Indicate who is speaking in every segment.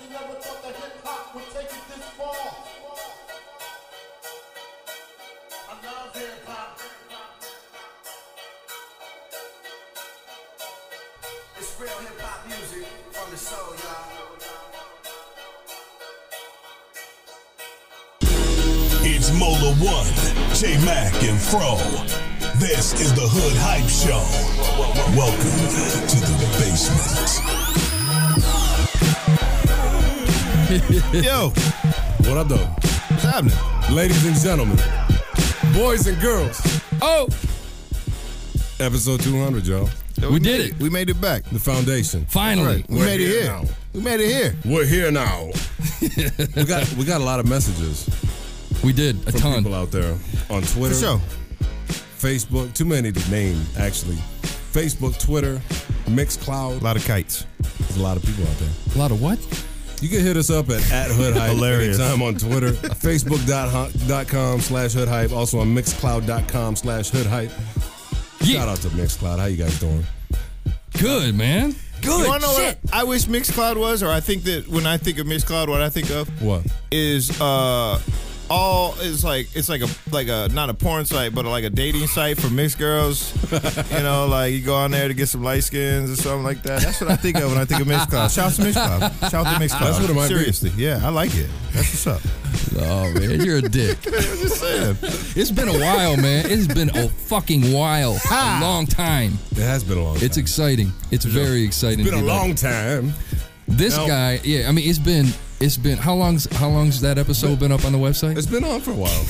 Speaker 1: He never thought that hip hop would take it this far. I love hip hop. It's real hip hop music from the soul, y'all.
Speaker 2: It's Mola One, J Mac, and Fro. This is the Hood Hype Show. Welcome to the basement.
Speaker 3: Yo,
Speaker 4: What up, though?
Speaker 3: what's happening?
Speaker 4: Ladies and gentlemen, boys and girls. Oh! Episode 200, y'all.
Speaker 3: we
Speaker 5: did
Speaker 3: made
Speaker 5: it.
Speaker 3: We made it back.
Speaker 4: The foundation.
Speaker 5: Finally.
Speaker 3: We
Speaker 4: We're
Speaker 3: made it
Speaker 4: here
Speaker 3: here.
Speaker 4: now.
Speaker 3: We made it here.
Speaker 4: We're here now. we got we got a lot of messages
Speaker 5: We did a
Speaker 4: from
Speaker 5: ton.
Speaker 4: people out there on
Speaker 3: For
Speaker 4: Twitter,
Speaker 3: sure.
Speaker 4: Facebook. Too many to name, actually. Facebook, Twitter,
Speaker 3: A
Speaker 4: Mixcloud.
Speaker 3: lot of kites.
Speaker 4: There's a lot of people out there.
Speaker 5: A lot of what?
Speaker 4: You can hit us up at, at Hood Hype
Speaker 3: Hilarious.
Speaker 4: anytime on Twitter, facebook.com slash Hood Hype, also on mixcloud.com slash Hood Hype. Shout
Speaker 5: Yeah.
Speaker 4: out to Mixcloud. How you guys doing?
Speaker 5: Good, man.
Speaker 3: you
Speaker 5: Good.
Speaker 3: wanna know what I wish Mixcloud was, or I think that when I think of Mixcloud, what I think of
Speaker 4: What?
Speaker 3: is uh all is like it's like a like a not a porn site, but like a dating site for mixed girls. you know, like you go on there to get some light skins or something like that. That's what I think of when I think of Mixcloud. Shout out to Mixcloud. Shout out to Mixcloud.
Speaker 4: That's what it might be.
Speaker 3: Seriously, yeah, I like it. That's what's up.
Speaker 5: Oh, man, you're a dick.
Speaker 3: Just saying.
Speaker 5: It's been a while, man. It's been a fucking while. A long time.
Speaker 4: It has been a long time.
Speaker 5: It's exciting. It's very exciting.
Speaker 4: It's been
Speaker 5: to
Speaker 4: a
Speaker 5: be back.
Speaker 4: long time.
Speaker 5: This
Speaker 4: No.
Speaker 5: guy, yeah, I mean, it's been, it's been, how long's, how long's that episode been up on the website?
Speaker 4: It's been on for a while.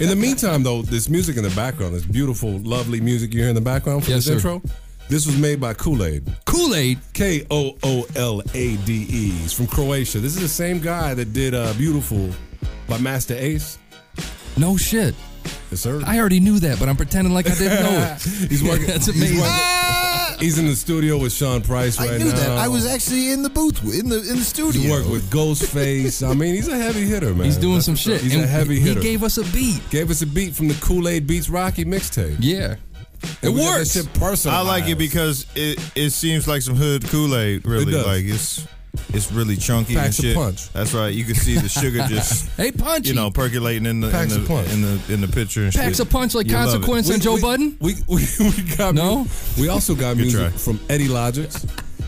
Speaker 4: in the meantime, though, this music in the background, this beautiful, lovely music you hear in the background for
Speaker 5: Yes,
Speaker 4: this
Speaker 5: sir.
Speaker 4: intro, this was made by Kool Aid.
Speaker 5: Kool Aid.
Speaker 4: K O O L A D E. He's from Croatia. This is the same guy that did uh, Beautiful by Master Ace.
Speaker 5: No shit.
Speaker 4: Yes, sir.
Speaker 5: I already knew that, but I'm pretending like I didn't know it.
Speaker 4: He's working.
Speaker 5: That's
Speaker 4: he's
Speaker 5: amazing.
Speaker 4: working- He's in the studio with Sean Price right
Speaker 3: Ah! I knew
Speaker 4: now.
Speaker 3: that. I was actually in the booth in the in the studio.
Speaker 4: He worked with Ghostface. I mean, he's a heavy hitter, man.
Speaker 5: He's doing some
Speaker 4: That's what's
Speaker 5: shit.
Speaker 4: up. He's a
Speaker 5: and
Speaker 4: heavy
Speaker 5: he-
Speaker 4: hitter.
Speaker 5: He gave us a beat.
Speaker 4: Gave us a beat from the Kool Aid Beats Rocky mixtape.
Speaker 5: Yeah. It
Speaker 4: And we got that
Speaker 5: works.
Speaker 4: shit personal.
Speaker 3: I like it because it it seems like some hood Kool Aid. Really,
Speaker 4: It does.
Speaker 3: like it's it's really chunky and
Speaker 4: Packs a
Speaker 3: shit.
Speaker 4: punch.
Speaker 3: That's right. You can see the sugar just
Speaker 5: Hey, Punchy.
Speaker 3: you know percolating in the in
Speaker 4: Packs a punch.
Speaker 3: the, in the in the picture and
Speaker 5: Packs a
Speaker 3: shit.
Speaker 5: punch like
Speaker 3: You love it.
Speaker 5: consequence and Joe
Speaker 4: we,
Speaker 5: Budden.
Speaker 4: We, we, we got
Speaker 5: No?
Speaker 4: mu- We also got
Speaker 3: Good
Speaker 4: music
Speaker 3: try.
Speaker 4: from Eddie Logics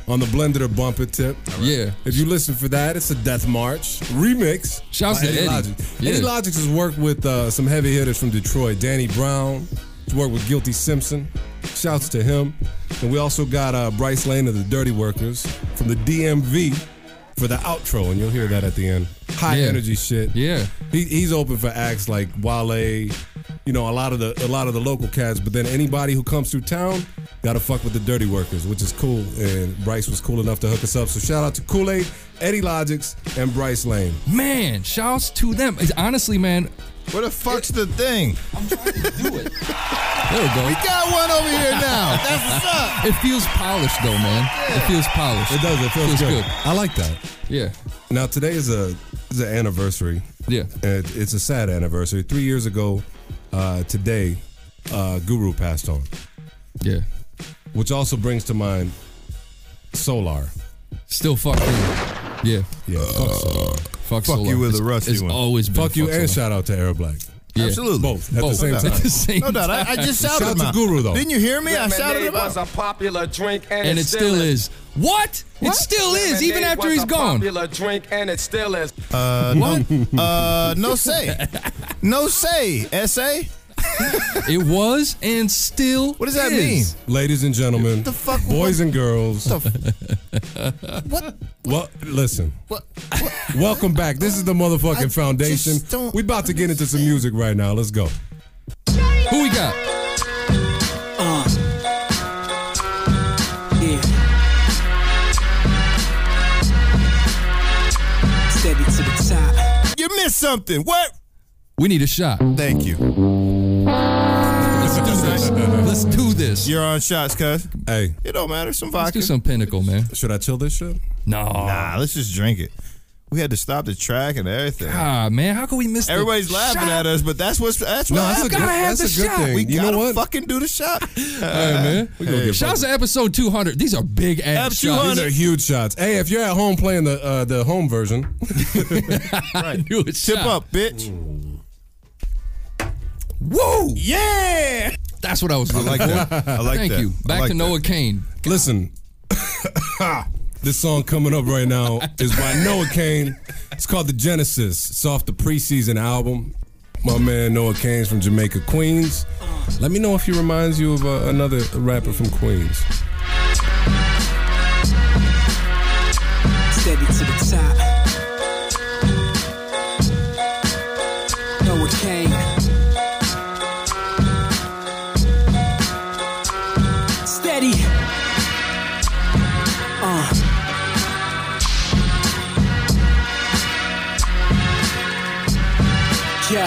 Speaker 4: on the blender or bumper tip.
Speaker 5: Yeah.
Speaker 4: If you listen for that, it's a Death March remix.
Speaker 5: Shouts
Speaker 4: by
Speaker 5: to Eddie.
Speaker 4: Logics.
Speaker 5: Yeah.
Speaker 4: Eddie Logics has worked with uh, some heavy hitters from Detroit. Danny Brown, he's worked with Guilty Simpson. Shouts to him. And we also got uh, Bryce Lane of the Dirty Workers from the DMV for the outro, and you'll hear that at the end. High
Speaker 5: Yeah.
Speaker 4: energy shit.
Speaker 5: Yeah.
Speaker 4: He, he's open for acts like Wale, you know, a lot of the a lot of the local cats. But then anybody who comes through town, gotta fuck with the dirty workers, which is cool. And Bryce was cool enough to hook us up. So shout out to Kool Aid, Eddie Logics, and Bryce Lane.
Speaker 5: Man, shouts to them. It's- Honestly, man,
Speaker 3: Where the fuck's the thing?
Speaker 5: there we go.
Speaker 3: Got one over here now. That's what's up.
Speaker 5: It feels polished though, man. It feels polished.
Speaker 4: It does. It feels,
Speaker 5: Feels
Speaker 4: good.
Speaker 5: good.
Speaker 4: I like that.
Speaker 5: Yeah.
Speaker 4: Now today is a is an anniversary.
Speaker 5: Yeah.
Speaker 4: And it's a sad anniversary. Three years ago, uh, today, uh, Guru passed on,
Speaker 5: Yeah.
Speaker 4: which also brings to mind Solar.
Speaker 5: Still fuck you. Yeah. Uh,
Speaker 4: Yeah. fuck Solar.
Speaker 3: Fuck
Speaker 5: Fuck, Solar.
Speaker 3: you with
Speaker 5: It's-
Speaker 3: a rusty
Speaker 5: it's
Speaker 3: one.
Speaker 5: always been
Speaker 4: Fuck you
Speaker 5: Solar.
Speaker 4: and shout out to Air Black.
Speaker 5: Yeah.
Speaker 3: Absolutely.
Speaker 4: Both at the
Speaker 5: Both.
Speaker 4: same
Speaker 5: At
Speaker 4: time.
Speaker 5: the same
Speaker 3: No doubt.
Speaker 5: time.
Speaker 3: I, I just shouted
Speaker 4: Shout
Speaker 3: him
Speaker 4: to
Speaker 3: out.
Speaker 4: Guru, though.
Speaker 3: Didn't you hear me? I
Speaker 6: Lemonade
Speaker 3: shouted him
Speaker 6: was
Speaker 3: out.
Speaker 6: a popular drink and,
Speaker 5: And it still is. What? It still is, even
Speaker 6: Lemonade
Speaker 5: after
Speaker 6: was
Speaker 5: he's
Speaker 6: a
Speaker 5: gone.
Speaker 6: Popular drink and it still is.
Speaker 5: What?
Speaker 3: Uh, no say. No say. Essay.
Speaker 5: it was and still.
Speaker 3: What does that
Speaker 5: is.
Speaker 4: Ladies and gentlemen,
Speaker 3: the fuck-
Speaker 4: boys and girls.
Speaker 3: What the What?
Speaker 4: Well, listen.
Speaker 3: What?
Speaker 4: Welcome back. This is the motherfucking
Speaker 3: I
Speaker 4: foundation.
Speaker 3: just don't
Speaker 4: We about to get into some music right now. Let's go.
Speaker 5: Who we got?
Speaker 7: Yeah. Steady to the top.
Speaker 3: You missed something. What?
Speaker 5: We need a shot.
Speaker 3: Thank you.
Speaker 5: Let's do this. Let's do this.
Speaker 3: You're on shots, cuz.
Speaker 4: Hey,
Speaker 3: It don't matter. Some
Speaker 5: Let's
Speaker 3: vodka.
Speaker 5: do some pinnacle, man.
Speaker 4: should I chill this shit?
Speaker 5: No.
Speaker 3: Nah, let's just drink it. We had to stop the track and everything.
Speaker 5: Ah, man, how can we miss? the
Speaker 3: Everybody's laughing at
Speaker 5: shot?
Speaker 3: us, but that's what's that's what
Speaker 4: No, that's a
Speaker 3: happened.
Speaker 4: good,
Speaker 5: gotta have
Speaker 4: that's a
Speaker 5: the
Speaker 4: good
Speaker 5: shot.
Speaker 4: thing.
Speaker 3: We
Speaker 4: you
Speaker 3: gotta
Speaker 4: know what?
Speaker 3: fucking do the shot.
Speaker 4: All right, man. We gonna get
Speaker 5: Shouts to episode 200. These are big ass
Speaker 3: F
Speaker 5: shots.
Speaker 3: 200.
Speaker 4: These are huge shots. Hey, if you're at home playing the uh, the home version,
Speaker 3: right.
Speaker 5: Do a shot.
Speaker 3: Tip up, bitch.
Speaker 5: Whoa!
Speaker 3: Yeah.
Speaker 5: That's what I was
Speaker 3: I
Speaker 5: looking
Speaker 3: like
Speaker 5: for.
Speaker 3: that. I like
Speaker 5: Thank
Speaker 3: that.
Speaker 5: you.
Speaker 3: I
Speaker 5: Back
Speaker 3: like
Speaker 5: to
Speaker 3: that.
Speaker 5: Noah Kane.
Speaker 4: listen. this song coming up right now is by Noah Kane. It's called The Genesis. It's off the preseason album. My man Noah Kane's from Jamaica, Queens. Let me know if he reminds you of uh, another rapper from Queens.
Speaker 8: Steady to the top. Noah Kane. Steady. Uh. Yo.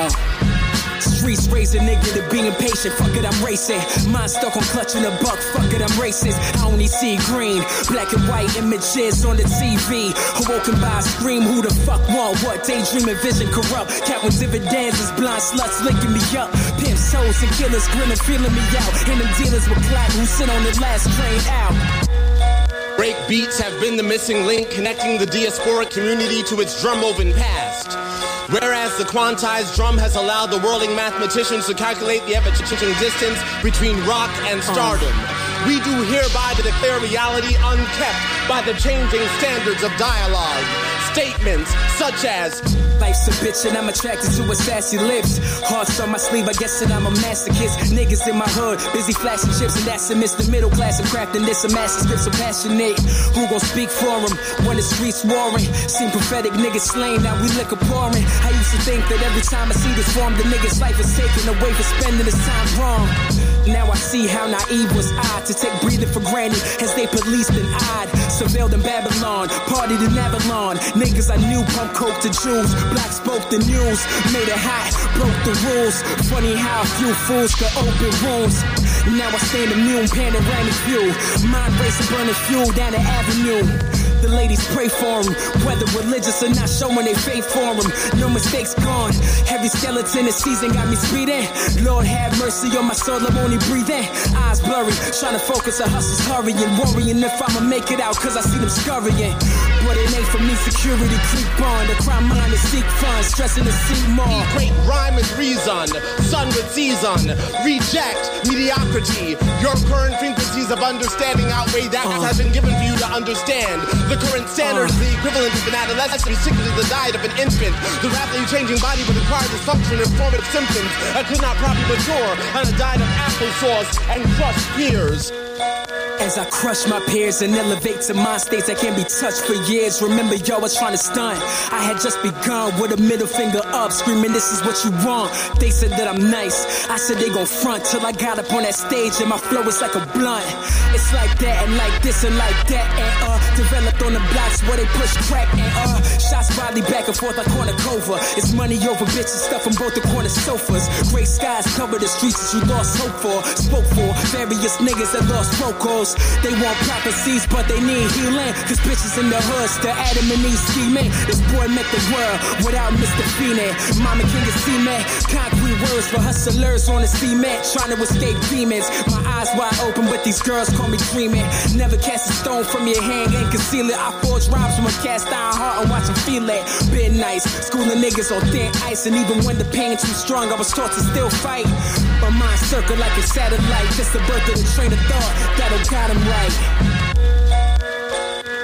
Speaker 8: Streets raise a nigga to be impatient. Fuck it, I'm racing. Mind stuck on clutching a buck. Fuck it, I'm racist. I only see green, black and white images on the TV. Awoken by a scream. Who the fuck want what? Daydreaming vision corrupt. Counting dividends is blind sluts licking me up. Pimp souls and killers grinning, feeling me out. And them dealers with clap who sit on the last train out.
Speaker 9: Break beats have been the missing link connecting the diasporic community to its drumoven past. Whereas the quantized drum has allowed the whirling mathematicians to calculate the ever-changing distance between rock
Speaker 8: Oh.
Speaker 9: and stardom, we do hereby declare reality unkept by the changing standards of dialogue. Statements such as
Speaker 8: Life's a bitch and I'm attracted to her sassy lips. Hearts on my sleeve, I guess that I'm a masochist. Niggas in my hood, busy flashing chips, and that's a miss. The middle class of crafting this, a master script so passionate. Who gon' speak for him when the streets warring? Seen prophetic niggas slain, now we liquor pouring. I used to think that every time I see this form, the nigga's life is taken away for spending his time wrong. Now I see how naive was I to take breathing for granted as they policed and eyed, surveilled in Babylon, partied in Avalon. Niggas I knew pump coke to Jews, black spoke the news, made it hot, broke the rules. Funny how a few fools could open wounds. Now I stand immune, panoramic view, mind racing, burning fuel down the avenue. The ladies pray for him, whether religious or not, showing they faith for him. No mistakes gone. Heavy skeleton this season got me speeding. Lord have mercy on my soul, I'm only breathing. Eyes blurry, trying to focus on hustles, hurrying, worrying if I'ma make it out, cause I see them scurrying. But it ain't for me, security creep on. The crime mind is seek fun, stressing to see more.
Speaker 9: Great rhyme with reason, sun with season. Reject mediocrity. Your current frequencies of understanding outweigh that that has been given for you to understand. The current standard is the equivalent of an adolescent sick to the diet of an infant. The rapidly changing body would acquire dysfunction and formative symptoms and could not properly mature on a diet of applesauce and crushed pears.
Speaker 8: As I crush my peers and elevate to mind states that can't be touched for years. Remember, yo, I was trying to stunt. I had just begun with a middle finger up, screaming, This is what you want. They said that I'm nice. I said they gon' front till I got up on that stage and my flow is like a blunt. It's like that and like this and like that and uh. Developed on the blocks where they push crack and uh. Shots wildly back and forth like corner cover. It's money over bitches, stuff from both the corner sofas. Gray skies cover the streets that you lost hope for. Spoke for various niggas that lost vocals. They want prophecies, but they need healing. Cause bitches in the hood still Adam and Eve scheming. This boy met the world without Mr. Phoenix. Mama King of cement. Concrete words for hustlers on the cement. Trying to escape demons. My eyes wide open, but these girls call me dreaming. Never cast a stone from your hand and conceal it. I forge rhymes from a cast iron heart and watch them feel it. Been nice. Schooling niggas on thin ice. And even when the pain too strong, I was taught to still fight. My mind circle like a satellite. Just the birth of the train of thought that'll guide 'em right.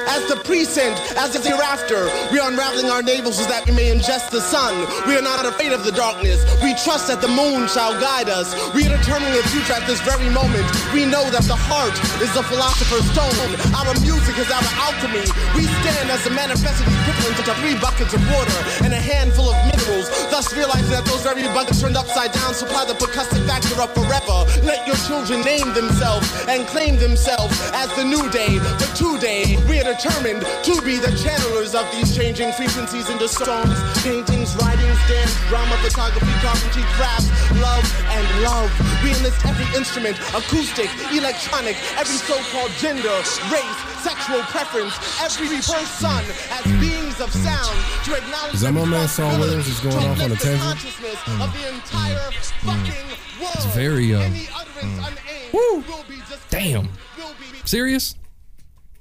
Speaker 9: As the precinct, as the hereafter, we are unraveling our navels so that we may ingest the sun. We are not afraid of the darkness. We trust that the moon shall guide us. We are determining the future at this very moment. We know that the heart is the philosopher's stone. Our music is our alchemy. We stand as the manifested equivalent to three buckets of water and a handful of minerals. Thus realizing that those very buckets turned upside down supply the percussive factor of forever. Let your children name themselves and claim themselves as the new day, the two-day. We are determined to be the channelers of these changing frequencies into songs, paintings, writings, dance, drama, photography, carpentry, crafts, love, and love. We enlist every instrument, acoustic, electronic, every so-called gender, race, sexual preference, every person as beings senses of sound to acknowledge
Speaker 4: Is that my man Saul
Speaker 9: responsibility
Speaker 4: Williams is going
Speaker 9: to
Speaker 4: off on a
Speaker 9: uplift the
Speaker 4: tangent?
Speaker 9: consciousness of the entire fucking world.
Speaker 5: very, uh,
Speaker 9: Any utterance unaimed
Speaker 5: Woo!
Speaker 9: will be just
Speaker 5: Damn.
Speaker 9: Will be
Speaker 5: Serious?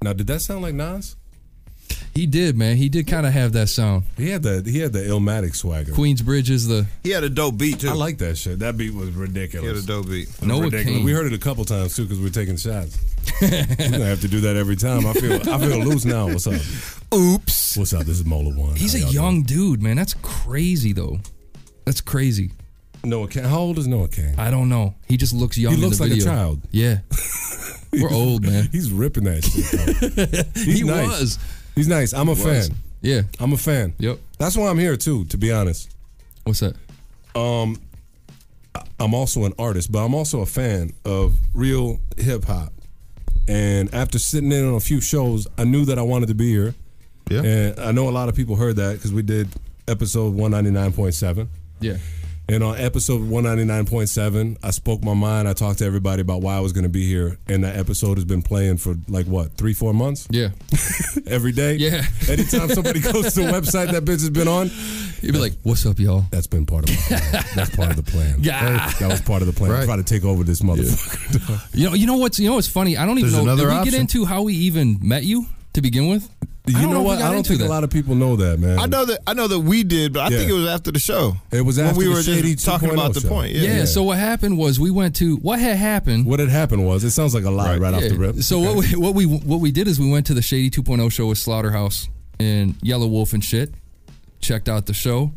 Speaker 4: Now, did that sound like Nas?
Speaker 5: He did, man. He did kind of have that sound.
Speaker 4: He had the he had the Illmatic swagger.
Speaker 5: Queensbridge is the
Speaker 3: He had a dope beat too.
Speaker 4: I like that shit. That beat was
Speaker 3: He had a
Speaker 4: ridiculous.
Speaker 3: dope beat.
Speaker 5: Noah
Speaker 4: ridiculous.
Speaker 5: King.
Speaker 4: We heard it a couple times too because we are taking shots. We're gonna have to do that every time. I feel I feel loose now. What's up?
Speaker 5: Oops.
Speaker 4: What's up? This is Mola One.
Speaker 5: He's
Speaker 4: How
Speaker 5: a
Speaker 4: y'all
Speaker 5: young dude, man. That's crazy, though. That's crazy.
Speaker 4: doing? Noah King. How old is Noah King?
Speaker 5: I don't know. He just looks young.
Speaker 4: He
Speaker 5: in the
Speaker 4: looks like a
Speaker 5: video.
Speaker 4: child.
Speaker 5: Yeah. We're old, man.
Speaker 4: He's ripping that shit. though. He's
Speaker 5: He
Speaker 4: nice.
Speaker 5: was.
Speaker 4: He's nice. I'm a fan.
Speaker 5: Yeah.
Speaker 4: I'm a fan.
Speaker 5: Yep.
Speaker 4: That's why I'm here too. To be honest, Um,
Speaker 5: What's that?
Speaker 4: I'm also an artist, but I'm also a fan of real hip hop. And after sitting in on a few shows, I knew that I wanted to be here.
Speaker 3: Yeah.
Speaker 4: And I know a lot of people heard that because we did episode 199.7.
Speaker 5: Yeah.
Speaker 4: And on episode 199.7, I spoke my mind. I talked to everybody about why I was going to be here. And that episode has been playing for like what, three, four months?
Speaker 5: Yeah.
Speaker 4: Every day?
Speaker 5: Yeah.
Speaker 4: Anytime somebody goes to the website that bitch has been on,
Speaker 5: He'd be like, "What's up, y'all?"
Speaker 4: that's been part of my plan. That's part of the plan.
Speaker 5: Yeah.
Speaker 4: That was part of the plan.
Speaker 3: Right.
Speaker 4: Try to take over this motherfucker.
Speaker 5: You know. You know what's. You know what's funny? I don't
Speaker 3: There's
Speaker 5: even know. Did
Speaker 3: another
Speaker 5: we
Speaker 3: option.
Speaker 5: get into how we even met you to begin with? I
Speaker 4: You
Speaker 5: don't
Speaker 4: know,
Speaker 5: know if we
Speaker 4: what?
Speaker 5: got
Speaker 4: I don't
Speaker 5: into
Speaker 4: think
Speaker 5: that.
Speaker 4: a lot of people know that, man.
Speaker 3: I know that I know that we did, but I
Speaker 4: Yeah.
Speaker 3: think it was after the show.
Speaker 4: It was after
Speaker 3: when we
Speaker 4: the
Speaker 3: were
Speaker 4: Shady
Speaker 3: just talking
Speaker 4: 2.0
Speaker 3: about the
Speaker 4: show.
Speaker 3: point.
Speaker 5: Yeah,
Speaker 3: Yeah.
Speaker 5: So what happened was we went to what had happened.
Speaker 4: What had happened was it sounds like a lie right, off the
Speaker 5: Yeah.
Speaker 4: rip.
Speaker 5: So what we, what we what we did is we went to the Shady 2.0 show with Slaughterhouse and Yellow Wolf and shit. Checked out the show.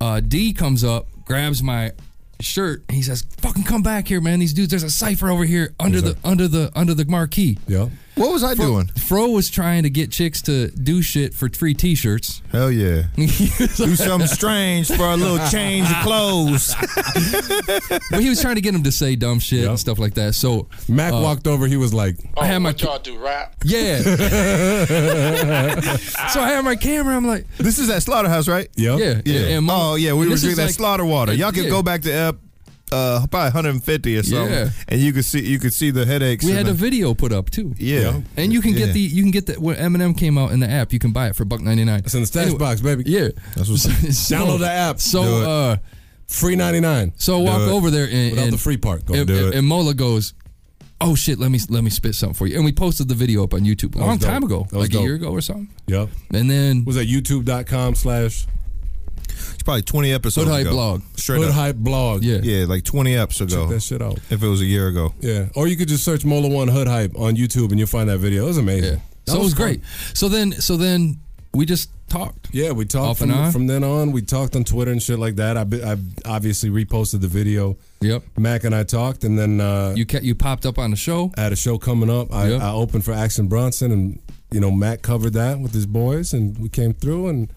Speaker 5: Uh, D comes up, grabs my shirt, and he says, "Fucking come back here, man! These dudes, there's a cipher over here under the
Speaker 4: Exactly.
Speaker 5: under the under the marquee."
Speaker 4: Yeah.
Speaker 3: What was I doing?
Speaker 5: Fro was trying to get chicks to do shit for free T-shirts.
Speaker 3: Hell yeah. Do something strange for a little change of clothes.
Speaker 5: But he was trying to get them to say dumb shit
Speaker 4: Yep.
Speaker 5: and stuff like that. So
Speaker 4: Mac
Speaker 5: Uh,
Speaker 4: walked over. He was like,
Speaker 5: I had my
Speaker 10: Oh, y'all do rap.
Speaker 5: yeah. so I had my camera. I'm like,
Speaker 3: This is at Slaughterhouse, right?
Speaker 4: "Yep."
Speaker 5: Yeah.
Speaker 3: Yeah.
Speaker 5: And Mo-
Speaker 3: oh yeah, we were
Speaker 5: this is
Speaker 3: drinking that
Speaker 5: like-
Speaker 3: slaughter water.
Speaker 5: uh,
Speaker 3: Y'all can
Speaker 5: yeah.
Speaker 3: go back to ep, uh, probably 150 or something,
Speaker 5: Yeah.
Speaker 3: and you could see you could see the headaches.
Speaker 5: we
Speaker 3: and
Speaker 5: had
Speaker 3: the-
Speaker 5: a video put up too.
Speaker 3: yeah.
Speaker 5: And you can
Speaker 3: Yeah.
Speaker 5: get the you can get the when Eminem came out in the app, you can buy it for buck ninety nine.
Speaker 4: It's in the stash box, baby.
Speaker 5: Yeah.
Speaker 4: That's what's up. Download the app.
Speaker 5: So
Speaker 4: Do it.
Speaker 5: uh
Speaker 4: Free ninety nine.
Speaker 5: so I walk
Speaker 4: it.
Speaker 5: over there and
Speaker 4: Without
Speaker 5: and-
Speaker 4: the free part, go
Speaker 5: and,
Speaker 4: do
Speaker 5: and-
Speaker 4: it.
Speaker 5: and Mola goes, Oh shit, let me let me spit something for you. And we posted the video up on YouTube a
Speaker 4: was
Speaker 5: long
Speaker 4: dope.
Speaker 5: time ago.
Speaker 4: That was
Speaker 5: Like
Speaker 4: dope.
Speaker 5: a year ago or something.
Speaker 4: Yep.
Speaker 5: And then
Speaker 4: Was that youtube.com slash
Speaker 3: It's probably 20 episodes
Speaker 5: Hood Hype
Speaker 3: ago.
Speaker 5: Blog.
Speaker 3: Straight
Speaker 4: Hood
Speaker 3: up.
Speaker 4: Hype blog?
Speaker 5: Yeah.
Speaker 3: Yeah, like 20 eps ago.
Speaker 4: Check that shit out.
Speaker 3: If it was a year ago.
Speaker 4: Yeah. Or you could just search Mola One Hood Hype on YouTube and you'll find that video. It was amazing.
Speaker 5: yeah.
Speaker 4: That
Speaker 5: So it was
Speaker 4: fun.
Speaker 5: great. So then so then we just talked.
Speaker 4: Yeah, we talked
Speaker 5: Off
Speaker 4: from,
Speaker 5: and on?
Speaker 4: from then on. We talked on Twitter and shit like that. I, I obviously reposted the video.
Speaker 5: Yep.
Speaker 4: Mac and I talked, and then uh,
Speaker 5: You kept you popped up on the show.
Speaker 4: I had a show coming up. I,
Speaker 5: Yeah.
Speaker 4: I opened for Action Bronson, and you know Matt covered that with his boys, and we came through and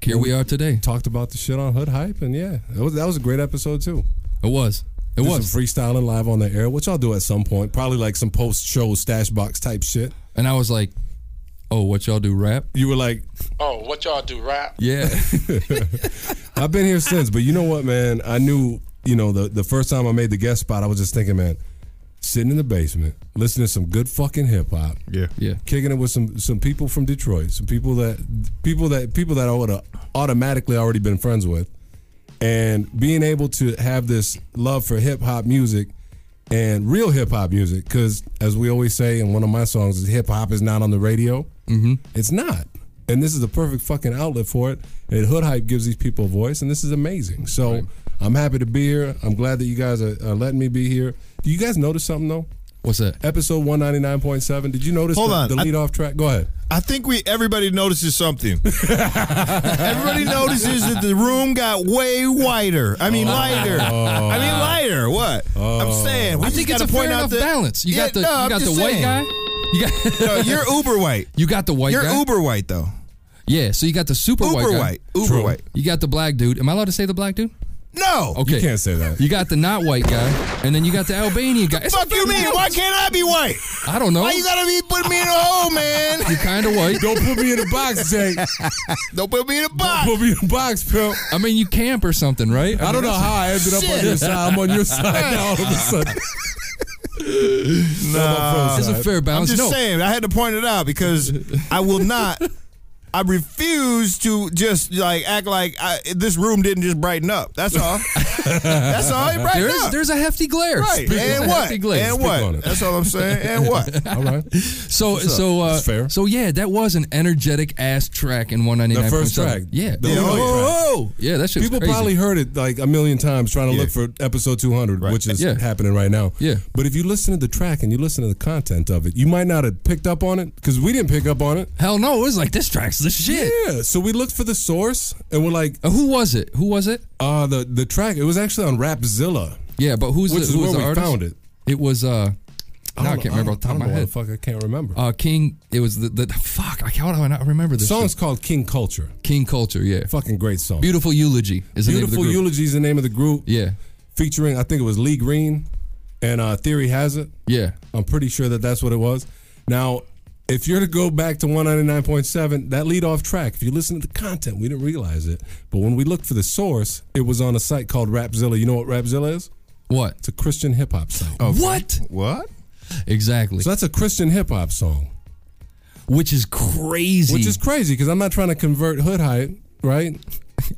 Speaker 5: Here we are today.
Speaker 4: talked about the shit on Hood Hype, and yeah, that was, that was a great episode too.
Speaker 5: It was. It
Speaker 4: Did
Speaker 5: was.
Speaker 4: some freestyling live on the air, which I'll do at some point. Probably like some post show stash box type shit.
Speaker 5: And I was like, Oh, what y'all do rap?
Speaker 4: You were like,
Speaker 10: Oh, what y'all do rap?
Speaker 5: Yeah.
Speaker 4: I've been here since, but you know what, man? I knew, you know, the, the first time I made the guest spot, I was just thinking, man, sitting in the basement, listening to some good fucking hip hop,
Speaker 3: Yeah.
Speaker 5: yeah.
Speaker 4: kicking it with some some people from Detroit, some people that people that people that I would have automatically already been friends with, and being able to have this love for hip hop music and real hip hop music, because as we always say in one of my songs, is hip hop is not on the radio. Mm-hmm. It's not, and this is the perfect fucking outlet for it. And Hood Hype gives these people a voice, and this is amazing. So. I'm happy to be here. I'm glad that you guys are, are letting me be here. Do you guys notice something though?
Speaker 5: What's that?
Speaker 4: episode 199.7 did you notice
Speaker 3: Hold
Speaker 4: the,
Speaker 3: on,
Speaker 4: the
Speaker 3: I-
Speaker 4: lead off track go ahead
Speaker 3: I think we everybody notices something. everybody notices that the room got way wider. I
Speaker 5: Oh.
Speaker 3: mean lighter. I mean lighter. What?
Speaker 4: Uh,
Speaker 3: I'm saying. We
Speaker 5: I
Speaker 3: just
Speaker 5: think it's
Speaker 3: gotta
Speaker 5: a
Speaker 3: point
Speaker 5: fair
Speaker 3: out
Speaker 5: enough
Speaker 3: that-
Speaker 5: balance. You
Speaker 3: Yeah,
Speaker 5: got the
Speaker 3: no,
Speaker 5: you
Speaker 3: I'm
Speaker 5: got the
Speaker 3: just
Speaker 5: white
Speaker 3: saying.
Speaker 5: guy. You got
Speaker 3: No, you're uber white.
Speaker 5: you got the white
Speaker 3: You're
Speaker 5: guy.
Speaker 3: uber white though.
Speaker 5: Yeah. So you got the super
Speaker 3: Uber
Speaker 5: white guy.
Speaker 3: white. Uber white.
Speaker 5: You got the black dude. Am I allowed to say the black dude?
Speaker 3: No.
Speaker 5: Okay.
Speaker 4: you can't say that
Speaker 5: You got the not white guy, and then you got the Albanian guy. It's a
Speaker 3: Fuck you
Speaker 5: fucking
Speaker 3: mean?
Speaker 5: house.
Speaker 3: Why can't I be white?
Speaker 5: I don't know.
Speaker 3: Why you gotta be putting me in a hole, man?
Speaker 5: You're kind of white.
Speaker 4: don't put me in a box jake
Speaker 3: Don't put me in a box.
Speaker 4: put me in a box pimp
Speaker 5: I mean, you camp or something, right?
Speaker 4: i don't know how i ended up on your side i'm on your side now all of a sudden
Speaker 5: It's a fair
Speaker 3: I'm
Speaker 5: balance.
Speaker 3: just
Speaker 5: no.
Speaker 3: saying. I had to point it out because I will not I refuse to just like act like I, this room didn't just brighten up. That's all. That's all it brightened
Speaker 5: There's
Speaker 3: up.
Speaker 5: there's a hefty glare.
Speaker 3: right.
Speaker 5: There's a
Speaker 3: And what?
Speaker 5: hefty glare.
Speaker 3: And
Speaker 4: on
Speaker 3: what?
Speaker 4: it.
Speaker 3: That's all I'm saying. And what?
Speaker 4: All right.
Speaker 5: So so uh,
Speaker 4: That's fair.
Speaker 5: so yeah, that was an energetic ass track in one ninety
Speaker 4: The
Speaker 5: nine.
Speaker 4: first track.
Speaker 5: Yeah.
Speaker 4: The
Speaker 5: yeah.
Speaker 3: Yeah,
Speaker 4: Illinois
Speaker 3: oh,
Speaker 4: track.
Speaker 5: Yeah, that shit was
Speaker 4: People
Speaker 5: crazy.
Speaker 4: probably heard it like a million times trying to
Speaker 3: Yeah.
Speaker 4: look for episode 200,
Speaker 3: Right.
Speaker 4: which is
Speaker 5: Yeah.
Speaker 4: happening right now.
Speaker 5: Yeah.
Speaker 4: But if you listen to the track and you listen to the content of it, you might not have picked up on it because we didn't pick up on it.
Speaker 5: Hell no, it was like this track's the shit.
Speaker 4: Yeah. So we looked for the source and we're like,
Speaker 5: Uh, who was it? Who was it?
Speaker 4: uh, the the track. It was actually on Rapzilla,
Speaker 5: Yeah, but who's
Speaker 4: which
Speaker 5: the,
Speaker 4: is
Speaker 5: who was
Speaker 4: where
Speaker 5: the
Speaker 4: we
Speaker 5: artist?
Speaker 4: found it.
Speaker 5: It was uh,
Speaker 4: don't
Speaker 5: now I
Speaker 4: know-
Speaker 5: can't remember off the top
Speaker 4: I
Speaker 5: of
Speaker 4: don't
Speaker 5: my
Speaker 4: know why
Speaker 5: head.
Speaker 4: the fuck I can't remember.
Speaker 5: Uh, King. It was the the fuck. I how do I not remember
Speaker 4: the
Speaker 5: this?
Speaker 4: song's
Speaker 5: shit?
Speaker 4: called King Culture.
Speaker 5: King Culture. Yeah.
Speaker 4: Fucking great song.
Speaker 5: Beautiful eulogy is the
Speaker 4: Beautiful
Speaker 5: name of the group.
Speaker 4: Eulogy is the name of the group.
Speaker 5: yeah.
Speaker 4: Featuring, I think it was Lee Green and uh, Theory Hazard.
Speaker 5: Yeah.
Speaker 4: I'm pretty sure that that's what it was. Now, if you're to go back to 199.7, that lead off track, if you listen to the content, we didn't realize it. But when we looked for the source, it was on a site called Rapzilla. You know what Rapzilla is?
Speaker 5: What? Oh.
Speaker 4: It's a Christian hip hop site.
Speaker 5: What?
Speaker 3: What?
Speaker 5: Exactly.
Speaker 4: So that's a Christian hip hop song,
Speaker 5: which is crazy.
Speaker 4: which is crazy because I'm not trying to convert hood hype, right?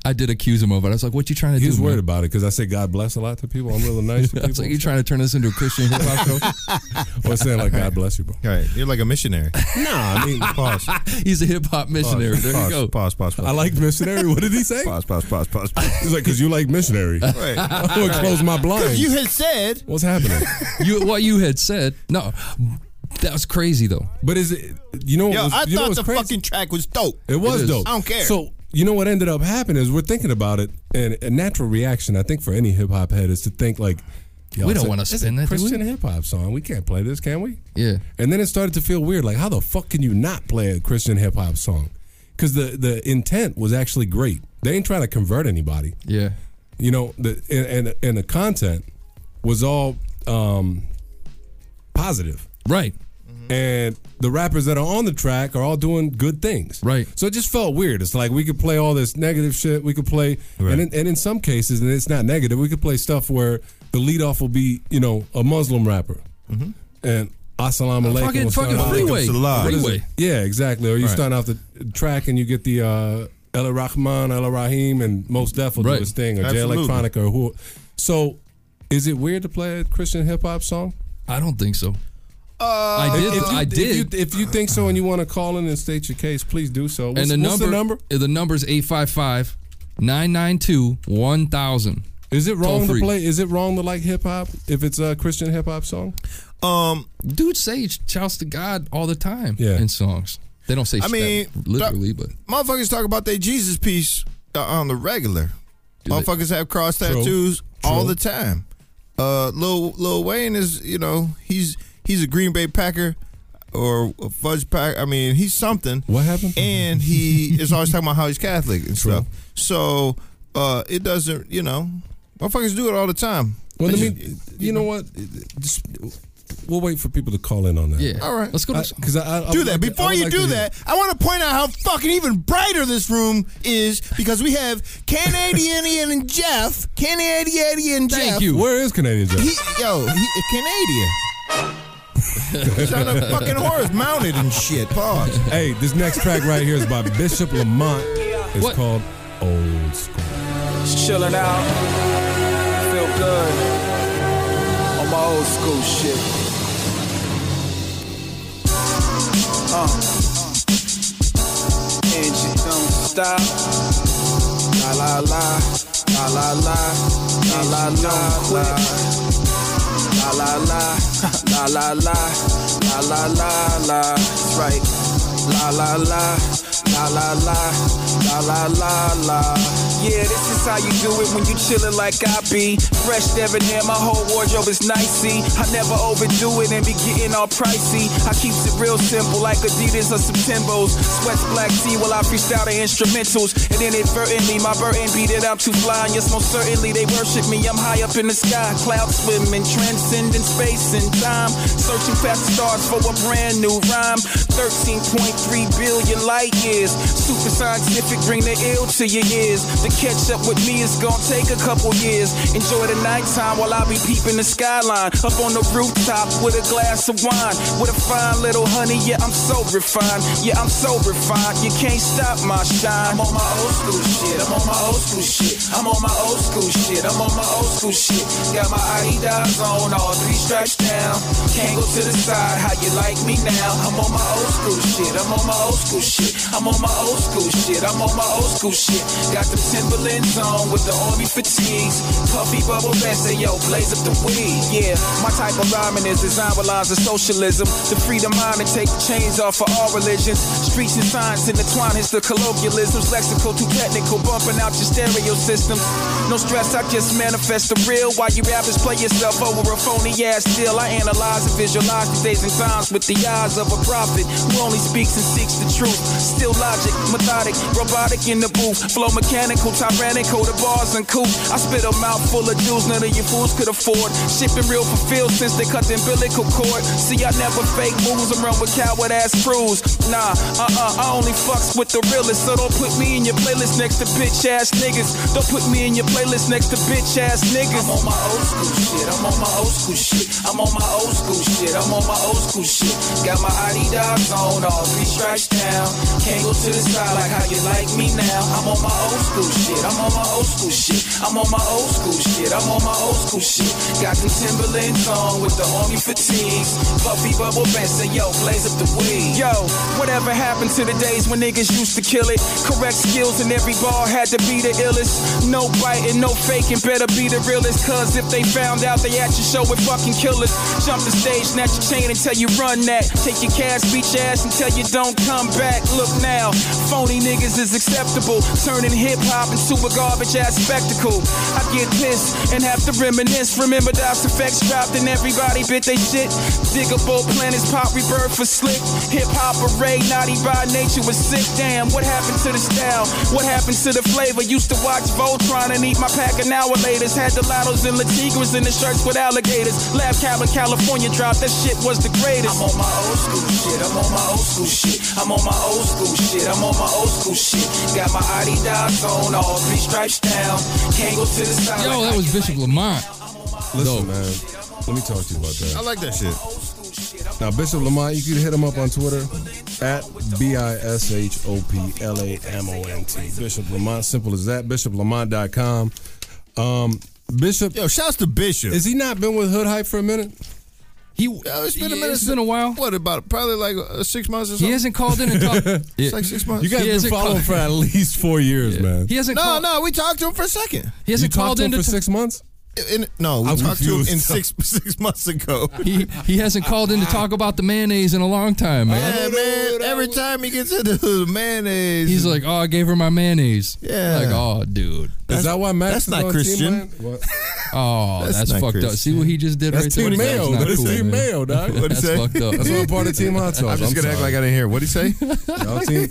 Speaker 5: I did accuse him of it. I was like, "What you trying to
Speaker 4: He was
Speaker 5: do?" man?
Speaker 4: worried about it because I say God bless a lot to people. I'm really nice to
Speaker 5: I was
Speaker 4: people.
Speaker 5: like, "You trying to turn this into a Christian hip hop show?"
Speaker 4: or saying like God bless you, bro.
Speaker 3: All right. You're like a missionary.
Speaker 4: Nah, I mean,
Speaker 3: Pause.
Speaker 5: He's a hip
Speaker 4: Oh,
Speaker 5: hop missionary.
Speaker 3: Pause,
Speaker 5: There you
Speaker 3: pause,
Speaker 5: go.
Speaker 3: Pause. Pause. Pause.
Speaker 4: I like missionary. What did he say?
Speaker 3: Pause. Pause. Pause. Pause. pause.
Speaker 4: He's like, because you like missionary.
Speaker 3: Right.
Speaker 4: I'm gonna close my blinds.
Speaker 3: You had said
Speaker 4: What's happening?
Speaker 5: You what you had said? No, that was crazy though.
Speaker 4: But is it? You know, what
Speaker 3: Yo,
Speaker 4: was,
Speaker 3: I
Speaker 4: you know
Speaker 3: thought
Speaker 4: what's
Speaker 3: the
Speaker 4: crazy?
Speaker 3: fucking track was dope.
Speaker 4: It was
Speaker 5: It is.
Speaker 4: dope.
Speaker 3: I don't care.
Speaker 4: So you know what ended up happening is we're thinking about it, and a natural reaction I think for any hip hop head is to think like, yo,
Speaker 5: We don't
Speaker 4: it's a-
Speaker 5: wanna
Speaker 4: it's a
Speaker 5: spin that, do we?
Speaker 4: Christian hip hop song. We can't play this, can we?
Speaker 5: Yeah.
Speaker 4: And then it started to feel weird. Like, how the fuck can you not play a Christian hip hop song? Because the the intent was actually great. They ain't trying to convert anybody.
Speaker 5: Yeah.
Speaker 4: You know, the and and, and the content was all um, positive
Speaker 5: Right. Mm-hmm.
Speaker 4: and the rappers that are on the track are all doing good things.
Speaker 5: Right.
Speaker 4: So it just felt weird. It's like we could play all this negative shit. We could play, and, in, and in some cases, and it's not negative. We could play stuff where the lead off will be, you know, a Muslim rapper,
Speaker 5: Mm-hmm.
Speaker 4: and assalamu alaikum.
Speaker 5: Fucking
Speaker 4: will start
Speaker 5: fucking
Speaker 4: off-
Speaker 5: freeway.
Speaker 3: it's a lie.
Speaker 4: What is it?
Speaker 5: Freeway.
Speaker 4: Yeah, exactly. Or you
Speaker 3: Right.
Speaker 4: start off the track and you get the uh, El Rahman, El Rahim, and Most Def will
Speaker 5: Right.
Speaker 4: do his thing, or Jay
Speaker 3: Absolutely.
Speaker 4: Electronica, or who. So, is it weird to play a Christian hip hop song?
Speaker 5: I don't think so.
Speaker 3: Uh,
Speaker 5: I did.
Speaker 4: If you,
Speaker 5: I did.
Speaker 4: If you, if you think so and you want to call in and state your case, please do so.
Speaker 5: and
Speaker 4: What's,
Speaker 5: the
Speaker 4: what's
Speaker 5: number,
Speaker 4: the number?
Speaker 5: The number's 855 992 1000.
Speaker 4: Is it wrong to
Speaker 5: free.
Speaker 4: play? Is it wrong to like hip hop if it's a Christian hip hop song?
Speaker 3: Um,
Speaker 5: Dude say shouts to God all the time
Speaker 4: Yeah.
Speaker 5: in songs. They don't say
Speaker 3: I
Speaker 5: sh-
Speaker 3: mean,
Speaker 5: that literally, but
Speaker 3: motherfuckers talk about their Jesus piece uh, on the regular.
Speaker 5: they?
Speaker 3: motherfuckers have cross tattoos all the time. Uh, Lil Lil Wayne is you know he's he's a Green Bay Packer or a Fudge Pack. I mean he's something.
Speaker 4: What happened?
Speaker 3: And he is always talking about how he's Catholic and stuff. So uh, it doesn't you know motherfuckers do it all the time.
Speaker 4: Well,
Speaker 3: They
Speaker 4: I mean,
Speaker 3: just-
Speaker 4: you, know what? Just, we'll wait for people to call in on that.
Speaker 5: yeah.
Speaker 3: All right.
Speaker 5: Let's go to.
Speaker 4: Because I, I, I
Speaker 3: do
Speaker 4: would
Speaker 3: that.
Speaker 4: like to- I
Speaker 3: Before
Speaker 4: would
Speaker 3: you
Speaker 4: like to
Speaker 3: do
Speaker 4: hear-
Speaker 3: that, I want to point out how fucking even brighter this room is because we have Canadian and Jeff. Canadian and Jeff.
Speaker 5: Thank you.
Speaker 4: Where is Canadian Jeff?
Speaker 3: He, yo, he, Canadian. Trying to fucking horse mounted and shit. Pause.
Speaker 4: hey, this next track right here is by Bishop Lamont. It's
Speaker 5: What?
Speaker 4: called Old School.
Speaker 11: Just chilling out. Feel good. On my old school shit. Uh. Engine don't stop. La la la. La la la. La la la. La la la. La la la. La la la la. That's right. La la la. La la la. La la la la. Yeah, this is how you do it when you chillin' like I be. Fresh every hair, my whole wardrobe is nicey. I never overdo it and be getting all pricey. I keeps it real simple, like Adidas or some Timbos. Sweats black tea while I freestyle the instrumentals. And inadvertently, my burden beat it out too fly. And yes, most certainly they worship me. I'm high up in the sky, cloud swimming, transcending space and time. Searching past stars for a brand new rhyme. 13.3 billion light years. years. Super scientific, bring the ill to your ears. To catch up with me is gonna take a couple years. Enjoy the nighttime while I be peeping the skyline. Up on the rooftop with a glass of wine. With a fine little honey, yeah, I'm so refined. Yeah, I'm so refined. You can't stop my shine. I'm on my old school shit. I'm on my old school shit. I'm on my old school shit. I'm on my old school shit. Got my Adidas on, all three stripes down. Can't go to the side. How you like me now? I'm on my old school shit. I'm on my old school shit. I'm on my old school shit. I'm on my old school shit. Got them Timberlands on with the army fatigues. Puffy bubble vest, say yo, blaze up the weed. Yeah, my type of rhyming is designed with lines of socialism. The freedom mind to take the chains off of all religions. Streets and signs intertwined, it's the colloquialisms. Lexical, too technical, bumping out your stereo systems. No stress, I just manifest the real. While you rappers play yourself over a phony ass deal, I analyze and visualize the days and times with the eyes of a prophet who only speaks and seeks the truth. Still logic, methodic, robotic in the booth. Flow mechanical, tyrannical, the bars and coop. I spit a mouthful of jewels none of you fools could afford. Shipping real fulfilled since they cut the umbilical cord. See, I never fake moves and run with coward ass crews. Nah, uh uh, I only fucks with the realest. So don't put me in your playlist next to bitch ass niggas. Don't put me in your playlist next to bitch ass niggas. I'm on my old school shit. I'm on my old school shit. I'm on my old school shit. I'm on my old school shit. Got my Adidas on, all three stripes down. Can't go to the side like how you like me now. I'm on my old school shit. I'm on my old school shit. I'm on my old school shit. I'm on my old school shit. Got them Timberlands on with the army fatigues. Puffy bubble vest and yo, blaze up the weed. Yo, whatever happened to the days when niggas used to kill it? Correct skills and every ball had to be the illest. No biting, no faking, better be the realest. Cause if they found out they at your show with fucking killers, jump the stage, snatch your chain until you run that. Take your cash, beat your ass until you don't come back. Look now, phony niggas is acceptable. Turning hip hop into a garbage ass spectacle. I get pissed and have to reminisce. Remember DOS effects dropped and everybody bit they shit. Diggable planets pop rebirth for slick. Hip hop array, naughty by nature was sick. Damn, what happened to the style? What happened to the flavor? Used to watch Voltron and eat my pack an hour later. Had the Lottos and Latigras in the shirts with alligators. Lab Cabin, California drop. That shit was the greatest. I'm on my old school shit. I'm on my old school shit. I'm on my old school shit. I'm on my old school shit. Got my Adidas on, all three stripes down. Can't go to the side.
Speaker 5: Yo, that was Bishop Lamont.
Speaker 4: Listen,
Speaker 5: Dope.
Speaker 4: man. Let me talk to you about
Speaker 3: I
Speaker 4: that.
Speaker 3: like that shit.
Speaker 4: Now, Bishop Lamont, you can hit him up on Twitter at B I S H O P L A M O N T. Bishop Lamont, simple as that. BishopLamont.com. Um, Bishop,
Speaker 3: Yo, shouts to Bishop.
Speaker 4: has he not been with Hood Hype for a minute?
Speaker 5: He,
Speaker 3: Yo, it's been a minute.
Speaker 5: It's been a while.
Speaker 3: What about probably like uh, six months or something?
Speaker 5: He hasn't called in and talked.
Speaker 3: It's like six months.
Speaker 4: You guys
Speaker 5: He
Speaker 4: been
Speaker 5: hasn't
Speaker 4: following
Speaker 5: called-
Speaker 4: for at least four years, man.
Speaker 5: He hasn't.
Speaker 3: no,
Speaker 5: called,
Speaker 3: no, we talked to him for a second.
Speaker 5: He
Speaker 4: You
Speaker 5: hasn't
Speaker 4: talked
Speaker 5: called
Speaker 4: to
Speaker 5: in
Speaker 4: him
Speaker 5: to t-
Speaker 4: for six months?
Speaker 3: In- no, we
Speaker 4: I'm
Speaker 3: talked to him in
Speaker 4: confused.
Speaker 3: six six months ago.
Speaker 5: he, he hasn't called in to talk about the mayonnaise in a long time, man.
Speaker 3: Yeah, man. Every time he gets into the mayonnaise,
Speaker 5: He's like, oh, I gave her my mayonnaise.
Speaker 3: Yeah.
Speaker 5: Like, oh, dude.
Speaker 4: Is that why Max
Speaker 3: that's
Speaker 4: is
Speaker 3: not
Speaker 4: on
Speaker 3: Christian.
Speaker 4: Team Lion? What?
Speaker 5: Oh,
Speaker 3: That's
Speaker 5: that's,
Speaker 3: not
Speaker 5: fucked up.
Speaker 3: Christian.
Speaker 5: See what he just did
Speaker 4: That's
Speaker 5: right
Speaker 4: Team
Speaker 5: there.
Speaker 4: Mayo.
Speaker 5: not
Speaker 4: That is
Speaker 5: cool, man.
Speaker 4: Team Mayo, dog. What
Speaker 5: That's
Speaker 4: is
Speaker 3: say?
Speaker 5: fucked up.
Speaker 4: That's all part of Team Hot Sauce.
Speaker 3: I'm just gonna act like I didn't hear. What would he say?
Speaker 4: Y'all team,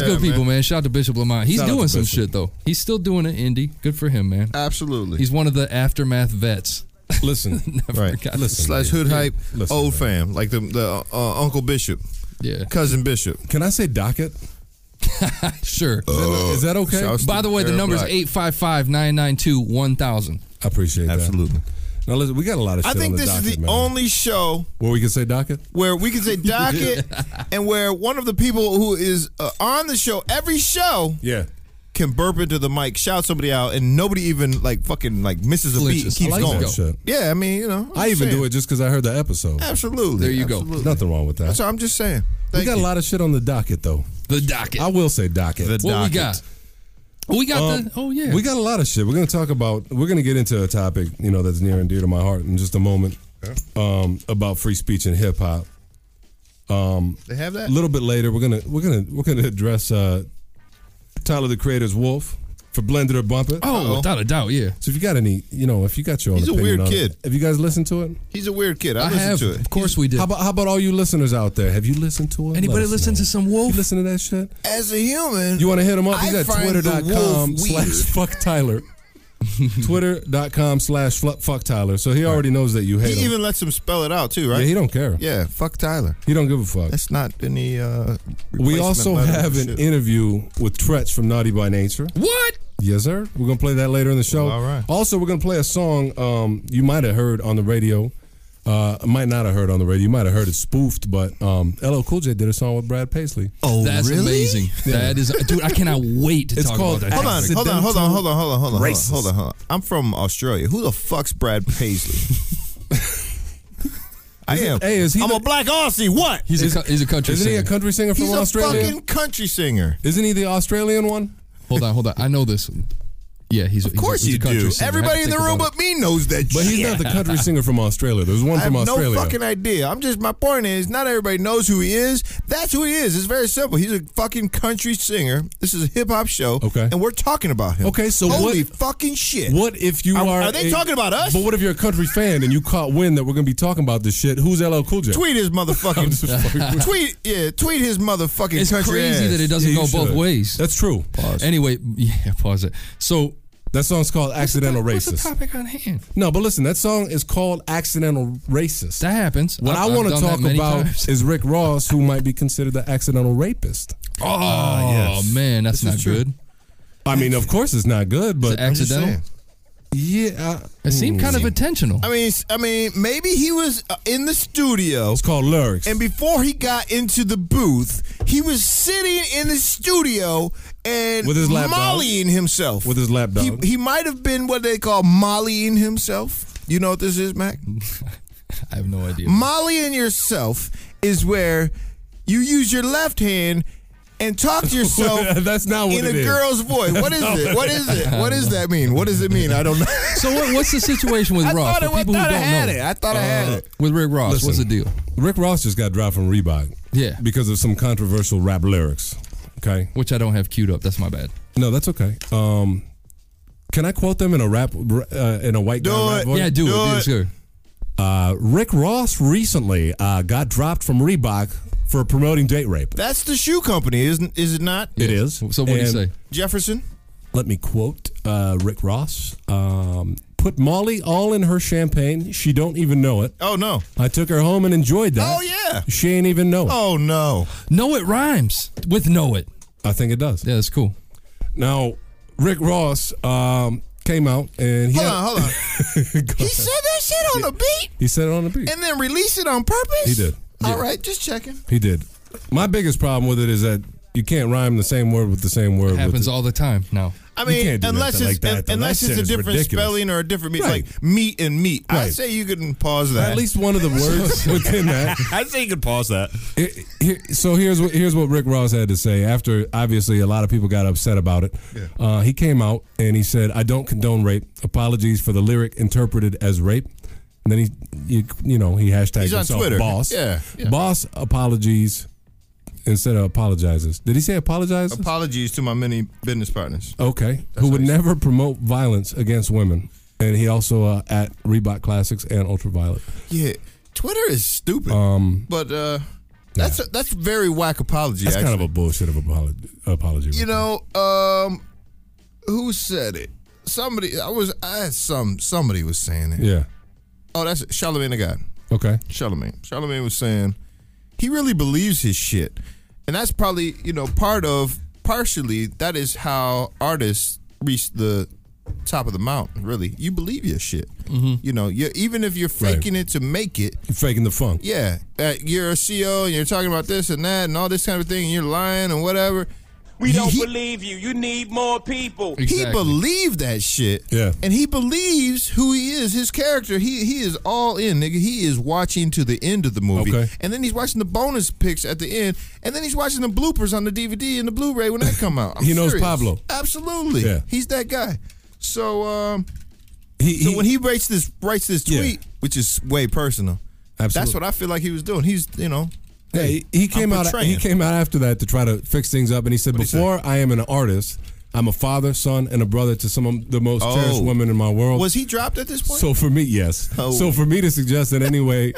Speaker 3: Yeah,
Speaker 5: good people,
Speaker 3: man.
Speaker 5: man. Shout out to Bishop Lamont. He's
Speaker 4: Shout out to
Speaker 5: doing some
Speaker 4: Bishop.
Speaker 5: shit though. He's still doing an indie. Good for him, man.
Speaker 3: Absolutely.
Speaker 5: He's one of the aftermath vets.
Speaker 4: listen,
Speaker 5: I
Speaker 3: right.
Speaker 5: forgot.
Speaker 4: listen.
Speaker 3: Slash hood hype,
Speaker 4: Listen,
Speaker 3: old
Speaker 4: man.
Speaker 3: fam, like the the uh, Uncle Bishop,
Speaker 5: Yeah.
Speaker 3: cousin Bishop.
Speaker 4: Can I say docket?
Speaker 5: Sure.
Speaker 4: Uh, Is that okay?
Speaker 3: Shouts
Speaker 5: By the way, the
Speaker 3: Aaron
Speaker 5: number's
Speaker 3: Black.
Speaker 5: 855-992-1000.
Speaker 4: I appreciate that.
Speaker 3: Absolutely.
Speaker 4: Now listen, we got a lot of. Shit
Speaker 3: I think
Speaker 4: on
Speaker 3: this
Speaker 4: docket,
Speaker 3: is the
Speaker 4: man.
Speaker 3: only show
Speaker 4: where we can say docket.
Speaker 3: where we can say docket, and where one of the people who is uh, on the show every show
Speaker 4: Yeah,
Speaker 3: can burp into the mic, shout somebody out, and nobody even like fucking like misses a beat and
Speaker 5: Flinches. I
Speaker 3: keeps
Speaker 5: like
Speaker 3: going.
Speaker 5: that
Speaker 4: shit.
Speaker 3: Yeah, I mean, you know, I'm
Speaker 4: I
Speaker 3: just
Speaker 4: even
Speaker 3: saying.
Speaker 4: do it just because I heard the episode.
Speaker 3: Absolutely.
Speaker 5: There you go.
Speaker 3: absolutely.
Speaker 4: Nothing wrong with that.
Speaker 3: So I'm just saying.
Speaker 4: we
Speaker 3: Thank
Speaker 4: got
Speaker 3: you.
Speaker 4: a lot of shit on the docket though.
Speaker 5: The docket.
Speaker 4: I will say docket.
Speaker 3: The
Speaker 5: what
Speaker 3: docket.
Speaker 5: we got? We got
Speaker 4: Um,
Speaker 5: the Oh yeah.
Speaker 4: We got a lot of shit. We're gonna talk about. We're gonna get into a topic you know that's near and dear to my heart in just a moment. Um, about free speech and hip hop. Um,
Speaker 3: They have that.
Speaker 4: A little bit later, we're gonna we're gonna we're gonna address uh, Tyler the Creator's Wolf for Blended or Bump It.
Speaker 5: Oh,
Speaker 3: Uh-oh.
Speaker 5: without a doubt, yeah.
Speaker 4: So if you got any, you know, if you got your own,
Speaker 3: He's a
Speaker 4: opinion
Speaker 3: weird
Speaker 4: on it-
Speaker 3: kid.
Speaker 4: have you guys listened to it?
Speaker 3: He's a weird kid. I,
Speaker 5: I,
Speaker 3: listened
Speaker 5: have.
Speaker 3: to it.
Speaker 5: Of course we did.
Speaker 4: How about how about all you listeners out there? Have you listened to it?
Speaker 5: Anybody listen to some wolf?
Speaker 4: You listen to that shit?
Speaker 3: As a human,
Speaker 4: You want to hit him up? He's
Speaker 3: I
Speaker 4: at
Speaker 3: find the
Speaker 4: twitter.com
Speaker 3: wolf
Speaker 4: slash
Speaker 3: weird.
Speaker 4: fuck Tyler. Twitter.com slash flu- fuck Tyler. So he already knows that you hate
Speaker 3: He
Speaker 4: him.
Speaker 3: even lets him spell it out too, right?
Speaker 4: Yeah, he don't care.
Speaker 3: Yeah, fuck Tyler.
Speaker 4: He don't give a fuck.
Speaker 3: That's not any. Uh,
Speaker 4: We
Speaker 3: replacement
Speaker 4: also
Speaker 3: letter
Speaker 4: have
Speaker 3: or
Speaker 4: an
Speaker 3: shit.
Speaker 4: interview with Tretch from Naughty by Nature.
Speaker 5: What?
Speaker 4: Yes, sir. We're gonna play that later in the show.
Speaker 3: All right.
Speaker 4: Also, we're gonna play a song um, you might have heard on the radio. Uh, might not have heard on the radio. You might have heard it spoofed, but um, LL Cool J did a song with Brad Paisley.
Speaker 3: Oh,
Speaker 5: That's amazing. That is, dude. I cannot wait to
Speaker 4: It's
Speaker 5: talk
Speaker 4: called
Speaker 5: about that.
Speaker 3: Hold on, hold on, hold on, hold on, hold on, hold on, hold on,
Speaker 4: Racist.
Speaker 3: hold on, hold on. I'm from Australia. Who the fuck's Brad Paisley? I am.
Speaker 4: hey, is he
Speaker 3: I'm
Speaker 4: the-
Speaker 3: a black Aussie. What?
Speaker 5: He's a, cu- he's a country
Speaker 4: Isn't he
Speaker 5: singer.
Speaker 4: a country singer from
Speaker 3: He's a
Speaker 4: Australia?
Speaker 3: fucking country singer.
Speaker 4: Isn't he the Australian one?
Speaker 5: hold on, hold on. I know this. one. Yeah, he's.
Speaker 3: Of course
Speaker 5: he's
Speaker 3: you
Speaker 5: a, he's a
Speaker 3: do.
Speaker 5: country singer. I had
Speaker 3: Everybody
Speaker 5: to
Speaker 3: in the
Speaker 5: think
Speaker 3: room
Speaker 5: about it.
Speaker 3: but me knows that.
Speaker 4: But he's
Speaker 3: shit.
Speaker 4: not the country singer from Australia. There's one
Speaker 3: I have
Speaker 4: from Australia.
Speaker 3: no fucking idea. I'm just my point is not everybody knows who he is. That's who he is. It's very simple. He's a fucking country singer. This is a hip hop show.
Speaker 4: Okay.
Speaker 3: And we're talking about him.
Speaker 4: Okay, so
Speaker 3: Holy
Speaker 4: what-
Speaker 3: fucking shit.
Speaker 4: What if you
Speaker 3: Are-
Speaker 4: are?
Speaker 3: are they talking about us?
Speaker 4: But what if you're a country fan and you caught wind that we're gonna be talking about this shit? Who's LL Cool J?
Speaker 3: Tweet his
Speaker 4: I'm
Speaker 3: motherfucking
Speaker 4: just fucking with you.
Speaker 3: tweet yeah, tweet his motherfucking
Speaker 5: It's
Speaker 3: country
Speaker 5: crazy
Speaker 3: ass.
Speaker 5: that it doesn't
Speaker 4: Yeah,
Speaker 5: go
Speaker 4: you
Speaker 5: both
Speaker 4: should.
Speaker 5: ways.
Speaker 4: That's true.
Speaker 5: Anyway, yeah, pause it. So,
Speaker 4: That song's called "Accidental
Speaker 5: what's the
Speaker 4: Racist."
Speaker 5: topic on hand?
Speaker 4: No, but listen, that song is called "Accidental Racist."
Speaker 5: That happens.
Speaker 4: what
Speaker 5: I've-
Speaker 4: I
Speaker 5: I've
Speaker 4: want to
Speaker 5: done that
Speaker 4: talk
Speaker 5: many
Speaker 4: about
Speaker 5: times.
Speaker 4: is Rick Ross, who might be considered the accidental rapist.
Speaker 5: Oh man, that's
Speaker 4: This is
Speaker 5: not
Speaker 4: true.
Speaker 5: good.
Speaker 4: I mean, of course, it's not good,
Speaker 5: It's
Speaker 4: but
Speaker 5: accidental.
Speaker 3: saying.
Speaker 4: yeah, I-
Speaker 5: It seemed kind of intentional.
Speaker 3: I mean, I mean, maybe he was uh, in the studio,
Speaker 4: it's called lyrics.
Speaker 3: and before he got into the booth, he was sitting in the studio and
Speaker 4: With his lap dog.
Speaker 3: mollying himself.
Speaker 4: With his lap dog.
Speaker 3: he, he might have been what they call mollying himself. You know what this is, Mac?
Speaker 5: I have no idea.
Speaker 3: Mollying yourself is where you use your left hand and talk to yourself.
Speaker 4: That's not what
Speaker 3: in
Speaker 4: it
Speaker 3: a
Speaker 4: is.
Speaker 3: girl's voice. What is it? What is it? What does that mean? What does it mean? I don't know.
Speaker 5: so what, what's the situation with
Speaker 3: I
Speaker 5: Ross?
Speaker 3: thought, it,
Speaker 5: For
Speaker 3: I
Speaker 5: people who
Speaker 3: thought I
Speaker 5: don't
Speaker 3: had
Speaker 5: know, Uh,
Speaker 3: it. I thought I had it.
Speaker 5: with Rick Ross, what's the
Speaker 4: Listen.
Speaker 5: deal?
Speaker 4: Rick Ross just got dropped from Reebok.
Speaker 5: Yeah.
Speaker 4: Because of some controversial rap lyrics. Okay.
Speaker 5: Which I don't have queued up. That's my bad.
Speaker 4: No, that's okay. Um, can I quote them in a rap uh, in a white
Speaker 3: Do
Speaker 4: guy
Speaker 3: it.
Speaker 4: rap voice?
Speaker 5: yeah,
Speaker 3: do
Speaker 5: do, it.
Speaker 3: it.
Speaker 5: It's good.
Speaker 4: Uh, Rick Ross recently uh, got dropped from Reebok for promoting date rape.
Speaker 3: That's the shoe company, isn't? Is it not?
Speaker 4: It is.
Speaker 5: So what do you
Speaker 4: And
Speaker 5: say?
Speaker 3: Jefferson.
Speaker 4: Let me quote uh, Rick Ross. Um, Put Molly all in her champagne. She don't even know it.
Speaker 3: Oh no.
Speaker 4: I took her home and enjoyed that.
Speaker 3: Oh, yeah.
Speaker 4: She ain't even know it.
Speaker 3: Oh no.
Speaker 5: Know it rhymes with know it.
Speaker 4: I think it does.
Speaker 5: Yeah, that's cool.
Speaker 4: Now, Rick Ross um, came out and he
Speaker 3: Hold
Speaker 4: had-
Speaker 3: on, hold on. he said that shit on the beat
Speaker 4: He said it on the beat.
Speaker 3: and then released it on purpose.
Speaker 4: He did.
Speaker 3: All right, just checking.
Speaker 4: He did. My biggest problem with it is that you can't rhyme the same word with the same word. with
Speaker 5: Happens
Speaker 4: it.
Speaker 5: all the time now.
Speaker 3: I
Speaker 4: You
Speaker 3: mean,
Speaker 4: can't do
Speaker 3: unless it's
Speaker 4: nothing like that, though.
Speaker 3: unless
Speaker 4: That
Speaker 3: it's
Speaker 4: shit
Speaker 3: a
Speaker 4: is
Speaker 3: different
Speaker 4: ridiculous.
Speaker 3: spelling or a different meat,
Speaker 4: Right.
Speaker 3: like meat and meat. I
Speaker 4: Right.
Speaker 3: say you can pause
Speaker 4: Or
Speaker 3: that.
Speaker 4: At least one of the words within that.
Speaker 3: I say you can pause that.
Speaker 4: It- here- so here's what here's what Rick Ross had to say after obviously a lot of people got upset about it. Uh, he came out and he said, "I don't condone rape. Apologies for the lyric interpreted as rape." And then he, you, you know, he hashtagged
Speaker 3: He's on
Speaker 4: himself
Speaker 3: Twitter.
Speaker 4: boss.
Speaker 3: Yeah.
Speaker 4: boss apologies instead of apologizes. Did he say apologize?
Speaker 3: Apologies to my many business partners.
Speaker 4: Okay. Who would never promote violence against women. And he also uh, at Reebok Classics and Ultraviolet. Um,
Speaker 3: Yeah, Twitter is stupid. but uh, that's a, that's a very whack apology.
Speaker 4: That's
Speaker 3: actually.
Speaker 4: kind of a bullshit of apology. apology
Speaker 3: you know, um, who said it? Somebody. I was. I had some. Somebody was saying it.
Speaker 4: Yeah.
Speaker 3: Oh, that's it. Charlemagne the God.
Speaker 4: Okay.
Speaker 3: Charlemagne. Charlemagne was saying he really believes his shit, and that's probably you know part of partially that is how artists reach the top of the mountain. Really, you believe your shit.
Speaker 5: Mm-hmm.
Speaker 3: You know, you even if you're
Speaker 4: Right.
Speaker 3: faking it to make it,
Speaker 4: You're faking the funk.
Speaker 3: yeah, uh, you're a CEO and you're talking about this and that and all this kind of thing, and you're lying and whatever.
Speaker 12: We
Speaker 3: He-
Speaker 12: don't
Speaker 3: he-
Speaker 12: believe you. You need more people.
Speaker 5: Exactly.
Speaker 3: He believed that shit.
Speaker 4: Yeah.
Speaker 3: And he believes who he is, his character. He he is all in, nigga. He is watching to the end of the movie.
Speaker 4: Okay.
Speaker 3: And then he's watching the bonus pics at the end. And then he's watching the bloopers on the DVD and the Blu-ray when that come out. I'm
Speaker 4: He knows
Speaker 3: serious.
Speaker 4: Pablo.
Speaker 3: Absolutely.
Speaker 4: Yeah.
Speaker 3: He's that guy. So um
Speaker 4: He,
Speaker 3: so
Speaker 4: he-
Speaker 3: when he writes this writes this
Speaker 4: Yeah.
Speaker 3: tweet, which is way personal. That's what
Speaker 4: Absolutely.
Speaker 3: I feel like he was doing. He's you know
Speaker 4: Yeah, he, he came
Speaker 3: I'm
Speaker 4: out.
Speaker 3: portraying.
Speaker 4: He came out after that to try to fix things up, and he said,
Speaker 3: What'd he say?
Speaker 4: "Before I am an artist, I'm a father, son, and a brother to some of the most cherished
Speaker 3: Oh.
Speaker 4: women in my world."
Speaker 3: Was he dropped at this point?
Speaker 4: So for me, yes.
Speaker 3: Oh.
Speaker 4: So for me to suggest in any way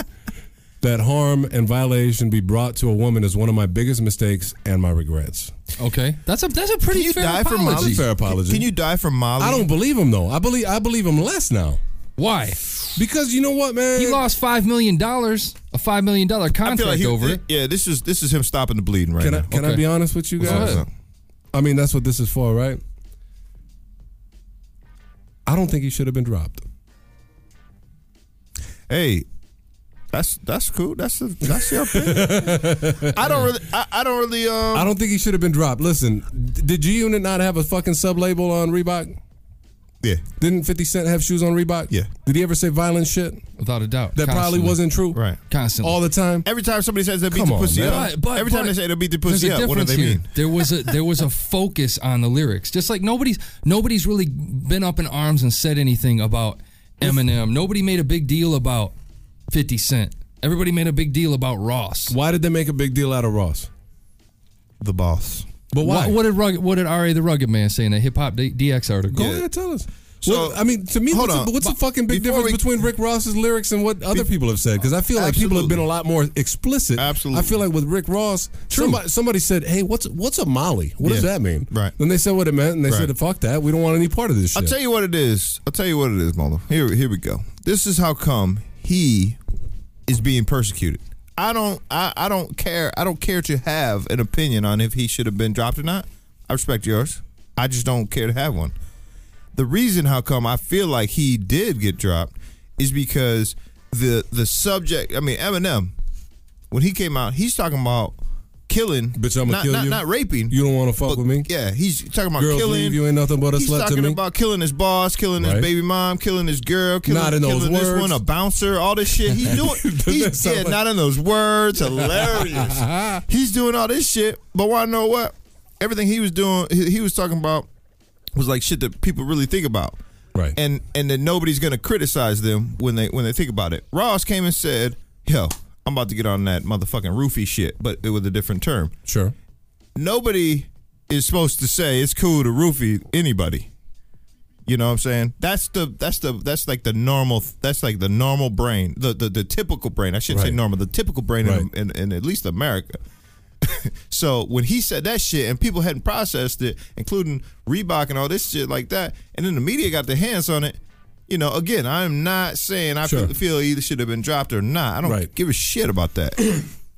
Speaker 4: that harm and violation be brought to a woman is one of my biggest mistakes and my regrets.
Speaker 5: Okay, that's a that's a pretty
Speaker 3: Can you
Speaker 5: fair
Speaker 3: die for
Speaker 5: apology.
Speaker 3: Molly?
Speaker 4: Fair apology.
Speaker 3: Can you die for Molly?
Speaker 4: I don't believe him though. I believe I believe him less now
Speaker 5: Why?
Speaker 4: because you know what, man.
Speaker 5: He lost five million dollars, a five million dollar
Speaker 3: I
Speaker 5: contract
Speaker 3: feel like he,
Speaker 5: over it.
Speaker 3: Yeah, this is this is him stopping the bleeding right
Speaker 4: Can I
Speaker 3: now.
Speaker 4: can I
Speaker 5: Okay.
Speaker 4: be honest with you
Speaker 5: Go
Speaker 4: guys?
Speaker 5: ahead.
Speaker 4: I mean, that's what this is for, right? I don't think he should have been dropped.
Speaker 3: hey, that's that's cool. That's a, that's your opinion. I don't really. I, I don't really. Um,
Speaker 4: I don't think he should have been dropped. Listen, d- did G Unit not have a fucking sub label on Reebok?
Speaker 3: yeah,
Speaker 4: Didn't 50 Cent have shoes on Reebok?
Speaker 3: Yeah.
Speaker 4: Did he ever say violent shit?
Speaker 5: Without a doubt,
Speaker 4: That probably
Speaker 5: Constantly.
Speaker 4: wasn't true.
Speaker 3: right.
Speaker 5: constantly
Speaker 4: All the time.
Speaker 3: Every time somebody says they beat
Speaker 4: Come
Speaker 3: the
Speaker 4: on,
Speaker 3: pussy
Speaker 4: man.
Speaker 3: up,
Speaker 5: But- but-
Speaker 3: every time
Speaker 5: but
Speaker 3: they say they beat the
Speaker 5: There's
Speaker 3: pussy
Speaker 5: a
Speaker 3: up, what do
Speaker 5: difference
Speaker 3: they
Speaker 5: here.
Speaker 3: mean?
Speaker 5: There was a there was a focus on the lyrics. Just like nobody's nobody's really been up in arms and said anything about Eminem. Nobody made a big deal about 50 Cent. Everybody made a big deal about Ross.
Speaker 4: Why did they make a big deal out of Ross?
Speaker 3: The boss.
Speaker 4: But why?
Speaker 5: What, what did rugged, what did Ra the Rugged Man say in that Hip Hop D- DX article?
Speaker 4: Go ahead, tell us.
Speaker 3: So-
Speaker 4: Well, I mean, to me,
Speaker 3: Hold
Speaker 4: what's, the,
Speaker 3: on.
Speaker 4: what's the
Speaker 3: But
Speaker 4: fucking big
Speaker 3: before
Speaker 4: difference
Speaker 3: we-
Speaker 4: between Rick Ross's lyrics and what other people have said? Because I feel like people have been a
Speaker 3: Absolutely.
Speaker 4: lot more explicit.
Speaker 3: Absolutely.
Speaker 4: I feel like with Rick Ross, somebody, somebody said, "Hey, what's what's a Molly? What does
Speaker 3: Yeah.
Speaker 4: that mean?"
Speaker 3: Right.
Speaker 4: Then they said what it meant, and they
Speaker 3: Right.
Speaker 4: said, "Fuck that. We don't want any part of this shit."
Speaker 3: I'll tell you what it is. I'll tell you what it is, Molo. Here, here we go. This is how come he is being persecuted. I don't, I, I don't care. I don't care to have an opinion on if he should have been dropped or not. I respect yours. I just don't care to have one. The reason how come I feel like he did get dropped is because the the subject. I mean, Eminem, when he came out, he's talking about killing,
Speaker 4: Bitch, I'ma
Speaker 3: not,
Speaker 4: kill
Speaker 3: not,
Speaker 4: you.
Speaker 3: Not raping.
Speaker 4: You don't wanna fuck
Speaker 3: but-
Speaker 4: with me?
Speaker 3: Yeah, he's talking about
Speaker 4: Girls
Speaker 3: killing.
Speaker 4: leave you ain't nothing but a
Speaker 3: he's
Speaker 4: slut to
Speaker 3: talking
Speaker 4: me.
Speaker 3: about about killing his boss, killing
Speaker 4: Right.
Speaker 3: his baby mom, killing his girl, killing,
Speaker 4: Not in those
Speaker 3: killing this
Speaker 4: words.
Speaker 3: one, a bouncer, all this shit. He's doing
Speaker 4: Doesn't that
Speaker 3: he's
Speaker 4: sound
Speaker 3: yeah,
Speaker 4: like-
Speaker 3: not in those words. Hilarious. he's doing all this shit, but want to know what? Everything he was doing, he, he was talking about was like shit that people really think about.
Speaker 4: Right.
Speaker 3: And and then nobody's gonna criticize them when they when they think about it. Ross came and said, "Yo, I'm about to get on that motherfucking roofie shit," but it with a different term
Speaker 4: sure.
Speaker 3: nobody is supposed to say it's cool to roofie anybody. You know what I'm saying? That's the that's the that's like the normal that's like the normal brain the the, the typical brain I shouldn't say
Speaker 4: Right.
Speaker 3: normal the typical brain
Speaker 4: Right.
Speaker 3: in, in, in at least America. so when he said that shit and people hadn't processed it, including Reebok and all this shit like that, and then the media got their hands on it. You know, again, I'm not saying I
Speaker 4: Sure.
Speaker 3: feel, feel he either should have been dropped or not. I don't
Speaker 4: Right.
Speaker 3: give a shit about that.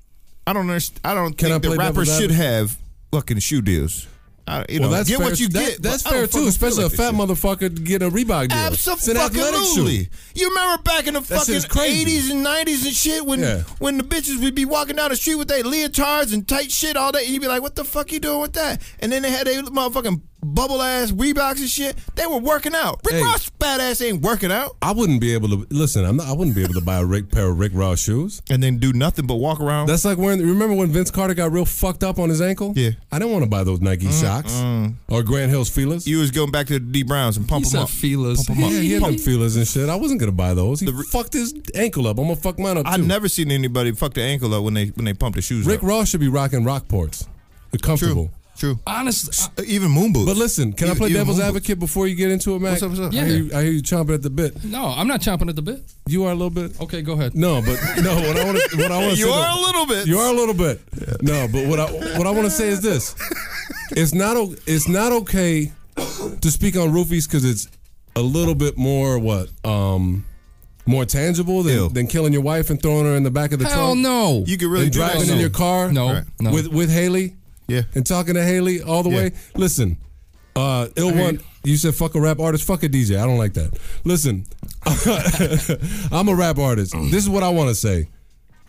Speaker 3: I don't understand. I don't
Speaker 4: Can I
Speaker 3: think the
Speaker 4: play
Speaker 3: rapper
Speaker 4: devil's
Speaker 3: should
Speaker 4: advocate?
Speaker 3: have fucking shoe deals. I, you
Speaker 4: Well,
Speaker 3: know,
Speaker 4: that's
Speaker 3: get
Speaker 4: fair.
Speaker 3: what you
Speaker 4: That-
Speaker 3: get.
Speaker 4: That's
Speaker 3: but I don't
Speaker 4: fair
Speaker 3: fucking
Speaker 4: too, especially
Speaker 3: feel
Speaker 4: a
Speaker 3: like
Speaker 4: fat
Speaker 3: this shit.
Speaker 4: motherfucker getting a Reebok deal. It's an athletic shoe.
Speaker 3: Absolutely. You remember back in the fucking
Speaker 4: shit's crazy.
Speaker 3: 80s and 90s and shit when
Speaker 4: Yeah.
Speaker 3: when the bitches would be walking down the street with their leotards and tight shit all day. And you'd be like, what the fuck you doing with that? And then they had their motherfucking bubble ass Reeboks and shit. They were working out. Rick
Speaker 4: Hey.
Speaker 3: Ross fat ass ain't working out.
Speaker 4: I wouldn't be able to listen. I'm not, I wouldn't be able to buy a Rick, pair of Rick Ross shoes.
Speaker 3: And then do nothing but walk around.
Speaker 4: That's like when remember when Vince Carter got real fucked up on his ankle.
Speaker 3: Yeah.
Speaker 4: I didn't want to buy those Nike shocks or Grand Hills feelers.
Speaker 3: you was going back to the D Browns and pump
Speaker 5: He
Speaker 3: them
Speaker 5: said
Speaker 3: up.
Speaker 5: feelers.
Speaker 3: Pump 'em
Speaker 4: yeah,
Speaker 3: up.
Speaker 4: he had
Speaker 3: Pump
Speaker 4: them feelers and shit. I wasn't gonna buy those. He
Speaker 3: The re-
Speaker 4: fucked his ankle up. I'm gonna fuck mine up too.
Speaker 3: I've never seen anybody fuck their ankle up when they when they pump their shoes
Speaker 4: Rick
Speaker 3: up.
Speaker 4: Ross should be rocking Rockports. They're comfortable.
Speaker 3: True, true.
Speaker 5: Honestly,
Speaker 3: Uh, Even moon boots.
Speaker 4: But listen, can I
Speaker 3: Even-
Speaker 4: play
Speaker 3: even
Speaker 4: devil's
Speaker 3: moon boots.
Speaker 4: advocate before you get into it, Mac?
Speaker 3: What's up, what's up?
Speaker 4: I
Speaker 5: Yeah.
Speaker 4: hear, you, I hear you chomping at the bit.
Speaker 5: no, I'm not chomping at the bit.
Speaker 4: You are a little bit.
Speaker 5: Okay, go ahead.
Speaker 4: No, but no. What I want to what I want to
Speaker 3: You
Speaker 4: say
Speaker 3: are
Speaker 4: though-
Speaker 3: a little bit.
Speaker 4: You are a little bit. No, but what I what I want to say is this: it's not o- it's not okay to speak on roofies because it's a little bit more what um more tangible
Speaker 3: Ew.
Speaker 4: than, than killing your wife and throwing her in the back of the
Speaker 5: Hell
Speaker 4: trunk.
Speaker 5: no.
Speaker 3: You can really
Speaker 4: and
Speaker 3: do
Speaker 4: driving
Speaker 3: that.
Speaker 4: in your car.
Speaker 5: No,
Speaker 3: Right.
Speaker 5: no.
Speaker 4: with with Haley.
Speaker 3: Yeah.
Speaker 4: and talking to Haley all the
Speaker 3: Yeah.
Speaker 4: way. Listen, uh, ill one. You said fuck a rap artist, fuck a DJ. I don't like that. Listen, I'm a rap artist. This is what I want to say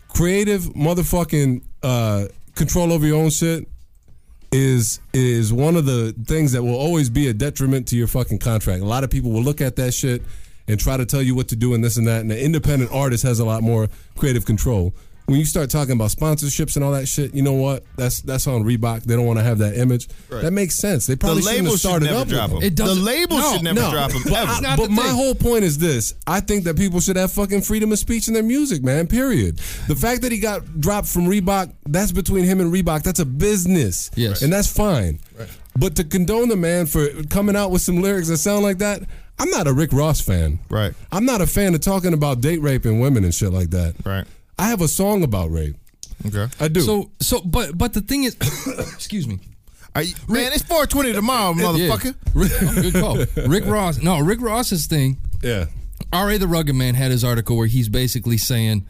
Speaker 4: creative motherfucking uh, control over your own shit is is one of the things that will always be a detriment to your fucking contract. A lot of people will look at that shit and try to tell you what to do and this and that. And an independent artist has a lot more creative control. When you start talking about sponsorships and all that shit, you know what? That's that's on Reebok. They don't want to have that image. That makes sense. They
Speaker 3: The
Speaker 4: probably shouldn't
Speaker 3: label
Speaker 4: have
Speaker 3: should
Speaker 4: started
Speaker 3: never
Speaker 4: up
Speaker 3: drop
Speaker 4: with
Speaker 3: them.
Speaker 4: them.
Speaker 5: It
Speaker 3: the
Speaker 5: doesn't-
Speaker 3: label
Speaker 5: no,
Speaker 3: should never
Speaker 4: no.
Speaker 3: drop them.
Speaker 5: That's
Speaker 3: Ever.
Speaker 5: not
Speaker 4: But
Speaker 5: the
Speaker 4: my
Speaker 5: thing.
Speaker 4: whole point is this: I think that people should have fucking freedom of speech in their music, man. Period. The fact that he got dropped from Reebok, that's between him and Reebok. That's a business,
Speaker 5: Yes.
Speaker 4: and that's fine. But to condone the man for coming out with some lyrics that sound like that, I'm not a Rick Ross fan.
Speaker 3: Right.
Speaker 4: I'm not a fan of talking about date raping women and shit like that.
Speaker 3: Right.
Speaker 4: I have a song about rape.
Speaker 3: Okay.
Speaker 4: I do.
Speaker 5: So so but but the thing is excuse me.
Speaker 3: Are you, man, it's 420 tomorrow, motherfucker.
Speaker 5: Rick, oh, good call. Rick Ross. No, Rick Ross's thing.
Speaker 4: yeah.
Speaker 5: R.A. the Rugged Man had his article where he's basically saying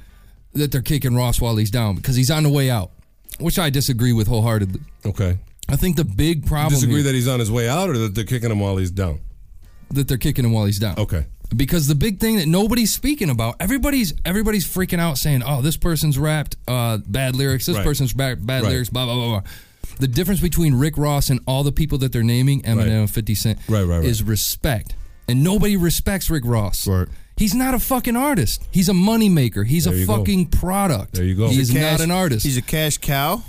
Speaker 5: that they're kicking Ross while he's down because he's on the way out, which I disagree with wholeheartedly.
Speaker 4: Okay.
Speaker 5: I think the big problem
Speaker 4: Disagree
Speaker 5: here-
Speaker 4: that he's on his way out or that they're kicking him while he's down.
Speaker 5: that they're kicking him while he's down.
Speaker 4: Okay.
Speaker 5: Because the big thing that nobody's speaking about, everybody's everybody's freaking out saying, "Oh, this person's rapped uh, bad lyrics. This
Speaker 4: Right.
Speaker 5: person's ba- bad
Speaker 4: Right.
Speaker 5: lyrics." Blah blah blah blah. The difference between Rick Ross and all the people that they're naming, Eminem, Fifty Cent,
Speaker 4: Right, right, right.
Speaker 5: is respect, and nobody respects Rick Ross.
Speaker 3: Right.
Speaker 5: He's not a fucking artist. He's a moneymaker. He's
Speaker 4: There
Speaker 5: a
Speaker 4: you go.
Speaker 5: fucking product.
Speaker 4: There you go.
Speaker 5: He's
Speaker 4: He's
Speaker 5: not
Speaker 3: Cash-
Speaker 5: an artist.
Speaker 3: He's a cash cow.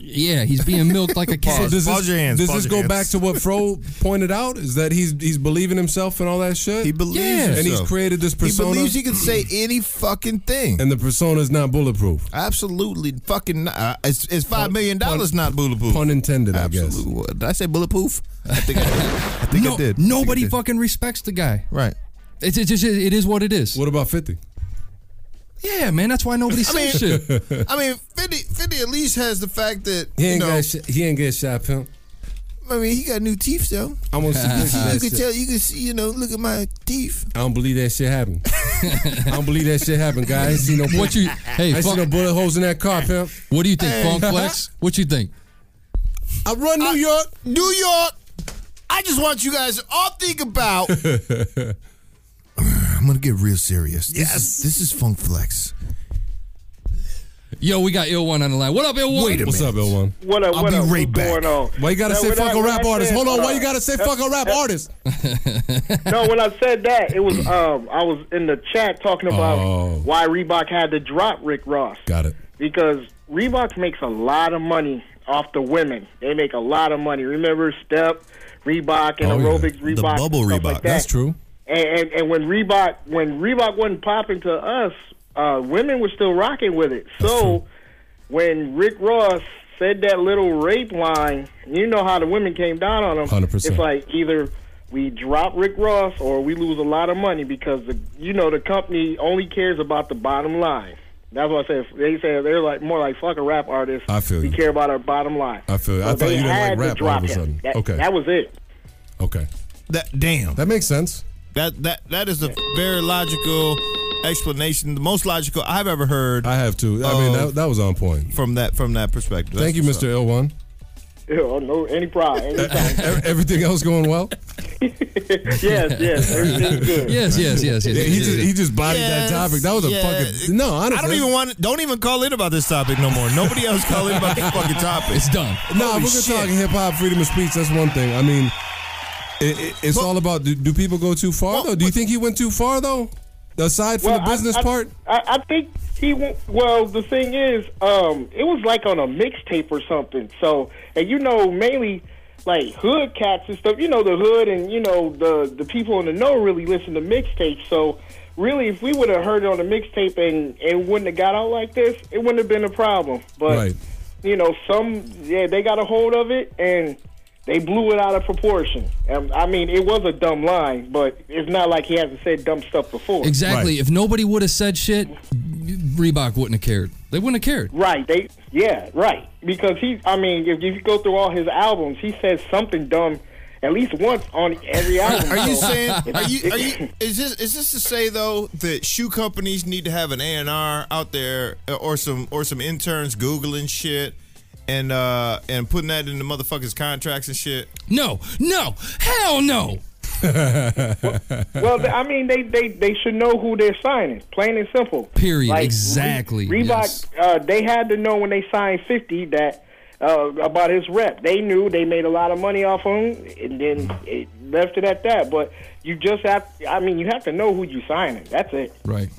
Speaker 5: yeah, he's being milked like a
Speaker 3: So
Speaker 5: cat.
Speaker 3: does- Pause
Speaker 4: this,
Speaker 3: your hands,
Speaker 4: does
Speaker 3: pause
Speaker 4: this
Speaker 3: your
Speaker 4: go
Speaker 3: hands.
Speaker 4: back to what Fro pointed out? Is that he's he's believing himself and all that shit?
Speaker 3: He believes
Speaker 5: Yeah.
Speaker 4: and he's
Speaker 3: himself.
Speaker 4: created this persona.
Speaker 3: He believes he can say any fucking thing.
Speaker 4: and the persona is not bulletproof.
Speaker 3: Absolutely fucking. Not. Uh, it's, it's five million dollars,
Speaker 4: pun-
Speaker 3: not bulletproof.
Speaker 4: Pun intended, I guess.
Speaker 3: Absolutely. What, Did I say bulletproof? I think I did. I think
Speaker 5: no,
Speaker 3: I did. I think
Speaker 5: nobody
Speaker 3: I did.
Speaker 5: fucking respects the guy.
Speaker 3: Right.
Speaker 5: It's, it's just it is what it is.
Speaker 4: What about Fifty?
Speaker 5: Yeah, man, that's why nobody says
Speaker 3: mean-
Speaker 5: shit.
Speaker 3: I mean, 50, 50 at least has the fact that
Speaker 4: He
Speaker 3: you
Speaker 4: ain't
Speaker 3: know.
Speaker 4: got shot, he ain't get shot, pimp.
Speaker 3: I mean, he got new teeth though.
Speaker 4: I'm gonna see this
Speaker 3: You
Speaker 4: shit.
Speaker 3: can tell. You can see. You know, look at my teeth.
Speaker 4: I don't believe that shit happened. I don't believe that shit happened, guys. I ain't see no
Speaker 5: What you?
Speaker 4: I
Speaker 5: Hey,
Speaker 4: ain't see no
Speaker 5: Funk,
Speaker 4: bullet holes in that car, pimp.
Speaker 5: what do you think, Funk Flex? What you think?
Speaker 4: I run New York.
Speaker 3: New York. I just want you guys to all think about. I'm gonna get real serious. Yes, this is, this is Funk Flex.
Speaker 5: Yo, we got ill one on the line. What up, ill one?
Speaker 3: Wait a
Speaker 4: What's
Speaker 3: minute.
Speaker 4: up, L one?
Speaker 13: What up?
Speaker 3: I'll
Speaker 13: what
Speaker 3: be
Speaker 13: up?
Speaker 3: right
Speaker 13: What's
Speaker 3: back.
Speaker 13: going on?
Speaker 4: Why you gotta
Speaker 13: Now,
Speaker 4: say
Speaker 13: when
Speaker 4: fuck
Speaker 13: I-
Speaker 4: a
Speaker 13: when
Speaker 4: rap
Speaker 13: I
Speaker 4: artist?
Speaker 13: said-
Speaker 4: Hold on, why you
Speaker 13: uh,
Speaker 4: gotta say fuck a rap artist?
Speaker 13: No, when I said that, it was um, I was in the chat talking about
Speaker 4: Oh.
Speaker 13: why Reebok had to drop Rick Ross
Speaker 4: Got it.
Speaker 13: because Reebok makes a lot of money off the women. They make a lot of money. Remember Step, Reebok, and
Speaker 4: Oh, yeah.
Speaker 13: aerobics
Speaker 4: The
Speaker 13: Reebok,
Speaker 3: bubble
Speaker 13: stuff
Speaker 3: Reebok.
Speaker 13: Like that.
Speaker 4: That's true.
Speaker 13: And, and and when Reebok when Reebok wasn't popping to us, uh, women were still rocking with it. So when Rick Ross said that little rape line, you know how the women came down on him.
Speaker 4: 100%.
Speaker 13: It's like either we drop Rick Ross or we lose a lot of money because the you know the company only cares about the bottom line. That's what I said. They said they're like more like fuck a rap artist.
Speaker 4: I feel
Speaker 13: we
Speaker 4: you.
Speaker 13: care about our bottom line.
Speaker 4: I feel you. I
Speaker 13: So
Speaker 4: thought
Speaker 13: they
Speaker 4: you didn't
Speaker 13: had
Speaker 4: like
Speaker 13: to
Speaker 4: rap all
Speaker 13: drop
Speaker 4: of a
Speaker 13: him.
Speaker 4: sudden.
Speaker 13: That-
Speaker 4: Okay.
Speaker 13: that was it.
Speaker 4: Okay,
Speaker 3: That damn.
Speaker 4: that makes sense.
Speaker 3: That that that is a very logical explanation. The most logical I've ever heard
Speaker 4: I have to. I mean,
Speaker 3: Uh,
Speaker 4: that, that was on point.
Speaker 3: from that from that perspective.
Speaker 4: Thank you,
Speaker 3: That's
Speaker 4: Mr. L one.
Speaker 13: Oh, no, any problem. Anytime.
Speaker 4: Everything else going well?
Speaker 13: yes, yes, everything's good.
Speaker 5: Yes, yes, yes, yes. yes,
Speaker 4: he
Speaker 5: yes,
Speaker 4: just
Speaker 5: yes.
Speaker 4: he just bodied
Speaker 3: Yes,
Speaker 4: that topic. That was a
Speaker 3: yeah.
Speaker 4: fucking no. Honestly,
Speaker 3: I don't even want. Don't even call in about this topic no more. Nobody else call in about this fucking topic.
Speaker 5: it's done.
Speaker 4: No,
Speaker 3: Holy
Speaker 4: we're gonna
Speaker 3: shit.
Speaker 4: talk hip hop, freedom of speech. That's one thing. I mean, it, it, it's all about do, do people go too far
Speaker 3: Well,
Speaker 4: though? Do you think he went too far though? Aside from
Speaker 13: Well,
Speaker 4: the business
Speaker 13: I, I,
Speaker 4: part,
Speaker 13: I, I think he. wa- Well, the thing is, um, it was like on a mixtape or something. So, and you know, mainly like hood cats and stuff. You know, the hood and you know the the people in the know really listen to mixtapes. So, really, if we would have heard it on a mixtape and it wouldn't have got out like this, it wouldn't have been a problem. But
Speaker 4: Right.
Speaker 13: you know, some yeah, they got a hold of it and. They blew it out of proportion. Um, I mean, it was a dumb line, but it's not like he hasn't said dumb stuff before.
Speaker 5: Exactly.
Speaker 4: Right.
Speaker 5: If nobody would have said shit, Reebok wouldn't have cared. They wouldn't have cared.
Speaker 13: Right. They yeah, right. Because he I mean, if you go through all his albums, he says something dumb at least once on every album.
Speaker 3: Are you
Speaker 13: So,
Speaker 3: saying? Are you? Are you? Is this? Is this to say though that shoe companies need to have an A and R out there, uh, or some, or some interns googling shit, and uh and putting that in the motherfuckers' contracts and shit?
Speaker 5: No, no, hell no.
Speaker 13: Well, th- I mean, they, they they should know who they're signing. Plain and simple.
Speaker 5: Period.
Speaker 13: Re-
Speaker 5: Exactly.
Speaker 13: Reebok.
Speaker 5: Yes.
Speaker 13: Uh, they had to know when they signed Fifty that uh, about his rep. They knew they made a lot of money off him, and then it left it at that. But you just have. I mean, you have to know who you signing. That's it.
Speaker 5: Right.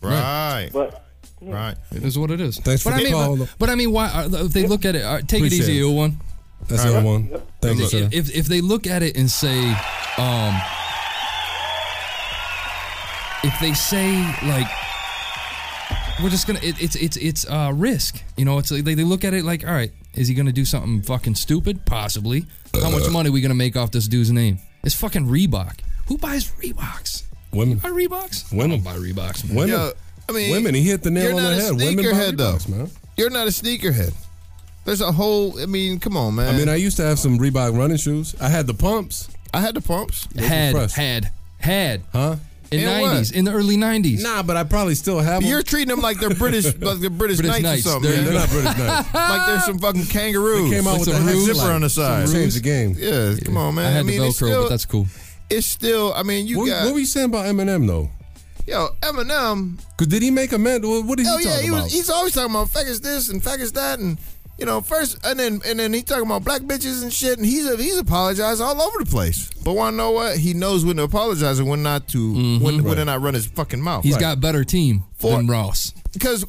Speaker 3: Right.
Speaker 13: But
Speaker 3: Right.
Speaker 5: It is what it is.
Speaker 4: Thanks for
Speaker 5: but
Speaker 4: the
Speaker 5: I mean,
Speaker 4: call.
Speaker 5: But, but I mean, why? uh, If they look at it, uh, take
Speaker 4: Appreciate
Speaker 5: it easy,
Speaker 4: it.
Speaker 5: ill one.
Speaker 4: that's the other one. Thank you, sir.
Speaker 5: If if they look at it and say, um, if they say like, we're just gonna, it, it's it's it's uh, risk. You know, it's like they, they look at it like, all right, is he gonna do something fucking stupid? Possibly. How
Speaker 4: Uh,
Speaker 5: much money we gonna make off this dude's name? It's fucking Reebok. Who buys Reeboks?
Speaker 4: Women,
Speaker 5: Buy Reeboks? I
Speaker 4: Women.
Speaker 5: don't buy Reeboks. Man.
Speaker 4: women.
Speaker 3: Yo, I mean,
Speaker 4: women. He hit the nail
Speaker 3: you're
Speaker 4: on
Speaker 3: not
Speaker 4: the
Speaker 3: a
Speaker 4: head. Women buy
Speaker 3: sneakerhead, though.
Speaker 4: Reeboks, man.
Speaker 3: You're not a sneakerhead. There's a whole. I mean, come on, man.
Speaker 4: I mean, I used to have some Reebok running shoes. I had the pumps.
Speaker 3: I had the pumps.
Speaker 5: Had, had, had.
Speaker 4: Huh?
Speaker 5: In
Speaker 3: And what?
Speaker 5: 90s, in the early 90s.
Speaker 4: Nah, but I probably still have them.
Speaker 3: You're treating them like they're British, like they're British,
Speaker 5: British
Speaker 3: Knights,
Speaker 5: Knights.
Speaker 3: or something.
Speaker 5: There
Speaker 3: man.
Speaker 5: you
Speaker 4: They're not British Knights.
Speaker 3: like they're some fucking kangaroos.
Speaker 4: They came out
Speaker 3: Like
Speaker 4: with
Speaker 3: some
Speaker 4: the
Speaker 3: had
Speaker 4: ruse,
Speaker 3: zipper
Speaker 4: like,
Speaker 3: on the
Speaker 4: some
Speaker 3: side.
Speaker 4: Change the game.
Speaker 3: Yeah, come on, man.
Speaker 5: I had
Speaker 3: mean,
Speaker 5: the Velcro,
Speaker 3: it's still,
Speaker 5: but that's cool.
Speaker 3: it's still. I mean, you
Speaker 4: What,
Speaker 3: got
Speaker 4: what were you saying about Eminem though?
Speaker 3: yo Eminem.
Speaker 4: Cause did he make a man? What what is he
Speaker 3: Oh
Speaker 4: talking
Speaker 3: yeah, he
Speaker 4: about?
Speaker 3: was, he's always talking about faggots this and faggots that and. You know, first and then and then he talking about black bitches and shit, and he's he's apologized all over the place. But want to know what? He knows when to apologize and when not to,
Speaker 4: Mm-hmm.
Speaker 3: when when to not run his fucking mouth.
Speaker 5: He's got better team
Speaker 3: For-
Speaker 5: than Ross.
Speaker 3: because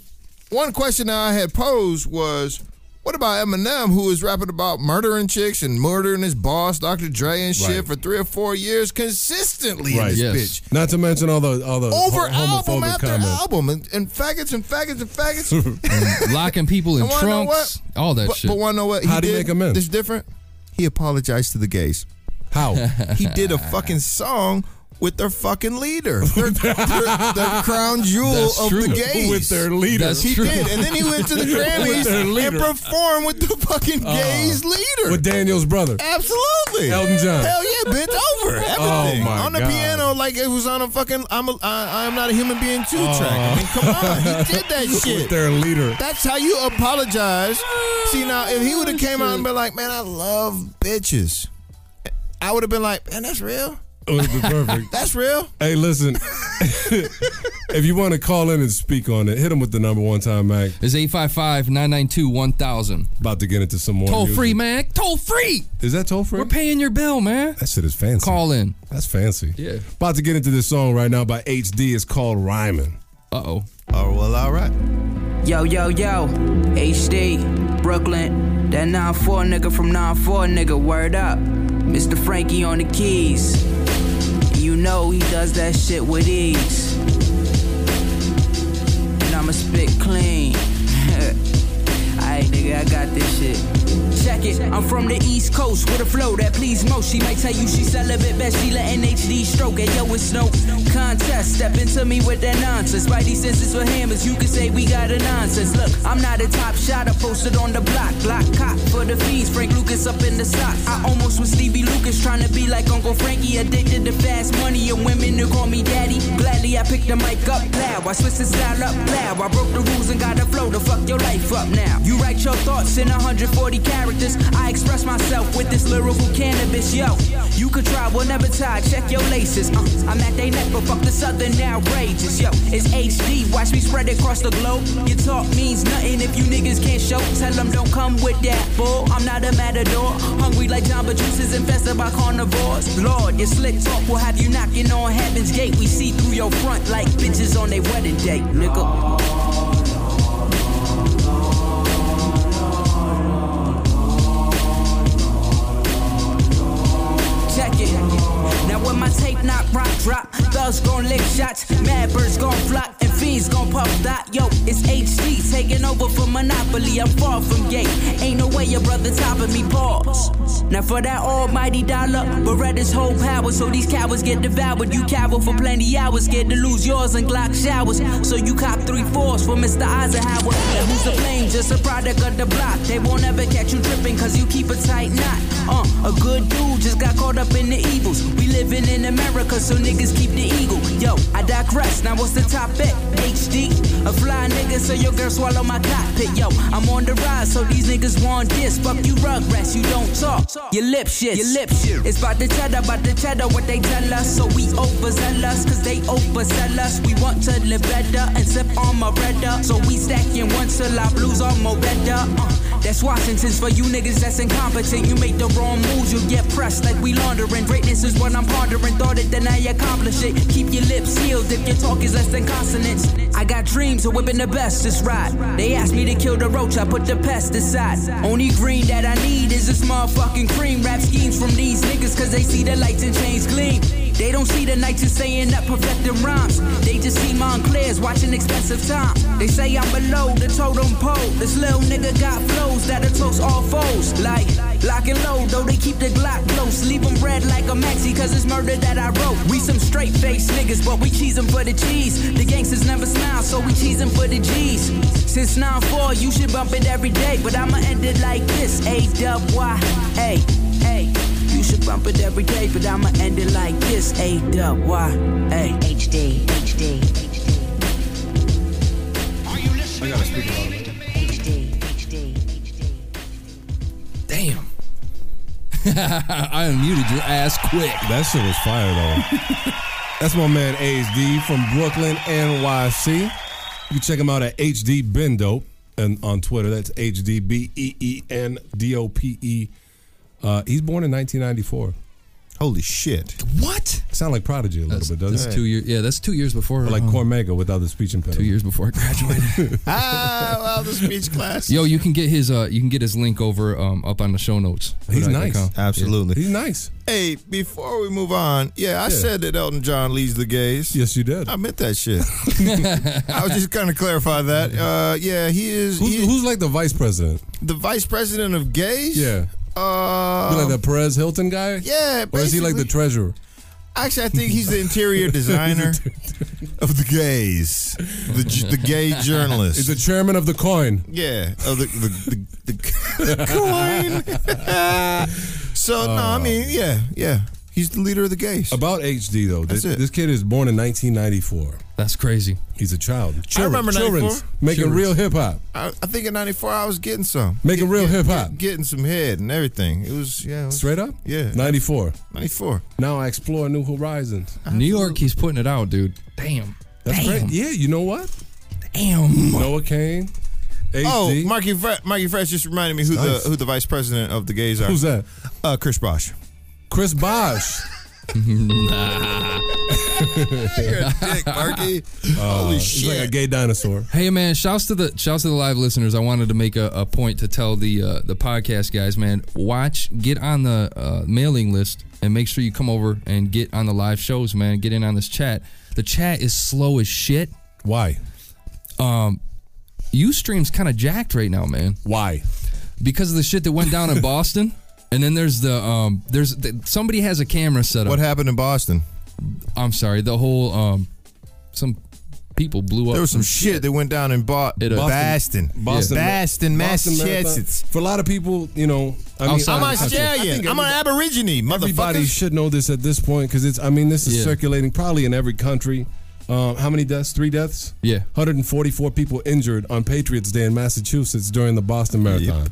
Speaker 3: one question that I had posed was, what about Eminem, who was rapping about murdering chicks and murdering his boss, Dr. Dre, and shit
Speaker 4: Right.
Speaker 3: for three or four years consistently
Speaker 4: Right.
Speaker 3: in this
Speaker 5: Yes.
Speaker 3: bitch?
Speaker 4: Not to mention all the all the
Speaker 3: Over
Speaker 4: ho-
Speaker 3: album
Speaker 4: homophobic
Speaker 3: after
Speaker 4: comments.
Speaker 3: album, and, and faggots and faggots and faggots.
Speaker 5: Locking people in
Speaker 3: And wanna know
Speaker 5: trunks,
Speaker 3: what?
Speaker 5: all that
Speaker 3: but,
Speaker 5: shit.
Speaker 3: But want to know what?
Speaker 4: How'd he
Speaker 3: did?
Speaker 4: make amends?
Speaker 3: This different. He apologized to the gays.
Speaker 4: How?
Speaker 3: He did a fucking song with their fucking leader, their, their, their crown jewel
Speaker 5: That's
Speaker 3: of
Speaker 5: true.
Speaker 3: the gays.
Speaker 4: With their leader.
Speaker 5: That's
Speaker 3: He
Speaker 5: true.
Speaker 3: did, and then he went to the Grammys
Speaker 4: With their
Speaker 3: and
Speaker 4: leader.
Speaker 3: performed with the fucking gays leader.
Speaker 4: Oh. Uh, With Daniel's brother.
Speaker 3: Absolutely,
Speaker 4: Elton John.
Speaker 3: Hell yeah, bent over, everything
Speaker 4: Oh, my
Speaker 3: on the
Speaker 4: God.
Speaker 3: piano like it was on a fucking I'm a, I, I am not a human being two track. I mean, come on, he did that
Speaker 4: With
Speaker 3: shit.
Speaker 4: their leader.
Speaker 3: That's how you apologize. See now, if he would have came out and been like, "Man, I love bitches," I would have been like, "Man, that's real.
Speaker 4: It would be perfect.
Speaker 3: That's real."
Speaker 4: hey, listen. if you want to call in and speak on it, hit him with the number one time, Mac.
Speaker 5: It's 855 992 1000.
Speaker 4: About to get into some more.
Speaker 5: Toll
Speaker 4: music.
Speaker 5: free, man. Toll free.
Speaker 4: Is that toll free?
Speaker 5: We're paying your bill, man.
Speaker 4: that shit is fancy.
Speaker 5: Call in.
Speaker 4: That's fancy.
Speaker 5: Yeah.
Speaker 4: About to get into this song right now by HD. It's called Rhyming.
Speaker 5: Uh oh.
Speaker 3: Oh well, all right.
Speaker 7: Yo, yo, yo, HD, Brooklyn, that 9-4 nigga from 9-4 nigga, word up. Mr. Frankie on the keys. You know he does that shit with ease. And I'ma spit clean. Aight, nigga, I got this shit. Check it, I'm from the East Coast with a flow that please most. She might tell you she celibate, best she letting HD stroke it. Yo, it's no contest. Step into me with that nonsense. Spidey senses for hammers, you can say we got a nonsense. Look, I'm not a top shot, I posted on the block. Block cop for the fees, Frank Lucas up in the socks. I almost was Stevie Lucas trying to be like Uncle Frankie, addicted to fast money and women who call me daddy. Gladly I picked the mic up loud, I switched the style up loud. I broke the rules and got a flow to fuck your life up now. You write your thoughts in 140 characters. I express myself with this lyrical cannabis, yo. You could try, we'll never tie. Check your laces. Uh, I'm at they neck, but fuck the southern outrageous, yo. It's HD, watch me spread it across the globe. Your talk means nothing if you niggas can't show. Tell them don't come with that bull. I'm not a matador. Hungry like Jamba Juices, infested by carnivores. Lord, your slick talk will have you knocking on heaven's gate. We see through your front like bitches on their wedding day, nigga. check it. Now when my tape not rock drop, thugs gon' lick shots, mad birds gon' flock, and fiends gon' puff dot. Yo, it's HD taking over for Monopoly. I'm far from gay. Ain't no way your brother topping me. Pause. Now for that almighty dollar, Beretta's whole power, so these cowards get devoured. You cower for plenty hours, scared to lose yours and Glock showers. So you cop three fours for Mr. Eisenhower. Now who's to blame? Just a product of the block. They won't ever catch you tripping, cause you keep a tight knot. Uh, a good dude just got caught up in the evils. We living in America, so niggas keep the eagle. Yo, I digress. Now what's the top bet? HD. A fly nigga, so your girl swallow my cockpit. Yo, I'm on the rise, so these niggas want this. Fuck you, rugrats, you don't talk. Your lip shit, your lip shit. It's about the cheddar, about the cheddar, what they tell us. So we overzealous, cause they oversell us. We want to live better and sip on my redder. So we stacking one till I blues on more better. Uh, that's Washington's for you niggas that's incompetent. You make the wrong moves, you'll get pressed like we laundering. Greatness is what I'm pondering. Thought it, then I accomplish it. Keep your lips sealed if your talk is less than consonants. I got dreams of whipping the best, this ride. They asked me to kill the roach, I put the pesticide. Only green that I need is this motherfucking cream. Rap schemes from these niggas, cause they see the lights and chains gleam. They don't see the nights and staying up perfecting rhymes. They just see Montclairs watching expensive time. They say I'm below the totem pole. This little nigga got flows that'll toast all foes. Like La Rockin' low, though they keep the Glock close. Leave 'em red like a maxi, cause it's murder that I wrote. We some straight faced niggas, but we cheesin' for the cheese. The gangsters never smile, so we cheesin' for the G's. Since 9 4, you should bump it every day, but I'ma end it like this A dub Y, A, A. You should bump it every day, but I'ma end it like this A dub Y, A. HD, HD.
Speaker 4: I gotta speak about it.
Speaker 5: Damn. I unmuted your ass quick.
Speaker 4: That shit was fire though. That's my man HD from Brooklyn, NYC. You can check him out at HD Bendo and on Twitter. That's H D B E E N D O P E. Uh, he's born in 1994.
Speaker 3: Holy shit!
Speaker 5: What?
Speaker 4: Sound like Prodigy a little bit, doesn't
Speaker 5: That's
Speaker 4: it?
Speaker 5: two years. Yeah, that's two years before.
Speaker 4: Or like
Speaker 5: um,
Speaker 4: Cormega without the speech impediment.
Speaker 5: two years before I graduated.
Speaker 3: ah, well, the speech class.
Speaker 5: Yo, you can get his uh, you can get his link over um, up on the show notes.
Speaker 4: He's
Speaker 5: Hoodite.com.
Speaker 4: nice.
Speaker 3: Absolutely.
Speaker 4: He's nice.
Speaker 3: Hey, before we move on, yeah, I
Speaker 4: Yeah.
Speaker 3: said that Elton John leads the gays.
Speaker 4: Yes, you did.
Speaker 3: I meant that shit. I was just kind of clarify that. Uh, yeah, he is
Speaker 4: Who's,
Speaker 3: he-
Speaker 4: who's like the vice president?
Speaker 3: the vice president of gays.
Speaker 4: Yeah.
Speaker 3: Uh,
Speaker 4: You like the Perez Hilton guy?
Speaker 3: yeah.
Speaker 4: Or is he like the
Speaker 3: basically.
Speaker 4: treasurer?
Speaker 3: Actually, I think he's the interior designer of the gays, the j- the gay journalist.
Speaker 4: Is the chairman of the coin?
Speaker 3: Yeah, oh, the the, the, the coin. so no, I mean, yeah, yeah. He's the leader of the gays.
Speaker 4: Um, About HD though,
Speaker 3: That's
Speaker 4: this,
Speaker 3: it.
Speaker 4: this kid is born in 1994.
Speaker 5: That's crazy.
Speaker 4: He's a child. Children,
Speaker 3: remember
Speaker 4: children's
Speaker 3: 94.
Speaker 4: making
Speaker 5: Children's.
Speaker 4: real hip hop.
Speaker 3: I, I think in '94 I was getting some,
Speaker 4: Making
Speaker 3: Get-
Speaker 4: real
Speaker 3: get-
Speaker 4: hip-hop.
Speaker 3: get- getting some head and everything. It was yeah, it was
Speaker 4: Straight up,
Speaker 3: Yeah.
Speaker 4: '94.
Speaker 3: '94.
Speaker 4: Now I explore new horizons.
Speaker 5: New York, he's putting it out, dude. Damn.
Speaker 4: That's
Speaker 5: Damn.
Speaker 4: great. Yeah, you know what?
Speaker 5: Damn.
Speaker 4: Noah Kane, HD.
Speaker 3: Oh, Marky Fre- Marky Fresh just reminded me who
Speaker 4: Nice.
Speaker 3: the who the vice president of the gays are.
Speaker 4: who's that?
Speaker 3: Uh, Chris Bosh.
Speaker 4: Chris Bosh.
Speaker 3: You're a dick, Marky. Holy
Speaker 4: He's
Speaker 3: shit!
Speaker 4: like a gay dinosaur.
Speaker 5: Hey man, shouts to the shouts to the live listeners. I wanted to make a, a point to tell the uh, the podcast guys, man. Watch, get on the uh, mailing list, and make sure you come over and get on the live shows, man. Get in on this chat. The chat is slow as shit. Um,
Speaker 4: Why?
Speaker 5: Ustream's kind of jacked right now, man,
Speaker 4: Why?
Speaker 5: because of the shit that went down in Boston. And then there's the um, there's the, somebody has a camera set up.
Speaker 3: what happened in Boston?
Speaker 5: I'm sorry, the whole um, some people blew up.
Speaker 3: There was some shit that went down in Bo-
Speaker 5: It, uh,
Speaker 3: Boston, Boston, Boston, Massachusetts.
Speaker 4: Marathon. For a lot of people, you know, I mean,
Speaker 5: Outside
Speaker 3: I'm
Speaker 5: of the country.
Speaker 4: I
Speaker 3: Australian.
Speaker 4: think
Speaker 3: I'm an Aborigine,
Speaker 4: Everybody
Speaker 3: motherfucker.
Speaker 4: should know this at this point because it's. I mean, this is
Speaker 5: Yeah.
Speaker 4: circulating probably in every country. Um, how many deaths? Three deaths.
Speaker 5: Yeah.
Speaker 4: 144 people injured on Patriots Day in Massachusetts during the Boston Marathon.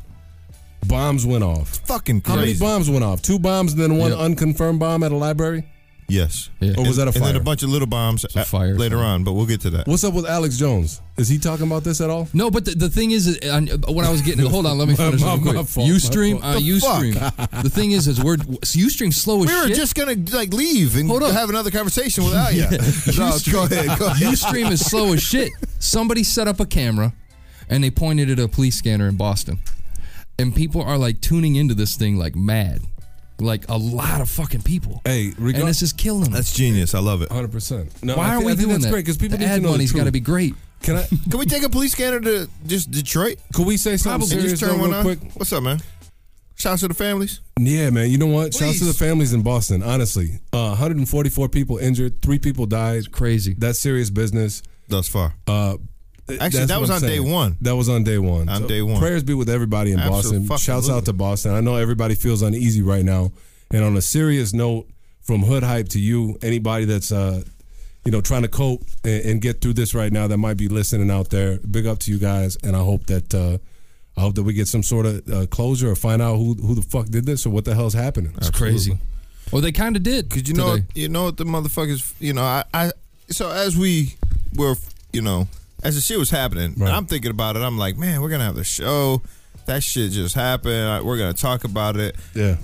Speaker 4: Bombs went off.
Speaker 3: Fucking
Speaker 4: How many
Speaker 3: crazy.
Speaker 4: bombs went off? Two bombs and then one
Speaker 5: Yep.
Speaker 4: unconfirmed bomb at a library.
Speaker 3: Yes.
Speaker 5: Yeah.
Speaker 4: Or was that a
Speaker 3: And then
Speaker 4: fire?
Speaker 3: a bunch of little bombs
Speaker 5: a
Speaker 3: uh,
Speaker 5: fire.
Speaker 3: later on, but we'll get to that.
Speaker 4: What's up with Alex Jones? Is he talking about this at all?
Speaker 5: No, but the, the thing is, uh, on- uh, what I was getting. Hold on, let me
Speaker 4: My-
Speaker 5: finish.
Speaker 4: my-
Speaker 5: real quick.
Speaker 4: my fault, my
Speaker 5: Ustream,
Speaker 4: fault.
Speaker 5: uh,
Speaker 3: The
Speaker 5: Ustream. the thing is, is we're Ustream slow as
Speaker 3: We were
Speaker 5: shit.
Speaker 3: just gonna like leave and
Speaker 5: Hold up.
Speaker 3: have another conversation without you. Oh, No, go ahead. Go ahead.
Speaker 5: Ustream is slow as shit. Somebody set up a camera, and they pointed it at a police scanner in Boston, and people are like tuning into this thing like mad, like a lot of fucking people.
Speaker 4: Hey, regard-
Speaker 5: and this is killing us.
Speaker 3: That's genius. I love it.
Speaker 4: 100. percent No,
Speaker 5: Why
Speaker 4: I
Speaker 5: are
Speaker 4: thi-
Speaker 5: we
Speaker 4: I think
Speaker 5: doing
Speaker 4: that's
Speaker 5: that?
Speaker 4: great because people
Speaker 5: the
Speaker 4: need to
Speaker 5: ad
Speaker 4: know
Speaker 5: money's
Speaker 4: the
Speaker 5: got to
Speaker 4: truth.
Speaker 5: be great.
Speaker 4: Can I?
Speaker 3: Can we take a police scanner to just Detroit
Speaker 4: Could we say something
Speaker 3: and
Speaker 4: serious
Speaker 3: just
Speaker 4: though,
Speaker 3: turn one
Speaker 4: real
Speaker 3: on?
Speaker 4: quick?
Speaker 3: What's up, man? Shouts to the families.
Speaker 4: Yeah, man. You know what? Shouts to the
Speaker 3: Please.
Speaker 4: families in Boston. Honestly, uh, 144 people injured, three people died.
Speaker 5: Crazy.
Speaker 4: That's serious business.
Speaker 3: Thus far,
Speaker 4: Uh, th-
Speaker 3: Actually,
Speaker 4: that's
Speaker 3: that
Speaker 4: what
Speaker 3: was
Speaker 4: I'm
Speaker 3: on day one.
Speaker 4: That was on day one.
Speaker 3: On day one.
Speaker 4: Prayers be with everybody in
Speaker 3: Absolute
Speaker 4: Boston.
Speaker 3: fucking
Speaker 4: Shouts out
Speaker 3: loser.
Speaker 4: to Boston. I know everybody feels uneasy right now. And on a serious note, from Hood Hype to you, anybody that's uh, you know trying to cope and, and get through this right now that might be listening out there, big up to you guys. And I hope that uh, I hope that we get some sort of uh, closure or find out who who the fuck did this or what the hell's happening.
Speaker 5: It's crazy. Well, they kind of did.
Speaker 3: Cause you know,
Speaker 5: today.
Speaker 3: you know what the motherfuckers. You know, I, I. So as we were, you know, as the shit was happening,
Speaker 4: Right.
Speaker 3: and I'm thinking about it. I'm like, man, we're gonna have the show. That shit just happened. I- We're gonna talk about it.
Speaker 4: Yeah.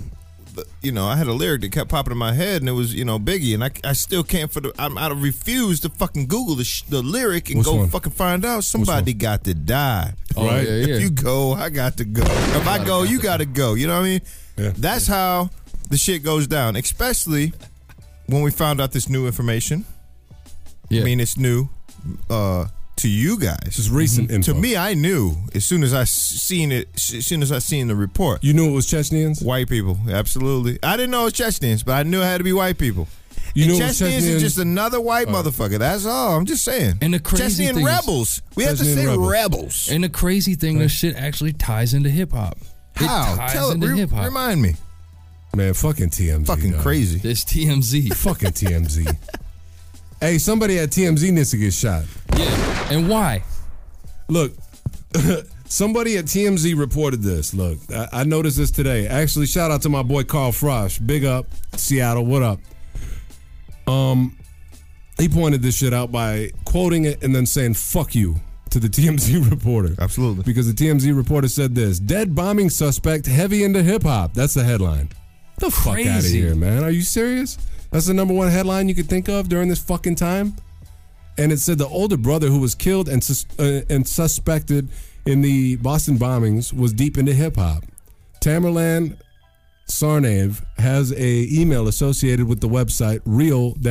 Speaker 3: But, You know, I had a lyric that kept popping in my head, and it was, you know, Biggie, and I, I still can't for the. I'm, I refuse to fucking Google the, sh- the lyric and
Speaker 4: Which
Speaker 3: go
Speaker 4: one?
Speaker 3: fucking find out. Somebody got to die.
Speaker 5: Oh,
Speaker 4: Right.
Speaker 5: yeah, yeah.
Speaker 3: If you go, I got to go. If I go, you got to go. You know what I mean?
Speaker 4: Yeah.
Speaker 3: That's how the shit goes down, especially when we found out this new information.
Speaker 5: yeah.
Speaker 3: I mean, it's new. Uh, to you guys. This
Speaker 4: is recent
Speaker 3: To me, I knew as soon as I s- seen it. s- As soon as I seen the report,
Speaker 4: you knew it was Chechnyans.
Speaker 3: White people, absolutely. I didn't know it was Chechnyans, but I knew it had to be white people.
Speaker 4: You
Speaker 3: And
Speaker 4: knew it was
Speaker 3: Chechnyans
Speaker 4: Chechnyans?
Speaker 3: is just another
Speaker 4: Uh.
Speaker 13: Oh.
Speaker 3: white motherfucker. That's all. I'm just saying.
Speaker 5: And the crazy
Speaker 3: Chechenian
Speaker 5: thing is-
Speaker 3: rebels. We have to say rebels.
Speaker 5: And the crazy thing, this shit actually ties into hip hop.
Speaker 3: How?
Speaker 5: It ties
Speaker 3: Tell it.
Speaker 5: into
Speaker 3: Re-
Speaker 5: hip hop.
Speaker 3: remind me.
Speaker 4: Man, fucking TMZ.
Speaker 3: Fucking crazy.
Speaker 5: This TMZ.
Speaker 4: fucking TMZ. hey, somebody at TMZ needs to get shot.
Speaker 5: Yeah. And why?
Speaker 4: Look, somebody at TMZ reported this. Look, I, I noticed this today. Actually, shout out to my boy Carl Frosch. Big up, Seattle. What up? Um, he pointed this shit out by quoting it and then saying "fuck you" to the TMZ reporter.
Speaker 3: Absolutely,
Speaker 4: because the TMZ reporter said this: "Dead bombing suspect heavy into hip hop." That's the headline. The fuck out of
Speaker 5: Crazy.
Speaker 4: here, man! Are you serious? That's the number one headline you could think of during this fucking time. And it said the older brother who was killed and sus- uh, and suspected in the Boston bombings was deep into hip hop. Tamerlan Sarnave has a email associated with the website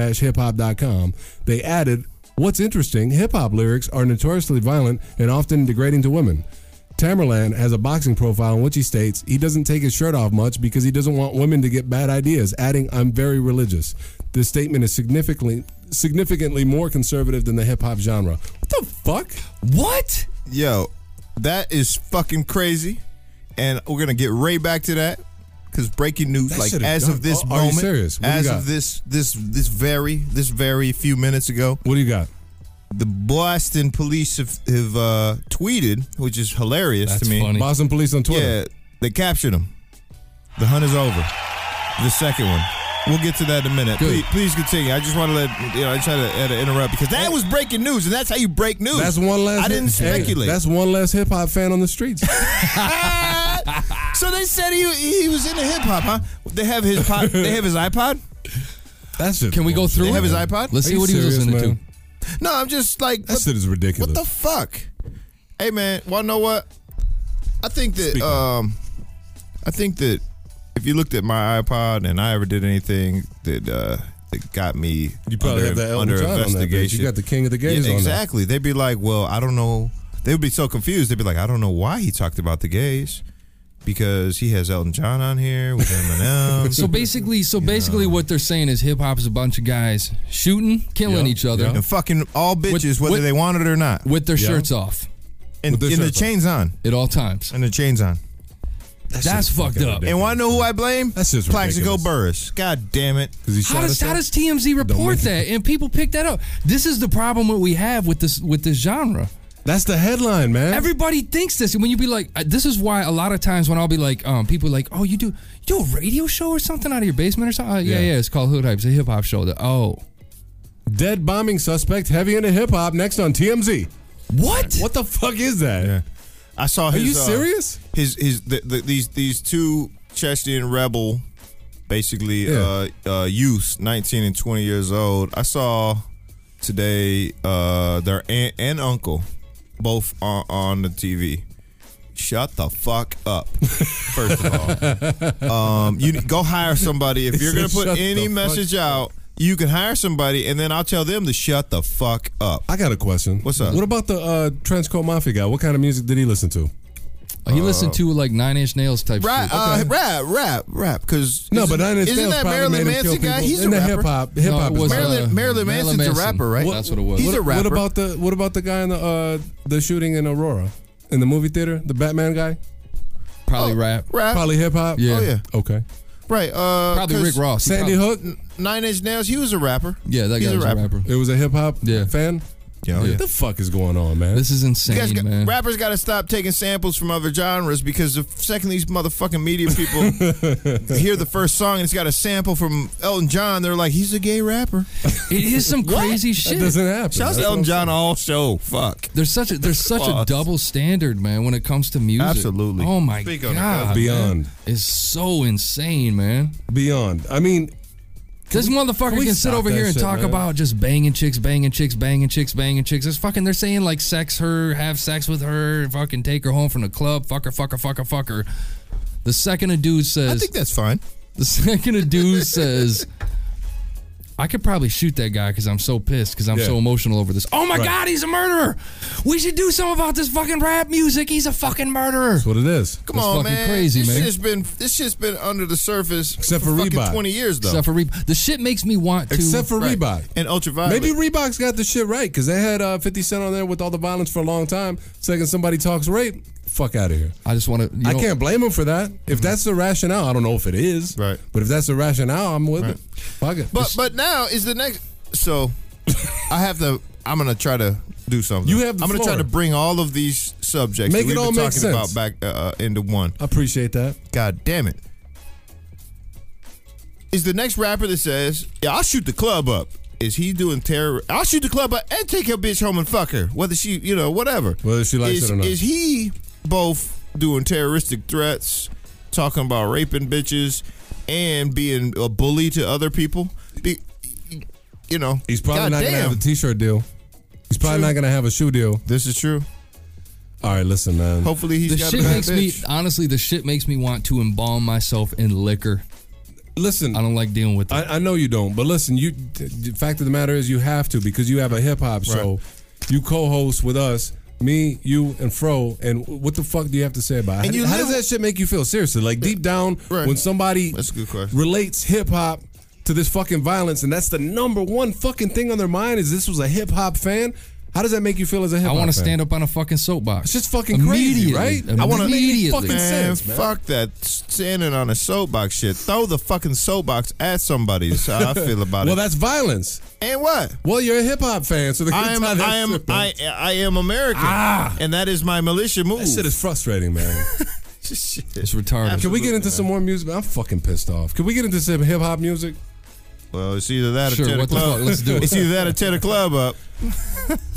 Speaker 4: real-hiphop.com. They added, "What's interesting, hip hop lyrics are notoriously violent and often degrading to women." Tamerlan has a boxing profile in which he states he doesn't take his shirt off much because he doesn't want women to get bad ideas, adding, "I'm very religious." This statement is significantly significantly more conservative than the hip hop genre. What the fuck?
Speaker 5: What?
Speaker 3: Yo, that is fucking crazy. And we're gonna get right back to that. Cause breaking news,
Speaker 4: That
Speaker 3: like
Speaker 4: shit is
Speaker 3: as
Speaker 4: dumb.
Speaker 3: of this
Speaker 4: Are- are you
Speaker 3: moment,
Speaker 4: serious? What do you
Speaker 3: as
Speaker 4: got?
Speaker 3: of this this this very this very few minutes ago,
Speaker 4: what do you got?
Speaker 3: The Boston police have, have uh, tweeted, which is hilarious
Speaker 4: That's
Speaker 3: to me.
Speaker 4: funny. Boston police on Twitter.
Speaker 3: Yeah, they captured him. The hunt is over. The second one. We'll get to that in a minute. Please,
Speaker 4: Good.
Speaker 3: please continue. I just want to let you know. I try to, had to interrupt because that was breaking news, and that's how you break news.
Speaker 4: That's one less.
Speaker 3: I didn't
Speaker 4: hey,
Speaker 3: speculate.
Speaker 4: that's one less hip hop fan on the streets.
Speaker 3: So they said he he was into hip hop, huh? They have his pod, they have his iPod.
Speaker 4: That's it.
Speaker 5: Can we go through
Speaker 3: They
Speaker 5: it?
Speaker 3: have his iPod.
Speaker 5: Let's see what he was listening to.
Speaker 3: No, I'm just like
Speaker 4: That shit is
Speaker 3: what
Speaker 4: ridiculous.
Speaker 3: the fuck. Hey man, well know what? I think that um, I think that if you looked at my iPod and I ever did anything that uh that got me
Speaker 4: You
Speaker 3: under,
Speaker 4: probably have that Elton
Speaker 3: under
Speaker 4: John on that bitch.
Speaker 3: investigation,
Speaker 4: You got the King of the Gays on
Speaker 3: Yeah,
Speaker 4: that.
Speaker 3: exactly. They'd be like, well, I don't know. They would be so confused. They'd be like, I don't know why he talked about the gays. Because he has Elton John on here with Eminem.
Speaker 5: So basically, so basically, what they're saying is hip hop is a bunch of guys shooting, killing
Speaker 4: Yeah,
Speaker 5: each other
Speaker 4: yeah.
Speaker 3: and fucking all bitches,
Speaker 5: With-
Speaker 3: whether
Speaker 5: with-
Speaker 3: they want it or not,
Speaker 5: with their
Speaker 4: Yeah.
Speaker 5: shirts off
Speaker 3: and,
Speaker 4: with their
Speaker 3: and the
Speaker 4: shirts on.
Speaker 3: chains on,
Speaker 5: at all times.
Speaker 3: and the chains on.
Speaker 5: That's, fucked
Speaker 4: fucking
Speaker 5: up.
Speaker 4: ridiculous.
Speaker 3: And want to know who I blame?
Speaker 4: That's just
Speaker 3: Plaxico
Speaker 4: ridiculous.
Speaker 3: Burris. God damn it!
Speaker 4: 'Cause
Speaker 5: How
Speaker 4: he shot
Speaker 5: does, how does
Speaker 4: himself?
Speaker 5: TMZ report
Speaker 4: make it-
Speaker 5: that and people pick that up? This is the problem that we have with this with this genre.
Speaker 4: That's the headline, man.
Speaker 5: Everybody thinks this, and when you be like, uh, this is why a lot of times when I'll be like, um, people are like, oh, you do you do a radio show or something out of your basement or something? Uh, yeah,
Speaker 4: Yeah.
Speaker 5: yeah, it's called Hood Hype, it's a hip hop show. That oh,
Speaker 4: Dead bombing suspect heavy into hip hop next on TMZ.
Speaker 5: what?
Speaker 4: What the fuck is that?
Speaker 3: Yeah. I saw.
Speaker 4: Are
Speaker 3: His,
Speaker 4: you
Speaker 3: uh,
Speaker 4: serious?
Speaker 3: his his the, the, these these two Chechen rebel, basically
Speaker 4: Yeah.
Speaker 3: uh, uh, youths, nineteen and twenty years old. I saw today uh, their aunt and uncle, both on, on the TV. Shut the fuck up! First of all, um, you go hire somebody if
Speaker 4: He
Speaker 3: you're gonna
Speaker 4: said,
Speaker 3: put
Speaker 4: "Shut the
Speaker 3: any
Speaker 4: fuck
Speaker 3: message out. You can hire somebody, and then I'll tell them to shut the fuck up.
Speaker 4: Uh, I got a question.
Speaker 3: What's up?
Speaker 4: What about the uh, Trenchcoat Mafia guy? What kind of music did he listen to?
Speaker 5: Uh, he listened to like Nine Inch Nails type
Speaker 3: Rap,
Speaker 5: shit.
Speaker 3: uh, rap, rap, rap. Because
Speaker 4: No, but Nine Inch
Speaker 3: isn't
Speaker 4: Nails
Speaker 3: that
Speaker 4: probably
Speaker 3: Marilyn
Speaker 4: made him kill
Speaker 3: Manson guy?
Speaker 4: people.
Speaker 3: He's a
Speaker 4: in the
Speaker 3: rapper.
Speaker 4: hip hop. Hip
Speaker 5: No,
Speaker 4: hop
Speaker 5: it
Speaker 4: is
Speaker 5: was,
Speaker 4: bad.
Speaker 5: uh,
Speaker 3: Marilyn, Marilyn
Speaker 5: Marilyn
Speaker 3: Manson's a
Speaker 5: Manson.
Speaker 3: rapper, right?
Speaker 5: What- That's what it was.
Speaker 3: He's
Speaker 5: What-
Speaker 3: a
Speaker 5: what
Speaker 3: rapper.
Speaker 4: What about the What about the guy in the uh, the shooting in Aurora in the movie theater? The Batman guy,
Speaker 5: probably rap.
Speaker 3: rap?
Speaker 4: probably hip hop.
Speaker 5: Yeah.
Speaker 3: Oh yeah,
Speaker 4: Okay.
Speaker 3: Oh, right. Uh,
Speaker 5: Probably
Speaker 3: 'cause
Speaker 5: Rick Ross. He
Speaker 4: Sandy
Speaker 5: prob-
Speaker 4: Hook.
Speaker 3: Nine Inch Nails. He was a rapper.
Speaker 5: Yeah, that
Speaker 3: He's
Speaker 5: guy
Speaker 3: a
Speaker 5: was
Speaker 3: rapper.
Speaker 5: a rapper.
Speaker 4: It was a hip hop
Speaker 5: Yeah.
Speaker 4: fan.
Speaker 3: Yeah, oh,
Speaker 5: Yeah.
Speaker 3: yeah.
Speaker 4: The fuck is going on, man?
Speaker 5: This is
Speaker 3: You guys
Speaker 5: insane,
Speaker 3: got-
Speaker 5: man.
Speaker 3: rappers got to stop taking samples from other genres because the second these motherfucking media people hear the first song and it's got a sample from Elton John, they're like, he's a gay rapper.
Speaker 5: It is some crazy
Speaker 4: that
Speaker 5: shit.
Speaker 4: doesn't happen.
Speaker 3: Shouts to
Speaker 4: That's what I'm
Speaker 3: Elton John all show. Fuck.
Speaker 5: There's such a there's such a
Speaker 3: Fuck.
Speaker 5: double standard, man, when it comes to music.
Speaker 3: Absolutely.
Speaker 5: Oh my
Speaker 3: Speak on it,
Speaker 5: god,
Speaker 4: that's beyond.
Speaker 5: man. It's so insane, man.
Speaker 4: Beyond. I mean,
Speaker 5: This motherfucker
Speaker 4: can
Speaker 5: can,
Speaker 4: we
Speaker 5: sit
Speaker 4: stop
Speaker 5: over
Speaker 4: that
Speaker 5: here and
Speaker 4: shit,
Speaker 5: talk
Speaker 4: man?
Speaker 5: about just banging chicks, banging chicks, banging chicks, banging chicks. It's fucking. They're saying like sex her, have sex with her, fucking take her home from the club, fuck her, fuck her, fuck her, fuck her. The second a dude
Speaker 3: I
Speaker 5: says,
Speaker 3: think that's fine.
Speaker 5: the second a dude says, I could probably shoot that guy because I'm so pissed because I'm
Speaker 2: Yeah.
Speaker 5: so emotional over this. Oh my
Speaker 2: Right.
Speaker 5: God, he's a murderer! We should do something about this fucking rap music. He's a fucking murderer. That's
Speaker 4: what it is.
Speaker 3: Come on, man. this Shit's been, this shit's been under the surface Except for, fucking 20 years, though.
Speaker 5: Except for Reebok. The shit makes me want to.
Speaker 4: Except for
Speaker 5: Right.
Speaker 4: Reebok
Speaker 3: and Ultraviolet.
Speaker 4: Maybe Reebok's got the shit right because they had uh, 50 Cent on there with all the violence for a long time. Second somebody talks rape, fuck out of here.
Speaker 5: I just want to.
Speaker 4: I can't blame him for that. If
Speaker 5: Mm-hmm.
Speaker 4: that's the rationale, I don't know if it is. Right. But if that's the rationale, I'm with it. Fuck it.
Speaker 3: But but now is the next. So I have to. I'm gonna try to do something.
Speaker 4: You have the
Speaker 3: I'm gonna try
Speaker 4: floor.
Speaker 3: to bring all of these subjects
Speaker 4: Make
Speaker 3: that
Speaker 4: it
Speaker 3: we've
Speaker 4: all
Speaker 3: been
Speaker 4: make
Speaker 3: talking
Speaker 4: sense.
Speaker 3: about back uh, into one.
Speaker 4: I appreciate that.
Speaker 3: God damn it! Is the next rapper that says, "Yeah, I'll shoot the club up." Is he doing terror? I'll shoot the club up and take your bitch home and fuck her, whether she, you know, whatever.
Speaker 4: Whether she likes
Speaker 3: is,
Speaker 4: it or not.
Speaker 3: Is he both doing terroristic threats, talking about raping bitches, and being a bully to other people? Be, you know,
Speaker 4: He's probably not gonna have a T-shirt deal. He's probably
Speaker 3: True.
Speaker 4: not gonna have a shoe deal.
Speaker 3: This is true.
Speaker 4: All right, listen, man.
Speaker 3: Hopefully,
Speaker 5: the shit makes me honestly. The shit makes me want to embalm myself in liquor.
Speaker 4: Listen,
Speaker 5: I don't like dealing with.
Speaker 4: I, I know you don't, but listen, you. The fact of the matter is, you have to because you have a hip hop show. You co-host with us, me, you, and Fro. And what the fuck do you have to say about? it?
Speaker 3: And
Speaker 4: how,
Speaker 3: you
Speaker 4: how
Speaker 3: live-
Speaker 4: does that shit make you feel? Seriously, like deep down,
Speaker 3: Right.
Speaker 4: when somebody
Speaker 3: That's a good question.
Speaker 4: relates hip hop to this fucking violence, and that's the number one fucking thing on their mind is this was a hip hop fan. How does that make you feel as a hip
Speaker 5: I
Speaker 4: hop?
Speaker 5: want to
Speaker 4: fan?
Speaker 5: stand up on a fucking soapbox.
Speaker 4: It's just fucking crazy, right?
Speaker 5: I want to immediately.
Speaker 3: man, Fuck that standing on a soapbox shit. Throw the fucking soapbox at somebody. That's how I feel about
Speaker 4: well,
Speaker 3: it.
Speaker 4: that's violence.
Speaker 3: And what?
Speaker 4: Well, you're a hip hop fan, so the
Speaker 3: I am,
Speaker 4: that's
Speaker 3: I am,
Speaker 4: different.
Speaker 3: I, I am American,
Speaker 4: Ah.
Speaker 3: and that is my militia move. That shit
Speaker 4: is frustrating, man.
Speaker 3: shit.
Speaker 5: It's retarded.
Speaker 4: Can we get into some more music? I'm fucking pissed off. Can we get into some hip hop music?
Speaker 3: Well, it's either that
Speaker 4: Sure,
Speaker 3: or tear the
Speaker 4: what the
Speaker 3: club.
Speaker 4: fuck, let's do it.
Speaker 3: It's either that or tear the club up.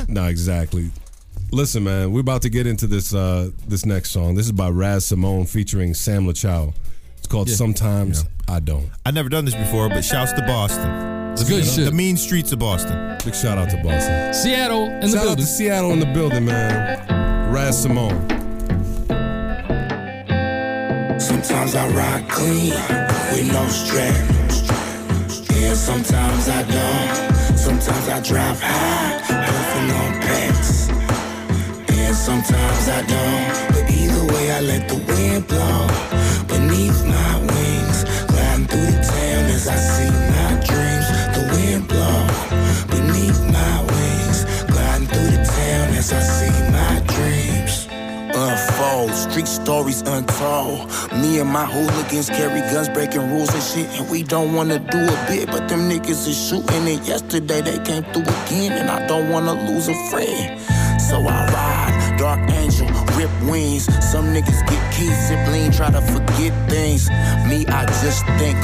Speaker 4: no, exactly. Listen, man, we're about to get into this uh, this next song. This is by Raz Simone featuring Sam LaChow. It's called
Speaker 3: Yeah.
Speaker 4: Sometimes I Don't.
Speaker 3: I've never done this before, but shouts to Boston.
Speaker 4: It's good
Speaker 3: the,
Speaker 4: shit.
Speaker 3: The mean streets of Boston.
Speaker 4: Big shout out to Boston.
Speaker 5: Seattle in the
Speaker 4: Shout out
Speaker 5: building.
Speaker 4: to Seattle in the building, man. Raz Simone.
Speaker 14: Sometimes I rock clean with no strap. Yeah, sometimes I don't. Sometimes I drop high, puffing on packs. Yeah, sometimes I don't. But either way, I let the wind blow beneath my wings. Gliding through the town as I see my dreams. The wind blow beneath my wings. Gliding through the town as I see my dreams unfold. Street stories untold. Me and my hooligans carry guns, breaking rules and shit, and we don't wanna do a bit. But them niggas is shooting it. Yesterday they came through again, and I don't wanna lose a friend. So I ride, dark angel, rip wings. Some niggas get keys, sip lean, try to forget things. Me, I just think.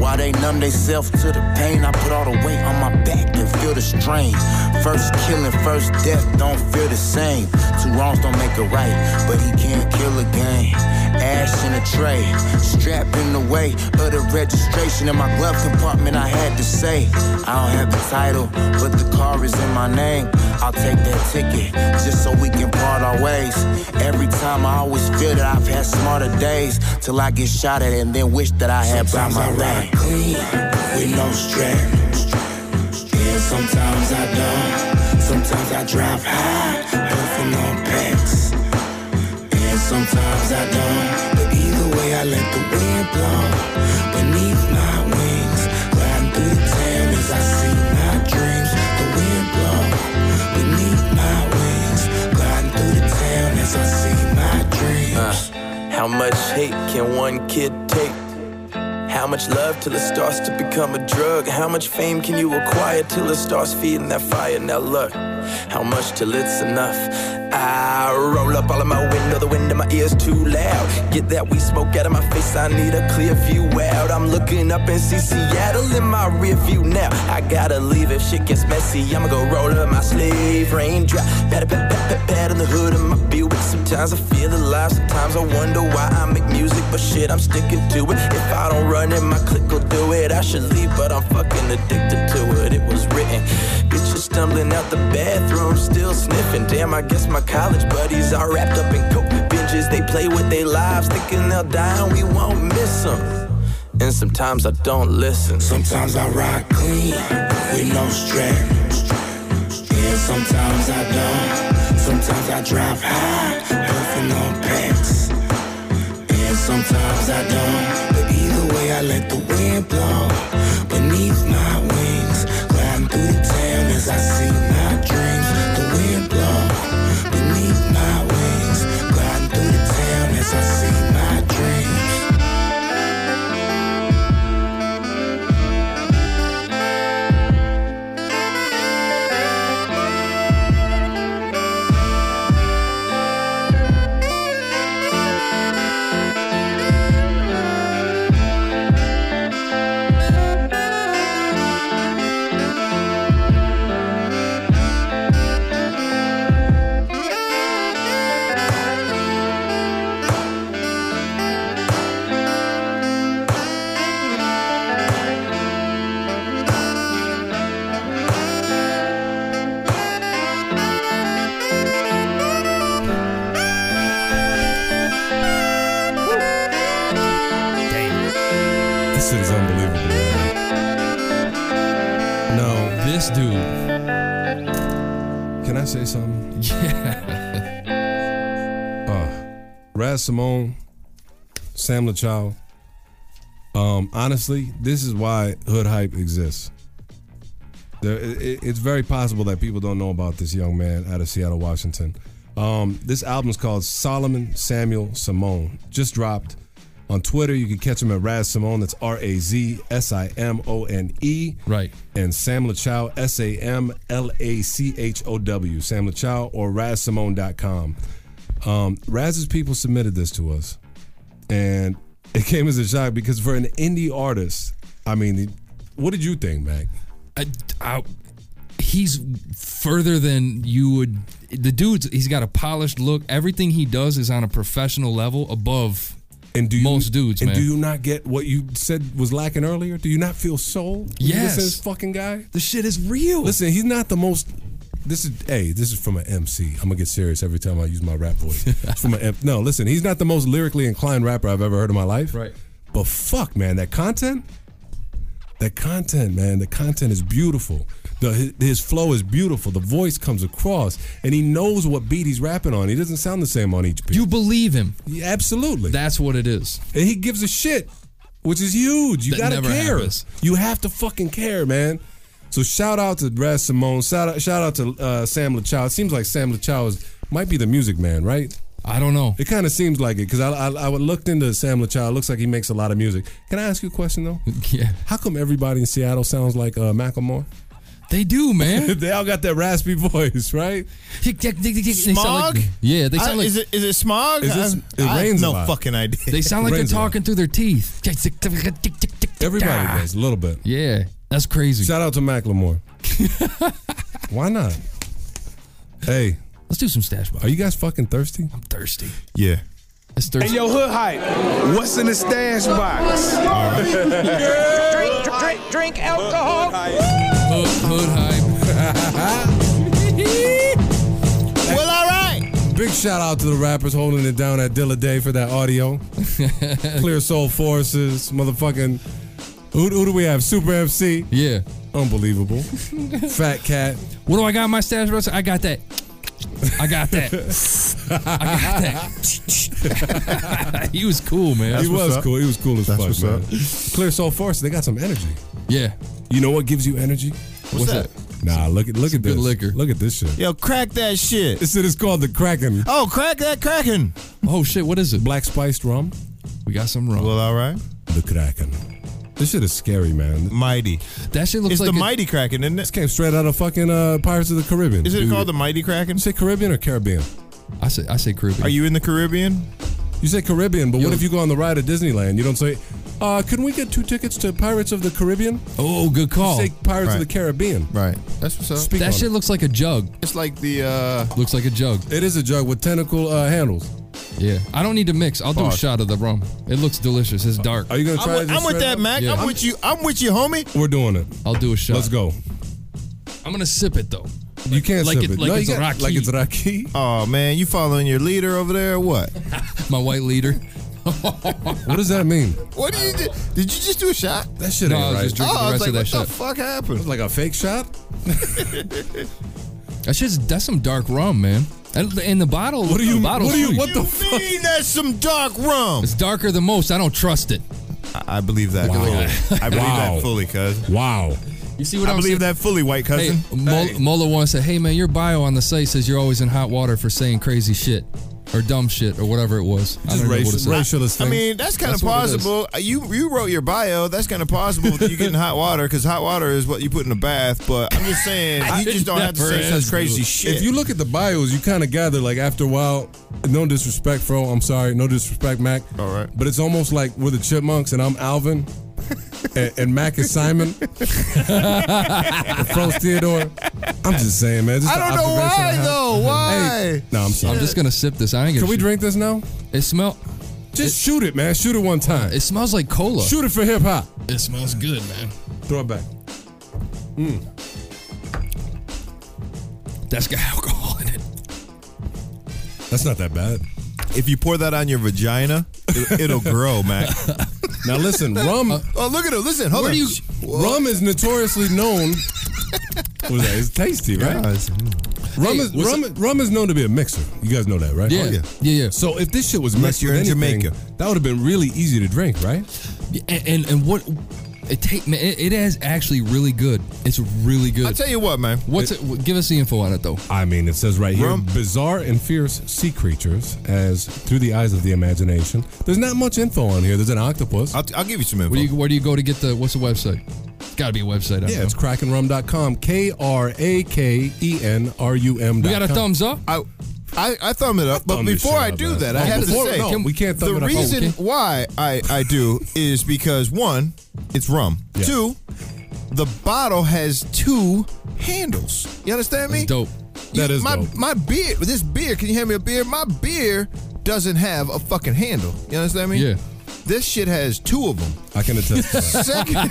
Speaker 14: Why they numb themselves to the pain? I put all the weight on my back and feel the strain. First killing, first death, don't feel the same. Two wrongs don't make a right, but he can't kill again. Ash in a tray, strap in the way of the registration in my glove compartment. I had to say, I don't have the title, but the car is in my name. I'll take that ticket just so we can part our ways. Every time I always feel that I've had smarter days till I get shot at and then wish that I had by Sometimes my I lane. ride clean with no strap. Yeah, sometimes I don't. Sometimes I drive high, puffing on packs. Yeah, sometimes I don't. But either way, I let the wind blow beneath my wings. Riding through the town as I see my dreams. The wind blow beneath my wings. Gliding through the town as I see my dreams.
Speaker 15: How much hate can one kid take? How much love till it starts to become a drug? How much fame can you acquire till it starts feeding that fire? Now look, how much till it's enough? I roll up all of my window, the wind in my ears too loud. Get that weed smoke out of my face, I need a clear view out. I'm looking up and see Seattle in my rear view now. I gotta leave if shit gets messy, I'ma go roll up my sleeve, raindrop. Pat, pat, pat, pat, pat on the hood of my Buick. Sometimes I feel alive, sometimes I wonder why I make music, but shit, I'm sticking to it. If I don't run it, my click will do it. I should leave, but I'm fucking addicted to it. It was written. Bitches stumbling out the bathroom, still sniffing. Damn, I guess my college buddies are wrapped up in coke binges. They play with their lives, thinking they'll die and we won't miss them. and sometimes I don't listen.
Speaker 16: Sometimes I rock clean with no strap. Yeah, sometimes I don't. Sometimes I drop high, puffing on packs. And sometimes I don't. But either way, I let the wind blow beneath my wings. Gliding through the town as I see my dreams. The wind blow beneath my wings. Gliding through the town as I see my dreams.
Speaker 4: This shit is unbelievable. man. No,
Speaker 5: this dude.
Speaker 4: Can I say something? Yeah. uh, Raz Simone, Sam LaChow. Um, honestly, this is why hood hype exists. There, it- it- it's very possible that people don't know about this young man out of Seattle, Washington. Um, this album's called Solomon Samuel Simone. Just dropped on Twitter. You can catch him at Raz Simone. That's R A Z S I M O N E.
Speaker 5: Right.
Speaker 4: And Sam LaChow, S A M L A C H O W. Sam LaChow or RazSimone.com. Um, Raz's people submitted this to us. And it came as a shock because for an indie artist, I mean, what did you think, Mac?
Speaker 5: I, I, he's further than you would. The dude's he's got a polished look. Everything he does is on a professional level above
Speaker 4: and do you,
Speaker 5: most dudes.
Speaker 4: and
Speaker 5: man.
Speaker 4: do you not get what you said was lacking earlier? Do you not feel soul? when you
Speaker 5: Yes.
Speaker 4: listen to this fucking guy.
Speaker 5: The shit is real.
Speaker 4: Listen, he's not the most. This is hey, this is from an MC. I'm gonna get serious every time I use my rap voice. It's from an M- no, listen, he's not the most lyrically inclined rapper I've ever heard in my life. Right. But fuck, man, that content, that content, man, the content is beautiful. The his, his flow is beautiful. The voice comes across, and he knows what beat he's rapping on. He doesn't sound the same on each beat. You
Speaker 5: believe him?
Speaker 4: absolutely.
Speaker 5: That's what it is.
Speaker 4: And he gives a shit, which is huge. You
Speaker 5: That
Speaker 4: gotta
Speaker 5: never
Speaker 4: care.
Speaker 5: happens.
Speaker 4: You have to fucking care, man. So shout out to Raz Simone. Shout out, shout out to uh, Sam LaChow. It seems like Sam LaChow is, might be the music man, right?
Speaker 5: I don't know.
Speaker 4: It kind of seems like it because I, I I looked into Sam LaChow. It looks like he makes a lot of music. Can I ask you a question though?
Speaker 5: Yeah.
Speaker 4: How come everybody in Seattle sounds like uh, Macklemore?
Speaker 5: They do, man.
Speaker 4: they all got that raspy voice, right?
Speaker 3: Smog?
Speaker 5: yeah, they sound
Speaker 3: I-
Speaker 5: like.
Speaker 3: is it is it smog?
Speaker 4: Is this-
Speaker 3: I-
Speaker 4: it
Speaker 3: I-
Speaker 4: rains a
Speaker 3: No
Speaker 4: lot.
Speaker 3: fucking idea.
Speaker 5: They sound like they're
Speaker 4: Rains a lot.
Speaker 5: talking through their teeth.
Speaker 4: Everybody does a little bit.
Speaker 5: Yeah, that's crazy.
Speaker 4: Shout out to Macklemore. Why not? Hey,
Speaker 5: let's do some stash. Box.
Speaker 4: Are you guys fucking thirsty? I'm
Speaker 5: thirsty.
Speaker 3: Yeah.
Speaker 5: It's
Speaker 6: Hey,
Speaker 5: thirsty.
Speaker 6: yo, hood hype. What's in the stash box?
Speaker 17: drink, drink, drink alcohol.
Speaker 5: Hood, hood
Speaker 4: hype.
Speaker 3: well, all right.
Speaker 4: Big shout out to the rappers holding it down at Dilla Day for that audio. Clear Soul Forces, motherfucking. Who, who do we have? Super MC.
Speaker 5: Yeah.
Speaker 4: Unbelievable. Fat Cat.
Speaker 5: What do I got in my stash box? I got that. I got that. I got that. he was cool, man.
Speaker 4: he was cool. He was cool as
Speaker 5: That's
Speaker 4: fuck,
Speaker 5: what's
Speaker 4: man. Clear Soul Forces, they got some energy.
Speaker 5: Yeah.
Speaker 4: You know what gives you energy?
Speaker 3: What's that?
Speaker 4: Nah, look at look at this.
Speaker 5: good liquor.
Speaker 4: Look at this shit.
Speaker 3: Yo, crack that shit.
Speaker 4: This shit is called the Kraken.
Speaker 3: Oh, crack that Kraken.
Speaker 5: Oh shit, what is it?
Speaker 4: Black spiced rum.
Speaker 5: We got some rum.
Speaker 3: Well, all right.
Speaker 4: The Kraken. This shit is scary, man.
Speaker 3: Mighty.
Speaker 5: That shit looks
Speaker 3: It's
Speaker 5: like
Speaker 3: the
Speaker 5: it-
Speaker 3: Mighty Kraken, isn't it?
Speaker 4: This came straight out of fucking uh, Pirates of the Caribbean.
Speaker 3: Is it
Speaker 4: Dude.
Speaker 3: called the Mighty Kraken?
Speaker 4: Say Caribbean or Caribbean?
Speaker 5: I say I say Caribbean.
Speaker 3: Are you in the Caribbean?
Speaker 4: You say Caribbean, but what if you go on the ride at Disneyland? You don't say, uh, "Can we get two tickets to Pirates of the Caribbean?"
Speaker 5: Oh, good call.
Speaker 4: You say Pirates
Speaker 5: Right.
Speaker 4: of the Caribbean.
Speaker 3: Right. That's what's up.
Speaker 4: Speak
Speaker 5: that
Speaker 4: on
Speaker 5: shit
Speaker 4: it.
Speaker 5: looks like a jug.
Speaker 3: It's like the uh
Speaker 5: Looks like a jug.
Speaker 4: It is a jug with tentacle uh, handles.
Speaker 5: Yeah. I don't need to mix. I'll do a
Speaker 4: Fuck.
Speaker 5: shot of the rum. It looks delicious. It's dark.
Speaker 4: Are you gonna try?
Speaker 3: I'm with,
Speaker 4: this
Speaker 3: I'm with
Speaker 4: straight
Speaker 3: that,
Speaker 4: up?
Speaker 3: Mac.
Speaker 5: Yeah.
Speaker 3: I'm with you. I'm with you, homie.
Speaker 4: We're doing it.
Speaker 5: I'll do a shot.
Speaker 4: Let's go.
Speaker 5: I'm gonna sip it though.
Speaker 4: you can't
Speaker 5: like
Speaker 4: sip
Speaker 5: it-
Speaker 4: it.
Speaker 5: like
Speaker 4: No, you
Speaker 5: it's a
Speaker 4: got-
Speaker 5: Rakhi.
Speaker 4: Like it's Raki.
Speaker 3: Oh man, you following your leader over there or what?
Speaker 5: My white leader.
Speaker 4: What does that mean?
Speaker 3: What did you do? Did you just do a shot?
Speaker 4: That shit
Speaker 3: No,
Speaker 4: ain't
Speaker 3: I was
Speaker 4: right.
Speaker 3: just drinking the Oh, I was rest of like, that what the shit. fuck happened?
Speaker 4: It was like a fake shot?
Speaker 5: That shit's that's some dark rum, man. And, and the bottle. What do you? The bottle
Speaker 3: what do you- what
Speaker 5: the
Speaker 3: fuck? Mean that's some dark rum.
Speaker 5: It's darker than most. I don't trust it.
Speaker 3: I believe that. fully. I believe that fully, cuz.
Speaker 4: Wow.
Speaker 5: You see what
Speaker 3: I
Speaker 5: I'm
Speaker 3: believe
Speaker 5: saying?
Speaker 3: that fully, white cousin.
Speaker 5: Hey, Mo- Mola once said, "Hey man, your bio on the site says you're always in hot water for saying crazy shit or dumb shit or whatever it was. I don't remember what it said.
Speaker 3: I mean, that's kind of
Speaker 5: what it is.
Speaker 3: possible. Uh, You you wrote your bio. That's kind of possible that you get in hot water because hot water is what you put in a bath. But I'm just saying, you just don't have to say such crazy shit.
Speaker 4: If you look at the bios, you kind of gather like after a while. No disrespect, Fro. I'm sorry. No disrespect, Mac. All right. But it's almost like we're the Chipmunks and I'm Alvin, and, and Mac is Simon, and Fro's Theodore. I'm just saying, man. Just
Speaker 3: I
Speaker 4: an
Speaker 3: don't know
Speaker 4: observation I
Speaker 3: why
Speaker 4: have.
Speaker 3: though. Why?
Speaker 4: No, I'm sorry.
Speaker 5: I'm just gonna sip this. I ain't
Speaker 4: Can
Speaker 5: gonna.
Speaker 4: we drink this now?
Speaker 5: It smell.
Speaker 4: Just shoot it, man. Shoot it one time. It
Speaker 5: smells like cola.
Speaker 4: Shoot it for hip hop.
Speaker 5: It smells good, man.
Speaker 4: Throw it back. Mm.
Speaker 5: That's got alcohol in it.
Speaker 4: That's not that bad.
Speaker 3: If you pour that on your vagina, it, it'll grow, Mac.
Speaker 4: Now listen, rum.
Speaker 3: oh, look at him. Listen, hold
Speaker 4: Where
Speaker 3: on.
Speaker 4: do you- rum is notoriously known. What is that? It's tasty, right? Rum is
Speaker 3: what's
Speaker 4: rum, rum is known to be a mixer. You guys know that, right? Oh,
Speaker 5: Yeah. yeah, yeah,
Speaker 4: So if this shit was
Speaker 3: Unless
Speaker 4: mixed
Speaker 3: you're
Speaker 4: with
Speaker 3: in
Speaker 4: anything,
Speaker 3: Jamaica.
Speaker 4: that would have been really easy to drink, right?
Speaker 5: And and, and what it take? Man, it, it is actually really good. It's really good.
Speaker 3: I tell you what, man.
Speaker 5: What's it, give us the info on it though?
Speaker 4: I mean, it says right here:
Speaker 5: Rum.
Speaker 4: bizarre and fierce sea creatures, as through the eyes of the imagination. There's not much info on here. There's an octopus.
Speaker 3: I'll, I'll give you some info.
Speaker 5: Where do you where do you go to get the what's the website? It's got to be a website. I
Speaker 4: yeah,
Speaker 5: know.
Speaker 4: it's crackenrum.com. K R A K E N R U M.
Speaker 5: We got a thumbs up?
Speaker 3: I, I, I thumb it up, but
Speaker 4: Thumb this
Speaker 3: before
Speaker 4: shit
Speaker 3: I
Speaker 4: up,
Speaker 3: do
Speaker 4: man.
Speaker 3: that, I
Speaker 4: No,
Speaker 3: had
Speaker 4: before-
Speaker 3: to say
Speaker 4: no, we can't thumb
Speaker 3: the
Speaker 4: it up. Oh, we
Speaker 3: reason
Speaker 4: can't.
Speaker 3: why I, I do is because one, it's rum.
Speaker 4: Yeah.
Speaker 3: Two, the bottle has two handles. You understand me?
Speaker 5: That's dope.
Speaker 3: You-
Speaker 4: That is
Speaker 3: my
Speaker 4: dope.
Speaker 3: my beer. This beer, can you hand me a beer? My beer doesn't have a fucking handle. You understand me?
Speaker 5: Yeah.
Speaker 3: This shit has two of them.
Speaker 4: I can attest to that.
Speaker 3: Second,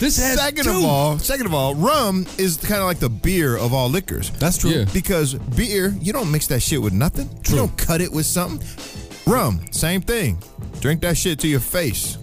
Speaker 5: this has
Speaker 3: second
Speaker 5: two.
Speaker 3: of all, second of all, rum is kind of like the beer of all liquors.
Speaker 4: That's true.
Speaker 5: Yeah.
Speaker 3: Because beer, you don't mix that shit with nothing.
Speaker 4: True.
Speaker 3: You don't cut it with something. Rum, same thing. Drink that shit to your face.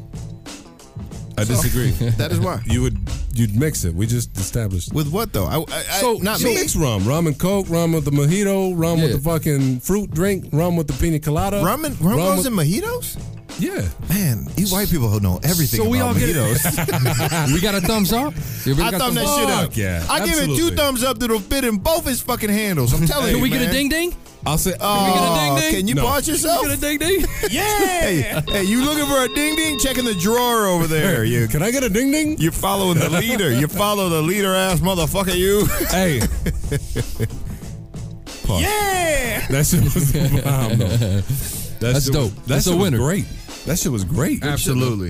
Speaker 4: I
Speaker 3: So-
Speaker 4: disagree.
Speaker 3: That is why.
Speaker 4: you would you'd mix it. We just established.
Speaker 3: With what though? I, I, I-
Speaker 5: So-
Speaker 3: not
Speaker 5: so-
Speaker 3: me.
Speaker 4: Mix rum, rum and coke, rum with the mojito, rum with
Speaker 5: Yeah.
Speaker 4: the fucking fruit drink, rum with the pina colada,
Speaker 3: Rum and rum,
Speaker 4: rum
Speaker 3: goes
Speaker 4: with-
Speaker 3: in mojitos.
Speaker 4: yeah.
Speaker 3: Man, you white people who know everything
Speaker 5: So we
Speaker 3: about
Speaker 5: all get-
Speaker 3: mojitos.
Speaker 5: We got a thumbs up. Yeah, we
Speaker 3: I
Speaker 5: got
Speaker 3: thumb that
Speaker 5: thumbs
Speaker 3: shit
Speaker 4: Fuck
Speaker 3: up.
Speaker 4: yeah,
Speaker 3: I give it
Speaker 4: absolutely.
Speaker 3: two thumbs up that'll fit in both his fucking handles. I'm telling you.
Speaker 5: Can we get a
Speaker 3: man.
Speaker 5: ding ding?
Speaker 4: I'll say.
Speaker 3: Oh,
Speaker 5: ding ding?
Speaker 3: can you
Speaker 4: No.
Speaker 3: pause yourself?
Speaker 5: Get a ding ding?
Speaker 3: Hey, hey, you looking for a ding ding? Check in the drawer over there. You
Speaker 4: Can I get a ding ding?
Speaker 3: you following the leader. You follow the leader ass motherfucker you.
Speaker 4: Hey,
Speaker 3: Yeah.
Speaker 4: that shit was bomb. though. That
Speaker 5: That's
Speaker 4: shit
Speaker 5: dope.
Speaker 4: Was, that
Speaker 5: That's a
Speaker 4: shit was
Speaker 5: winner.
Speaker 4: great. That shit was great.
Speaker 3: Absolutely.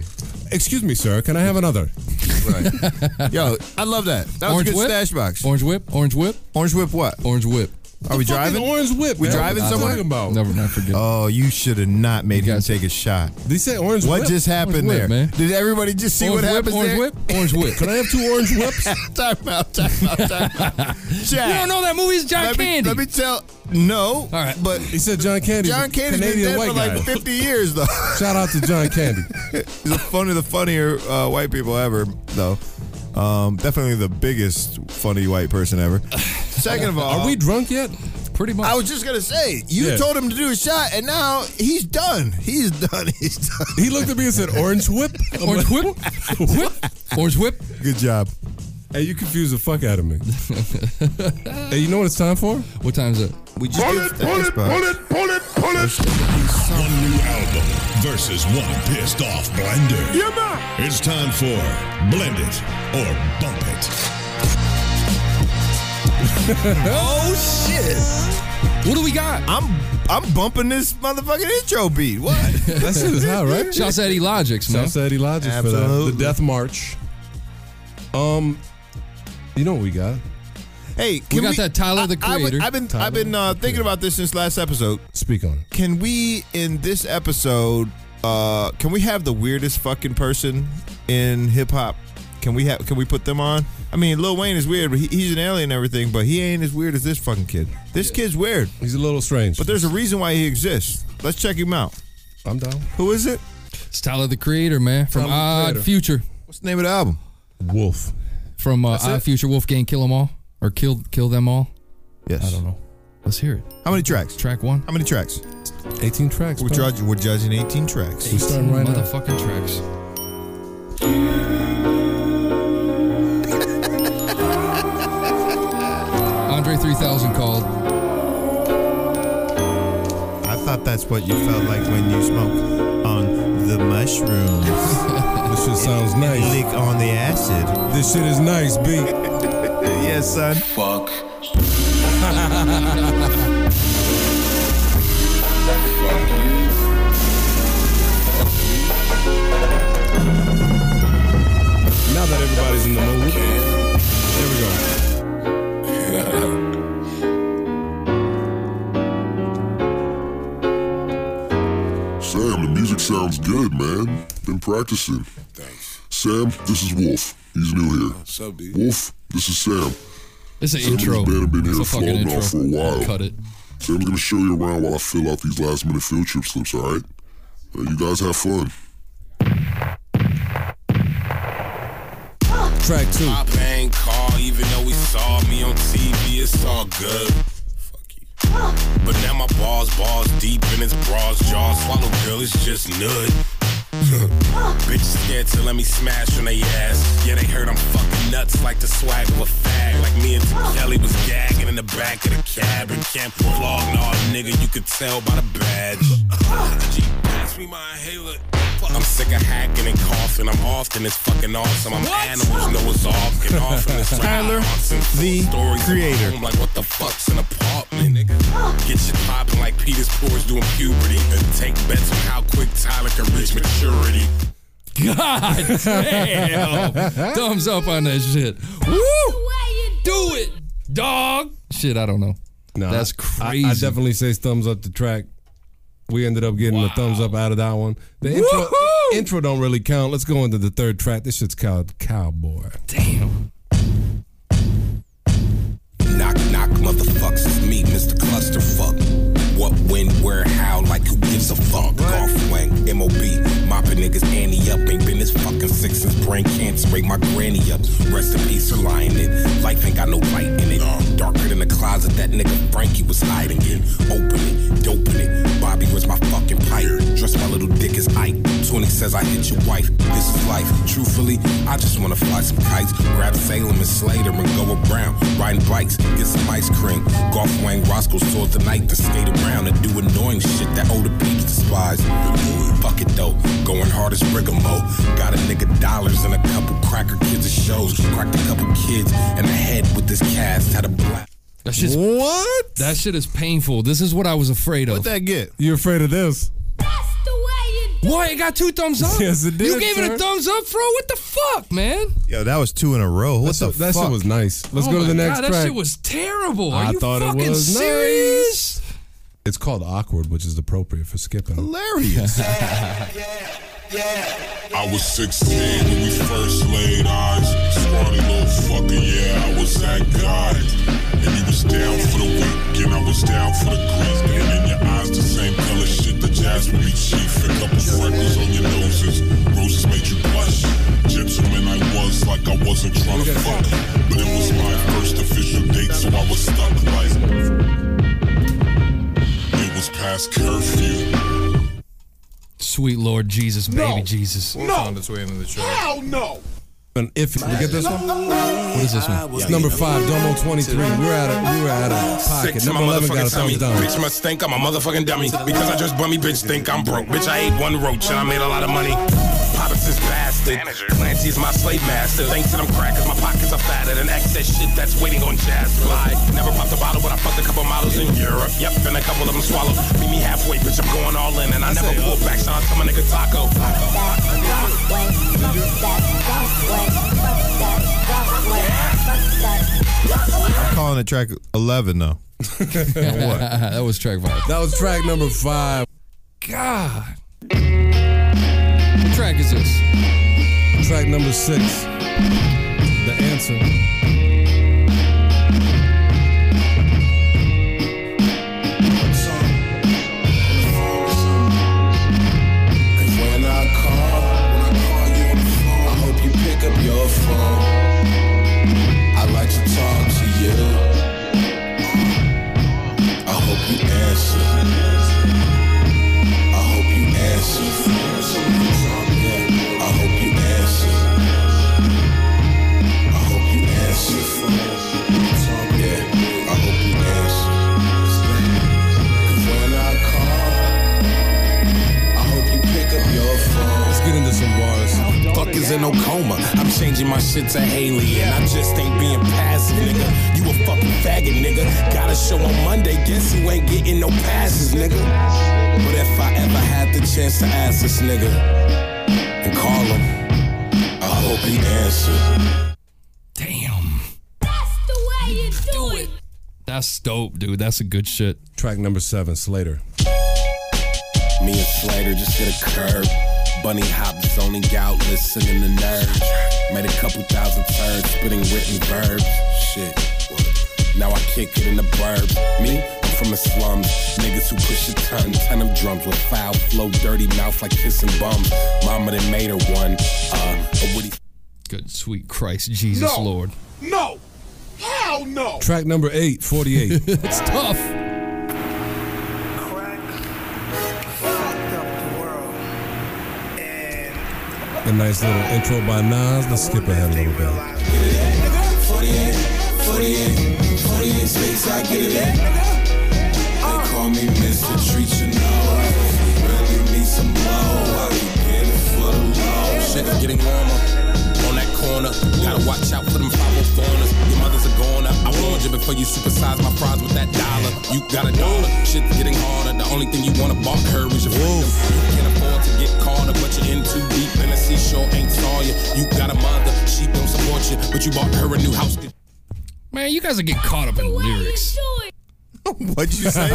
Speaker 4: Excuse me, sir. Can I have another?
Speaker 3: Right. Yo, I love that. That was
Speaker 5: Orange
Speaker 3: a good
Speaker 5: whip?
Speaker 3: stash box.
Speaker 5: Orange whip, orange whip,
Speaker 3: Orange whip what?
Speaker 5: orange whip.
Speaker 3: Are we
Speaker 4: Fucking
Speaker 3: driving?
Speaker 4: Orange Whip.
Speaker 3: We
Speaker 4: man.
Speaker 3: driving
Speaker 4: What are you
Speaker 3: somewhere?
Speaker 4: Talking about.
Speaker 5: Never not forget.
Speaker 3: Oh, you should have not made him
Speaker 5: guys-
Speaker 3: take a shot.
Speaker 4: They said Orange
Speaker 3: What
Speaker 4: Whip.
Speaker 3: just happened
Speaker 5: Orange
Speaker 3: there?
Speaker 5: whip, man.
Speaker 3: Did everybody just see
Speaker 5: orange
Speaker 3: what
Speaker 5: whip,
Speaker 3: happens
Speaker 5: orange
Speaker 3: there?
Speaker 5: whip, orange whip.
Speaker 4: Can I have two Orange Whips?
Speaker 3: time out, time out, time out. Jack,
Speaker 5: You don't know that movie's John
Speaker 3: let me,
Speaker 5: Candy.
Speaker 3: let me tell. No,
Speaker 5: All right.
Speaker 3: but
Speaker 4: He said John Candy.
Speaker 3: John Candy's been
Speaker 4: Canadian
Speaker 3: dead
Speaker 4: white
Speaker 3: for like
Speaker 4: guy.
Speaker 3: 50 years, though.
Speaker 4: Shout out to John Candy.
Speaker 3: He's the- one of the funnier uh, white people ever, though. Um, definitely the biggest funny white person ever. Second of all,
Speaker 4: Are we drunk yet?
Speaker 5: Pretty much.
Speaker 3: I was just gonna say, you
Speaker 4: Yeah.
Speaker 3: told him to do a shot, and now he's done. He's done. He's done.
Speaker 4: He looked at me and said Orange Whip. I'm
Speaker 5: orange
Speaker 4: like,
Speaker 5: whip, whip, orange whip.
Speaker 3: Good job.
Speaker 4: Hey, you confused the fuck out of me. hey, you know what it's time for?
Speaker 5: What time is it?
Speaker 3: We just did the Xbox.
Speaker 16: pull it, pull it.
Speaker 2: One new album versus one pissed off blender. Yeah, man. It's time for Blend It or Bump It.
Speaker 3: Oh shit!
Speaker 5: What do we got?
Speaker 3: I'm I'm bumping this motherfucking intro beat. What?
Speaker 4: That shit is hot, right?
Speaker 5: Shouts out E Logics, man.
Speaker 4: Southside Eddie Logic for that. The
Speaker 3: Absolutely.
Speaker 4: Death March. Um, you know what we got?
Speaker 3: Hey, can
Speaker 5: got that Tyler, the
Speaker 3: I- I've been-
Speaker 5: Creator.
Speaker 3: I've been
Speaker 4: Tyler,
Speaker 3: I've been uh, thinking about this since last episode.
Speaker 4: Speak on it.
Speaker 3: Can we in this episode? Uh, can we have the weirdest fucking person in hip hop? Can we have? Can we put them on? I mean, Lil Wayne is weird, but he, he's an alien and everything. But he ain't as weird as this fucking kid. This kid's weird,
Speaker 4: He's a little strange.
Speaker 3: but there's a reason why he exists. Let's check him out.
Speaker 4: I'm down.
Speaker 3: Who is it?
Speaker 5: It's Tyler the Creator, man, from
Speaker 3: Tyler, the
Speaker 5: Odd
Speaker 3: Creator.
Speaker 5: Future.
Speaker 3: What's the name of the album?
Speaker 4: Wolf.
Speaker 5: From uh,
Speaker 3: That's
Speaker 5: Odd
Speaker 3: it?
Speaker 5: Future, Wolfgang Kill 'Em All or Kill Kill Them All.
Speaker 3: Yes.
Speaker 5: I don't know. Let's hear it.
Speaker 3: How many tracks?
Speaker 5: Track one.
Speaker 3: How many tracks?
Speaker 4: 18 tracks.
Speaker 3: We're,
Speaker 5: bro.
Speaker 3: judge- we're judging 18 tracks.
Speaker 5: We're starting right now. Motherfucking tracks. Andre 3000 called.
Speaker 3: I thought that's what you felt like when you smoked on the mushrooms.
Speaker 4: this shit sounds nice.
Speaker 3: Lick on the acid.
Speaker 4: This shit is nice, B.
Speaker 3: yes, son.
Speaker 16: Fuck.
Speaker 4: Now that everybody's in the mood, here we go.
Speaker 18: Sam, the music sounds good, man. Been practicing. Thanks. Sam, this is Wolf. He's new here. What's up, dude? Wolf, this is Sam.
Speaker 5: It's an
Speaker 18: Sam and his
Speaker 5: intro.
Speaker 18: band have been
Speaker 5: It's
Speaker 18: here
Speaker 5: a fucking
Speaker 18: flogging
Speaker 5: intro.
Speaker 18: off for a while.
Speaker 5: Cut it.
Speaker 18: Sam's gonna show you around while I fill out these last minute field trip slips, alright? Uh, you guys have fun.
Speaker 4: Track two.
Speaker 19: I bang call, even though he saw me on TV, it's all good. Fuck you. But now my balls, balls deep in his bras, jaws swallow, girl, it's just nud. Bitch scared to let me smash on they ass. Yeah, they heard I'm fucking nuts like the swag of a fag. Like me and T. Kelly was gagging in the back of the cab and camp flogging all nigga. You could tell by the badge. She passed me my inhaler. I'm sick of hacking and coughing. I'm often it's fucking awesome. I'm animals know it's off and off from this
Speaker 3: Tyler,
Speaker 19: the
Speaker 3: creator.
Speaker 19: I'm like, what the fuck's an apartment, nigga? Get shit poppin' like Peter's pores doing puberty, and take bets on how quick Tyler can reach maturity.
Speaker 5: God damn. Thumbs up on that shit. Woo! Do it, dog. Shit, I don't know.
Speaker 4: Nah,
Speaker 5: That's
Speaker 4: I-
Speaker 5: crazy.
Speaker 4: I, definitely say thumbs up the track. We ended up getting a thumbs up out of that one. The intro, intro don't really count. Let's go into the third track. This shit's called Cowboy.
Speaker 5: Damn.
Speaker 19: Knock, knock, motherfuckers, it's me, Mr. Clusterfuck. What, when, where, how, like who gives a fuck? Golf wang, MOB, mopping niggas, Annie up. Ain't been this fucking sick since brain cancer, ate my granny up. Rest in peace, for lying it. Life ain't got no light in it. Darker than the closet that nigga Frankie was hiding in. Open it, doping it. Bobby, where's my fucking pipe? Dress my little dick as Ike. Tony says I hit your wife. This is life. Truthfully, I just wanna fly some kites. Grab Salem and Slater and go around. Riding bikes, get some ice cream. Golf wang Roscoe's towards the night to skate around and do annoying shit that older peeps despise. Fuck it though, going hard as Brigamo. Got a nigga dollars and a couple cracker kids at shows. Cracked a couple kids and a head with this cast. Had a black.
Speaker 5: That shit's
Speaker 4: what?
Speaker 5: That shit is painful. This is what I was afraid of. What
Speaker 3: that get?
Speaker 4: You're afraid of this?
Speaker 5: Why it got two thumbs up?
Speaker 4: Yes, it did,
Speaker 5: You gave it
Speaker 4: sir.
Speaker 5: a thumbs up, bro. What the fuck, man?
Speaker 3: Yo, that was two in a row. What the
Speaker 4: that shit
Speaker 3: fuck?
Speaker 4: was nice. Let's
Speaker 5: Oh
Speaker 4: go to
Speaker 5: my
Speaker 4: the next
Speaker 5: God,
Speaker 4: track.
Speaker 5: That shit was terrible. Are
Speaker 4: I
Speaker 5: you
Speaker 4: thought it
Speaker 5: fucking
Speaker 4: was nice.
Speaker 5: serious?
Speaker 4: it's called Awkward, which is appropriate for skipping.
Speaker 3: Hilarious.
Speaker 18: I was 16 when we first laid eyes. Scrawny little fucker, yeah, I was that guy. And he was down for the week, and I was down for the grease. And in your eyes, the same color shit, the jasmine be chief. A couple freckles on your noses, roses made you blush. Gentleman I was, like I wasn't trying to fuck. But it was my first official date, so I was stuck like. It was past curfew.
Speaker 5: Sweet Lord Jesus, baby Jesus.
Speaker 3: Found its way into the track.
Speaker 18: Hell no!
Speaker 4: And if we get this one,
Speaker 5: What is this one?
Speaker 4: it's number five, Domo twenty three. We're out of we're out of
Speaker 19: Sick
Speaker 4: pocket.
Speaker 19: to my
Speaker 4: Number eleven got a
Speaker 19: motherfucking tummy.
Speaker 4: thumbs down.
Speaker 19: Bitch must think I'm a motherfucking dummy. Because I just bummy, bitch think I'm broke. Bitch, I ate one roach and I made a lot of money. Poppins is bastard. Clancy is my slave master. Thanks to them crackers, my pockets are fatter than excess shit that's waiting on jazz fly. Never popped a bottle, but I fucked a couple models in Europe. Yep, and a couple of them swallowed. Meet me halfway, bitch, I'm going all in. And I never pull
Speaker 4: uh,
Speaker 19: back, so I tell my nigga Taco.
Speaker 3: I'm calling it track 11, though.
Speaker 5: that was track five.
Speaker 4: That was track number five.
Speaker 5: God. What track is this?
Speaker 4: Track number six. The answer.
Speaker 19: niggas in no coma. I'm changing my shit to Haley, and I just ain't being passive, nigga. You a fucking faggot, nigga. Got a show on Monday, guess you ain't getting no passes, nigga. But if I ever had the chance to ask this nigga and call him, I hope he answered.
Speaker 5: That's dope, dude. That's a good shit.
Speaker 4: Track number seven, Slater.
Speaker 19: Me and Slater just hit a curb. Bunny hop zoning out, listening to nerds. Made a couple thousand turds, spitting written verbs. Shit. Now I kick it in the burbs. Me, I'm from the slums. Niggas who push a ton, ton of drums with foul flow, dirty mouth like kissing bums. Mama done made her one. Uh, a Woody.
Speaker 5: Good sweet Christ, Jesus
Speaker 19: No.
Speaker 5: Lord.
Speaker 6: No! Hell no!
Speaker 4: Track number eight, 48.
Speaker 5: it's tough.
Speaker 4: A nice little intro by Nas. Let's skip ahead a little bit.
Speaker 19: 48, 48 space, I get it in. They call me Mr. Treat you know. Really need some blow. I be getting for the low. Shit is getting warmer. On that corner, gotta watch out for them foul corners. Your mother's a goner. I warned you before you supersize my fries with that dollar. You got a dollar. Shit's getting harder. The only thing you wanna balk her is your freedom. You can't afford to get caught up, but you're in too deep. And the seashore ain't Sawyer. You got a mother. She don't support you, but you bought her a new house.
Speaker 5: Man, you guys are getting caught up in lyrics.
Speaker 3: What'd you say?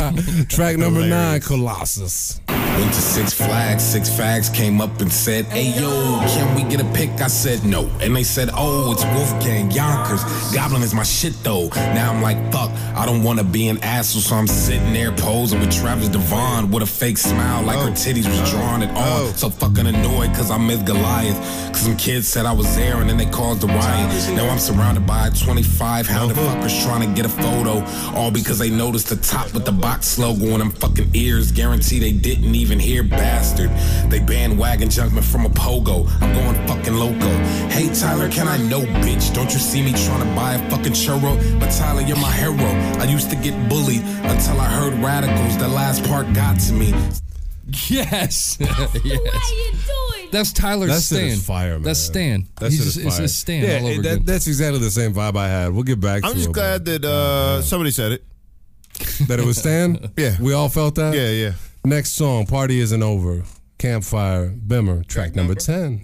Speaker 4: Track number nine, Colossus.
Speaker 19: Went to Six Flags, Six Flags came up and said, Hey yo, can we get a pic? I said no. And they said, Oh, it's Wolfgang Yonkers. Goblin is my shit though. Now I'm like, fuck, I don't wanna be an asshole, so I'm sitting there posing with Travis Devon with a fake smile like her titties was drawn and all. So fucking annoyed cause I missed Goliath. Cause some kids said I was there and then they caused a riot. Now I'm surrounded by 25 hounded fuckers trying to get a photo. All because they noticed the top with the box logo on them fucking ears. Guarantee they didn't even hear bastard. They bandwagon jumping from a pogo. I'm going fucking loco. Hey Tyler, can I know, bitch? Don't you see me trying to buy a fucking churro? But Tyler, you're my hero. I used to get bullied until I heard radicals. The last part got to me.
Speaker 5: Yes. yes. That's Tyler's
Speaker 4: That's
Speaker 5: stand.
Speaker 4: fire, man.
Speaker 5: That's Stan.
Speaker 4: That's
Speaker 5: He's- it's his stand all over again.
Speaker 4: That's exactly the same vibe I had. We'll get back.
Speaker 3: I'm
Speaker 4: to
Speaker 3: just
Speaker 4: it,
Speaker 3: glad that uh, somebody said it.
Speaker 4: that it was Stan. yeah, we all felt that. Yeah,
Speaker 3: yeah.
Speaker 4: Next song, party isn't over. Campfire, Bimmer, track number ten.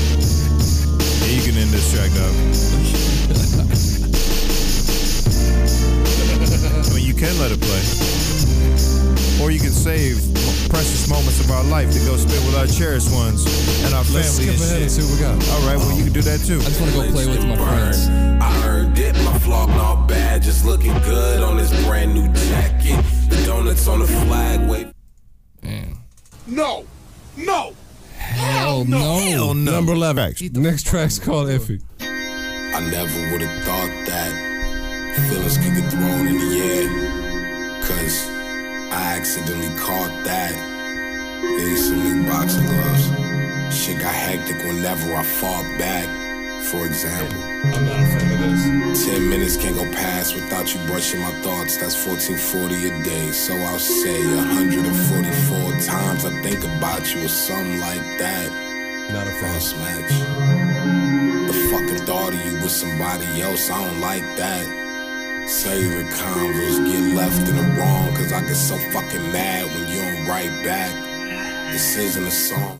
Speaker 3: Yeah, you can end this track, though. I mean, you can let it play. Or you can save m- precious moments of our life to go spend with our cherished ones and our
Speaker 19: Let's
Speaker 3: family
Speaker 19: skip
Speaker 3: and
Speaker 19: ahead
Speaker 3: shit.
Speaker 19: and see what we got.
Speaker 3: All right, well, you can do that, too. I just want to go play with my friends.
Speaker 19: I heard that my vlog not bad, just looking good on this brand new jacket. The donuts on the flag, wait.
Speaker 6: No! No!
Speaker 4: Hell no.
Speaker 6: Hell no.
Speaker 4: Number eleven. Next track's called Iffy.
Speaker 19: I never would have thought that feelings could get thrown in the air. Cause I accidentally caught that. Need some new boxing gloves. Shit got hectic whenever I fought back. For example, I'm not a fan of this. 10 minutes can't go past without you brushing my thoughts. That's 1440 a day. So I'll say 144 times I think about you or something like that. Not a false match. The fucking thought of you with somebody else, I don't like that. Cellular convos get left in the wrong, cause I get so fucking mad when you don't write back. This isn't a song.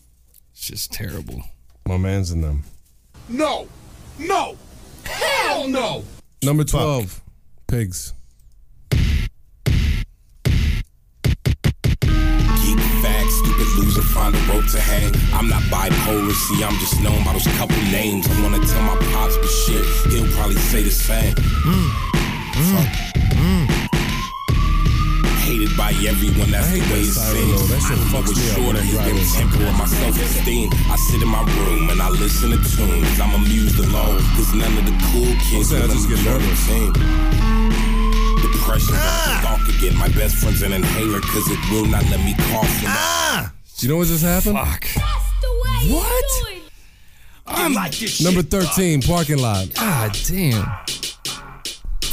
Speaker 5: It's just terrible.
Speaker 4: My man's in them.
Speaker 6: No! No! Hell no!
Speaker 4: Number twelve, Pigs.
Speaker 19: Geek fact, stupid loser, find a rope to hang. I'm not bipolar, see, I'm just known by those couple names. I wanna tell my pops, but shit, he'll probably say the same. Hated by everyone, that's the way it seems. I knew I was short of his damn temper and my self-esteem. I sit in my room and I listen to tunes. I'm amused alone, cause none of the cool kids are just get nervous. Ah! Depression, talk again. My best friend's an inhaler, cause it will not let me cough. Ah!
Speaker 4: You know what just happened?
Speaker 5: Fuck.
Speaker 4: What?
Speaker 5: I'm
Speaker 4: Number thirteen, parking lot.
Speaker 5: God damn.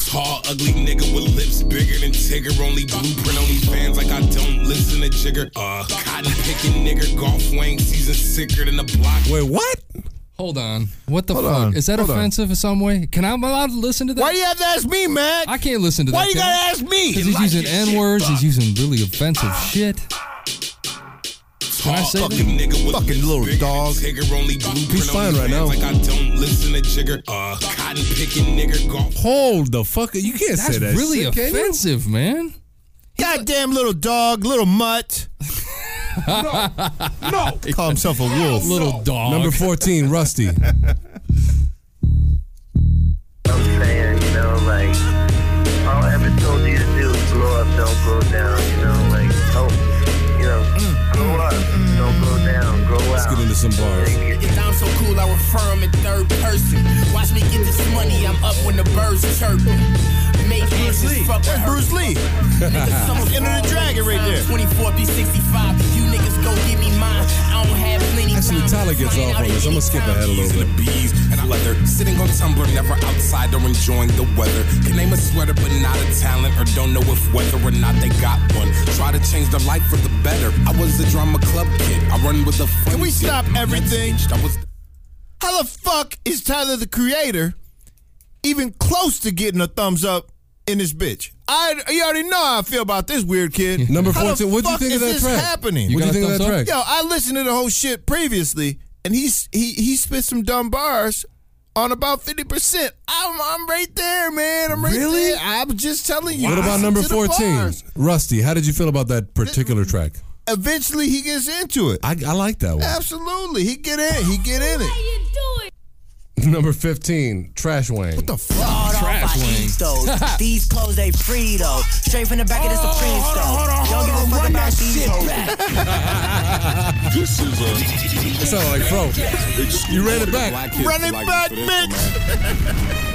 Speaker 19: Tall, ugly nigga with lips bigger than Tigger. Only blueprint, only fans like I don't listen to Jigger. Uh, cotton picking nigga, golf wang season sicker than the block.
Speaker 4: Wait, what?
Speaker 5: Hold on. What the
Speaker 19: Hold
Speaker 5: fuck?
Speaker 19: on.
Speaker 5: Is that
Speaker 19: Hold on.
Speaker 5: offensive in some way? Can I am allowed to listen to that?
Speaker 3: Why do you have to ask me, Mac?
Speaker 5: I can't listen to
Speaker 3: Why
Speaker 5: that.
Speaker 3: you
Speaker 5: can I?
Speaker 3: gotta ask me?
Speaker 5: 'Cause he's
Speaker 3: Like
Speaker 5: using
Speaker 3: your shit,
Speaker 5: N words. He's using really offensive shit.
Speaker 19: Can I say fucking nigga with fucking little dog. Tigger, only blueprint,
Speaker 4: He's fine
Speaker 19: only
Speaker 4: right
Speaker 19: fans
Speaker 4: now.
Speaker 19: Like I don't listen to Jigger. Uh, cotton picking nigga, golf
Speaker 4: Hold the fuck! You can't
Speaker 19: That's
Speaker 4: say that.
Speaker 19: really
Speaker 4: shit, can you?
Speaker 5: offensive, man.
Speaker 3: Goddamn little dog, little mutt.
Speaker 6: no, no.
Speaker 3: Call himself a wolf.
Speaker 5: Little dog.
Speaker 4: Number fourteen, Rusty.
Speaker 20: saying, you know, like, all I ever told you to do is blow up, don't go down, you know, like, oh, you know,
Speaker 19: Mm,
Speaker 20: grow up, don't go down, grow
Speaker 4: Let's
Speaker 20: out.
Speaker 4: get into some bars.
Speaker 21: If I'm so cool, I refer 'em in third person. Watch me get this money, I'm up when the birds chirping. Make Bruce Lee. Fuck That's Bruce Lee.
Speaker 3: Enter the Dragon right there.
Speaker 21: 24 through 65. You niggas go give me mine. I don't have plenty.
Speaker 4: Actually, Tyler gets off on this. I'm gonna skip ahead a little bit.
Speaker 19: bees and leather. Sitting on Tumblr, never outside or enjoying the weather. Can name a sweater, but not a talent, or don't know if whether or not they got one. Try to change their life for the better. I was a drama club kid. I run with the fun.
Speaker 3: Can we
Speaker 19: shit.
Speaker 3: stop
Speaker 19: My men's
Speaker 3: everything?
Speaker 19: aged. I was
Speaker 3: How the fuck is Tyler the Creator even close to getting a thumbs up in this bitch? I you already know how I feel about this weird kid.
Speaker 4: Number
Speaker 3: How the
Speaker 4: 14, what'd you
Speaker 3: fuck
Speaker 4: think
Speaker 3: is
Speaker 4: of that
Speaker 3: this
Speaker 4: track?
Speaker 3: Happening.
Speaker 4: You What'd you got a think of thumbs that
Speaker 3: Yo,
Speaker 4: up?
Speaker 3: I listened to the whole shit previously, and he's he he spit some dumb bars. On about fifty percent, I'm I'm right there, man. I'm right
Speaker 4: Really?
Speaker 3: there. I'm just telling you.
Speaker 4: What about
Speaker 3: Listen
Speaker 4: number
Speaker 3: to the
Speaker 4: fourteen,
Speaker 3: bars.
Speaker 4: Rusty? How did you feel about that particular track?
Speaker 3: Eventually, he gets into it.
Speaker 4: I, I like that one.
Speaker 3: Absolutely, he get in. He get in it.
Speaker 4: Number fifteen, Trash Wang. What
Speaker 3: the fuck?
Speaker 4: Trash Wang.
Speaker 22: Those- these clothes, they free though. Straight from the back of the Supreme
Speaker 23: Oh.
Speaker 22: store. Don't give a fuck about these hoes.
Speaker 18: This is a.
Speaker 4: It sounded like Fro. You ran it back.
Speaker 18: Run it back,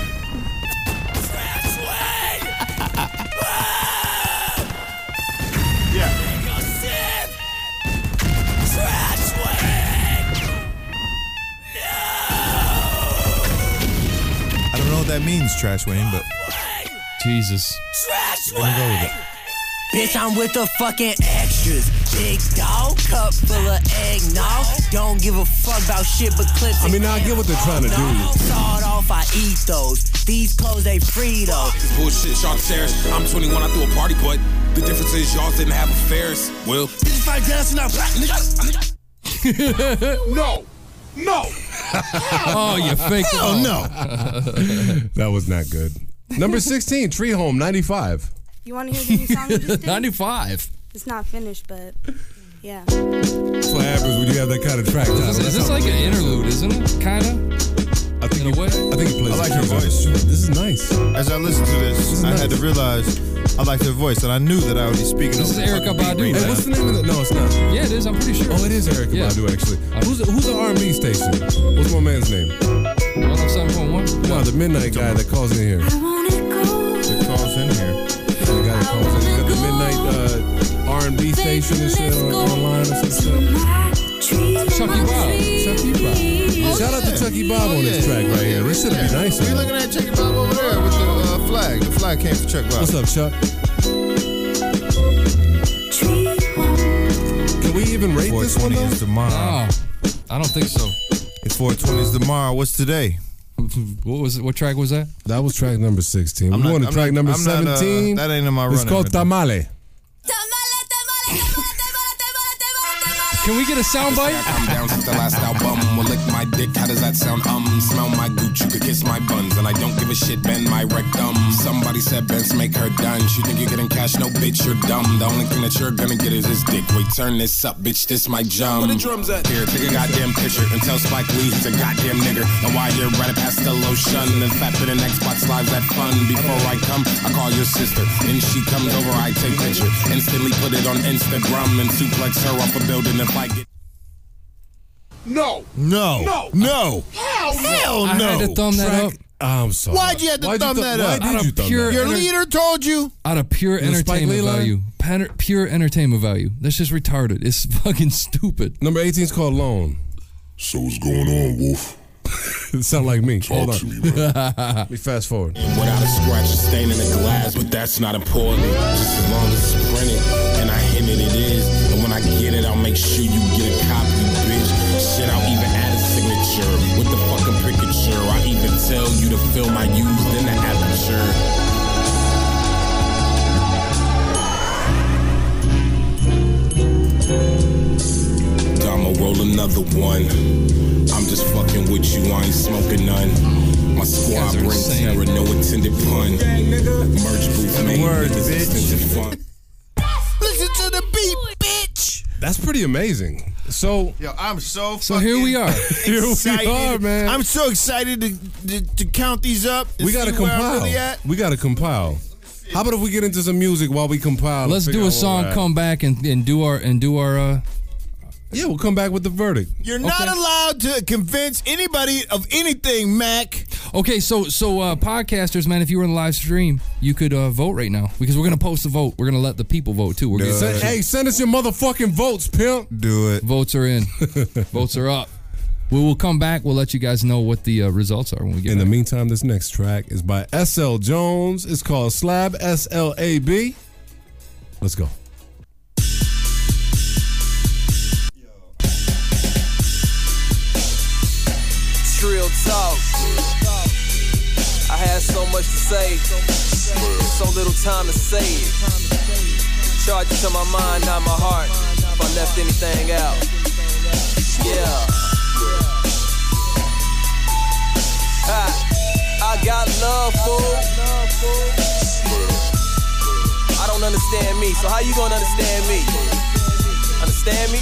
Speaker 3: I don't know what that means, Trash Wayne, but
Speaker 5: Jesus.
Speaker 22: Trash
Speaker 3: We're gonna go with it.
Speaker 22: Bitch, I'm with the fucking extras. Big dog, cup full of eggnog. Don't give a fuck about shit but clips.
Speaker 4: I mean, now I get what they're trying to do.
Speaker 22: Sawed off, I eat those. These clothes, they free though.
Speaker 19: This bullshit, y'all serious. I'm 21, I threw a party, but the difference is y'all didn't have affairs. Well,
Speaker 17: If I dance and I black, nigga.
Speaker 6: no, no.
Speaker 4: Oh, you fake-
Speaker 6: Hell
Speaker 3: Oh.
Speaker 4: that was not good. Number sixteen, Tree Home, ninety-five.
Speaker 23: You want to hear the new song we just did?
Speaker 5: Ninety-five.
Speaker 23: It's not finished, but yeah.
Speaker 4: That's what happens when you have that kind of track. Is
Speaker 5: Is this like an interlude, isn't it? Kinda.
Speaker 4: I think
Speaker 5: in a way.
Speaker 4: I think he plays.
Speaker 3: I like her voice.
Speaker 4: This is nice.
Speaker 3: As I listened to this, I had to realize I liked her voice, and I knew that I would be speaking.
Speaker 4: This
Speaker 3: over
Speaker 4: is
Speaker 3: the
Speaker 4: Erykah
Speaker 3: fucking beat right
Speaker 4: Badu. Hey,
Speaker 3: now.
Speaker 4: what's the name of it? No, it's not.
Speaker 5: Yeah, it is. I'm pretty sure.
Speaker 4: Oh, it is Erica
Speaker 5: Yeah. Uh,
Speaker 4: Badu actually. Who's the, who's the R&B station? What's my man's name?
Speaker 5: 107.1.
Speaker 4: No, the midnight guy that calls in here.
Speaker 3: That calls in here.
Speaker 4: The guy that calls in. He's got the midnight uh, R&B station and shit on, online or some stuff.
Speaker 5: Chucky E. Bob.
Speaker 4: Chucky
Speaker 3: Oh,
Speaker 4: Bob. Oh, Shout out to Chucky Bob on this track right here. This should be nice.
Speaker 3: We looking at Chucky Bob over there with the uh, flag. The flag came from Chuck Bob.
Speaker 4: What's up, Chuck? Can we even rate this one?
Speaker 3: 420 is tomorrow.
Speaker 5: Oh, I don't think so.
Speaker 3: It's 420 is tomorrow. What's today?
Speaker 5: What was it? What track was that?
Speaker 4: That was track number 16.
Speaker 3: I'm
Speaker 4: We're
Speaker 3: not-
Speaker 4: going to
Speaker 3: I'm
Speaker 4: track
Speaker 3: not-
Speaker 4: number
Speaker 3: I'm not, uh,
Speaker 4: 17.
Speaker 3: that ain't in my
Speaker 4: It's
Speaker 3: running
Speaker 4: called
Speaker 3: right
Speaker 4: Tamale.
Speaker 5: Can we get a soundbite?
Speaker 19: I'm down since the last album. Will lick my dick. How does that sound? Um, smell my gooch. You could kiss my buns, and I don't give a shit. Bend my rectum. Somebody said Benz make her done. She think you're getting cash? No, bitch, you're dumb. The only thing that you're gonna get is this dick. Wait, turn this up, bitch. This my jump. Where the drums at? Here, take a goddamn picture and tell Spike Lee he's a goddamn nigger. And while you're at it, pass the lotion. And fat for the Xbox Live that fun. Before I come, I call your sister, and she comes over. I take picture, instantly put it on Instagram and suplex her off a building if I get.
Speaker 6: No.
Speaker 3: No.
Speaker 6: No.
Speaker 3: No.
Speaker 6: Hell no.
Speaker 3: Hell no.
Speaker 5: I had to thumb that
Speaker 19: Oh,
Speaker 5: up.
Speaker 4: I'm sorry.
Speaker 3: Why'd you have to
Speaker 5: Why'd you
Speaker 3: thumb
Speaker 5: thumb-
Speaker 3: that
Speaker 5: why
Speaker 3: up?
Speaker 5: did Out you of thumb pure that up?
Speaker 3: Your
Speaker 5: ener-
Speaker 3: leader told you.
Speaker 5: Out of pure
Speaker 3: In the Spike Lee
Speaker 5: entertainment
Speaker 3: line?
Speaker 5: value. Pan- pure entertainment value. That's just retarded. It's fucking stupid.
Speaker 4: Number 18 is called Loan.
Speaker 18: So what's going on, Wolf?
Speaker 4: it sound like me. Hold
Speaker 19: Talk
Speaker 4: on.
Speaker 19: to
Speaker 4: Let me fast forward.
Speaker 19: Without a scratch or stain in the glass, but that's not important. Just as long as it's printed, and I hint it, it is. And when I get it, I'll make sure you get a copy, bitch. Shit, I'll even add a signature with the fucking picture. I even tell you to fill my used in the aperture. I'ma roll another one. I'm just fucking with you, I ain't smoking none. My squad brings terror, no intended pun. Merch booth made niggas extensive fun.
Speaker 17: Listen to the beat, bitch.
Speaker 4: That's pretty amazing. So
Speaker 3: Yo, I'm so
Speaker 4: So here we are. Here we
Speaker 3: excited.
Speaker 4: are, man.
Speaker 3: I'm so excited to, to, to count these up. and
Speaker 4: we gotta
Speaker 3: see where I'm
Speaker 4: compile.
Speaker 3: really at.
Speaker 4: we gotta compile. How about if we get into some music while we compile? and
Speaker 5: Let's
Speaker 4: figure
Speaker 5: do a
Speaker 4: out where
Speaker 5: song,
Speaker 4: we're at?
Speaker 5: come back and, and do our and do our uh
Speaker 4: Yeah, we'll come back with the verdict.
Speaker 3: You're not allowed to convince anybody of anything, Mac.
Speaker 5: Okay, so so uh podcasters, man, if you were in the live stream, you could uh vote right now because we're gonna post a vote. We're gonna let the people vote too. We're gonna
Speaker 4: Send- hey, send us your motherfucking votes, pimp.
Speaker 3: Do it.
Speaker 5: Votes are in. Votes are up. We will come back. We'll let you guys know what the uh, results are when we get.
Speaker 4: In the meantime, this next track is by SL Jones. It's called Slab S L A B. Let's go.
Speaker 12: It's real talk. I had so much to say, so little time to say it. Charges to my mind, not my heart. If I left anything out, yeah. Ah, I got love, fool. I don't understand me, so how you gonna understand me? Understand me?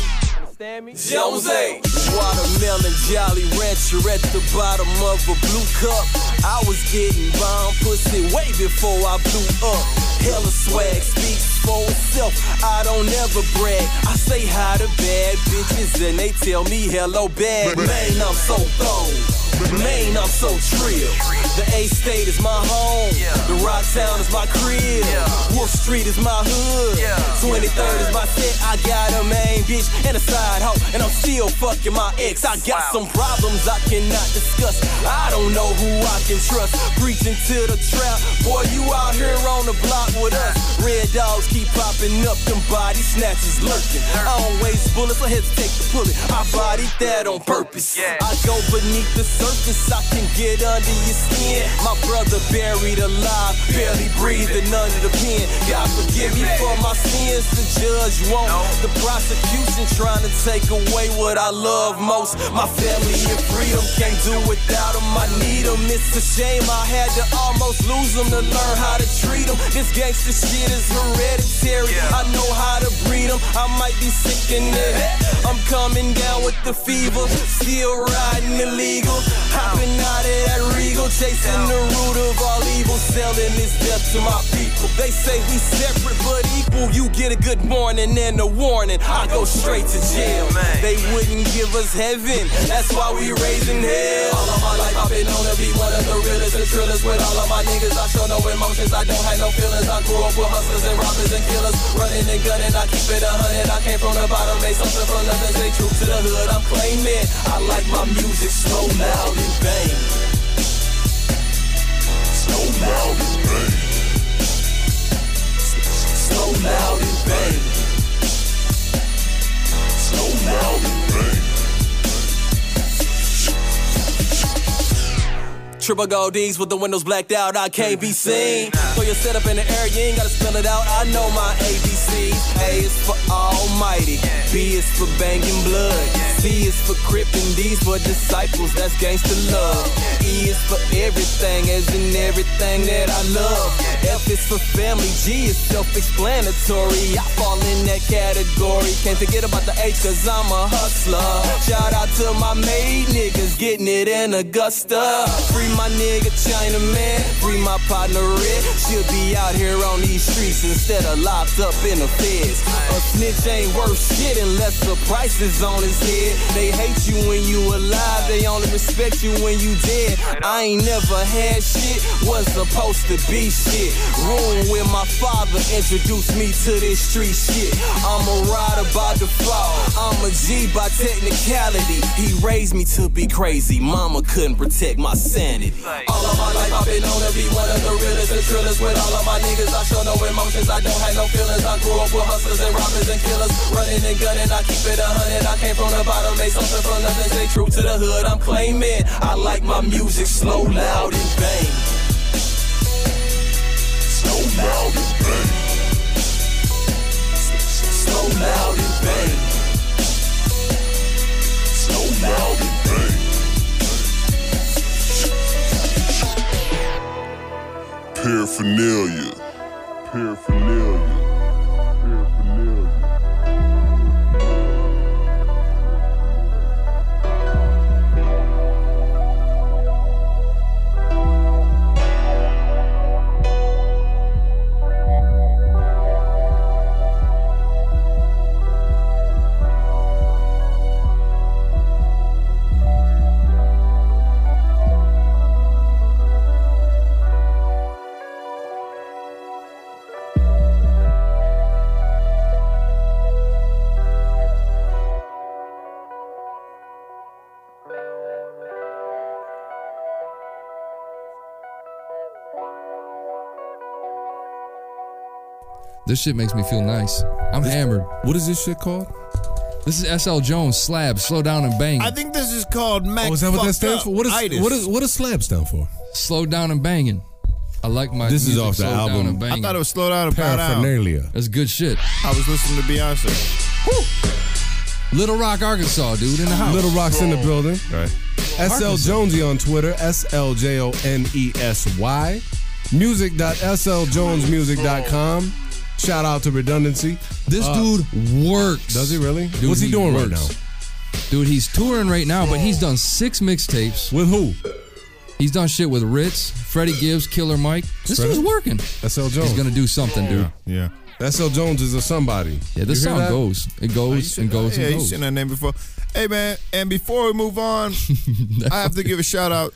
Speaker 12: Jonesy. Watermelon Jolly Rancher at the bottom of a blue cup. I was getting bomb pussy way before I blew up. Hella swag speaks for itself. I don't ever brag. I say hi to bad bitches and they tell me hello bad. Man, I'm so thorough. Man, I'm so trill. The A State is my home. The Rock Town is my crib. Wolf Street is my hood. 23rd is my set. I got a main bitch and a side hoe. And I'm still fucking my ex. I got some problems I cannot discuss. I don't know who I can trust. Preaching to the trap. Boy, you out here on the block with us. Red dogs keep popping up. Them body snatchers lurking. I don't waste bullets. I hesitate to pull it. I body that on purpose. I go beneath the surface. I can get under your skin. My brother buried alive. Barely breathing under the pen. God forgive me for my sins. The judge won't. The prosecution trying to take away what I love most. My family and freedom can't do without them. I need them. It's a shame I had to almost lose them to learn how to treat them. This gangster shit is hereditary. I know how to breed them. I might be sick in the head. I'm coming down with the fever. Still riding illegal. Hopping out of that regal. Chasing the root of all evil. Selling this death to my people. They say we separate but equal. You get a good morning and a warning. I go straight to jail. They wouldn't give us heaven. That's why we raising hell. All of my life I've been known to be one of the realest and trillest. With all of my niggas, I show no emotions. I don't have no feelings. I grew up with hustlers and robbers and killers. Running and gunning, I keep it a hundred. I came from the bottom, made something from nothing. Stay true to the hood. I'm claiming. I like my music slow, loud, and bang. Slow, loud, and bang. Slow, loud, and bang. Slow, loud, and bang. Triple gold D's with the windows blacked out, I can't be seen. Throw your setup in the air, you ain't gotta spell it out. I know my ABC. A is for Almighty, B is for banging blood, C is for Crip and D's for disciples. That's gangsta love. E is for everything, as in everything that I love. F is for family, G is self-explanatory. I fall in that category. Can't forget about the H, cause I'm a hustler. Shout out to my maid niggas, getting it in Augusta. Free my nigga China man, free my partner Red. She'll be out here on these streets instead of locked up in the feds. A snitch ain't worth shit unless the price is on his head. They hate you when you alive, they only respect you when you dead. I ain't never had shit, was supposed to be shit. Ruined when my father introduced me to this street shit. I'm a rider by default, I'm a G by technicality. He raised me to be crazy, mama couldn't protect my sanity. All of my life I've been known to be one of the realest and trillest with all of my niggas. I show no emotions, I don't have no feelings. I grew up with hustlers and robbers and killers, running and gunning. I keep it a hundred. I came from the bottom, made something from nothing. Stay true to the hood. I'm claiming I like my music slow, loud, and bang. Slow, loud, and bang. Slow, loud, and bang. Slow, loud, and bang.
Speaker 18: Paraphernalia. Paraphernalia.
Speaker 5: This shit makes me feel nice. I'm hammered. What is this shit called? This is SL Jones slab. Slow down and bang.
Speaker 3: I think this is called Mac.
Speaker 5: Oh, is that what that
Speaker 3: Fucked
Speaker 5: stands
Speaker 3: Up
Speaker 5: for? What is-
Speaker 3: Itis.
Speaker 5: what is-
Speaker 4: What does slab stand for?
Speaker 5: Slow down and banging. I like my.
Speaker 4: This is
Speaker 5: music
Speaker 4: off the
Speaker 5: slow down
Speaker 4: album.
Speaker 5: and
Speaker 4: I
Speaker 5: banging.
Speaker 3: thought it was slow down and bow down. Paraphernalia.
Speaker 5: That's good shit.
Speaker 3: I was listening to Beyonce.
Speaker 5: Little Rock, Arkansas, dude, in the house.
Speaker 4: Little Rock's in the building.
Speaker 3: Right.
Speaker 4: SL Jonesy on Twitter, S L J O N E S Y. Music.sljonesmusic.com. Shout out to Redundancy.
Speaker 5: This
Speaker 3: Uh,
Speaker 5: dude works.
Speaker 4: Does he really? What's he, doing right now?
Speaker 5: Dude, he's touring right now, but he's done six mixtapes.
Speaker 4: With who?
Speaker 5: He's done shit with Ritz, Freddie Gibbs, Killer Mike. This
Speaker 4: Freddie?
Speaker 5: dude's working.
Speaker 4: SL Jones.
Speaker 5: He's gonna do something, dude.
Speaker 3: Yeah.
Speaker 4: SL Jones is a somebody.
Speaker 5: Yeah, this
Speaker 4: You hear
Speaker 5: song
Speaker 4: that?
Speaker 5: goes. It goes and goes
Speaker 3: yeah,
Speaker 5: and
Speaker 3: you
Speaker 5: goes.
Speaker 3: seen that name before. Hey man, and before we move on, I have to give a shout out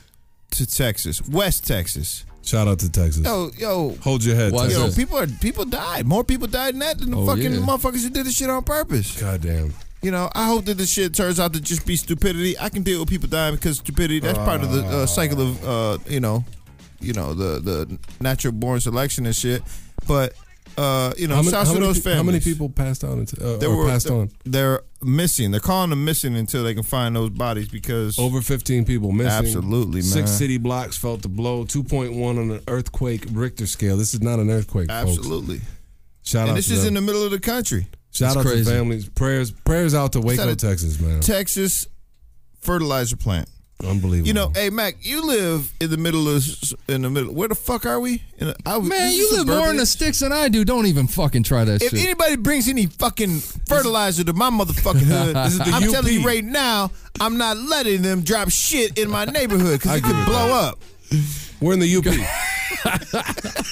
Speaker 3: to Texas, West Texas.
Speaker 4: Shout out to Texas.
Speaker 3: Yo, yo,
Speaker 4: Hold your head.
Speaker 3: Yo,
Speaker 4: Texas.
Speaker 3: people are people died. More people died in that than the
Speaker 4: Oh,
Speaker 3: fucking
Speaker 4: yeah.
Speaker 3: motherfuckers who did this shit on purpose.
Speaker 4: Goddamn.
Speaker 3: You know, I hope that this shit turns out to just be stupidity. I can deal with people dying because stupidity. That's part of the uh, cycle of uh, you know, you know the the natural born selection and shit. But uh, you know,
Speaker 4: how many,
Speaker 3: shouts
Speaker 4: how
Speaker 3: to
Speaker 4: many
Speaker 3: those
Speaker 4: pe-
Speaker 3: families.
Speaker 4: How many people passed out? Into, uh, or passed
Speaker 3: they're,
Speaker 4: on?
Speaker 3: They're missing. They're calling them missing until they can find those bodies because
Speaker 4: Over 15 people missing.
Speaker 3: Absolutely, man.
Speaker 4: Six city blocks felt the blow. 2.1 on an earthquake Richter scale. This is not an earthquake. folks.
Speaker 3: Absolutely.
Speaker 4: Shout out
Speaker 3: and this
Speaker 4: to
Speaker 3: is
Speaker 4: them.
Speaker 3: in the middle of the country.
Speaker 4: Shout
Speaker 3: It's
Speaker 4: out
Speaker 3: crazy.
Speaker 4: to families. Prayers prayers out to
Speaker 3: It's
Speaker 4: Waco,
Speaker 3: at a
Speaker 4: Texas, man.
Speaker 3: Texas fertilizer plant.
Speaker 4: Unbelievable.
Speaker 3: You know, hey Mac, you live in the middle of in the middle. Where the fuck are we? In a, I, was-
Speaker 5: Man,
Speaker 3: this
Speaker 5: you
Speaker 3: is
Speaker 5: live more in
Speaker 3: suburbia.
Speaker 5: the sticks than I do. Don't even fucking try that
Speaker 3: If
Speaker 5: shit.
Speaker 3: anybody brings any fucking fertilizer to my motherfucking hood,
Speaker 5: This is the
Speaker 3: I'm
Speaker 5: UP.
Speaker 3: telling you right now, I'm not letting them drop shit in my neighborhood because
Speaker 4: I
Speaker 3: it could
Speaker 4: agree with
Speaker 3: blow
Speaker 4: that.
Speaker 3: up.
Speaker 4: We're in the UP.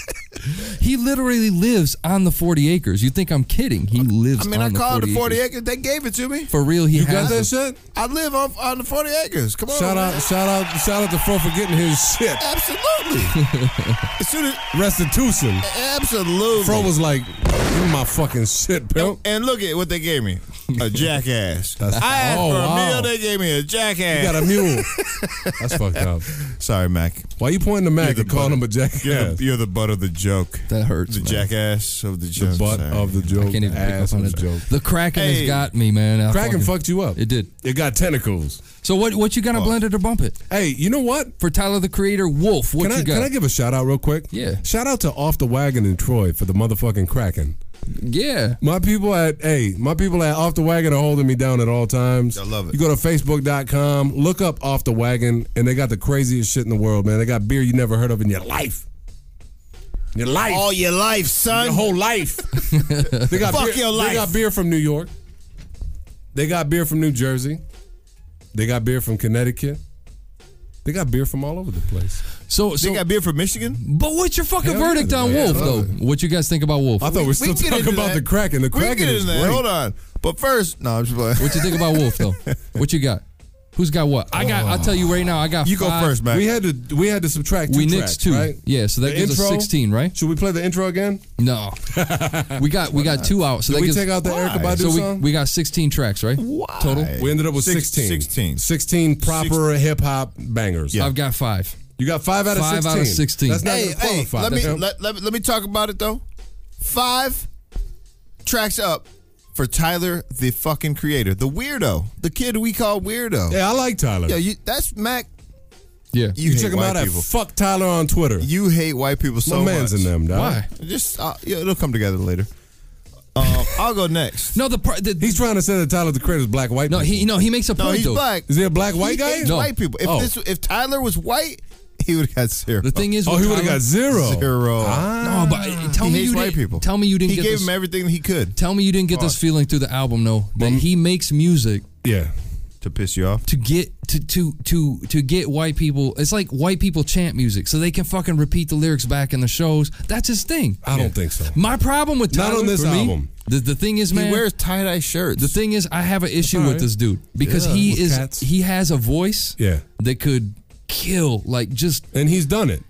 Speaker 5: he literally lives on the 40 acres. You think I'm kidding? He lives
Speaker 3: I mean, I
Speaker 5: on the
Speaker 3: called
Speaker 5: 40
Speaker 3: the 40
Speaker 5: acres.
Speaker 3: acres. They gave it to me.
Speaker 5: For real, he
Speaker 4: You
Speaker 5: has
Speaker 4: got that
Speaker 5: them.
Speaker 4: shit?
Speaker 3: I live on, on the 40 acres. Come on.
Speaker 4: Shout
Speaker 3: man.
Speaker 4: out, shout out, shout out to Fro for getting his shit.
Speaker 3: Absolutely. As soon as,
Speaker 4: Restitution.
Speaker 3: absolutely.
Speaker 4: Fro was like, give me my fucking shit, pimp.
Speaker 3: and look at what they gave me. A jackass.
Speaker 4: That's-
Speaker 3: I asked
Speaker 4: Oh,
Speaker 3: for a
Speaker 4: wow.
Speaker 3: meal. They gave me a jackass.
Speaker 4: You got a mule. That's fucked up.
Speaker 3: Sorry, Mac.
Speaker 4: Why you pointing to Mac
Speaker 3: You're
Speaker 4: and
Speaker 3: the
Speaker 4: calling him
Speaker 3: butt.
Speaker 4: a jackass?
Speaker 3: You're, the, you're the butt of the joke.
Speaker 5: That hurts.
Speaker 3: The
Speaker 5: man.
Speaker 3: jackass of the joke.
Speaker 4: the butt of the joke.
Speaker 5: I can't even pick
Speaker 4: ass
Speaker 5: up on
Speaker 4: of
Speaker 5: it.
Speaker 4: the joke.
Speaker 5: The Kraken
Speaker 3: Hey.
Speaker 5: has got me, man. I
Speaker 4: Kraken
Speaker 5: fucking-
Speaker 4: fucked you up.
Speaker 5: It did.
Speaker 4: It got tentacles.
Speaker 5: So what? What you got to
Speaker 4: Oh.
Speaker 5: blend it or bump it?
Speaker 4: Hey, you know what?
Speaker 5: For Tyler the Creator, Wolf. What
Speaker 4: can
Speaker 5: you
Speaker 4: I
Speaker 5: got?
Speaker 4: can I give a shout out real quick?
Speaker 5: Yeah.
Speaker 4: Shout out to Off the Wagon in Troy for the motherfucking Kraken.
Speaker 5: yeah.
Speaker 4: My people at hey, my people at Off the Wagon are holding me down at all times.
Speaker 3: I love it.
Speaker 4: You go to Facebook.com, look up Off the Wagon, and they got the craziest shit in the world, man. They got beer you never heard of in your life. Your life.
Speaker 3: All your life, son.
Speaker 4: Your whole life. they got
Speaker 3: Fuck
Speaker 4: beer,
Speaker 3: your life.
Speaker 4: They got beer from New York. They got beer from New Jersey. They got beer from Connecticut. They got beer from all over the place.
Speaker 5: So
Speaker 3: They
Speaker 5: so.
Speaker 3: got beer from Michigan.
Speaker 5: but what's your fucking
Speaker 4: Hell yeah,
Speaker 5: verdict on
Speaker 4: man.
Speaker 5: Wolf
Speaker 4: Yeah.
Speaker 5: though? What you guys think about Wolf?
Speaker 4: I thought we were
Speaker 3: We
Speaker 4: still
Speaker 3: can get
Speaker 4: talking
Speaker 3: into
Speaker 4: about
Speaker 3: that.
Speaker 4: the Kraken. The
Speaker 3: We can
Speaker 4: Kraken
Speaker 3: get
Speaker 4: is
Speaker 3: into that.
Speaker 4: great.
Speaker 3: Hold on. But first, no, I'm just playing.
Speaker 5: What you think about Wolf though? What you got? Who's got what? I got. I'll tell you right now. I got. five.
Speaker 4: We had to we had to subtract. Two
Speaker 5: we
Speaker 4: tracks,
Speaker 5: nixed two.
Speaker 4: right?
Speaker 5: Yeah, so that
Speaker 4: The
Speaker 5: gives us
Speaker 4: intro-
Speaker 5: sixteen, right?
Speaker 4: Should we play the intro again?
Speaker 5: No, we got we got two out. So
Speaker 4: Did
Speaker 5: that
Speaker 4: we
Speaker 5: gives,
Speaker 4: take out the Erica Why? Badu
Speaker 5: so
Speaker 4: song?
Speaker 5: We, we got sixteen tracks, right? Total.
Speaker 4: We ended up with
Speaker 5: Six-
Speaker 4: 16.
Speaker 5: 16.
Speaker 4: 16 proper hip hop bangers.
Speaker 5: I've got five.
Speaker 4: You got five out of
Speaker 5: Five
Speaker 4: 16.
Speaker 5: out of 16.
Speaker 4: That's not
Speaker 5: Hey,
Speaker 4: gonna
Speaker 5: hey,
Speaker 4: qualify.
Speaker 3: Let me
Speaker 4: That's-
Speaker 3: let, let, let me talk about it though. Five tracks up for Tyler, the fucking creator, the weirdo, the kid we call weirdo.
Speaker 4: Yeah, I like Tyler.
Speaker 3: Yeah, you, that's Mac.
Speaker 5: Yeah.
Speaker 3: You,
Speaker 4: You
Speaker 3: hate
Speaker 4: check him
Speaker 3: white
Speaker 4: out at
Speaker 3: people.
Speaker 4: Fuck Tyler on Twitter.
Speaker 3: You hate white people so
Speaker 4: My man's
Speaker 3: much.
Speaker 4: in them, dog.
Speaker 3: Why? Just uh, yeah, it'll come together later. Um, I'll go next.
Speaker 5: No, the part the,
Speaker 4: he's trying to say that Tyler the Creator is black white.
Speaker 5: No, he- no, he makes a
Speaker 3: No,
Speaker 5: point,
Speaker 3: he's
Speaker 5: though.
Speaker 3: black.
Speaker 4: Is he a black white
Speaker 3: He
Speaker 4: guy?
Speaker 3: hates
Speaker 4: No.
Speaker 3: white people. If
Speaker 4: Oh.
Speaker 3: this if Tyler was white, he would have got zero. The
Speaker 5: thing is, Oh, with he would've Tyler- got zero.
Speaker 3: Zero.
Speaker 5: No, but uh, tell
Speaker 3: He
Speaker 5: me
Speaker 3: hates
Speaker 5: you
Speaker 3: white
Speaker 5: didn't,
Speaker 3: people.
Speaker 5: Tell me you didn't
Speaker 3: He
Speaker 5: get
Speaker 3: gave
Speaker 5: this,
Speaker 3: him everything he could.
Speaker 5: Tell me you didn't get this
Speaker 3: Pause.
Speaker 5: feeling through the album, though. That he makes music.
Speaker 4: Yeah.
Speaker 3: To piss you off.
Speaker 5: To get to to to to get white people, it's like white people chant music, so they can fucking repeat the lyrics back in the shows. That's his thing.
Speaker 4: I don't think so.
Speaker 5: My problem with
Speaker 4: Not
Speaker 5: Tyler
Speaker 4: on this
Speaker 5: for me,
Speaker 4: album.
Speaker 5: the, the thing is,
Speaker 4: He
Speaker 5: man,
Speaker 4: wears
Speaker 3: tie dye shirts.
Speaker 5: The thing is, I have an issue
Speaker 4: all
Speaker 5: with
Speaker 4: right.
Speaker 5: this dude because
Speaker 4: Yeah,
Speaker 5: he
Speaker 4: with
Speaker 5: is
Speaker 4: cats.
Speaker 5: he has a voice
Speaker 4: Yeah.
Speaker 5: that could kill, like just
Speaker 4: and he's done it.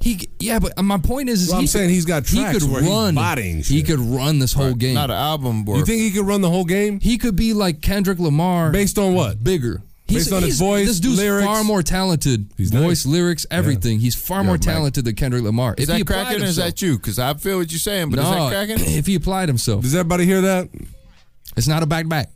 Speaker 5: He yeah, but my point is, is
Speaker 4: Well,
Speaker 5: he
Speaker 4: I'm
Speaker 5: could-
Speaker 4: saying he's got tracks
Speaker 5: he could
Speaker 4: where he's
Speaker 5: run
Speaker 4: bodying
Speaker 5: He could run this whole game.
Speaker 3: Not an album. Worth.
Speaker 4: You think he could run the whole game?
Speaker 5: He could be like Kendrick Lamar.
Speaker 4: Based on what?
Speaker 5: Bigger.
Speaker 4: Based on his voice,
Speaker 5: this dude's
Speaker 4: lyrics?
Speaker 5: far more talented. voice, lyrics, everything. He's far more
Speaker 3: Mac.
Speaker 5: talented than Kendrick Lamar.
Speaker 3: Is
Speaker 5: he
Speaker 3: that
Speaker 5: applied
Speaker 3: cracking or is
Speaker 5: himself.
Speaker 3: that you? Because I feel what you're saying, but
Speaker 5: no,
Speaker 3: is that cracking?
Speaker 5: if he applied himself.
Speaker 4: Does everybody hear that?
Speaker 5: It's not a back back.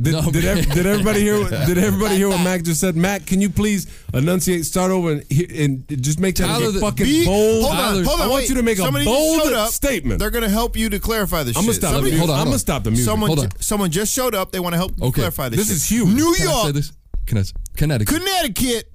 Speaker 4: Did,
Speaker 5: No,
Speaker 4: did, ev-
Speaker 5: man.
Speaker 4: did everybody hear? What, did everybody hear what Mac just said? Mac, can you please enunciate, start over, and, he- and just make that
Speaker 3: Tyler
Speaker 4: a
Speaker 3: the-
Speaker 4: fucking
Speaker 3: Be-
Speaker 4: bold.
Speaker 3: Hold on, hold on.
Speaker 4: I want
Speaker 3: wait.
Speaker 4: you to make
Speaker 3: Somebody
Speaker 4: a
Speaker 3: just
Speaker 4: bold
Speaker 3: showed up.
Speaker 4: statement.
Speaker 3: They're going to help you to clarify this.
Speaker 4: I'ma
Speaker 3: shit.
Speaker 4: stop the
Speaker 3: Somebody-
Speaker 4: music. Hold on, I'ma hold on. stop the music.
Speaker 3: Someone,
Speaker 4: Hold on.
Speaker 3: ju- someone just showed up. They want to help you
Speaker 5: Okay.
Speaker 3: clarify this.
Speaker 5: This
Speaker 3: shit.
Speaker 5: is huge.
Speaker 3: New
Speaker 5: Can I say
Speaker 3: York,
Speaker 5: this? Can I s- Connecticut.
Speaker 3: Connecticut,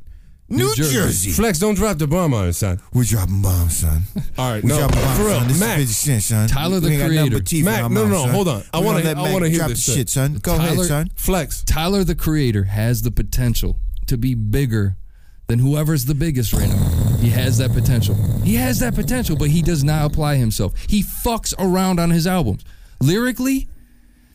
Speaker 3: New,
Speaker 5: New
Speaker 3: Jersey.
Speaker 5: Jersey.
Speaker 4: Flex, don't drop the bomb on us, son.
Speaker 3: We dropping bombs, son.
Speaker 4: All right,
Speaker 3: We
Speaker 4: no,
Speaker 3: dropping bombs,
Speaker 4: for real,
Speaker 3: son. This is
Speaker 4: Mac.
Speaker 3: 50 cent, son.
Speaker 5: Tyler
Speaker 3: We
Speaker 5: the
Speaker 3: ain't got nothing
Speaker 5: creator.
Speaker 3: but teeth in
Speaker 4: Mac,
Speaker 3: our
Speaker 4: no,
Speaker 3: mouth,
Speaker 4: no,
Speaker 3: son.
Speaker 4: hold on. I
Speaker 3: We
Speaker 4: wanna-
Speaker 3: gonna let
Speaker 4: I
Speaker 3: Mac
Speaker 4: wanna hear
Speaker 3: drop
Speaker 4: this
Speaker 3: the
Speaker 4: shit.
Speaker 3: shit, son. Go ahead,
Speaker 5: Tyler-
Speaker 3: son.
Speaker 4: Flex.
Speaker 5: Tyler the creator has the potential to be bigger than whoever's the biggest right now. He has that potential. He has that potential, but he does not apply himself. He fucks around on his albums. Lyrically,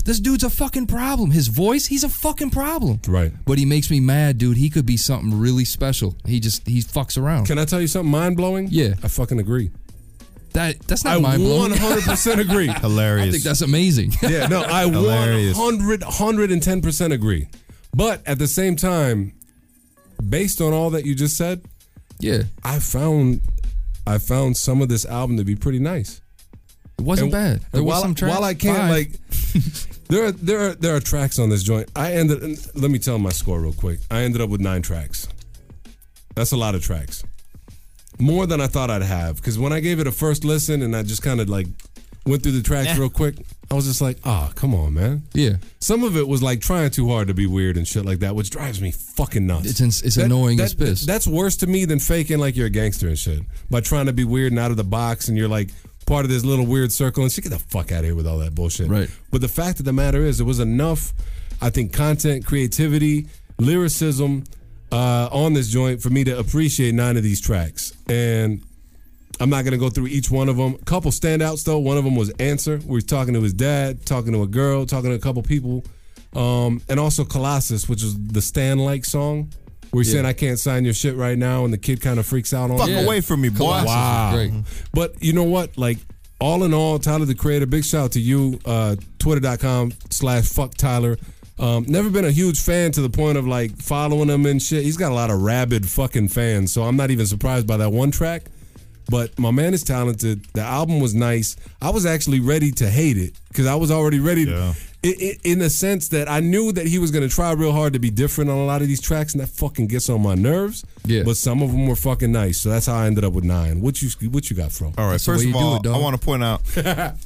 Speaker 5: this dude's a fucking problem. His voice, he's a fucking problem.
Speaker 4: Right.
Speaker 5: But he makes me mad, dude. He could be something really special. He just he fucks around.
Speaker 4: Can I tell you something mind blowing?
Speaker 5: Yeah.
Speaker 4: I fucking agree.
Speaker 5: That that's
Speaker 4: I
Speaker 5: not mind blowing.
Speaker 4: 100% agree.
Speaker 3: Hilarious.
Speaker 5: I think that's amazing.
Speaker 4: Yeah, no, I
Speaker 3: Hilarious.
Speaker 4: 100, 110% agree. But at the same time, based on all that you just said,
Speaker 5: yeah,
Speaker 4: I found I found some of this album to be pretty nice.
Speaker 5: It wasn't
Speaker 4: And-
Speaker 5: bad. There
Speaker 4: and
Speaker 5: was
Speaker 4: while,
Speaker 5: some track.
Speaker 4: While I can't
Speaker 5: Five.
Speaker 4: like, there are there are there are tracks on this joint. I ended. and Let me tell my score real quick. I ended up with nine tracks. That's a lot of tracks, more than I thought I'd have. Because when I gave it a first listen and I just kind of like went through the tracks real quick, I was just like, ah, come on, man.
Speaker 5: Yeah.
Speaker 4: Some of it was like trying too hard to be weird and shit like that, which drives me fucking nuts.
Speaker 5: It's ins- it's annoying
Speaker 4: that,
Speaker 5: as piss.
Speaker 4: That's worse to me than faking like you're a gangster and shit by trying to be weird and out of the box and you're like part of this little weird circle and shit. Get the fuck out of here with all that bullshit. Right. But the fact of the matter is, there was enough, I think, content, creativity, lyricism uh, on this joint for me to appreciate nine of these tracks. And I'm not gonna go through each one of them. couple standouts though. One of them was Answer. We were talking to his dad, talking to a girl, talking to a couple people, um, and also Colossus, which is the Stan like song. We're
Speaker 3: Yeah.
Speaker 4: saying I can't sign your shit right now, and the kid kind of freaks out on
Speaker 3: Fuck
Speaker 4: it.
Speaker 3: away from me, boy. Colossus was
Speaker 4: Wow.
Speaker 3: great.
Speaker 4: But you know what? Like all in all, Tyler the Creator. Big shout out to you. Uh, Twitter.com slash fuck Tyler. Um, never been a huge fan to the point of like following him and shit. He's got a lot of rabid fucking fans, so I'm not even surprised by that one track. But my man is talented. The album was nice. I was actually ready to hate it because I was already ready. To, i i in the sense that I knew that he was going to try real hard to be different on a lot of these tracks, and that fucking gets on my nerves. Yeah. But some of them were fucking nice, so that's how I ended up with nine. What you what you got, Fro?
Speaker 3: All right. First of all, I want to point out.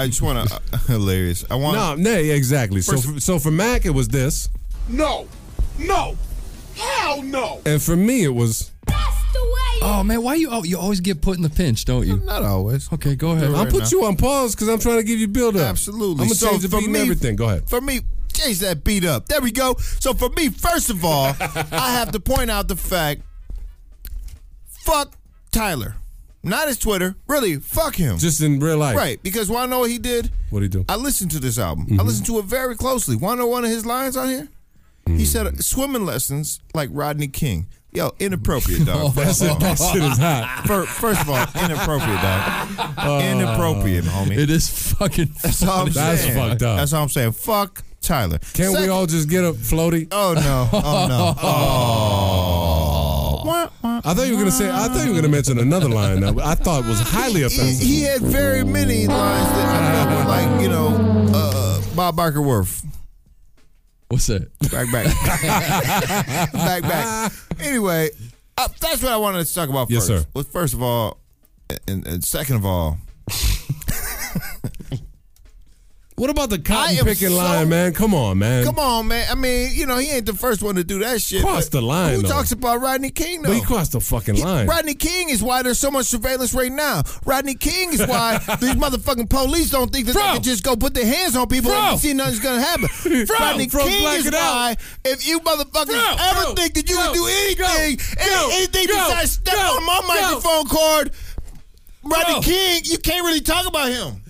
Speaker 3: I just uh, want to hilarious. I want.
Speaker 4: No, no, yeah, exactly. So,
Speaker 3: First-
Speaker 4: for, so for Mac, it was this,
Speaker 6: No. No. Hell no.
Speaker 4: and for me, it was.
Speaker 5: Oh man, why you oh, you always get put in the pinch, don't you?
Speaker 3: Not always.
Speaker 5: Okay, go ahead.
Speaker 4: I'll put you on pause because I'm trying to give you build up.
Speaker 3: Absolutely.
Speaker 4: I'm gonna
Speaker 3: So
Speaker 4: change the
Speaker 3: for
Speaker 4: beat and
Speaker 3: me-
Speaker 4: everything. Go ahead.
Speaker 3: For me, change that beat up. There we go. So for me, first of all, I have to point out the fact. Fuck Tyler, not his Twitter. Really, fuck him.
Speaker 4: Just in real life,
Speaker 3: Right, because want to know what he did?
Speaker 4: What do Mm-hmm. you do?
Speaker 3: I listened to this album. I listened to it very closely. Want to know one of his lines on here? He
Speaker 4: Mm.
Speaker 3: said swimming lessons like Rodney King. Yo, inappropriate, dog.
Speaker 4: That
Speaker 3: First of
Speaker 4: shit-
Speaker 3: all.
Speaker 4: Oh, that shit is hot. Oh.
Speaker 3: Fir- First of all, inappropriate, dog. inappropriate, homie.
Speaker 4: It
Speaker 5: is fucking.
Speaker 3: That's all I'm
Speaker 4: That's
Speaker 3: saying.
Speaker 4: fucked up.
Speaker 3: That's all I'm saying. Fuck Tyler.
Speaker 4: Can't we all just get a floaty?
Speaker 3: Oh no! Oh no! Oh.
Speaker 4: I thought you were gonna say. I thought you were gonna mention another line that I thought was highly offensive.
Speaker 3: He had very many lines that I know were like, you know, uh, Bob Barkerworth.
Speaker 5: What's that?
Speaker 3: Back, back. back, back. Anyway, uh, that's what I wanted to talk about
Speaker 4: Yes,
Speaker 3: first.
Speaker 4: sir.
Speaker 3: Well, first of all, and, and second of all,
Speaker 4: What about the
Speaker 3: I
Speaker 4: cotton
Speaker 3: am
Speaker 4: picking
Speaker 3: so-
Speaker 4: line, man? Come on, man.
Speaker 3: come on, man. I mean, you know, he ain't the first one to do that shit.
Speaker 4: Crossed
Speaker 3: but
Speaker 4: the line,
Speaker 3: Who
Speaker 4: though.
Speaker 3: talks about Rodney King, though?
Speaker 4: But he crossed the fucking line.
Speaker 3: Rodney King is why there's so much surveillance right now. Rodney King is why these motherfucking police don't think that they can just go put their hands on people
Speaker 4: Bro.
Speaker 3: and see nothing's gonna happen. Rodney
Speaker 4: Bro,
Speaker 3: King
Speaker 4: black
Speaker 3: is
Speaker 4: it out.
Speaker 3: why if you motherfuckers
Speaker 4: Bro,
Speaker 3: ever
Speaker 4: bro,
Speaker 3: think that you
Speaker 4: go,
Speaker 3: can do anything, any-
Speaker 4: go,
Speaker 3: anything
Speaker 4: go,
Speaker 3: besides step
Speaker 4: go,
Speaker 3: on my
Speaker 4: go.
Speaker 3: microphone cord, Rodney
Speaker 4: Bro.
Speaker 3: King, you can't really talk about him.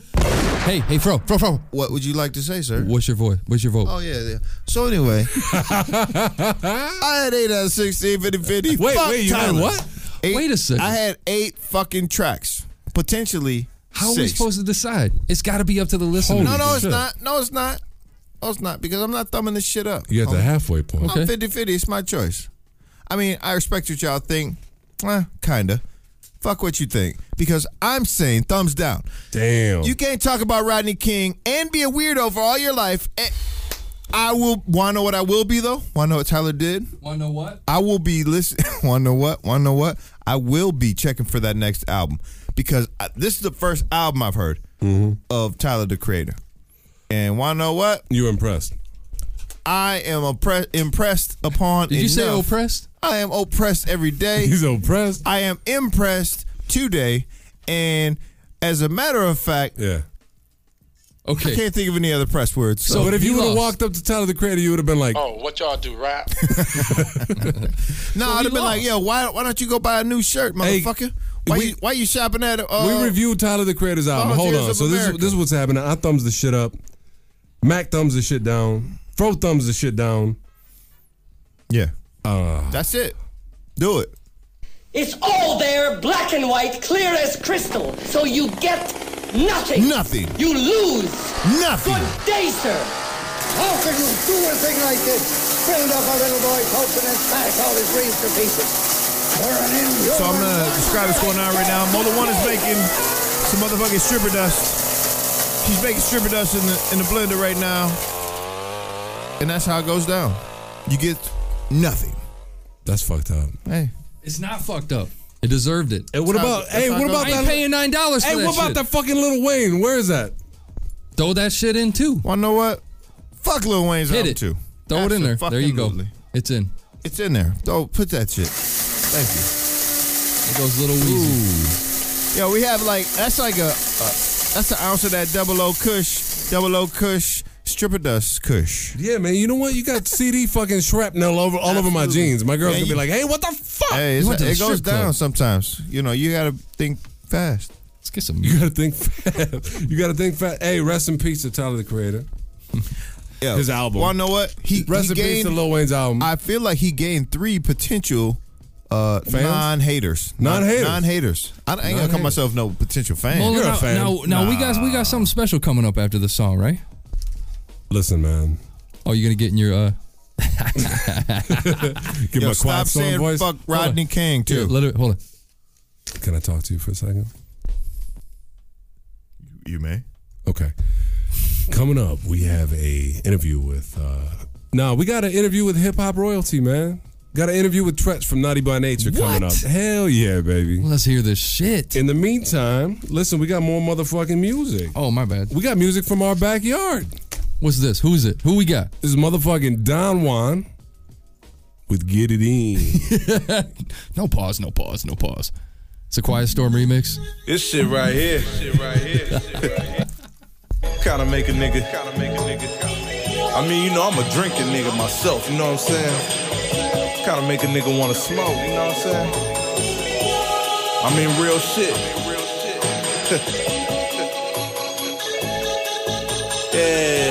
Speaker 5: Hey, hey, Fro, Fro, Fro.
Speaker 3: What would you like to say, sir?
Speaker 5: What's your voice? What's your vote?
Speaker 3: Oh yeah, yeah. So anyway, I had eight out of 16, 50, 50.
Speaker 4: Wait,
Speaker 3: Fuck
Speaker 4: wait, you had
Speaker 3: Tyler.
Speaker 4: what?
Speaker 3: Eight-
Speaker 5: Wait a second.
Speaker 3: I had eight fucking tracks, potentially.
Speaker 5: How
Speaker 3: six.
Speaker 5: are we supposed to decide? It's got to be up to the listener.
Speaker 3: no, no, it's not. No, it's not. No, it's not because I'm not thumbing this shit up.
Speaker 4: You at the
Speaker 3: homie.
Speaker 4: halfway point.
Speaker 3: I'm 50 50. It's my choice. I mean, I respect what y'all think. Eh, kinda. Fuck what you think. Because I'm saying thumbs down.
Speaker 4: Damn.
Speaker 3: You can't talk about Rodney King and be a weirdo for all your life. Eh, I will. Wanna know what I will be though? Wanna know what Tyler did?
Speaker 5: Want to know what?
Speaker 3: I will be listening. Wanna know what? Wanna know what? I will be checking for that next album because I, this is the first album I've heard
Speaker 4: Mm-hmm.
Speaker 3: of Tyler the Creator. And wanna know what?
Speaker 4: You impressed?
Speaker 3: I am oppre- impressed upon.
Speaker 5: Did you say
Speaker 3: enough.
Speaker 5: oppressed?
Speaker 3: I am oppressed every day.
Speaker 4: He's oppressed.
Speaker 3: I am impressed today, and as a matter of fact,
Speaker 4: Yeah.
Speaker 5: Okay.
Speaker 3: I can't think of any other press words.
Speaker 4: So, but if you would have walked up to Tyler the Creator, you would have been like,
Speaker 10: Oh, what y'all do rap?
Speaker 3: no, I'd have been like, yo, why why don't you go buy a new shirt,
Speaker 4: Hey,
Speaker 3: motherfucker? why
Speaker 4: we-
Speaker 3: you why you shopping at? Uh,
Speaker 4: we reviewed Tyler the Creator's album. Hold
Speaker 3: Volunteers
Speaker 4: on.
Speaker 3: of
Speaker 4: So this is,
Speaker 3: America.
Speaker 4: this is what's happening. I thumbs the shit up. Mac thumbs the shit down. Fro thumbs the shit down.
Speaker 3: Yeah.
Speaker 4: Uh,
Speaker 3: That's it. Do it.
Speaker 24: It's all there, black and white, clear as crystal. So you get nothing.
Speaker 3: Nothing.
Speaker 24: You lose.
Speaker 3: Nothing.
Speaker 24: Good day, sir.
Speaker 25: How can you do a thing like this? Build up a little boy's hopes and then smash all his dreams to pieces. You're an inhuman.
Speaker 3: So I'm gonna describe what's going on right now. Mola One is making some motherfucking stripper dust. She's making stripper dust in the in the blender right now, and that's how it goes down. You get nothing.
Speaker 4: that's fucked up.
Speaker 3: Hey,
Speaker 5: It's not fucked up. It deserved it.
Speaker 4: And what about? hey, what about
Speaker 5: I ain't
Speaker 4: that?
Speaker 5: paying nine dollars.
Speaker 4: hey,
Speaker 5: for that
Speaker 4: what about
Speaker 5: shit.
Speaker 4: that fucking Little Wayne? Where is that?
Speaker 5: Throw that shit in too.
Speaker 3: Wanna know what? Fuck Lil Wayne's
Speaker 5: Hit
Speaker 3: album
Speaker 5: it.
Speaker 3: too.
Speaker 5: Throw it in there. There you go.
Speaker 3: Absolutely.
Speaker 5: It's in.
Speaker 3: It's in there. Oh, put that shit. Thank you.
Speaker 5: It goes little Weezy.
Speaker 3: Yo, we have like that's like a, a that's an ounce of that double O Kush, double O Kush stripper dust Kush.
Speaker 4: Yeah, man. You know what? You got CD fucking shrapnel over all over my jeans. My girl's
Speaker 3: Man,
Speaker 4: gonna
Speaker 3: you-
Speaker 4: be like, "Hey, what the fuck?"
Speaker 3: Hey,
Speaker 4: You
Speaker 3: it's,
Speaker 4: went to the
Speaker 3: it goes
Speaker 4: strip club.
Speaker 3: down sometimes. You know, you gotta think fast.
Speaker 5: Let's get some.
Speaker 4: You gotta think fast. you gotta think fast. Hey, rest in peace to Tyler the Creator.
Speaker 3: Yeah.
Speaker 4: His album.
Speaker 3: Wanna know what? He
Speaker 4: Rest
Speaker 3: he
Speaker 4: in peace to
Speaker 3: gained.
Speaker 4: Lil Wayne's album.
Speaker 3: I feel like he gained three potential uh,
Speaker 4: Fans?
Speaker 3: non-haters. Non-
Speaker 4: Non-haters.
Speaker 3: Non-haters. I ain't gonna call
Speaker 4: Non-haters.
Speaker 3: myself no potential fan.
Speaker 5: Well, now, Now, now we got we got something special coming up after this song, right?
Speaker 4: Listen, man.
Speaker 5: Oh, you're gonna get in your uh.
Speaker 4: Give
Speaker 3: Yo,
Speaker 4: my
Speaker 3: stop
Speaker 4: quaps on
Speaker 3: saying
Speaker 4: voice.
Speaker 3: fuck Rodney King
Speaker 5: Yeah,
Speaker 3: too.
Speaker 5: let it, hold on.
Speaker 4: Can I talk to you for a second?
Speaker 3: you may.
Speaker 4: Okay. Coming up, we have a interview with. uh Nah, we got an interview with hip hop royalty, man. Got an interview with Tretch from Naughty by Nature coming up.
Speaker 5: What?
Speaker 4: Hell yeah, baby.
Speaker 5: Let's hear this shit.
Speaker 4: In the meantime, listen, we got more motherfucking music.
Speaker 5: Oh my bad.
Speaker 4: We got music from our backyard.
Speaker 5: What's this? Who's it? Who we got?
Speaker 4: This is motherfucking Don Juan with Get It In.
Speaker 5: No pause. No pause. No pause. It's a Quiet Storm remix.
Speaker 26: This shit right here. Shit right here. Kinda make a nigga. Kinda make a nigga. I mean, you know, I'm a drinking nigga myself, you know what I'm saying? Kinda make a nigga wanna smoke, you know what I'm saying? I mean, real shit. yeah.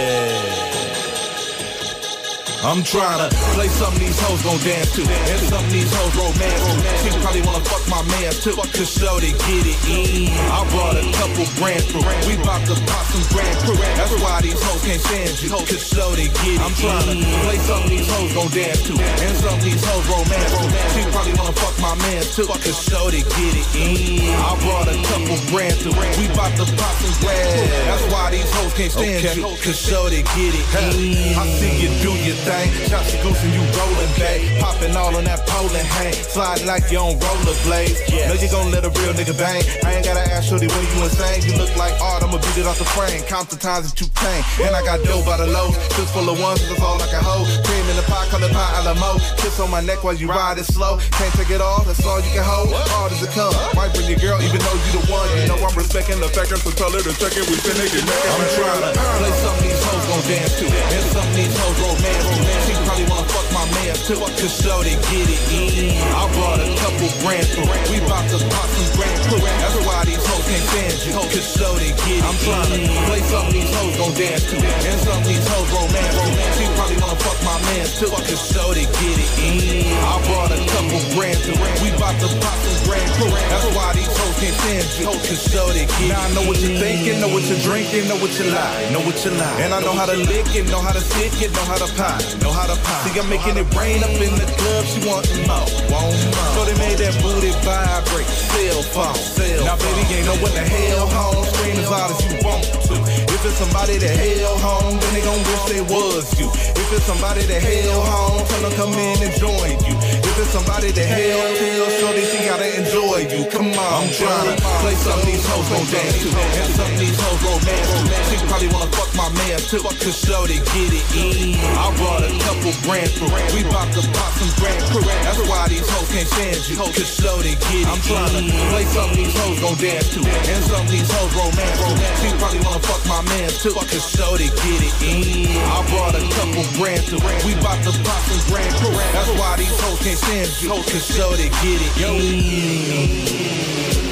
Speaker 26: I'm tryna play something these hoes gon' dance to, and something these hoes romance to. She probably wanna fuck my man too, cause shorty get it in. I bought a couple brands through, we bout to pop some grand crew. That's why these hoes can't stand you, cause shorty get it I'm tryna play something these hoes gon' dance to, and something these hoes romance to. She probably wanna fuck my man too, cause shorty get it in. I brought a couple brands through, we bout to pop some grand crew. That's why these hoes can't stand you, cause shorty get it in. I see you do your thing, shots of goose and you rollin' back, poppin' all on that polin' hang, sliding like you on rollerblades. Yeah. Know you gon' let a real nigga bang. I ain't gotta ask shorty when you insane. You look like art, I'ma beat it off the frame. Count the times that you came, and I got dough by the low. Just full of ones, that's all like a hoe. Cream in the pot, color pie, Alamo. Kiss on my neck while you ride it slow. Can't take it off, that's all you can hold. Hard as it come, might bring your girl, even though you the one. You know I'm respecting the fact, so tell her to check it. We finna get naked. I'm tryna play something these hoes gon' dance to, and something these hoes romance to. She probably wanna fuck my man too, cause shorty get it in. I brought a couple grand through, we bout to pop some grand crew. That's why these hoes can't stand you, cause shorty get it I'm tryna play something these hoes gon' dance to, and something these hoes romance to. She probably wanna fuck my man too, cause shorty get it in. I brought a couple grand through, we bout to pop some grand crew. That's why these hoes can't stand you, cause shorty get it Now I know what you're thinking, know what you're drinking, know what you lie, know what you lie. And I know how to lick it, know how to stick it, know how to pie, know how to pie. See, I'm making it rain up in the club, she want more, want more. So they made that booty vibrate, cell phone, cell Now, baby, ain't know what the hell home, scream as loud as you want to. If it's somebody that hell home, then they gon' wish they was you. If it's somebody that hell home, tell them come in and join you. If it's somebody that hell hell, shorty, she gotta enjoy you. Come on, I'm tryna play some these hoes gon' dance to, and some these hoes romance to. She probably wanna fuck my man too, cause shorty get it in. I brought a couple grand through, we bout to pop some grand crew. That's why these hoes can't stand you, cause shorty get it I'm tryna play some these hoes gon' dance to, and some these hoes romance to. She probably wanna fuck my man too, cause shorty get it in. I brought a couple grand through, we bout to pop some grand crew. That's why these hoes can't stand you, cause shorty get it in.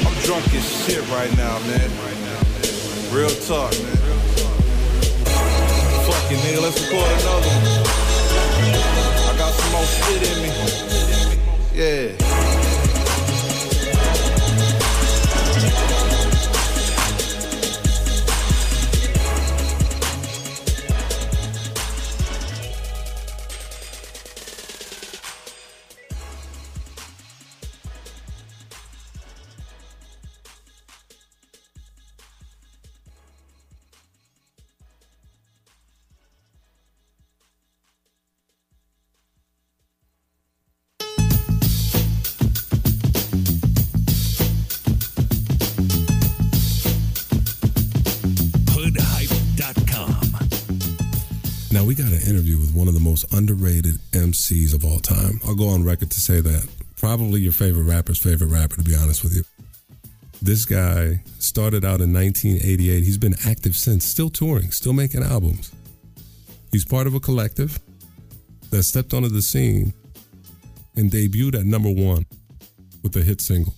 Speaker 26: I'm drunk as shit right now, man. Real talk, man. Fucking nigga, let's record another one. I got some more shit in me. Yeah.
Speaker 2: Hoodhype.com.
Speaker 4: Now we got an interview with one of the most underrated MCs of all time. I'll go on record to say that. Probably your favorite rapper's favorite rapper, to be honest with you. This guy started out in 1988. He's been active since, still touring, still making albums. He's part of a collective that stepped onto the scene and debuted at number one with a hit single.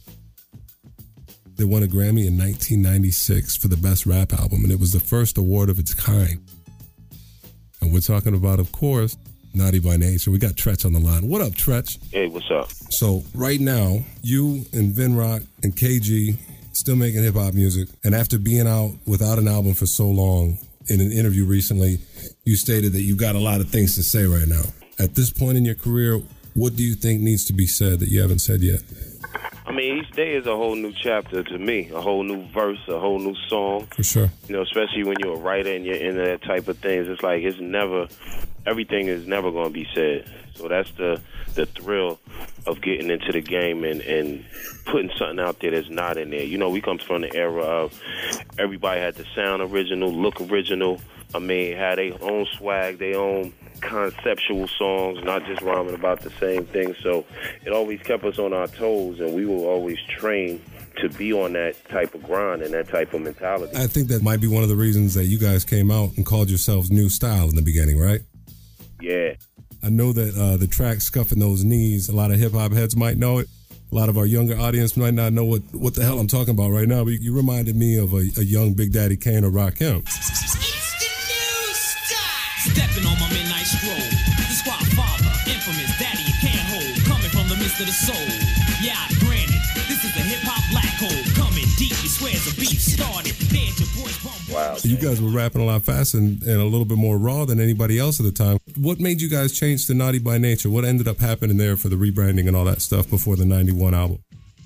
Speaker 4: They won a Grammy in 1996 for the best rap album, and it was the first award of its kind. And we're talking about, of course, Naughty by Nature. We got Tretch on the line. What up, Tretch?
Speaker 1: Hey, what's up?
Speaker 4: So right now, you and Vinrock and KG still making hip hop music, and after being out without an album for so long, in an interview recently, you stated that you've got a lot of things to say right now. At this point in your career, what do you think needs to be said that you haven't said yet?
Speaker 1: I mean, each day is a whole new chapter to me, a whole new verse, a whole new song.
Speaker 4: For sure.
Speaker 1: You know, especially when you're a writer and you're into that type of things, it's like it's never, everything is never going to be said. So that's the the thrill of getting into the game and and putting something out there that's not in there. You know, we come from the era of everybody had to sound original, look original. I mean, had their own swag, their own conceptual songs, not just rhyming about the same thing. So it always kept us on our toes, and we were always trained to be on that type of grind and that type of mentality.
Speaker 4: I think that might be one of the reasons that you guys came out and called yourselves New Style in the beginning, right?
Speaker 1: Yeah.
Speaker 4: I know that uh, the track "Scuffing Those Knees," a lot of hip hop heads might know it. A lot of our younger audience might not know what, what the hell I'm talking about right now. But you, you reminded me of a, a young Big Daddy Kane or Rakim.
Speaker 9: Stepping on my midnight stroll. This
Speaker 7: after the soul. Yeah, granted, this is the hip hop black hole. Coming deep, he swears the beef started. Then your boys bump.
Speaker 4: So you guys were rapping a lot faster and, and a little bit more raw than anybody else at the time. What made you guys change to Naughty by Nature? What ended up happening there for the rebranding and all that stuff before the 91 album?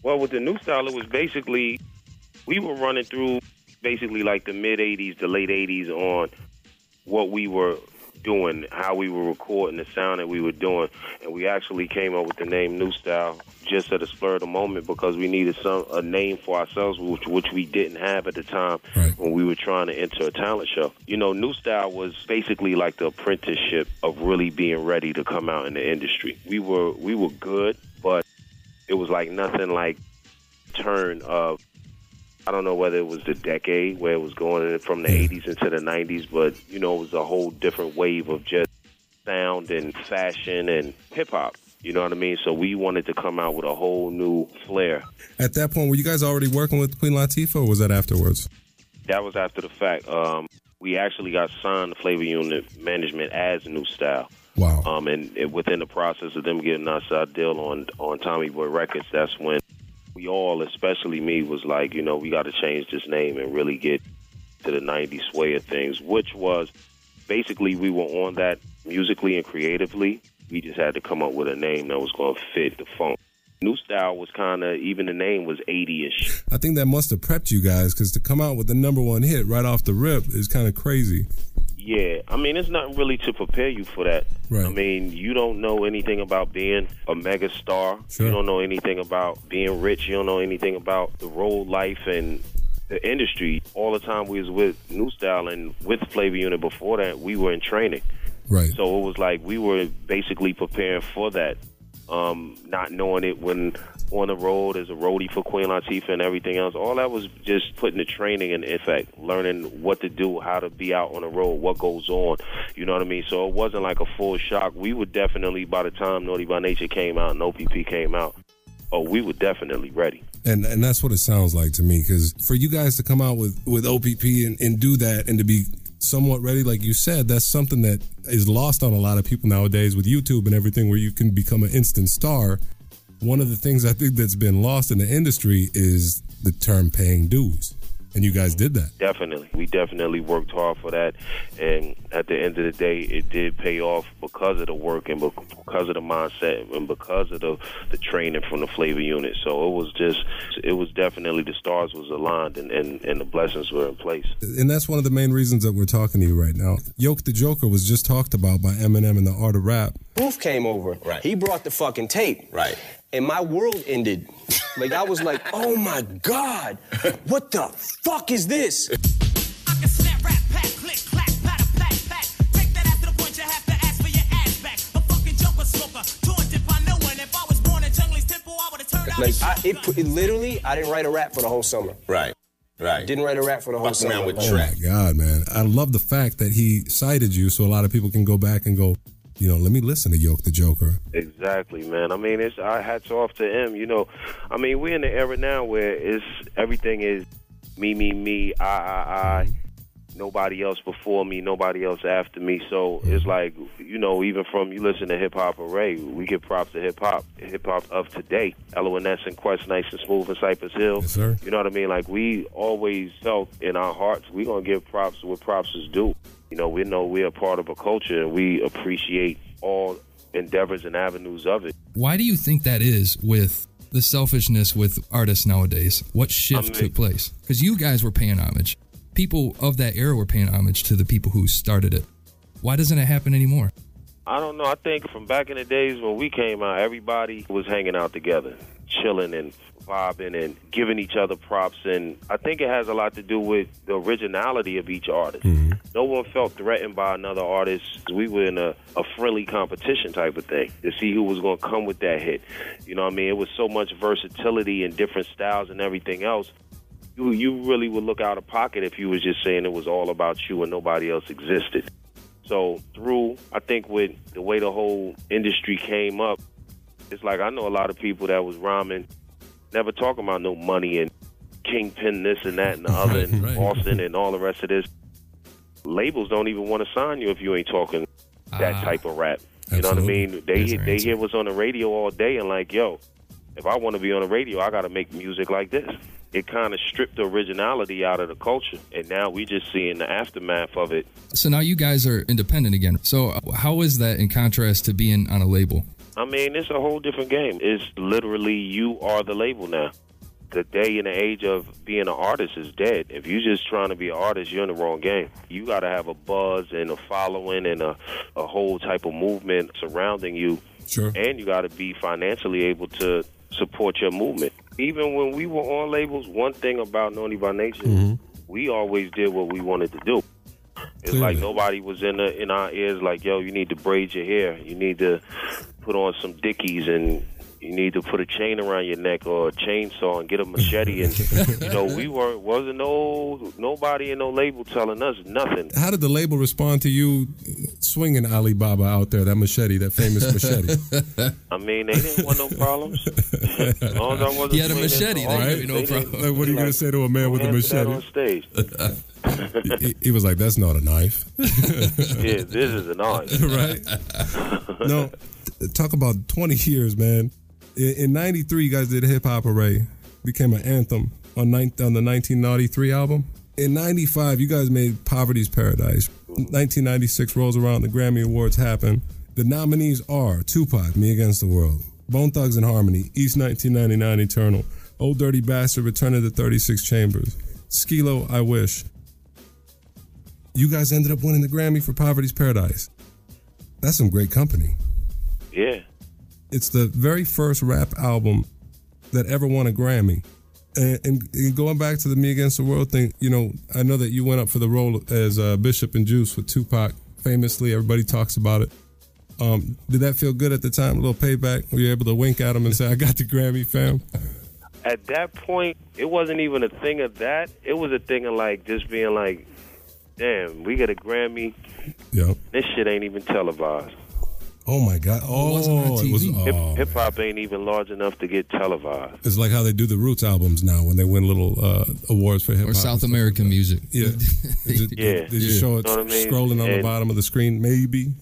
Speaker 1: Well, with the new style, it was basically we were running through basically like the mid '80s, the late '80s on what we were doing, how we were recording, the sound that we were doing, and we actually came up with the name New Style just at a spur of the moment because we needed some a name for ourselves, which which we didn't have at the time when we were trying to enter a talent show. You know, New Style was basically like the apprenticeship of really being ready to come out in the industry. We were we were good, but it was like nothing like turn of I don't know whether it was the decade where it was going in from the 80s into the 90s, but you know it was a whole different wave of just sound and fashion and hip hop. You know what I mean? So we wanted to come out with a whole new flair.
Speaker 4: At that point, were you guys already working with Queen Latifah or was that afterwards?
Speaker 1: That was after the fact. Um, we actually got signed to Flavor Unit Management as New Style.
Speaker 4: Wow.
Speaker 1: Um, and it, within the process of them getting us our deal on on Tommy Boy Records, that's when we all, especially me, was like, you know, we got to change this name and really get to the '90s sway of things, which was basically we were on that musically and creatively. We just had to come up with a name that was going to fit the funk. New style was kind of even the name was 80ish.
Speaker 4: I think that must have prepped you guys because to come out with the number one hit right off the rip is kind of crazy.
Speaker 1: Yeah, I mean, it's not really to prepare you for that.
Speaker 4: Right.
Speaker 1: I mean, you don't know anything about being a mega star.
Speaker 4: Sure.
Speaker 1: You don't know anything about being rich. You don't know anything about the road life and the industry. All the time we was with New Style and with Flavor Unit before that, we were in training.
Speaker 4: Right.
Speaker 1: So it was like we were basically preparing for that, um, not knowing it when on the road as a roadie for Queen Latifah and everything else. All that was just putting the training and in fact learning what to do, how to be out on the road, what goes on. You know what I mean? So it wasn't like a full shock. We were definitely by the time Naughty by Nature came out and OPP came out, oh, we were definitely ready.
Speaker 4: And and that's what it sounds like to me because for you guys to come out with with OPP and, and do that and to be somewhat ready, like you said, that's something that is lost on a lot of people nowadays with YouTube and everything, where you can become an instant star. One of the things I think that's been lost in the industry is the term paying dues, and you guys did that.
Speaker 1: Definitely. We definitely worked hard for that. And at the end of the day, it did pay off because of the work and bec- because of the mindset and because of the, the training from the flavor unit. So it was just, it was definitely the stars was aligned and, and, and the blessings were in place.
Speaker 4: And that's one of the main reasons that we're talking to you right now. Yoke the Joker was just talked about by Eminem in the Art of Rap.
Speaker 9: Booth came over. Right. He brought the fucking tape. Right. And my world ended. like I was like, oh my god, what the fuck is this? Like I, it, put- it literally, I didn't write a rap for the whole summer.
Speaker 19: Right. Right.
Speaker 9: Didn't write a rap for the whole
Speaker 19: Fucking
Speaker 9: summer.
Speaker 19: around with
Speaker 9: Like,
Speaker 4: Oh my God, man. I love the fact that he cited you so a lot of people can go back and go, you know, let me listen to Yoke the Joker.
Speaker 1: Exactly, man. I mean, it's our hats off to him. You know, I mean, we're in the era now where it's everything is me, me, me, I, I, I. Nobody else before me, nobody else after me. So it's like, you know, even from you listen to Hip Hop Array, we give props to hip hop, hip hop of today. LONS and Quest, Nice and Smooth and Cypress Hill.
Speaker 4: Yes, sir.
Speaker 1: You know what I mean? Like, we always felt in our hearts, we're going to give props to what props is due. You know, we know we're a part of a culture and we appreciate all endeavors and avenues of it.
Speaker 5: Why do you think that is with the selfishness with artists nowadays? What shift
Speaker 1: mean-
Speaker 5: took place? Because you guys were paying homage. People of that era were paying homage to the people who started it. Why doesn't it happen anymore?
Speaker 1: I don't know. I think from back in the days when we came out, everybody was hanging out together, chilling and vibing and giving each other props. And I think it has a lot to do with the originality of each artist. No one felt threatened by another artist. We were in a, a friendly competition type of thing to see who was going to come with that hit. You know what I mean? It was so much versatility and different styles and everything else. You, you really would look out of pocket if you was just saying it was all about you and nobody else existed. So through, I think with the way the whole industry came up, it's like I know a lot of people that was rhyming, never talking about no money and kingpin this and that and the other and
Speaker 13: Right.
Speaker 1: Austin and all the rest of this. Labels don't even want to sign you if you ain't talking that
Speaker 5: Ah.
Speaker 1: type of rap. You know what I mean? They hear- they hear what's on the radio all day and like, yo, if I want to be on the radio, I got to make music like this. It kind of stripped the originality out of the culture, and now we just seeing the aftermath of it.
Speaker 5: So now you guys are independent again. So uh, how is that in contrast to being on a label?
Speaker 1: I mean, it's a whole different game. It's literally you are the label now. The day and the age of being an artist is dead. If you're just trying to be an artist, you're in the wrong game. You got to have a buzz and a following and a, a whole type of movement surrounding you.
Speaker 4: Sure.
Speaker 1: And you got to be financially able to support your movement. Even when we were on labels, one thing about Noni by Nature,
Speaker 5: Mm-hmm.
Speaker 1: we always did what we wanted to do. It's like nobody was in the, in our ears like, yo, you need to braid your hair. You need to put on some dickies and you need to put a chain around your neck or a chainsaw and get a machete and you know, we weren't wasn't no nobody in no label telling us nothing.
Speaker 4: How did the label respond to you swinging Alibaba out there? That machete, that famous machete.
Speaker 1: I mean, they didn't want no problems. As long as I wasn't
Speaker 5: He had a
Speaker 1: swinging,
Speaker 5: machete,
Speaker 1: all
Speaker 5: they
Speaker 1: right.
Speaker 5: didn't
Speaker 1: They
Speaker 5: know
Speaker 1: didn't-
Speaker 5: problem.
Speaker 4: Like, what are you gonna say to a man with a
Speaker 1: don't answer that on
Speaker 4: machete?
Speaker 1: stage.
Speaker 4: he, he was like, "That's not a knife."
Speaker 1: yeah, this is an art.
Speaker 4: Right. no, t- talk about 20 years, man. In, in 93, you guys did Hip Hop Array, became an anthem on, ninth, on the 1993 album. In 95, you guys made Poverty's Paradise. 1996 rolls around, the Grammy Awards happen. The nominees are Tupac, Me Against the World, Bone Thugs and Harmony, East 1999 Eternal, Old Dirty Bastard, Return of the 36 Chambers, Skilo, I Wish. You guys ended up winning the Grammy for Poverty's Paradise. That's some great company.
Speaker 1: Yeah.
Speaker 4: It's the very first rap album that ever won a Grammy. And, and, and going back to the Me Against the World thing, you know, I know that you went up for the role as uh, Bishop and Juice with Tupac. Famously, everybody talks about it. Um, did that feel good at the time? A little payback? Were you able to wink at him and say, "I got the Grammy, fam"?
Speaker 1: at that point, it wasn't even a thing of that. It was a thing of like just being like, damn, we get a Grammy.
Speaker 4: Yep.
Speaker 1: This shit ain't even televised.
Speaker 4: Oh my God! Oh, it was. oh.
Speaker 1: Hip hop ain't even large enough to get televised.
Speaker 4: It's like how they do the Roots albums now when they win little uh, awards for hip hop
Speaker 5: Or South American music?
Speaker 4: Yeah. They just,
Speaker 1: Yeah.
Speaker 4: they just
Speaker 1: Yeah.
Speaker 4: show it
Speaker 1: Know what I mean?
Speaker 4: scrolling on the
Speaker 1: And-
Speaker 4: bottom of the screen, maybe.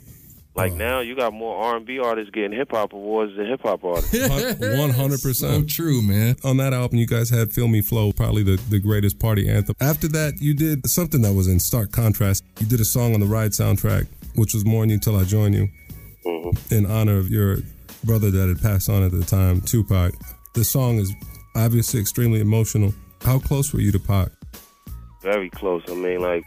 Speaker 4: Uh.
Speaker 1: Like now, you got more R and B artists getting hip hop awards than hip hop artists.
Speaker 4: One hundred
Speaker 1: So
Speaker 4: percent true, man. On that album, you guys had "Feel Me Flow," probably the, the greatest party anthem. After that, you did something that was in stark contrast. You did a song on the Ride soundtrack, which was "Mourn You Till I Join You," in honor of your brother that had passed on at the time, Tupac. The song is obviously extremely emotional. How close were you to Pac?
Speaker 1: Very close. I mean, like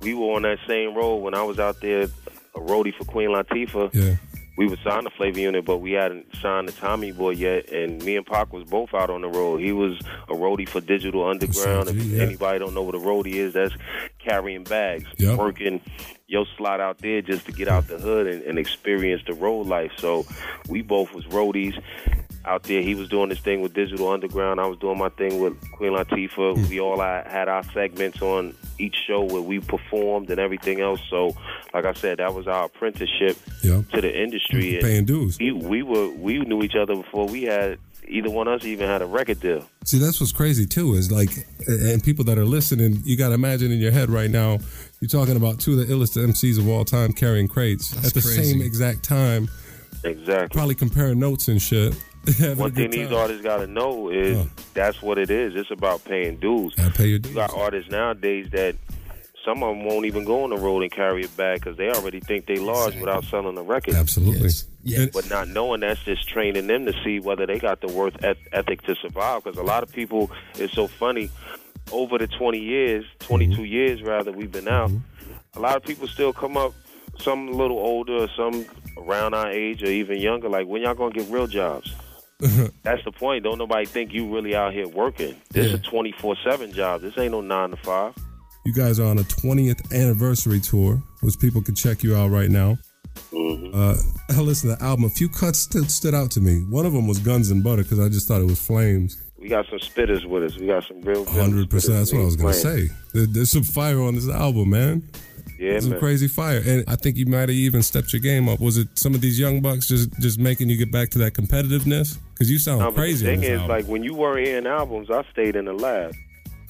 Speaker 1: we were on that same road when I was out there, a roadie for Queen Latifah.
Speaker 4: Yeah.
Speaker 1: We were signed to Flavor Unit, but we hadn't signed the Tommy Boy yet. And me and Pac was both out on the road. He was a roadie for Digital Underground. If
Speaker 4: yeah.
Speaker 1: anybody don't know what a roadie is, that's carrying bags,
Speaker 4: Yep.
Speaker 1: working your slot out there just to get out the hood and, and experience the road life. So we both was roadies out there. He was doing his thing with Digital Underground. I was doing my thing with Queen Latifah. We all had had our segments on each show where we performed and everything else. So, like I said, that was our apprenticeship to the industry. And
Speaker 4: Paying dues.
Speaker 1: We, we were we knew each other before we had either one of us even had a record deal.
Speaker 4: See, that's what's crazy too is like, and people that are listening, you got to imagine in your head right now, you're talking about two of the illest MCs of all time carrying crates at the
Speaker 1: crazy.
Speaker 4: same exact time,
Speaker 1: Exactly.
Speaker 4: probably comparing notes and shit. Having a
Speaker 1: One thing
Speaker 4: good
Speaker 1: these
Speaker 4: time.
Speaker 1: artists got to know is that's what it is. It's about paying dues.
Speaker 4: I pay your
Speaker 1: You got artists nowadays that some of them won't even go on the road and carry it back because they already think they large without selling a record.
Speaker 4: Absolutely.
Speaker 1: But not knowing that's just training them to see whether they got the worth eth- ethic to survive. Because a lot of people, it's so funny. Over the 20 years, 22 years rather, we've been out. A lot of people still come up, some a little older, some around our age or even younger. Like, when y'all gonna get real jobs? That's the point. Don't nobody think you really out here working. This is a 24 7 job. This ain't no 9 to 5.
Speaker 4: You guys are on a 20th anniversary tour, which people can check you out right now. Uh, I listened to the album. A few cuts stood, stood out to me. One of them was Guns and Butter because I just thought it was Flames.
Speaker 1: We got some spitters with us. We got some real
Speaker 4: Hundred percent. That's what I was gonna
Speaker 1: Playing.
Speaker 4: say. There- There's some fire on this album, man.
Speaker 1: Yeah,
Speaker 4: There's some
Speaker 1: man.
Speaker 4: crazy fire, and I think you might have even stepped your game up. Was it some of these young bucks just just making you get back to that competitiveness? Because you sound
Speaker 1: No, but
Speaker 4: crazy.
Speaker 1: The
Speaker 4: on
Speaker 1: thing
Speaker 4: this
Speaker 1: is,
Speaker 4: album.
Speaker 1: like when you were in albums, I stayed in the lab.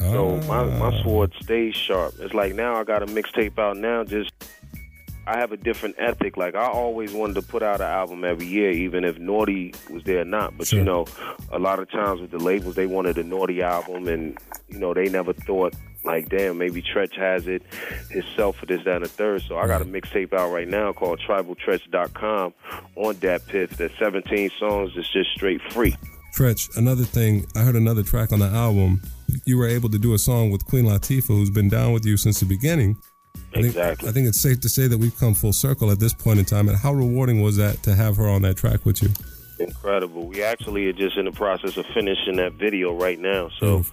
Speaker 4: Oh.
Speaker 1: So my, my sword stays sharp. It's like now I got a mixtape out now, just I have a different ethic. Like I always wanted to put out an album every year, even if Naughty was there or not. But you know, a lot of times with the labels, they wanted a Naughty album, and you know, they never thought like, damn, maybe Tretch has it himself for this, that, and the third. So I got a mixtape out right now called TribalTretch.com on Dat Piff. That's 17 songs. It's just straight free.
Speaker 4: Tretch, another thing, I heard another track on the album. You were able to do a song with Queen Latifah, who's been down with you since the beginning. I think,
Speaker 1: Exactly.
Speaker 4: I think it's safe to say that we've come full circle at this point in time. And how rewarding was that to have her on that track with you?
Speaker 1: Incredible. We actually are just in the process of finishing that video right now. So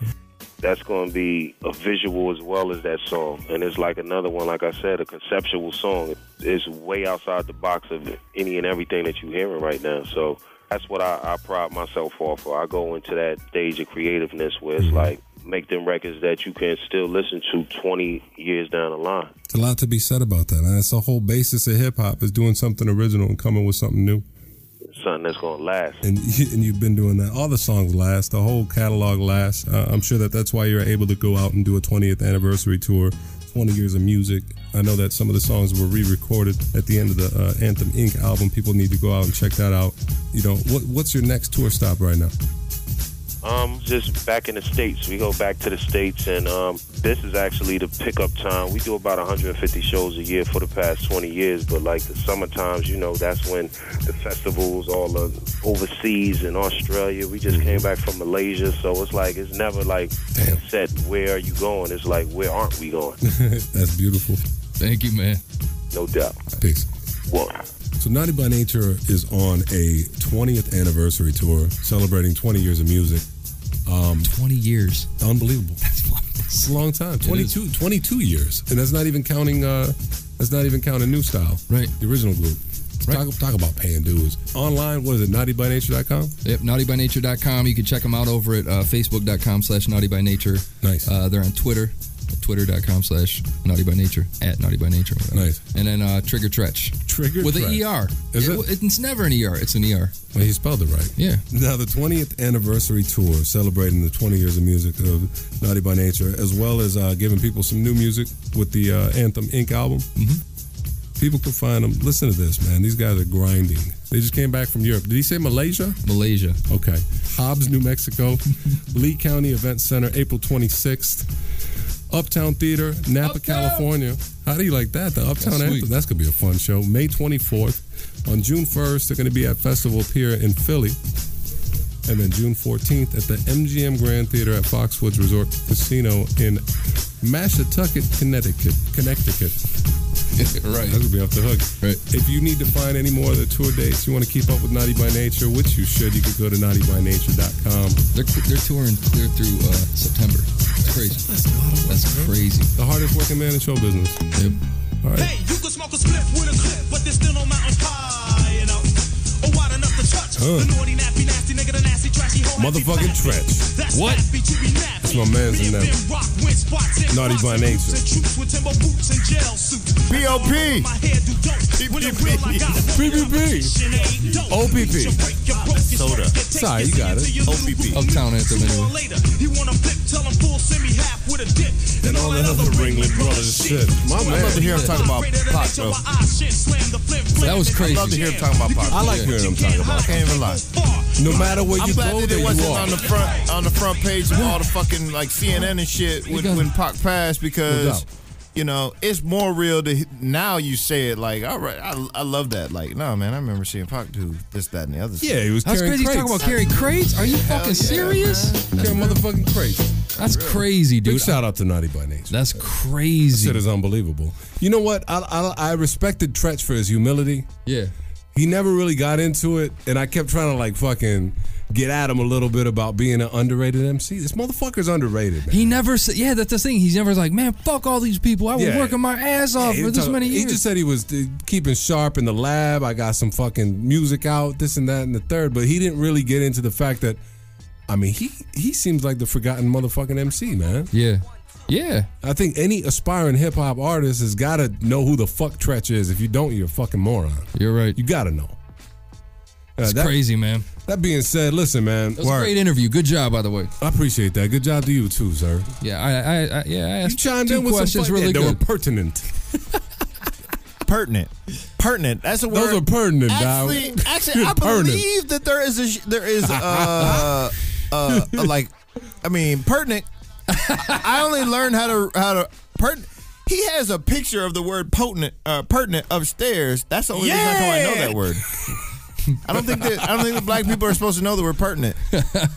Speaker 1: that's going to be a visual as well as that song. And it's like another one, like I said, a conceptual song. It's way outside the box of any and everything that you're hearing right now. So that's what I, I pride myself off for. I go into that stage of creativeness where it's like, make them records that you can still listen to 20 years down the line.
Speaker 4: It's a lot to be said about that. And that's the whole basis of hip hop is doing something original and coming with something new.
Speaker 1: Something that's going to last.
Speaker 4: And, you, and you've been doing that. All the songs last, the whole catalog lasts. Uh, I'm sure that that's why you're able to go out and do a 20th anniversary tour, 20 years of music. I know that some of the songs were re-recorded at the end of the uh, Anthem Inc. album. People need to go out and check that out. You know, what, what's your next tour stop right now?
Speaker 1: Um, just back in the states. We go back to the states, and um, this is actually the pickup time. We do about 150 shows a year for the past 20 years, but like the summer times, you know, that's when the festivals all are overseas in Australia. We
Speaker 3: Mm-hmm.
Speaker 1: just came back from Malaysia, so it's like it's never like said where are you going. It's like where aren't we going?
Speaker 4: That's beautiful.
Speaker 5: Thank you, man.
Speaker 1: No doubt.
Speaker 4: Peace.
Speaker 1: One.
Speaker 4: So Naughty by Nature is on a 20th anniversary tour celebrating 20 years of music. Um,
Speaker 5: 20 years.
Speaker 4: Unbelievable. That's it's a long time. 22, 22 years. And that's not even counting uh, that's not even counting new style. Right. The original group. Talk, talk about paying dues. Online, what is it, naughtybynature.com?
Speaker 5: Yep, naughtybynature.com. You can check them out over at uh, facebook.com slash naughtybynature.
Speaker 4: Nice.
Speaker 5: Uh, they're on Twitter, twitter.com slash naughtybynature, at naughtybynature. whatever.
Speaker 4: Nice.
Speaker 5: And then uh, Trigger Tretch.
Speaker 4: Trigger
Speaker 5: With
Speaker 4: Tretch.
Speaker 5: an ER.
Speaker 4: Is it?
Speaker 5: w- It's never an ER. It's an ER.
Speaker 4: Well, he spelled it right.
Speaker 5: Yeah.
Speaker 4: Now, the 20th anniversary tour celebrating the 20 years of music of Naughty by Nature, as well as uh, giving people some new music with the uh, Anthem Inc. album.
Speaker 5: Mm-hmm.
Speaker 4: People can find them. Listen to this, man. These guys are grinding. They just came back from Europe. Did he say Malaysia?
Speaker 5: Malaysia.
Speaker 4: Okay. Hobbs, New Mexico. Lee County Event Center, April 26th. Uptown Theater, Napa, California. How do you like that? The Uptown
Speaker 5: That's
Speaker 4: Anthem.
Speaker 5: sweet.
Speaker 4: That's gonna be a fun show. May 24th. On June 1st, they're gonna be at Festival Pier in Philly. And then June 14th at the MGM Grand Theater at Foxwoods Resort Casino in Mashantucket, Connecticut. Connecticut.
Speaker 5: right.
Speaker 4: That's gonna be off the hook.
Speaker 5: Right.
Speaker 4: If you need to find any more of the tour dates, you want to keep up with Naughty by Nature, which you should, you could go to naughtybynature.com.
Speaker 5: They're, they're touring clear through uh, September. That's crazy. That's, crazy.
Speaker 4: The hardest working man in show business.
Speaker 5: Yep.
Speaker 4: All right.
Speaker 7: Hey, you can smoke a split with a clip, but there's still no mountain high enough. Or wide enough to touch.
Speaker 4: Huh.
Speaker 7: The naughty, nappy, nasty nigga, the nasty, trashy hoe.
Speaker 4: Motherfucking Tretch.
Speaker 7: That's nappy, chippy, nappy.
Speaker 4: That's my man's in there.
Speaker 7: Ben Rock, win spots and
Speaker 4: Naughty by nature.
Speaker 7: and troops with timber boots and jail suits.
Speaker 4: B.O.P..
Speaker 7: My hair do dope. When the real I got
Speaker 4: BBB. OPP.
Speaker 7: Soda.
Speaker 4: Sorry, you got it. OPP.
Speaker 5: Uptown Anthem, anyway.
Speaker 7: later. You want a flip, tell him full semi half with a dip.
Speaker 4: And all that other Ringling Brothers shit. My man.
Speaker 3: I'd love to hear him talk about pot, bro.
Speaker 5: That was crazy.
Speaker 3: I'd love to hear him talking about pot.
Speaker 4: I like hearing him talk about
Speaker 3: I can't even lie.
Speaker 4: No matter where
Speaker 3: I'm
Speaker 4: you
Speaker 3: glad
Speaker 4: go,
Speaker 3: that
Speaker 4: there
Speaker 3: it
Speaker 4: you
Speaker 3: wasn't
Speaker 4: are.
Speaker 3: on the front on the front page of all the fucking like CNN and shit when, when Pac passed
Speaker 4: No
Speaker 3: because
Speaker 4: doubt.
Speaker 3: you know it's more real to now you say it like all right I, I love that like no man I remember seeing Pac do this that and the other
Speaker 4: Yeah, he was
Speaker 5: That's
Speaker 4: carrying
Speaker 5: crazy. He's talking
Speaker 4: crates.
Speaker 5: about carrying crates? Are you
Speaker 3: Hell
Speaker 5: fucking
Speaker 3: yeah,
Speaker 5: serious?
Speaker 4: Carrying motherfucking crates.
Speaker 5: That's crazy, dude.
Speaker 4: Big shout out to Naughty by Nature.
Speaker 5: That's crazy.
Speaker 4: Shit is unbelievable. You know what? I, I, I respected Tretch for his humility.
Speaker 5: Yeah.
Speaker 4: He never really got into it, and I kept trying to like fucking get at him a little bit about being an underrated MC. This motherfucker's underrated. Man.
Speaker 5: He never said, yeah, that's the thing. He's never like, man, fuck all these people. I was
Speaker 4: Yeah.
Speaker 5: working my ass off
Speaker 4: Yeah,
Speaker 5: for
Speaker 4: he
Speaker 5: this
Speaker 4: talk-
Speaker 5: many years.
Speaker 4: He just said he was uh, keeping sharp in the lab. I got some fucking music out, this and that and the third, but he didn't really get into the fact that. I mean, he he seems like the forgotten motherfucking MC, man.
Speaker 5: yeah. Yeah.
Speaker 4: I think any aspiring hip hop artist has got to know who the fuck Tretch is. If you don't, you're a fucking moron.
Speaker 5: You're right.
Speaker 4: You got to know. Uh,
Speaker 5: It's
Speaker 4: that-
Speaker 5: crazy, man.
Speaker 4: That being said, listen, man.
Speaker 5: That was a
Speaker 4: word.
Speaker 5: great interview. Good job, by the way.
Speaker 4: I appreciate that. Good job to you too, sir.
Speaker 5: Yeah, I, I, I yeah, I
Speaker 4: You
Speaker 5: asked
Speaker 4: chimed
Speaker 5: two
Speaker 4: in with
Speaker 5: questions
Speaker 4: some fun-
Speaker 5: really
Speaker 4: yeah, They
Speaker 5: good.
Speaker 4: were pertinent.
Speaker 3: pertinent. Pertinent. That's a word.
Speaker 4: Those are pertinent, dog.
Speaker 3: Actually, actually I
Speaker 4: Pertinent.
Speaker 3: believe that there is a sh- there is uh, uh like I mean pertinent. I I only learned how to how to pertinent. He has a picture of the word potent, uh, pertinent upstairs. That's the only reason I, know I know that word. I don't think that I don't think that black people are supposed to know the word pertinent.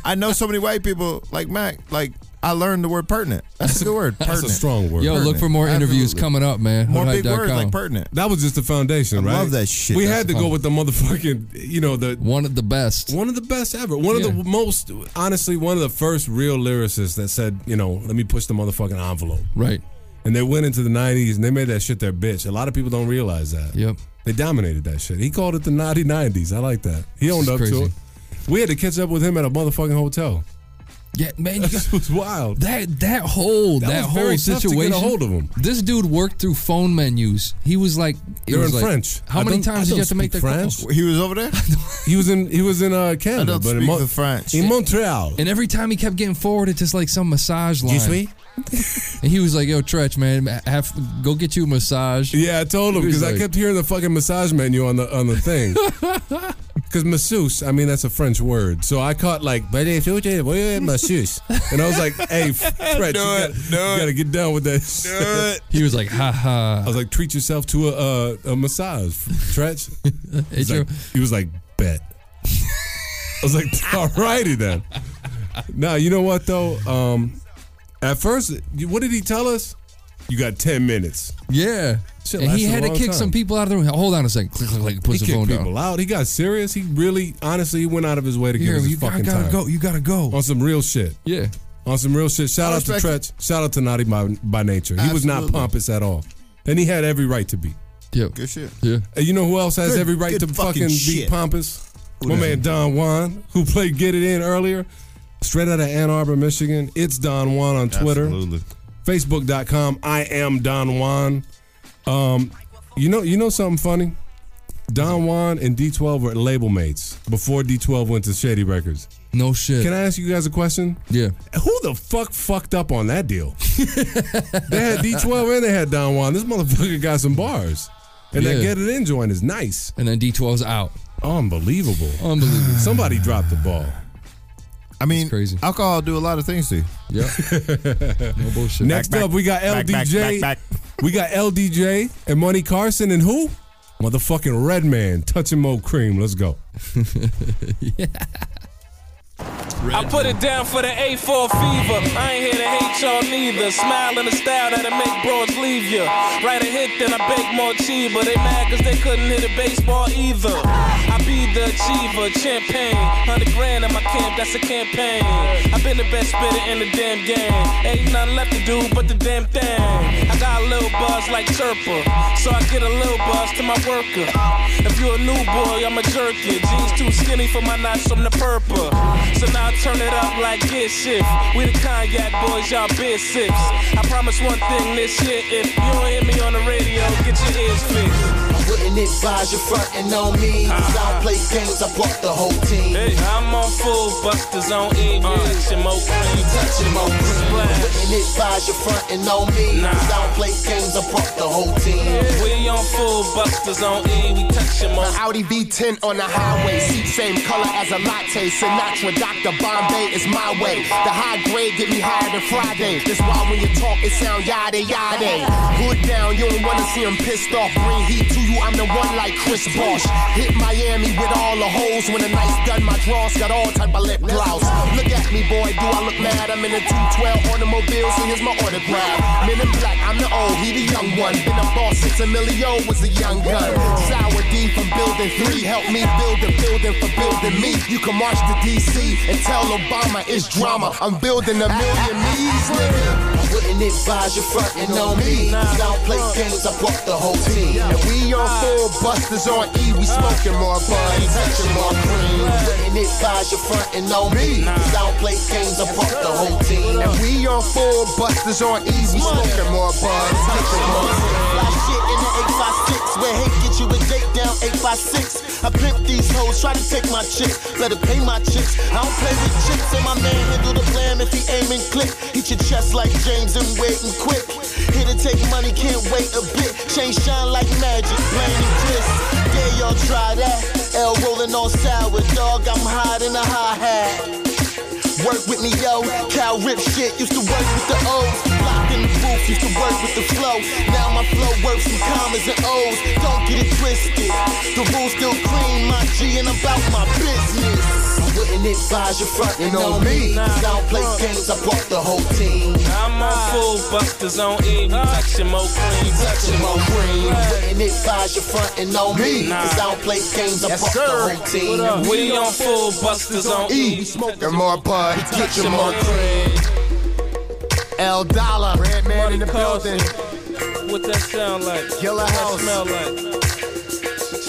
Speaker 3: I know so many white people like Mac. Like I learned the word pertinent. That's, a good word.
Speaker 4: that's a
Speaker 3: Pertinent.
Speaker 4: strong word.
Speaker 5: Yo, look for more interviews coming up, man.
Speaker 3: More big
Speaker 5: Hoodhype.com.
Speaker 3: words like pertinent.
Speaker 4: That was just the foundation, right?
Speaker 3: love that shit.
Speaker 4: We
Speaker 3: That's
Speaker 4: had to
Speaker 3: fun.
Speaker 4: go with the motherfucking, you know, the
Speaker 5: one of the best,
Speaker 4: one of the best ever, one of the most, honestly, one of the first real lyricists that said, you know, let me push the motherfucking envelope,
Speaker 5: right?
Speaker 4: And they went into the '90s and they made that shit their bitch. A lot of people don't realize that.
Speaker 5: Yep.
Speaker 4: They dominated that shit. He called it the naughty '90s. I like that. He owned
Speaker 5: It's
Speaker 4: up to
Speaker 5: crazy.
Speaker 4: it. We had to catch up with him at a motherfucking hotel.
Speaker 5: Yeah, man, you got,
Speaker 4: This was wild.
Speaker 5: that that whole
Speaker 4: That
Speaker 5: that,
Speaker 4: was
Speaker 5: whole
Speaker 4: very tough to
Speaker 5: situation.
Speaker 4: get a hold of him.
Speaker 5: This dude worked through phone menus. He was like, it
Speaker 4: They're
Speaker 5: was
Speaker 4: in
Speaker 5: like,
Speaker 4: French.
Speaker 5: How
Speaker 4: I
Speaker 5: many
Speaker 4: don't- I
Speaker 5: times did
Speaker 4: don't
Speaker 5: you have to make that
Speaker 4: speak
Speaker 5: call?
Speaker 4: French.
Speaker 3: He was over there.
Speaker 4: He was in he was in uh, Canada,
Speaker 3: I don't
Speaker 4: but in
Speaker 3: speak
Speaker 4: Mon-
Speaker 3: the French.
Speaker 4: in Montreal.
Speaker 5: And every time he kept getting forwarded to like some massage line.
Speaker 4: suis?
Speaker 5: and he was like, "Yo, Tretch, man, have, go get you a massage."
Speaker 4: Yeah, I told him
Speaker 5: He was
Speaker 4: because I
Speaker 5: like-
Speaker 4: kept hearing the fucking massage menu on the on the thing. Because masseuse, I mean that's a French word, so I caught like masseuse, and I was like, "Hey, French, you, gotta, you gotta get down with that." shit.
Speaker 5: He was like, "Ha ha."
Speaker 4: I was like, "Treat yourself to a a, a massage, Tretch." He's
Speaker 5: Adrian-
Speaker 4: like- he was like, "Bet." I was like, "Alrighty then." Now you know what though. Um, at first, you- what did he tell us? You got ten minutes.
Speaker 5: yeah.
Speaker 4: Shit
Speaker 5: and he
Speaker 4: lasted a
Speaker 5: had to
Speaker 4: long
Speaker 5: kick
Speaker 4: time.
Speaker 5: some people out of the room. Hold on a second. Click, click, click.
Speaker 4: He
Speaker 5: Puts the phone
Speaker 4: kicked people
Speaker 5: down.
Speaker 4: out. He got serious. He really, honestly, he went out of his way to
Speaker 5: Here,
Speaker 4: give us his
Speaker 5: you gotta-
Speaker 4: fucking
Speaker 5: gotta
Speaker 4: time.
Speaker 5: go. You gotta go.
Speaker 4: On some real shit.
Speaker 5: Yeah.
Speaker 4: On some real shit. Shout
Speaker 3: I
Speaker 4: out to
Speaker 3: respect
Speaker 4: Tretch. Shout out to Naughty by, by Nature. He was not
Speaker 3: Absolutely.
Speaker 4: pompous at all. And he had every right to be.
Speaker 5: Yep.
Speaker 3: Good shit.
Speaker 5: Yeah.
Speaker 4: And you know who else has
Speaker 3: Good-
Speaker 4: every right
Speaker 3: good
Speaker 4: to
Speaker 3: fucking
Speaker 4: fucking, be
Speaker 3: shit.
Speaker 4: pompous? My man Don Juan, who played Get It In earlier, straight out of Ann Arbor, Michigan. It's Don Juan on Twitter.
Speaker 3: Absolutely.
Speaker 4: Facebook.com. I am Don Juan. Um, you know, you know something funny? Don Juan and D12 were label mates before D12 went to Shady Records.
Speaker 5: No shit.
Speaker 4: Can I ask you guys a question?
Speaker 5: yeah.
Speaker 4: Who the fuck fucked up on that deal? they had D12 and they had Don Juan. This motherfucker got some bars. And that
Speaker 5: Yeah.
Speaker 4: Get It In joint is nice.
Speaker 5: And then D12's out.
Speaker 4: Unbelievable.
Speaker 5: Unbelievable.
Speaker 4: Somebody dropped the ball.
Speaker 3: I mean,
Speaker 5: crazy.
Speaker 3: alcohol do a lot of things to you.
Speaker 5: Yep. no bullshit.
Speaker 4: Next up, we got
Speaker 3: back, back,
Speaker 4: LDJ.
Speaker 3: back,
Speaker 4: We got LDJ and Money Carson and who? Motherfucking Redman touching Mo Cream. Let's go.
Speaker 25: I put it down for the A4 fever. I ain't here to hate y'all neither. Smile in a style that'll make broads leave ya. Write a hit, then I bake more cheaper. They mad cause they couldn't hit a baseball either. I be the achiever, champagne. 100 grand in my camp, that's a campaign. i been the best spitter in the damn game. Ain't nothing left to do but the damn thing. I got a little buzz like Chirper, so I get a little buzz to my worker. If you a new boy, I'm a jerk ya. Jeans too skinny for my knots from the purple. So now I turn it up like get shift. We the cognac boys, y'all beer sips. I promise one thing this year, if you don't hear me on the radio, get your ears fixed.
Speaker 2: Wouldn't advise you frontin' on me. Cause I play games, I bought the whole team.
Speaker 25: Hey, I'm on full busters on E.
Speaker 16: Uh.
Speaker 25: Touching more cream, touching more
Speaker 2: Wouldn't advise you frontin' on me. Cause I play games, I bought the whole team.
Speaker 25: We on full busters on E. We touching more.
Speaker 16: Audi V10 on the highway, seat same color as a latte. Sinatra, Dr. Bombay is my way. The high grade get me higher than Friday. That's why when you talk, it sound yada yada. Hood down, you don't wanna see him pissed off. Bring heat to you, I'm the one like Chris Bosh. Hit Miami with all the holes. When the night's done, my draws got all type of lip gloss. Look at me, boy, do I look mad? I'm in a 212 automobile, so here's my autograph. Men in black, I'm the old, he the young one. Been a boss since Emilio was a young gun. Sour D from building three, help me build a building for building me. You can march to DC and tell Obama it's drama. I'm building a million me's, nigga.
Speaker 2: Wouldn't advise you frontin' on me. Cause I play games, I bought the whole team.
Speaker 16: And we on full busters on E, we smoking more bud, touching more cream.
Speaker 2: Wouldn't advise you frontin' on me. Cause I play games, I bought the whole team.
Speaker 16: And we on full busters on E, we smoking more bud, touching more
Speaker 2: Fly shit in the 856 where hate get you a date down 856. I pimp these hoes, try to take my chicks, let her pay my chicks. I don't play with chicks, and my man handle the plan if he aim and click. Hit your chest like James and wait and quick. Hit it
Speaker 16: take money, can't wait a bit. Change shine like magic, plain exist. Yeah, y'all try that. L rolling on sour, dog. I'm hiding a hi hat. Work with me, yo. Cal Rip shit. Used to work with the O's. Locked in the booth. Used to work with the flow. Now my flow works in commas and O's. Don't get it twisted. The rules still clean, my G, and I'm about my business. I wouldn't advise you frontin' on me. Cause I don't play games. I brought the whole team.
Speaker 13: I'm on full busters on E. Touching more cream.
Speaker 16: Touching more cream. Wouldn't advise you frontin' on me. Cause I don't play games. I brought the whole team.
Speaker 13: We on full busters on E.
Speaker 16: We smoking more bud, get you more cream. L Dollar, red man in the building.
Speaker 13: What that sound like?
Speaker 16: Killer
Speaker 13: what
Speaker 16: House.
Speaker 13: That smell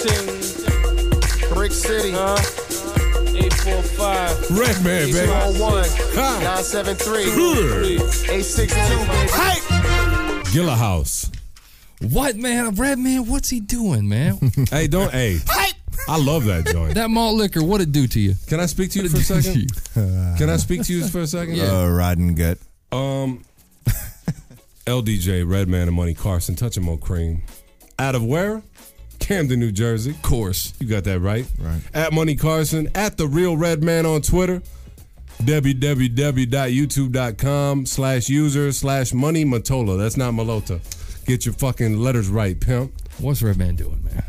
Speaker 13: like? Ching.
Speaker 16: Brick City.
Speaker 13: Huh? 845.
Speaker 4: Red man, baby.
Speaker 16: 201
Speaker 4: Huh.
Speaker 16: 973 862, baby.
Speaker 4: Gilla House.
Speaker 5: What man, Red Man? What's he doing, man?
Speaker 4: hey, don't hey. I love that joint.
Speaker 5: That malt liquor, what it do to you?
Speaker 4: Can I speak to you for a second? Can I speak to you for a second?
Speaker 3: Uh, rotten gut.
Speaker 4: Um, LDJ, Redman, and Money Carson, touching more cream. Out of where? Camden, New Jersey. Of
Speaker 5: course.
Speaker 4: You got that right.
Speaker 3: Right.
Speaker 4: At Money Carson, at the real Redman on Twitter. www.youtube.com slash user slash money matola. That's not Malota. Get your fucking letters right, pimp.
Speaker 5: What's Redman doing, man?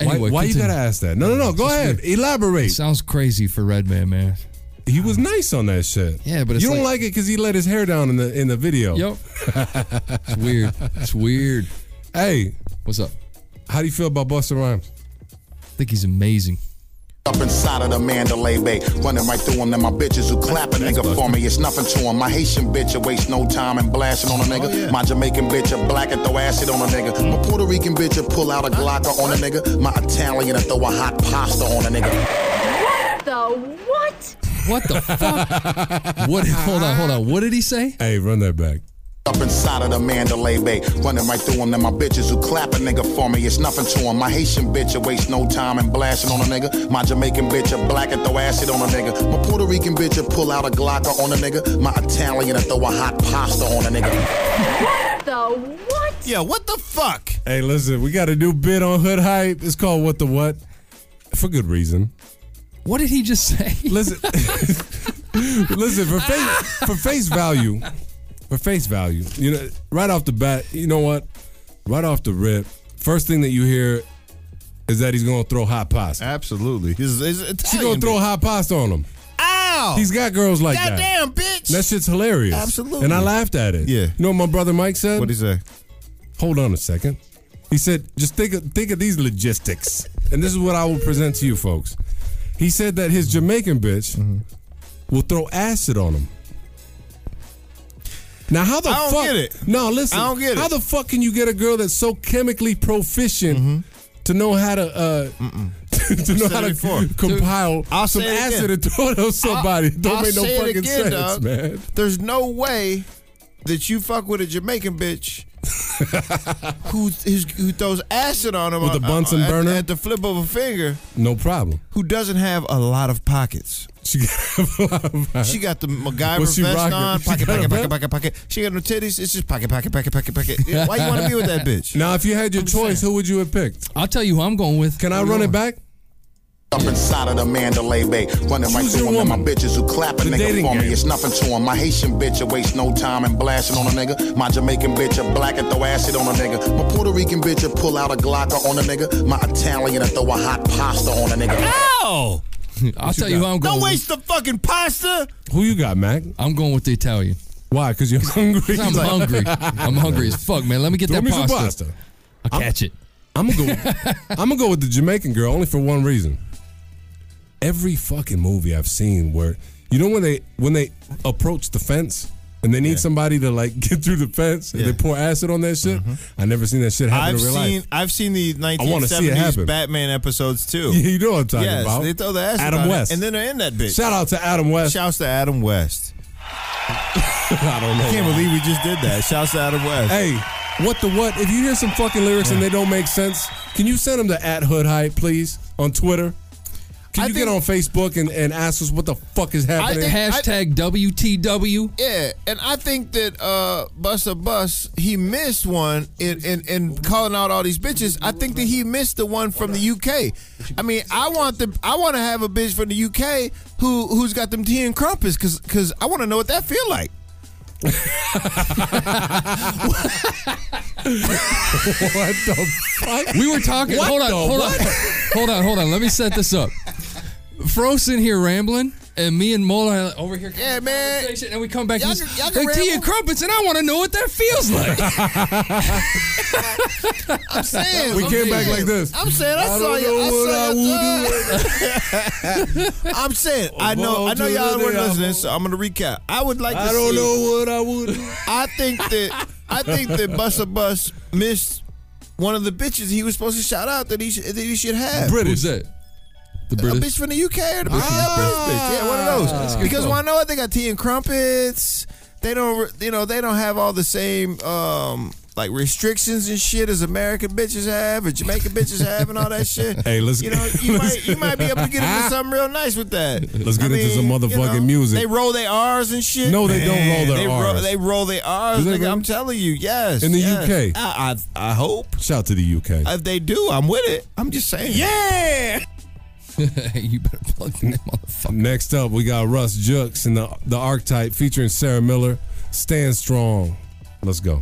Speaker 4: Why, why you gotta ask that? No, no, no. Go ahead. Elaborate.
Speaker 5: sounds crazy for Redman, man.
Speaker 4: He was nice on that shit.
Speaker 5: Yeah, but it's
Speaker 4: you don't
Speaker 5: like-
Speaker 4: like, it because he let his hair down in the in the video.
Speaker 5: Yep. it's weird. It's weird.
Speaker 4: Hey,
Speaker 5: what's up?
Speaker 4: How do you feel about Buster Rhymes?
Speaker 5: I think he's amazing.
Speaker 20: Up inside of the Mandalay Bay, running right through him. Then my bitches who clap a nigga for me, it's nothing to him. My Haitian bitch a waste no time and blasting on a nigga. My Jamaican bitch a black and throw acid on a nigga. My Puerto Rican bitch a pull out a Glocker on a nigga. My Italian a throw a hot pasta on a nigga.
Speaker 17: The what?
Speaker 5: What the fuck? what? Hold on, hold on. What did he say?
Speaker 4: Hey, run that back.
Speaker 20: Up inside of the Mandalay Bay, running right through him. Then my bitches who clap a nigga for me, it's nothing to him. My Haitian bitch a waste no time and blasting on a nigga. My Jamaican bitch a black and throw acid on a nigga. My Puerto Rican bitch a pull out a Glocker on a nigga. My Italian a throw a hot pasta on a nigga.
Speaker 17: The what?
Speaker 3: Yeah, what the fuck?
Speaker 4: Hey, listen, we got a new bit on Hood Hype. It's called What the What? For good reason.
Speaker 5: What did he just say?
Speaker 4: Listen, listen for face for face value, for face value. You know, right off the bat, you know what? Right off the rip, first thing that you hear is that he's gonna throw hot pasta.
Speaker 3: Absolutely, he's,
Speaker 4: she's gonna throw hot pasta on him.
Speaker 3: Ow!
Speaker 4: He's got girls like that.
Speaker 3: Goddamn, bitch!
Speaker 4: That shit's hilarious.
Speaker 3: Absolutely.
Speaker 4: And I laughed at it.
Speaker 3: Yeah.
Speaker 4: You know what my brother Mike said? What'd
Speaker 3: he say?
Speaker 4: Hold on a second. He said, just think of, think of these logistics. and this is what I will present to you folks. He said that his Jamaican bitch
Speaker 3: Mm-hmm.
Speaker 4: will throw acid on him. Now, how the
Speaker 3: I don't
Speaker 4: fuck?
Speaker 3: get it.
Speaker 4: No, listen.
Speaker 3: I don't get it.
Speaker 4: How the fuck can you get a girl that's so chemically proficient
Speaker 3: Mm-hmm.
Speaker 4: to know how to uh, to know
Speaker 3: said
Speaker 4: how
Speaker 3: it
Speaker 4: to
Speaker 3: before.
Speaker 4: compile
Speaker 3: I'll
Speaker 4: some
Speaker 3: say it
Speaker 4: acid
Speaker 3: again.
Speaker 4: and throw it on somebody? It don't
Speaker 3: I'll
Speaker 4: make no
Speaker 3: say it
Speaker 4: fucking
Speaker 3: again,
Speaker 4: sense,
Speaker 3: dog.
Speaker 4: man.
Speaker 3: There's no way that you fuck with a Jamaican bitch who who's, who throws acid on him
Speaker 4: With
Speaker 3: on-
Speaker 4: a Bunsen
Speaker 3: at-
Speaker 4: burner?
Speaker 3: at the flip of a finger.
Speaker 4: No problem.
Speaker 3: Who doesn't have a lot of pockets?
Speaker 4: She got,
Speaker 3: she got the MacGyver
Speaker 4: What's Uh-huh. she
Speaker 3: vest
Speaker 4: rocking?
Speaker 3: on.
Speaker 4: She
Speaker 3: Pocket,
Speaker 4: got a
Speaker 3: pocket,
Speaker 4: belt?
Speaker 3: pocket, pocket, pocket. She got no titties. It's just pocket, pocket, pocket, pocket, pocket. Why you want to be with that bitch?
Speaker 4: Now, if you had your choice, who would you have picked?
Speaker 5: I'll tell you who I'm going with.
Speaker 4: Can I run it back?
Speaker 20: Up inside of the Mandalay Bay, running right
Speaker 4: Choose
Speaker 20: through
Speaker 4: your
Speaker 20: him. Then my
Speaker 4: woman.
Speaker 20: bitches who clap
Speaker 4: The
Speaker 20: a nigga
Speaker 4: dating
Speaker 20: for me,
Speaker 4: game.
Speaker 20: it's nothing to him. My Haitian bitch a waste no time and blasting on a nigga. My Jamaican bitch a black and throw acid on a nigga. My Puerto Rican bitch a pull out a Glocker on a nigga. My Italian a throw a hot pasta on a nigga.
Speaker 3: Ow!
Speaker 5: I'll tell you who I'm going
Speaker 3: Don't
Speaker 5: with.
Speaker 3: waste the fucking pasta.
Speaker 4: Who you got, Mac?
Speaker 5: I'm going with the Italian.
Speaker 4: Why? Because you're hungry.
Speaker 5: 'Cause I'm hungry. I'm hungry as fuck, man. Let me get
Speaker 4: Throw
Speaker 5: that
Speaker 4: me some
Speaker 5: pasta.
Speaker 4: pasta.
Speaker 5: I'll catch it.
Speaker 4: I'm gonna go. I'm gonna go with the Jamaican girl only for one reason. Every fucking movie I've seen where you know when they when they approach the fence and they need somebody to like get through the fence and
Speaker 3: Yeah.
Speaker 4: they pour acid on that shit.
Speaker 5: Mm-hmm.
Speaker 4: I never seen that shit
Speaker 3: I've
Speaker 4: happen in real
Speaker 3: seen
Speaker 4: life.
Speaker 3: I've seen the
Speaker 4: wanna see it
Speaker 3: 1970s
Speaker 4: happen.
Speaker 3: Batman episodes too.
Speaker 4: Yeah, you know what I'm talking
Speaker 3: yes,
Speaker 4: about.
Speaker 3: they throw the acid
Speaker 4: Adam
Speaker 3: on it,
Speaker 4: West.
Speaker 3: and then they're in that bitch.
Speaker 4: Shout out to Adam West.
Speaker 3: Shouts to Adam West.
Speaker 4: I don't know.
Speaker 3: I can't believe we just did that. Shouts to Adam West.
Speaker 4: Hey, what the what? If you hear some fucking lyrics and they don't make sense, can you send them to at Hood Hype, please, on Twitter? Can you get on Facebook and, and ask us what the fuck is happening?
Speaker 5: Hashtag WTW.
Speaker 3: Yeah, and I think that uh Buster Bus he missed one in, in in calling out all these bitches. I think that he missed the one from the UK. I mean, I want the I want to have a bitch from the UK who who's got them tea and crumpets because because I want to know what that feel like.
Speaker 4: what the fuck?
Speaker 5: We were talking.
Speaker 4: What
Speaker 5: hold on,
Speaker 4: the
Speaker 5: hold
Speaker 4: what?
Speaker 5: on, hold on, hold on. Let me set this up. Frost in here rambling, and me and Mola over here. Yeah, man. And we come back.
Speaker 3: Y'all
Speaker 5: he's
Speaker 3: can- y'all can
Speaker 5: like tea
Speaker 3: ramble.
Speaker 5: and crumpets, and I want to know what that feels like.
Speaker 3: I'm saying
Speaker 4: We came back like this.
Speaker 3: I'm saying I,
Speaker 4: I
Speaker 3: saw
Speaker 4: don't
Speaker 3: you.
Speaker 4: know
Speaker 3: I
Speaker 4: what I
Speaker 3: saw you. I'm saying I know. I know y'all weren't
Speaker 4: Volunteer,
Speaker 3: listening, so I'm gonna recap. I would like.
Speaker 4: I
Speaker 3: to
Speaker 4: don't
Speaker 3: see-
Speaker 4: know what I would.
Speaker 3: I think that I think that Buster Bus missed one of the bitches he was supposed to shout out that he should, that he should have.
Speaker 5: British. Who's that? The
Speaker 3: A
Speaker 5: British.
Speaker 3: bitch from the UK or the British,
Speaker 5: Ah.
Speaker 3: bitch. Yeah, one of
Speaker 5: That's
Speaker 3: those.
Speaker 5: good
Speaker 3: Because
Speaker 5: though.
Speaker 3: why not? They got tea and crumpets. They don't, re- you know, they don't have all the same um like restrictions and shit as American bitches have or Jamaican bitches have and all that shit.
Speaker 4: Hey, let's-
Speaker 3: you know, you might you might be able to get into
Speaker 4: let's-
Speaker 3: something real nice with that.
Speaker 4: Let's get
Speaker 3: I
Speaker 4: into some
Speaker 3: mean, you
Speaker 4: motherfucking
Speaker 3: know,
Speaker 4: music.
Speaker 3: They roll their R's and shit.
Speaker 4: No, they don't roll their
Speaker 3: they Roll,
Speaker 4: Rs.
Speaker 3: they roll their R's.
Speaker 4: Do they
Speaker 3: Nigga,
Speaker 4: roll-
Speaker 3: I'm telling you, yes.
Speaker 4: In the
Speaker 3: yes.
Speaker 4: UK.
Speaker 3: I, I I hope
Speaker 4: Shout to the UK.
Speaker 3: if they do, I'm with it. I'm just saying. Yeah.
Speaker 5: you better plug in that motherfucker.
Speaker 4: Next up, we got Russ Jooks and the the Archetype featuring Sarah Miller. Stand strong. Let's go.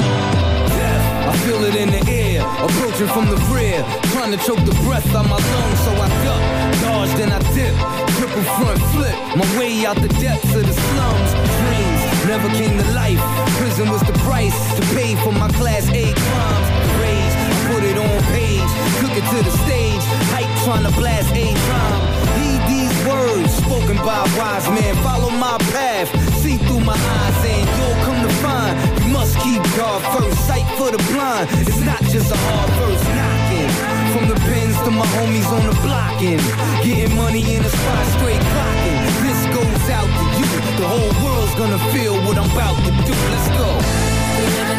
Speaker 21: I feel it in the air, approaching from the rear. Trying to choke the breath out my lungs, so I duck, dodge, then I dip. Triple front flip, my way out the depths of the slums. Dreams never came to life. Prison was the price to pay for my class A crimes. Rage, I put it on page, took it to the stage. Hype trying to blast A rhyme. Heed these words spoken by a wise man. Follow my path, see through my eyes, and you'll come to find you must keep God first. Sight for the blind. It's not just a hard verse knocking. From the pins to my homies on the blockin', getting money in the spot straight clocking. This goes out to you. The whole world's gonna feel what I'm about to do. Let's go.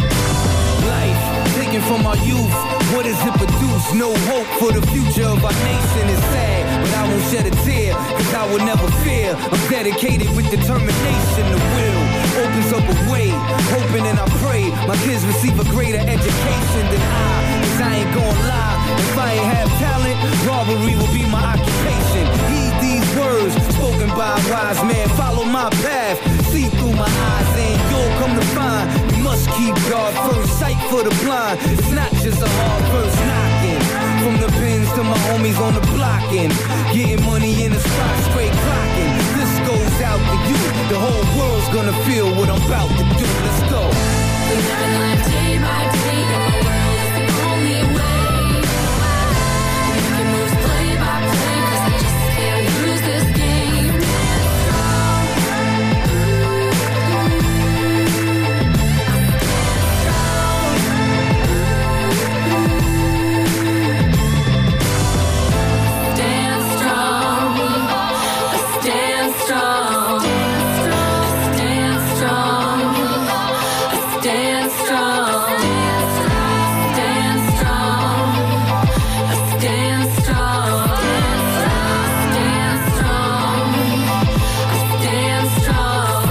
Speaker 21: Life taken from our youth. What does it produce? No hope for the future of our nation is sad. But I won't shed a tear, cause I will never fear. I'm dedicated with determination to will. Opens up a way, hoping and I pray my kids receive a greater education than I. Cause I ain't gonna lie, if I ain't have talent, robbery will be my occupation. Heed these words spoken by a wise man. Follow my path, see through my eyes, and you'll come to find you must keep God first. Sight for the blind, it's not just a hard verse knocking. From the pins to my homies on the blockin', getting money in the spot, straight clocking. This goes out to you. The whole world's gonna feel what I'm about to do. Let's go.
Speaker 22: Stand strong. Stand strong. Stand strong. Stand strong. Stand strong. Stand strong. Stand strong. Stand strong.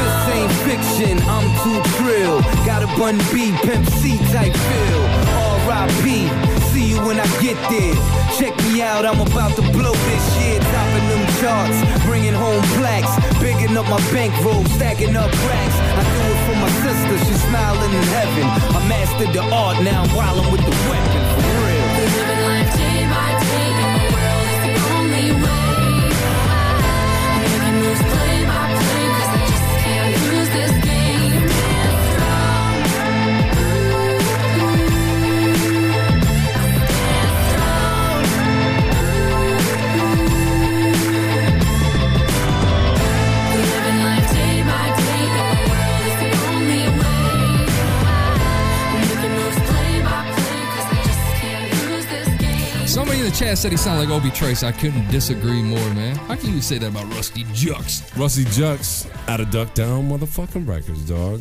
Speaker 21: This ain't fiction, I'm too thrill. Got a bun B, pimp C type feel. R.I.P. See you when I get there. Check me out, I'm about to blow this year. Topping them charts, bringing home plaques. Bigging up my bankroll, stacking up racks. I do it for my sister, she's smiling in heaven. I mastered the art, now I'm wildin' with the weapon, for real.
Speaker 22: Living life day by day, and the world is the only way.
Speaker 5: the chat said he sounded like Obi Trice. I couldn't disagree more, man. How can you say that about Rusty Jux?
Speaker 4: Rusty Jux out of Duck Down motherfucking records, dog.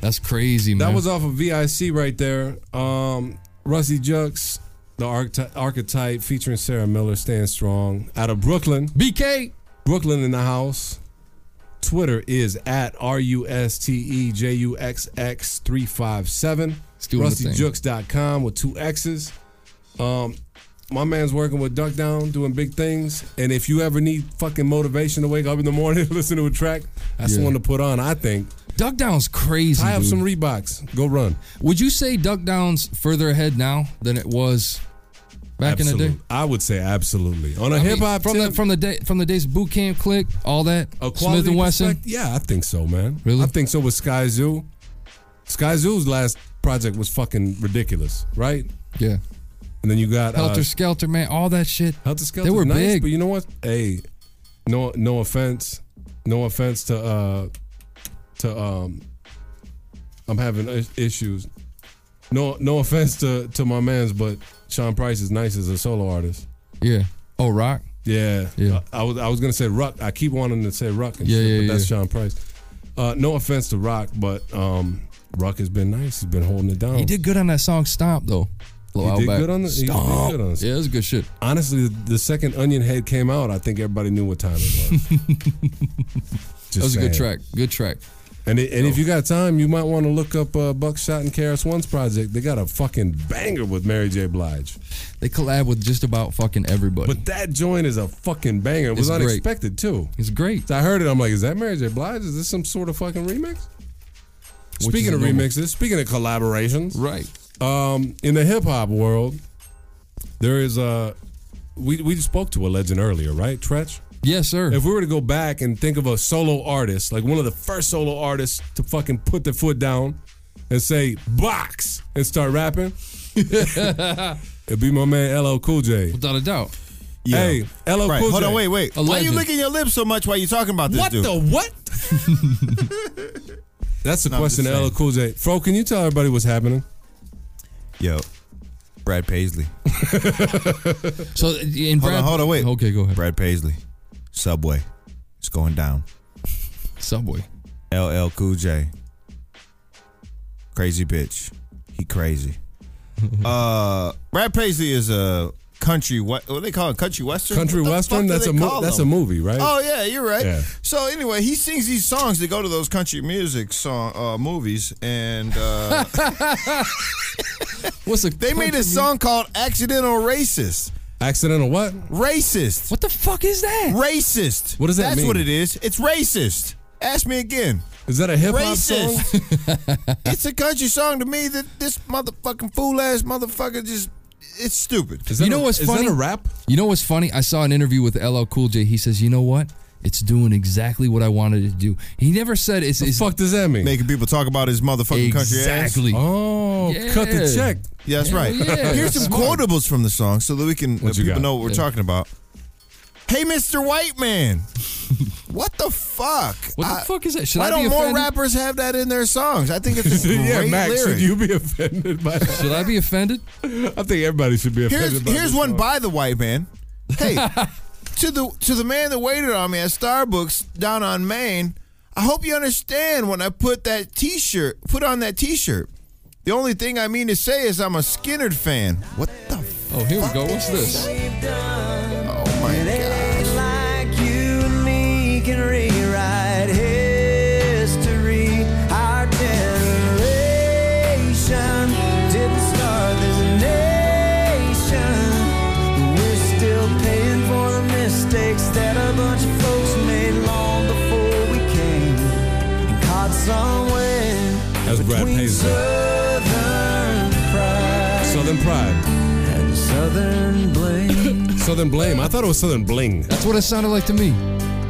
Speaker 5: That's crazy,
Speaker 4: That
Speaker 5: man.
Speaker 4: was off of VIC right there. Um, Rusty Jux, the archety- archetype featuring Sarah Miller, Stand Strong out of Brooklyn.
Speaker 5: BK!
Speaker 4: Brooklyn in the house. Twitter is at R U S T E J U X X 357.
Speaker 5: doing the thing.
Speaker 4: RustyJux.com with two X's. Um, my man's working with Duck Down, doing big things. And if you ever need fucking motivation to wake up in the morning and listen to a track, that's the
Speaker 5: Yeah.
Speaker 4: one to put on, I think.
Speaker 5: Duck Down's crazy.
Speaker 4: Tie up
Speaker 5: dude.
Speaker 4: some Reeboks. Go run.
Speaker 5: Would you say Duck Down's further ahead now than it was back in the day?
Speaker 4: Absolute. I would say absolutely. On a
Speaker 5: I mean,
Speaker 4: hip hop
Speaker 5: from the from the day from the days of boot camp, click all that.
Speaker 4: A quality
Speaker 5: Smith and Wesson.
Speaker 4: perspect- Yeah, I think so, man. Really? I think so with Sky Zoo. Sky Zoo's last project was fucking ridiculous, right?
Speaker 5: Yeah.
Speaker 4: And then you got
Speaker 5: Helter
Speaker 4: uh,
Speaker 5: Skelter, man, all that shit.
Speaker 4: Helter Skelter.
Speaker 5: They were
Speaker 4: nice,
Speaker 5: big.
Speaker 4: but you know what? Hey, no, no offense, no offense to uh to um, I'm having is- issues. No, no offense to to my man's, but Sean Price is nice as a solo artist.
Speaker 5: Yeah. Oh, Rock.
Speaker 4: Yeah,
Speaker 5: Yeah.
Speaker 4: I, I was I was gonna say Ruck. I keep wanting to say Ruck. And
Speaker 5: Yeah,
Speaker 4: shit,
Speaker 5: yeah,
Speaker 4: but That's
Speaker 5: yeah.
Speaker 4: Sean Price. Uh, no offense to Rock, but um, Ruck has been nice. He's been holding it down.
Speaker 5: He did good on that song Stomp though. A
Speaker 4: He
Speaker 5: little
Speaker 4: did
Speaker 5: while back.
Speaker 4: good on the. he did
Speaker 5: Stomp.
Speaker 4: good on
Speaker 5: Yeah, it was good shit.
Speaker 4: Honestly, the, the second Onion Head came out, I think everybody knew what time it was. Just
Speaker 5: that was a good
Speaker 4: saying.
Speaker 5: track. Good track.
Speaker 4: And it, and if you got time, you might want to look up uh, Buckshot and Karis One's project. They got a fucking banger with Mary J. Blige.
Speaker 5: They collab with just about fucking everybody.
Speaker 4: But that joint is a fucking banger. It was
Speaker 5: It's great.
Speaker 4: unexpected too.
Speaker 5: It's great.
Speaker 4: I heard it. I'm like, is that Mary J. Blige? Is this some sort of fucking remix?
Speaker 5: Which is
Speaker 4: speaking of
Speaker 5: normal.
Speaker 4: remixes, speaking of collaborations,
Speaker 5: right?
Speaker 4: Um, in the hip hop world, there is a we we spoke to a legend earlier, right, Tretch?
Speaker 5: Yes, sir.
Speaker 4: If we were to go back and think of a solo artist, like one of the first solo artists to fucking put their foot down and say box and start rapping, it'd be my man LL Cool J.
Speaker 5: Without a doubt.
Speaker 4: Hey, LL
Speaker 3: Right,
Speaker 4: Cool J.
Speaker 3: Hold on, wait, wait. Why are you licking your lips so much while you're talking about this
Speaker 4: What
Speaker 3: dude?
Speaker 4: the what? That's the
Speaker 3: No, I'm
Speaker 4: question
Speaker 3: just
Speaker 4: to LL
Speaker 3: saying.
Speaker 4: Cool J. Fro, can you tell everybody what's happening?
Speaker 3: Yo, Brad Paisley.
Speaker 5: So
Speaker 3: hold
Speaker 5: in Brad,
Speaker 3: on, hold on, wait.
Speaker 5: Okay, go ahead.
Speaker 3: Brad Paisley, Subway, it's going down.
Speaker 5: Subway.
Speaker 3: LL Cool J, crazy bitch, he crazy. uh, Brad Paisley is a country. What, what they call it? Country western.
Speaker 4: Country
Speaker 3: What the
Speaker 4: western?
Speaker 3: fuck do
Speaker 4: That's
Speaker 3: they
Speaker 4: a mo-
Speaker 3: call
Speaker 4: that's
Speaker 3: them?
Speaker 4: a movie, right?
Speaker 3: Oh yeah, you're right.
Speaker 4: Yeah.
Speaker 3: So anyway, he sings these songs that go to those country music song uh, movies, and uh,
Speaker 5: what's a
Speaker 3: they made a song called "Accidental Racist."
Speaker 4: Accidental what?
Speaker 3: Racist.
Speaker 5: What the fuck is that?
Speaker 3: Racist.
Speaker 4: What does that
Speaker 3: That's
Speaker 4: mean?
Speaker 3: what it is. It's racist. Ask me again.
Speaker 4: Is that a hip hop song?
Speaker 3: Racist. it's a country song to me that this motherfucking fool ass motherfucker just. It's stupid.
Speaker 5: you know what's funny? You know what's funny? I saw an interview with LL Cool J. He says, "You know what? It's doing exactly what I wanted it to do." He never said it's. it's
Speaker 4: fuck does that mean?
Speaker 3: Making people talk about his motherfucking country ass.
Speaker 5: Exactly.
Speaker 4: Oh, cut the
Speaker 5: Yeah.
Speaker 4: check.
Speaker 3: Yeah, that's
Speaker 5: Hell
Speaker 3: right.
Speaker 5: yeah.
Speaker 3: Here's some
Speaker 5: Smart.
Speaker 3: quotables from the song so that we can
Speaker 4: What
Speaker 3: uh,
Speaker 4: you
Speaker 3: people
Speaker 4: got?
Speaker 3: know what we're
Speaker 4: Yeah.
Speaker 3: talking about. Hey, Mr. White Man. what the fuck?
Speaker 5: What the fuck is that? Should
Speaker 3: why
Speaker 5: I be
Speaker 3: don't more
Speaker 5: offended?
Speaker 3: rappers have that in their songs? I think it's a great
Speaker 4: yeah, Max,
Speaker 3: lyric.
Speaker 4: should you be offended by that?
Speaker 5: Should I be offended?
Speaker 4: I think everybody should be offended
Speaker 3: Here's
Speaker 4: by
Speaker 3: here's
Speaker 4: this
Speaker 3: one
Speaker 4: song.
Speaker 3: by the white man. Hey, to the to the man that waited on me at Starbucks down on Main. I hope you understand when I put that T-shirt put on that T-shirt. The only thing I mean to say is I'm a Skinnerd fan. What the? F-
Speaker 5: Oh, here we go. What's this?
Speaker 3: oh my god!
Speaker 12: like you and me can rewrite history. Our generation didn't start this nation. We're still paying for the mistakes that a bunch of folks made long before we came. And caught somewhere
Speaker 4: That's Brad
Speaker 12: between
Speaker 4: Paisley.
Speaker 12: southern pride
Speaker 4: Southern Pride.
Speaker 12: and southern blame.
Speaker 4: Southern Blame. I thought it was Southern Bling.
Speaker 5: That's what it sounded like to me.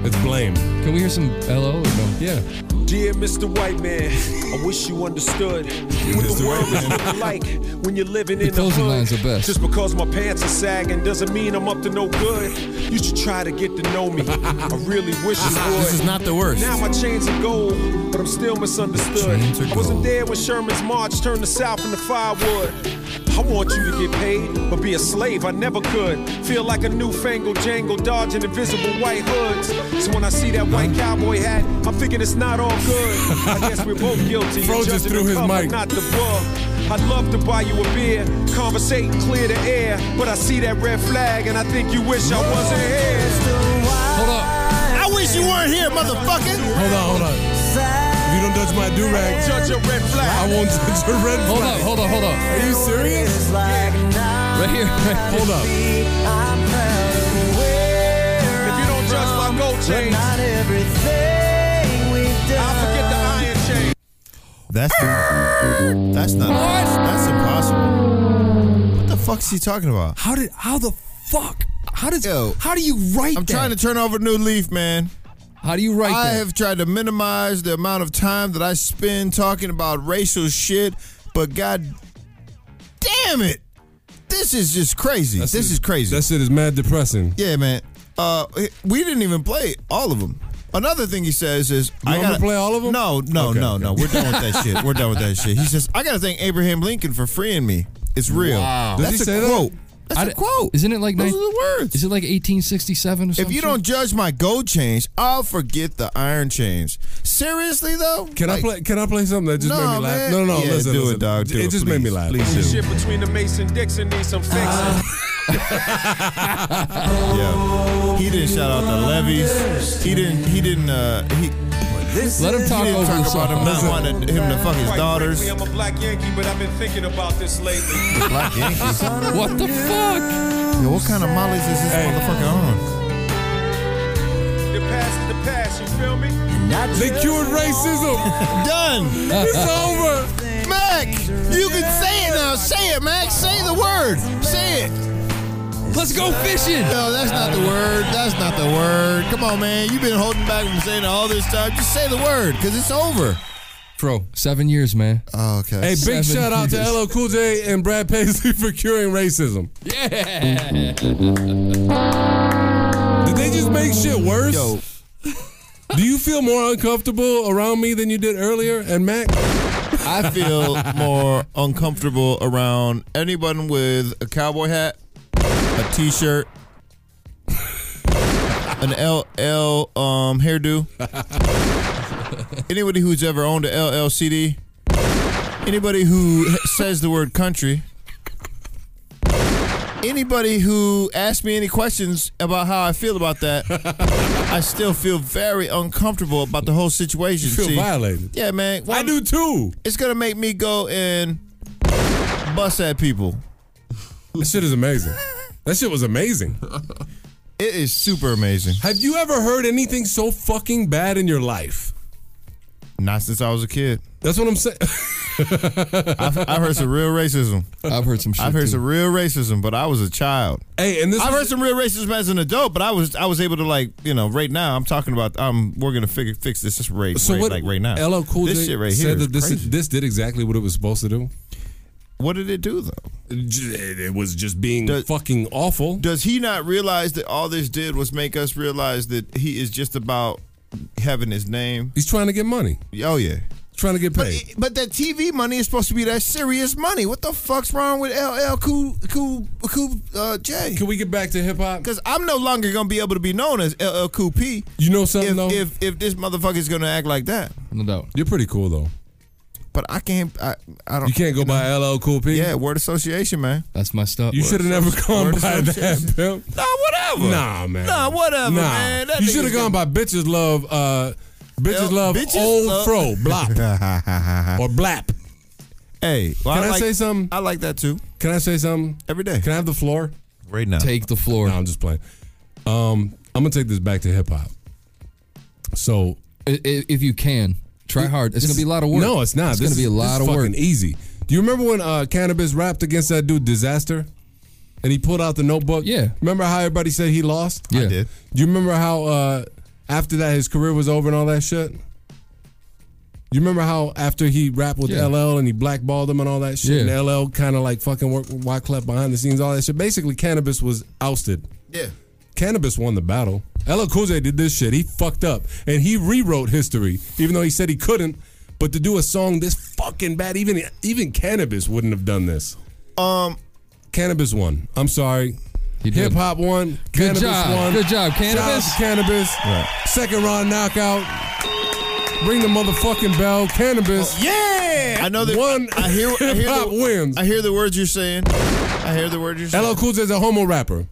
Speaker 4: It's Blame.
Speaker 5: Can we hear some LL or no?
Speaker 4: Yeah.
Speaker 6: Dear Mr. White Man, I wish you understood what the world is really like when you're living in the
Speaker 5: closing
Speaker 6: hood.
Speaker 5: lines are best.
Speaker 6: Just because my pants are sagging doesn't mean I'm up to no good. You should try to get to know me. I really wish you would.
Speaker 3: This is not the worst.
Speaker 6: Now my chains are gold, but I'm still misunderstood.
Speaker 3: Chains are
Speaker 6: I wasn't there when Sherman's march turned the South into firewood. I want you to get paid, but be a slave, I never could. Feel like a newfangled jangle dodging invisible white hoods. So when I see that white cowboy hat, I'm thinking it's not all good. I guess we're both guilty.
Speaker 4: Fro just
Speaker 6: Judging
Speaker 4: threw
Speaker 6: the
Speaker 4: his
Speaker 6: cover,
Speaker 4: mic.
Speaker 6: Not the book. I'd love to buy you a beer, conversate and clear the air, but I see that red flag and I think you wish I wasn't here. Hold up. I wish you weren't here, motherfucker.
Speaker 4: Hold on, hold on. If you don't touch my do rag,
Speaker 6: judge a red flag.
Speaker 4: I won't judge a red flag.
Speaker 5: Hold up, hold up, hold up.
Speaker 4: Are you serious?
Speaker 5: Right here.
Speaker 4: Hold up.
Speaker 6: If you don't judge my gold chains, not everything we've done. I forget the iron chain.
Speaker 3: That's that's not that's impossible. What the fuck's he talking about?
Speaker 5: How did how the fuck how does how do you write?
Speaker 3: I'm
Speaker 5: that?
Speaker 3: trying to turn over a new leaf, man.
Speaker 5: How do you write
Speaker 3: I
Speaker 5: that?
Speaker 3: have tried to minimize the amount of time that I spend talking about racial shit, but god damn it. This is just crazy. this is crazy. That
Speaker 4: shit is mad depressing.
Speaker 3: Yeah, man. Uh, we didn't even play all of them. Another thing he says is,
Speaker 4: You want me to
Speaker 3: gotta-
Speaker 4: play all of 'em?
Speaker 3: No, no,
Speaker 4: Okay,
Speaker 3: no,
Speaker 4: okay.
Speaker 3: no. We're done with that shit. We're done with that shit. He says, I gotta thank Abraham Lincoln for freeing me. It's real.
Speaker 5: Wow. Does
Speaker 3: That's
Speaker 5: he
Speaker 3: a
Speaker 5: say that?
Speaker 3: quote. That's
Speaker 5: I
Speaker 3: a
Speaker 5: d-
Speaker 3: quote.
Speaker 5: Isn't it like
Speaker 3: Those
Speaker 5: nine-
Speaker 3: are the words.
Speaker 5: Is it like 1867 or something?
Speaker 3: If you don't judge my gold chains, I'll forget the iron chains. Seriously though,
Speaker 4: Can I
Speaker 3: Like-
Speaker 4: play? Can I play something that just
Speaker 3: No,
Speaker 4: made me laugh?
Speaker 3: man.
Speaker 4: No, no, no.
Speaker 3: Yeah,
Speaker 4: listen,
Speaker 3: do it,
Speaker 4: listen.
Speaker 3: dog, do
Speaker 4: it
Speaker 3: it,
Speaker 4: just made me
Speaker 3: please.
Speaker 4: laugh.
Speaker 3: Please
Speaker 6: The shit between the Mason Dixon needs some fixing.
Speaker 3: Yeah. He didn't shout out the levies. He didn't. He didn't. Uh, he.
Speaker 5: Let him talk
Speaker 3: he didn't
Speaker 5: over the
Speaker 3: talk about him
Speaker 5: song.
Speaker 3: not wanting him to fuck his
Speaker 6: Quite
Speaker 3: daughters.
Speaker 6: frankly, I'm a black Yankee, but I've been thinking about this lately.
Speaker 3: Black Yankees.
Speaker 5: What the fuck?
Speaker 3: Yo, what kind of mollies is this motherfucker on?
Speaker 6: The past is the past, you feel me?
Speaker 4: They cured racism.
Speaker 3: Done.
Speaker 4: It's over.
Speaker 3: Mac, you can say it now. Say it, Mac. Say the word. Say it.
Speaker 5: Let's go fishing.
Speaker 3: No, that's not the word. That's not the word. Come on, man. You've been holding back from saying it all this time. Just say the word, cause it's over.
Speaker 5: Bro, seven years, man.
Speaker 3: Oh, okay.
Speaker 4: Hey,
Speaker 5: Seven
Speaker 4: big shout out to
Speaker 5: years.
Speaker 4: LL Cool J and Brad Paisley for curing racism.
Speaker 5: Yeah.
Speaker 4: Did they just make shit worse?
Speaker 3: Yo.
Speaker 4: Do you feel more uncomfortable around me than you did earlier? And Mac,
Speaker 3: I feel more uncomfortable around anyone with a cowboy hat, a t-shirt, an LL um, hairdo, anybody who's ever owned a LL CD, anybody who says the word country, anybody who asks me any questions about how I feel about that. I still feel very uncomfortable about the whole situation.
Speaker 4: you feel
Speaker 3: see.
Speaker 4: violated.
Speaker 3: Yeah, man.
Speaker 4: I do too.
Speaker 3: It's gonna make me go and bust at people.
Speaker 4: That shit is amazing. That shit was amazing.
Speaker 3: It is super amazing.
Speaker 4: Have you ever heard anything so fucking bad in your life?
Speaker 3: Not since I was a kid.
Speaker 4: That's what I'm saying.
Speaker 3: I've, I've heard some real racism.
Speaker 5: I've heard some shit.
Speaker 3: I've heard
Speaker 5: too.
Speaker 3: some real racism, but I was a child.
Speaker 4: Hey, and this
Speaker 3: I've
Speaker 4: was-
Speaker 3: heard some real racism as an adult, but I was I was able to like you know right now I'm talking about um we're gonna figure fix this this right,
Speaker 4: So
Speaker 3: right-
Speaker 4: what?
Speaker 3: like right now.
Speaker 4: LL Cool
Speaker 3: this
Speaker 4: J
Speaker 3: shit right here
Speaker 4: said
Speaker 3: is
Speaker 4: that this
Speaker 3: crazy.
Speaker 4: this did exactly what it was supposed to do.
Speaker 3: What did it do though?
Speaker 4: J- It was just being fucking awful.
Speaker 3: Does he not realize that all this did was make us realize that he is just about having his name?
Speaker 4: He's trying to get money.
Speaker 3: Oh yeah.
Speaker 4: Trying to get
Speaker 3: But,
Speaker 4: paid.
Speaker 3: it- but that TV money is supposed to be that serious money. What the fuck's wrong with LL Cool Cool Cool uh, J?
Speaker 4: Can we get back to hip hop?
Speaker 3: Because I'm no longer gonna be able to be known as LL Cool P.
Speaker 4: You know something
Speaker 3: if,
Speaker 4: though?
Speaker 3: if if this motherfucker's gonna act like that.
Speaker 5: No doubt.
Speaker 4: You're pretty cool though.
Speaker 3: But I can't. I I don't.
Speaker 4: You can't go by LL Cool P.
Speaker 3: Yeah, word association, man.
Speaker 5: That's messed up.
Speaker 4: You should have never gone
Speaker 3: Word
Speaker 4: by that,
Speaker 3: association.
Speaker 4: pimp.
Speaker 3: Nah, whatever.
Speaker 4: Nah, man.
Speaker 3: Nah, whatever,
Speaker 4: Nah.
Speaker 3: man. That
Speaker 4: you
Speaker 3: nigga's
Speaker 4: should have gone by bitches love. Uh, bitches
Speaker 3: L-
Speaker 4: love
Speaker 3: bitches
Speaker 4: old
Speaker 3: love-
Speaker 4: fro blop or blap.
Speaker 3: Hey, well,
Speaker 4: Can I
Speaker 3: like-
Speaker 4: say something?
Speaker 3: I like that too.
Speaker 4: Can I say something?
Speaker 3: Every day.
Speaker 4: Can I have the floor?
Speaker 3: Right now.
Speaker 5: Take the floor.
Speaker 4: No, I'm just playing. Um, I'm gonna take this back to hip hop. So
Speaker 5: I- i- if you can, try hard. It's
Speaker 4: this
Speaker 5: gonna be a
Speaker 4: is-
Speaker 5: lot of work.
Speaker 4: No, it's not.
Speaker 5: It's
Speaker 4: This
Speaker 5: gonna be
Speaker 4: is-
Speaker 5: a
Speaker 4: this
Speaker 5: lot
Speaker 4: is
Speaker 5: of work.
Speaker 4: fucking Easy. Do you remember when uh, Cannabis rapped against that dude Disaster, and he pulled out the notebook?
Speaker 5: Yeah.
Speaker 4: Remember how everybody said he lost?
Speaker 5: Yeah.
Speaker 3: I did.
Speaker 4: Do you remember how uh, after that his career was over and all that shit? You remember how after he rapped with
Speaker 5: Yeah.
Speaker 4: LL and he blackballed him and all that shit,
Speaker 5: Yeah.
Speaker 4: and LL kind of like fucking worked with Wyclef behind the scenes, all that shit. Basically, cannabis was ousted.
Speaker 3: Yeah.
Speaker 4: Cannabis won the battle. LL Cool J did this shit. He fucked up and he rewrote history, even though he said he couldn't. But to do a song this fucking bad, even even cannabis wouldn't have done this. Um, cannabis won. I'm sorry. Hip hop won.
Speaker 5: Good
Speaker 4: cannabis
Speaker 5: job.
Speaker 4: won.
Speaker 5: Good job,
Speaker 4: Shout out
Speaker 5: Cannabis.
Speaker 4: to cannabis. Second round knockout. Ring the motherfucking bell, cannabis.
Speaker 3: Oh, Yeah, I know that one. I hear. I hear
Speaker 4: hip-hop
Speaker 3: the wins. I hear the words you're saying. I hear the words you're saying.
Speaker 4: LL Cool J is a homo rapper.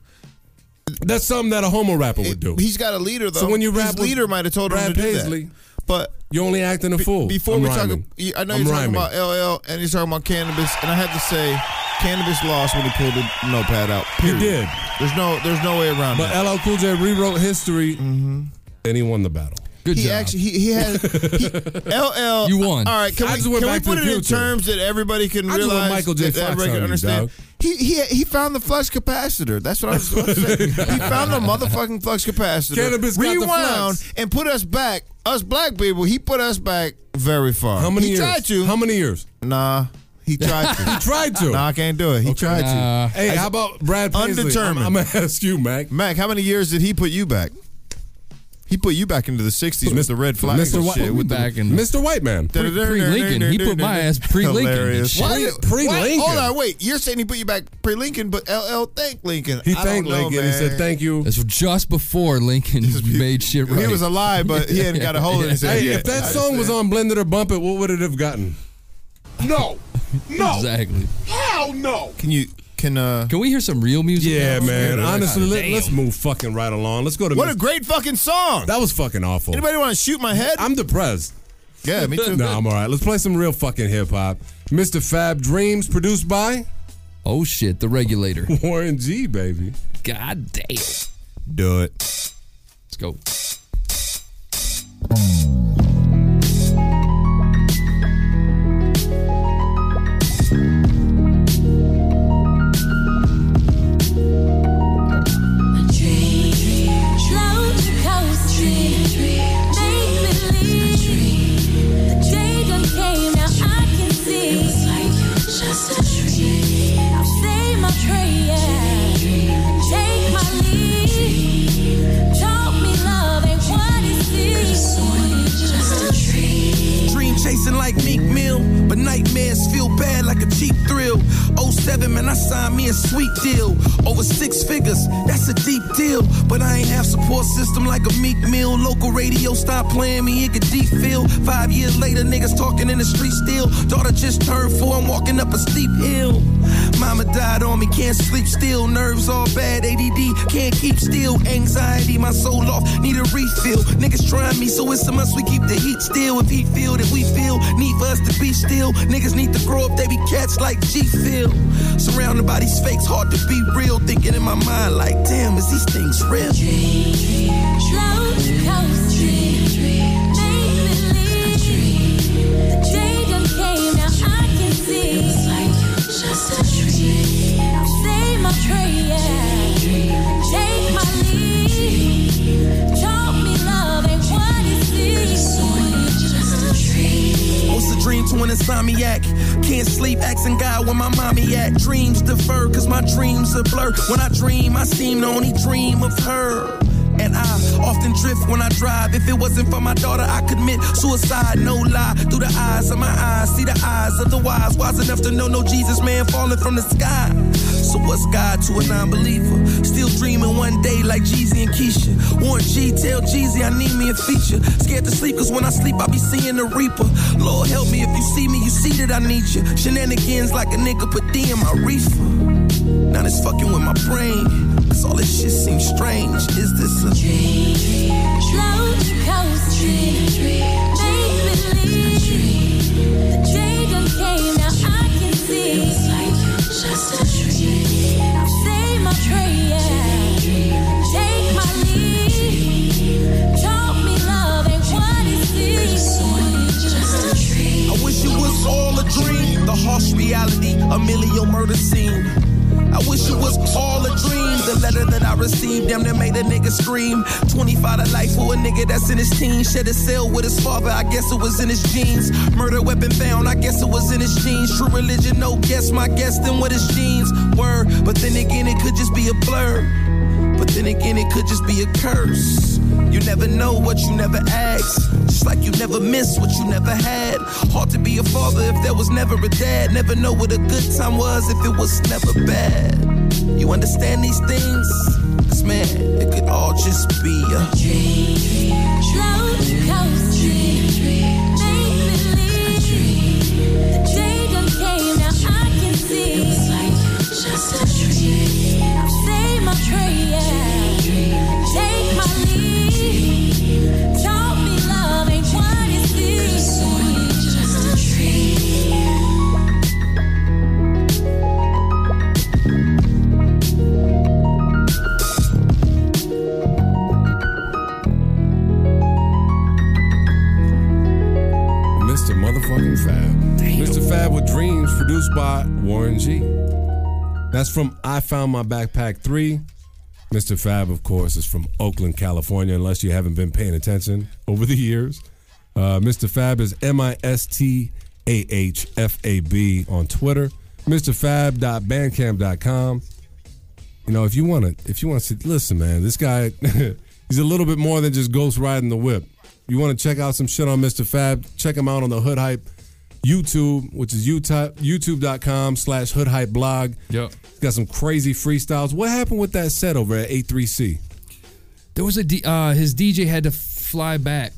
Speaker 4: That's something that a homo rapper would do.
Speaker 3: He's got a leader though.
Speaker 4: So when you
Speaker 3: His
Speaker 4: rap with
Speaker 3: leader might have told him
Speaker 4: Brad
Speaker 3: to
Speaker 4: Paisley,
Speaker 3: do that. But
Speaker 4: you're only acting a
Speaker 3: be-
Speaker 4: fool.
Speaker 3: Before
Speaker 4: I'm
Speaker 3: we
Speaker 4: rhyming.
Speaker 3: talk, I know
Speaker 4: I'm
Speaker 3: you're
Speaker 4: rhyming.
Speaker 3: talking about LL and you're talking about cannabis, and I have to say, cannabis lost when he pulled the notepad out. Period.
Speaker 4: He did.
Speaker 3: There's no, there's no way around
Speaker 4: But
Speaker 3: that.
Speaker 4: LL Cool J rewrote history, and he won the battle.
Speaker 3: he actually he, he had he, LL.
Speaker 4: You won.
Speaker 3: All right, can
Speaker 4: I
Speaker 3: we,
Speaker 4: just went
Speaker 3: can we
Speaker 4: back to
Speaker 3: put
Speaker 4: the
Speaker 3: it in
Speaker 4: future.
Speaker 3: terms that everybody can
Speaker 4: I just went
Speaker 3: realize,
Speaker 4: Michael J.
Speaker 3: that
Speaker 4: Fox
Speaker 3: everybody
Speaker 4: on
Speaker 3: can
Speaker 4: you,
Speaker 3: understand?
Speaker 4: dog.
Speaker 3: He, he he found the flux capacitor. That's what I was about to say. he found the motherfucking flux capacitor.
Speaker 4: Cannabis got the
Speaker 3: rewound
Speaker 4: flux.
Speaker 3: and put us back. Us black people, he put us back very far.
Speaker 4: How many
Speaker 3: he
Speaker 4: years?
Speaker 3: tried to.
Speaker 4: How many years?
Speaker 3: Nah, he tried to.
Speaker 4: He tried to.
Speaker 3: Nah, I can't do it. He tried to.
Speaker 4: Nah. Hey, how about Brad Paisley?
Speaker 3: Undetermined.
Speaker 4: I'm- I'm gonna ask you, Mac.
Speaker 3: Mac, how many years did he put you back? He put you back into the '60s with the red flags
Speaker 4: Mr.
Speaker 3: and
Speaker 4: White-
Speaker 3: shit. With the-
Speaker 5: back in
Speaker 4: Mr. White Man.
Speaker 5: Pre- pre-Lincoln. He put my ass pre-Lincoln and
Speaker 3: Hilarious.
Speaker 5: shit.
Speaker 3: Why-
Speaker 4: Pre-
Speaker 3: why-
Speaker 4: pre-Lincoln.
Speaker 3: Hold on, wait. You're saying he put you back pre-Lincoln, but LL thanked Lincoln.
Speaker 4: He
Speaker 3: I don't
Speaker 4: thanked
Speaker 3: know,
Speaker 4: Lincoln. He said,
Speaker 3: man.
Speaker 4: "Thank you."
Speaker 5: It's just before Lincoln made shit right.
Speaker 3: He was alive, but he hadn't got a hold in his head
Speaker 4: Hey,
Speaker 3: yet.
Speaker 4: if that
Speaker 3: I
Speaker 4: song was on Blended or Bump It, what would it have gotten?
Speaker 5: No. No. Exactly.
Speaker 4: Hell no.
Speaker 3: Can you? Can uh?
Speaker 5: Can we hear some real music?
Speaker 4: Yeah,
Speaker 5: now?
Speaker 4: man.
Speaker 5: Yeah,
Speaker 4: Honestly,
Speaker 5: God
Speaker 4: let,
Speaker 5: damn.
Speaker 4: us move fucking right along. Let's go to
Speaker 3: What
Speaker 4: Mr.
Speaker 3: a great fucking song.
Speaker 4: That was fucking awful.
Speaker 3: Anybody want to shoot my head?
Speaker 4: I'm depressed.
Speaker 3: Yeah, me too.
Speaker 4: no, I'm all right. Let's play some real fucking hip hop. Mr. Fab Dreams, produced by
Speaker 5: Oh shit, the regulator.
Speaker 4: Warren G, baby.
Speaker 5: God damn.
Speaker 3: Do it. Let's
Speaker 5: go.
Speaker 22: Just a dream. I say my prayer. Take my lead. Taught me love ain't what it seems. Just a dream.
Speaker 10: Dream chasing like Meek Mill, but nightmares feel bad like a cheap thrill. 07, man, I signed me a sweet deal. Over six figures, that's a deep deal. But I ain't have support system like a Meek Mill. Local radio stopped playing me, it could deep feel. Five years later, niggas talking in the street still. Daughter just turned four, I'm walking up a steep hill. Mama died on me, can't sleep still. Nerves all bad, ADD, can't keep still. Anxiety, my soul off, need a refill. Niggas trying me, so it's a must we keep the heat still. If he feel that we feel, need for us to be still. Niggas need to grow up, they be cats like G Phil. Surrounded by these fakes, hard to be real. Thinking in my mind, like, damn, is these things real? What's a dream to an insomniac? Can't sleep, asking God where my mommy at. Dreams deferred, cause my dreams are blur. When I dream, I seem to only dream of her. And I often drift when I drive. If it wasn't for my daughter, I could commit suicide, no lie. Through the eyes of my eyes, see the eyes of the wise. Wise enough to know no Jesus man falling from the sky. So what's God to a non-believer? Still dreaming one day like Jeezy and Keisha. Warren G, tell Jeezy I need me a feature. Scared to sleep, cause when I sleep, I be seeing the reaper. Lord help me, if you see me, you see that I need you. Shenanigans like a nigga put D in my reefer. Now this fucking with my brain. Cause all this shit seems strange. Is this a
Speaker 22: Just a dream. I say my prayer. Take my lead. Taught me love ain't what it seems. Just a dream.
Speaker 10: I wish it was all a dream. The harsh reality, a million murder scene. I wish it was all a dream. The letter that I received, damn, that made a nigga scream. 25 to life for a nigga that's in his teens. Shed his cell with his father, I guess it was in his jeans. Murder weapon found, I guess it was in his jeans. True religion, no guess, my guess, then what his jeans were. But then again, it could just be a blur. But then again, it could just be a curse. You never know what you never asked. Just like you never miss what you never had. Hard to be a father if there was never a dad. Never know what a good time was if it was never bad. You understand these things? Cause man, it could all just be a
Speaker 4: Mr. Motherfucking Fab. Mr. Fab with Dreams, produced by Warren G. That's from I Found My Backpack 3. Mr. Fab, of course, is from Oakland, California, unless you haven't been paying attention over the years. Uh, Mr. Fab is M I S T A H F A B on Twitter. MrFab.bandcamp.com. You know, if you want to, if you want to listen, man, this guy, he's a little bit more than just ghost riding the whip. You want to check out some shit on Mr. Fab? Check him out on the Hood Hype YouTube, which is YouTube, youtube.com slash Hood Hype blog.
Speaker 5: Yep.
Speaker 4: He's got some crazy freestyles. What happened with that set over at A3C?
Speaker 5: There was a D, uh, his DJ had to fly back.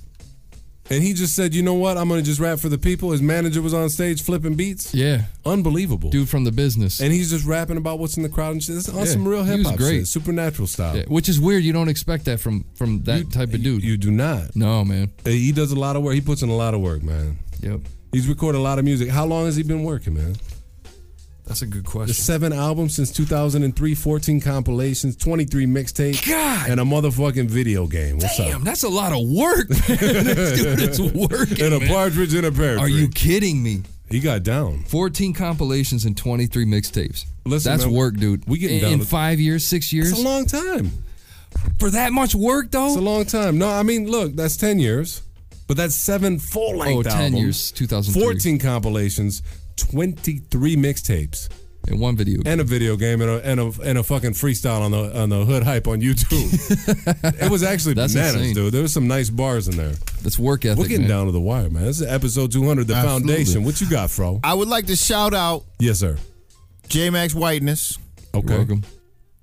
Speaker 4: And he just said, you know what? I'm going to just rap for the people. His manager was on stage flipping beats.
Speaker 5: Yeah.
Speaker 4: Unbelievable.
Speaker 5: Dude from the business.
Speaker 4: And he's just rapping about what's in the crowd and shit. It's on
Speaker 5: Yeah,
Speaker 4: some real
Speaker 5: he was
Speaker 4: hip hop
Speaker 5: great.
Speaker 4: shit, supernatural style.
Speaker 5: Yeah, which is weird. You don't expect that from from that type of dude.
Speaker 4: You do not.
Speaker 5: No, man.
Speaker 4: He does a lot of work. He puts in a lot of work, man.
Speaker 5: Yep.
Speaker 4: He's recorded a lot of music. How long has he been working, man?
Speaker 5: That's a good
Speaker 4: The
Speaker 5: question.
Speaker 4: seven albums since 2003, 14 compilations, 23 mixtapes,
Speaker 5: God.
Speaker 4: and a motherfucking video game. What's
Speaker 5: Damn,
Speaker 4: up?
Speaker 5: that's a lot of work. Man. this dude is working.
Speaker 4: And a
Speaker 5: man.
Speaker 4: partridge in a pear
Speaker 5: Are
Speaker 4: tree.
Speaker 5: you kidding me?
Speaker 4: He got down.
Speaker 5: 14 compilations and 23 mixtapes.
Speaker 4: Listen,
Speaker 5: that's
Speaker 4: man,
Speaker 5: work, dude.
Speaker 4: we getting
Speaker 5: in,
Speaker 4: down
Speaker 5: in
Speaker 4: to-
Speaker 5: five years, six years.
Speaker 4: It's a long time.
Speaker 5: For that much work, though?
Speaker 4: It's a long time. No, I mean, look, that's 10 years, but that's seven full
Speaker 5: Oh,
Speaker 4: length
Speaker 5: 10
Speaker 4: albums,
Speaker 5: years, 2003.
Speaker 4: 14 compilations, 23 mixtapes.
Speaker 5: And one video
Speaker 4: And a video game and a, and a, and a fucking freestyle on the on the hood hype on YouTube. it was actually
Speaker 5: That's
Speaker 4: bananas,
Speaker 5: insane.
Speaker 4: dude. There was some nice bars in there.
Speaker 5: That's work ethic.
Speaker 4: We're getting
Speaker 5: man.
Speaker 4: down to the wire, man. This is episode 200, The
Speaker 3: Absolutely.
Speaker 4: Foundation. What you got, Fro?
Speaker 3: I would like to shout out
Speaker 4: Yes, sir.
Speaker 3: J Max Whiteness.
Speaker 4: Okay. welcome.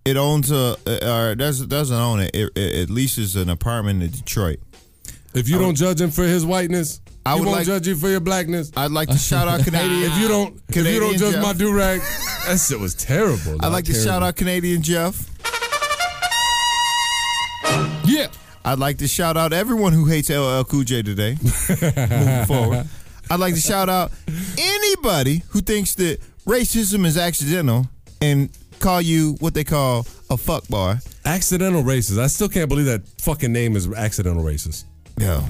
Speaker 3: It owns a, uh, or doesn't doesn't own it. It, it. it leases an apartment in Detroit.
Speaker 4: If you don't judge him for his whiteness,
Speaker 3: I
Speaker 4: he
Speaker 3: would
Speaker 4: won't
Speaker 3: like-
Speaker 4: judge you for your blackness.
Speaker 3: I'd like to shout out Canadian.
Speaker 4: if you don't, if you don't
Speaker 3: Canadian
Speaker 4: judge
Speaker 3: Jeff.
Speaker 4: my do rag, that shit was terrible.
Speaker 3: I'd like to shout out Canadian Jeff.
Speaker 5: Yeah.
Speaker 3: I'd like to shout out everyone who hates LL Cool J today. Moving forward, I'd like to shout out anybody who thinks that racism is accidental and call you what they call a fuck bar.
Speaker 4: Accidental racist. I still can't believe that fucking name is accidental racist.
Speaker 3: Yeah.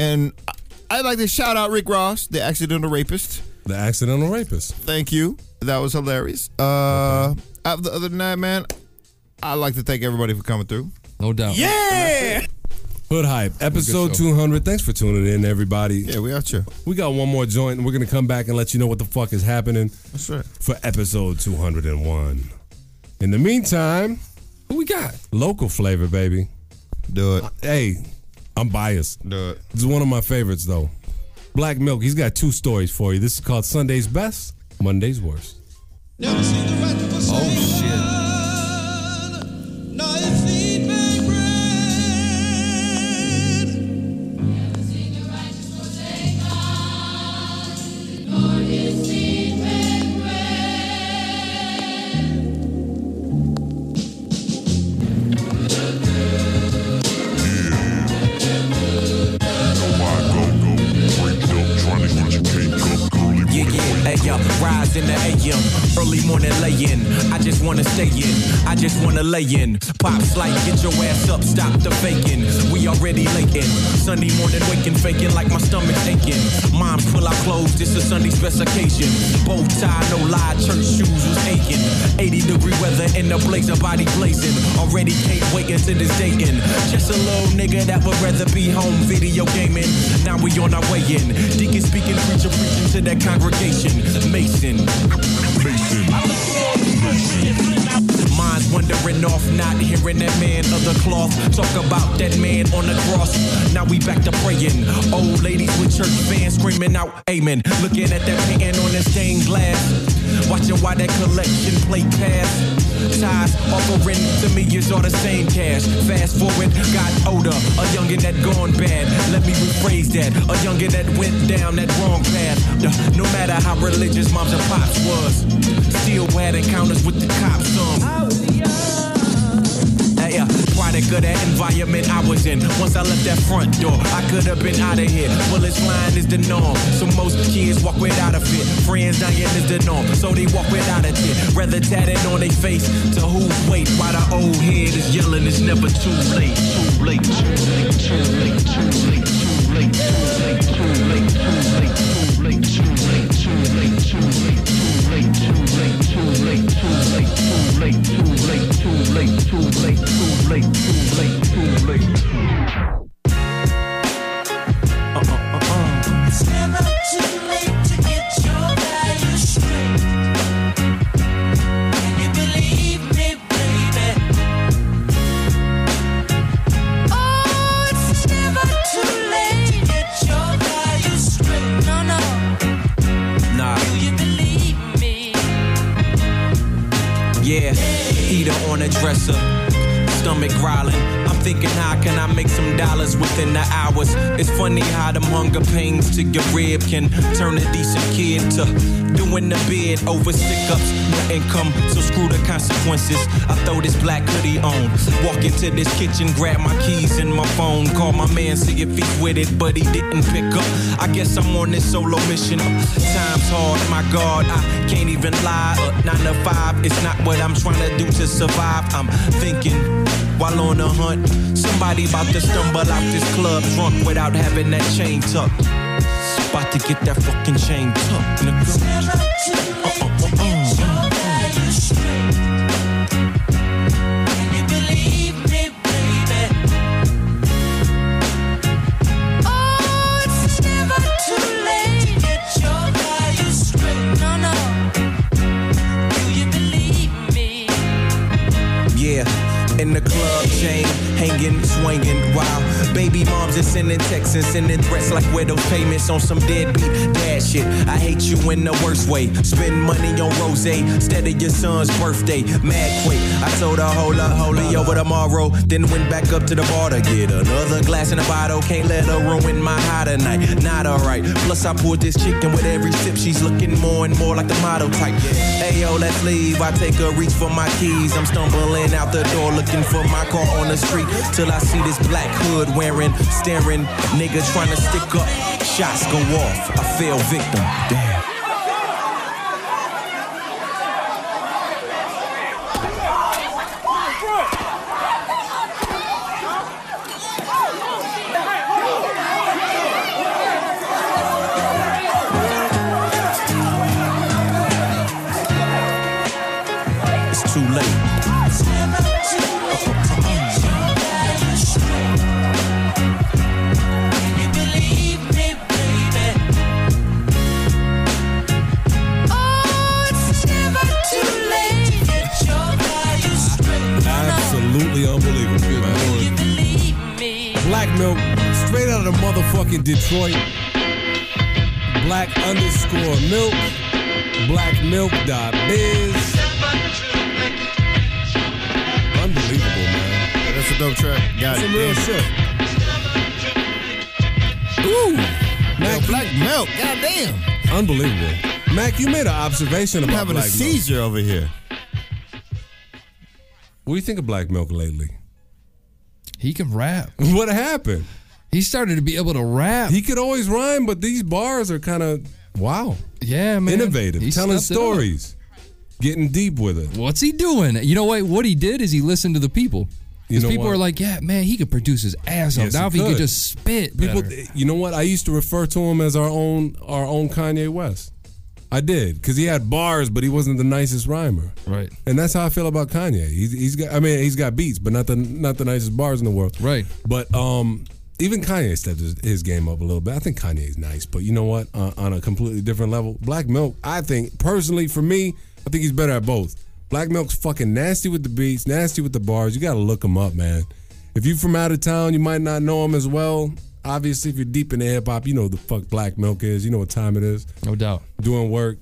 Speaker 3: And I- I'd like to shout out Rick Ross, the accidental rapist.
Speaker 4: The accidental rapist.
Speaker 3: Thank you. That was hilarious. Uh, uh, the other night, man, I'd like to thank everybody for coming through.
Speaker 5: No doubt.
Speaker 3: Yeah.
Speaker 4: Hood Hype, episode
Speaker 3: show.
Speaker 4: 200. Thanks for tuning in, everybody. Yeah,
Speaker 3: we out here.
Speaker 4: We got one more joint, and we're going to come back and let you know what the fuck is happening
Speaker 3: That's right.
Speaker 4: for episode 201. In the meantime,
Speaker 5: who we got?
Speaker 4: Local flavor, baby. Uh,
Speaker 3: Do it.
Speaker 4: Hey, I'm biased.
Speaker 3: Do it.
Speaker 4: This is one of my favorites, though. Black Milk, he's got two stories for you. This is called Sunday's Best, Monday's Worst.
Speaker 5: Oh, shit.
Speaker 22: Yeah, yeah.
Speaker 18: Hey yo, rise in the AM, early morning lay in. I just wanna stay in, I just wanna lay in. Pops like, get your ass up, stop the faking. We already late in. Sunday morning waking, faking like my stomach's aching. Mom pull out clothes, this is Sunday specification. Bow tie, no lie, church shoes was aching. 80 degree weather in the blazer, body blazing. Already can't wait until this dating. Just a little nigga that would rather be home video gaming. Now we on our way in. Deacon speaking, preacher preaching to that congregation. Mason. Mason. Minds wandering off, not hearing that man of the cloth. Talk about that man on the cross. Now we back to praying. Old ladies with church fans screaming out, Amen. Looking at that painting on the stained glass. Watching why that collection plate pass. Ties offering to me is all the same cash. Fast forward, got older, a youngin' that gone bad. Let me rephrase that, a youngin' that went down that wrong path. Uh, No matter how religious moms and pops was, still had encounters with the cops. Some. Hey, uh, product of that environment I was in. Once I left that front door, I could have been out of here. Well, it's lying is the norm. So most kids walk without a fit. Friends dying is the norm. So they walk without a tip. Rather tatted on their face to who wait while the old head is yelling. It's never too late. Too late. Too late. Too late. Too late. Too late. Too late. Too late. Too late. Too late. Too late. Too late. Too late. Too late. Too late. Too late. Too late. Too late. Too late. Too late. Too late. Too late. Uh-uh,
Speaker 22: It's never too late to get your value straight. Can you believe me, baby? Oh, it's never too late to get your value straight. No, no.
Speaker 18: Nah.
Speaker 22: Do you believe me?
Speaker 18: Yeah, heater on a dresser, stomach growling. I'm thinking, how can I make some dollars within the hours? It's funny how them hunger pains to your rib can turn a decent kid to doing the bid over stick ups, no income. So screw the consequences. I throw this black hoodie on, walk into this kitchen, grab my keys and my phone, call my man, see if he's with it, but he didn't pick up. I guess I'm on this solo mission. Time's hard, my God, I can't even lie. Uh, nine to five, it's not what I'm trying to do to survive. I'm thinking while on a hunt, somebody about to stumble out this club drunk without having that chain tucked. About to get that fucking chain tucked, nigga. Yeah, in the club, chain hanging, swinging, wow. Baby moms are sending texts and sending threats like where those payments on some deadbeat dad shit. I hate you in the worst way. Spend money on rose instead of your son's birthday. Mad quick, I told her hold up, holy over tomorrow. Then went back up to the bar to get another glass and a bottle. Can't let her ruin my high tonight. Not alright. Plus I poured this chicken with every sip. She's looking more and more like the model type. Hey yo, let's leave. I take a reach for my keys. I'm stumbling out the door looking for my car on the street till I see this black hood wearing, staring nigga trying to stick up. Shots go off. I fell victim. Damn. It's too late.
Speaker 2: Oh,
Speaker 4: Absolutely unbelievable, man. Black Milk, straight out of motherfucking Detroit. Black underscore milk. Blackmilk.biz. Unbelievable, man.
Speaker 3: that's a dope track. Got
Speaker 4: Some
Speaker 3: it.
Speaker 4: real
Speaker 3: Damn.
Speaker 4: shit.
Speaker 3: Ooh,
Speaker 4: Mac,
Speaker 3: black milk. Goddamn.
Speaker 4: Unbelievable. Mac, you made an observation
Speaker 3: I'm
Speaker 4: about
Speaker 3: having a
Speaker 4: black
Speaker 3: seizure
Speaker 4: milk. over here. What do you think of Black Milk lately?
Speaker 5: He can rap.
Speaker 4: What happened?
Speaker 5: He started to be able to rap.
Speaker 4: He could always rhyme, but these bars are kind of wow.
Speaker 5: Yeah, man.
Speaker 4: Innovative,
Speaker 5: He
Speaker 4: telling
Speaker 5: stepped it up.
Speaker 4: stories, getting deep with it.
Speaker 5: What's he doing? You know what? What he did is he listened to the people.
Speaker 4: You
Speaker 5: Because
Speaker 4: know
Speaker 5: people
Speaker 4: what?
Speaker 5: are like, yeah, man, he could produce his ass off.
Speaker 4: Yes,
Speaker 5: now if he could
Speaker 4: could.
Speaker 5: just spit,
Speaker 4: People,
Speaker 5: better.
Speaker 4: you know what? I used to refer to him as our own our own Kanye West. I did because he had bars, but he wasn't the nicest rhymer.
Speaker 5: Right.
Speaker 4: And that's how I feel about Kanye. He's, he's got. I mean, he's got beats, but not the not the nicest bars in the world.
Speaker 5: Right.
Speaker 4: But um, even Kanye stepped his, his game up a little bit. I think Kanye's nice, but you know what? Uh, on a completely different level, Black Milk. I think personally, for me, I think he's better at both. Black Milk's fucking nasty with the beats, nasty with the bars. You gotta look him up, man. If you from out of town, you might not know him as well. Obviously, if you're deep into hip hop, you know who the fuck Black Milk is. You know what time it is.
Speaker 5: No doubt.
Speaker 4: Doing work.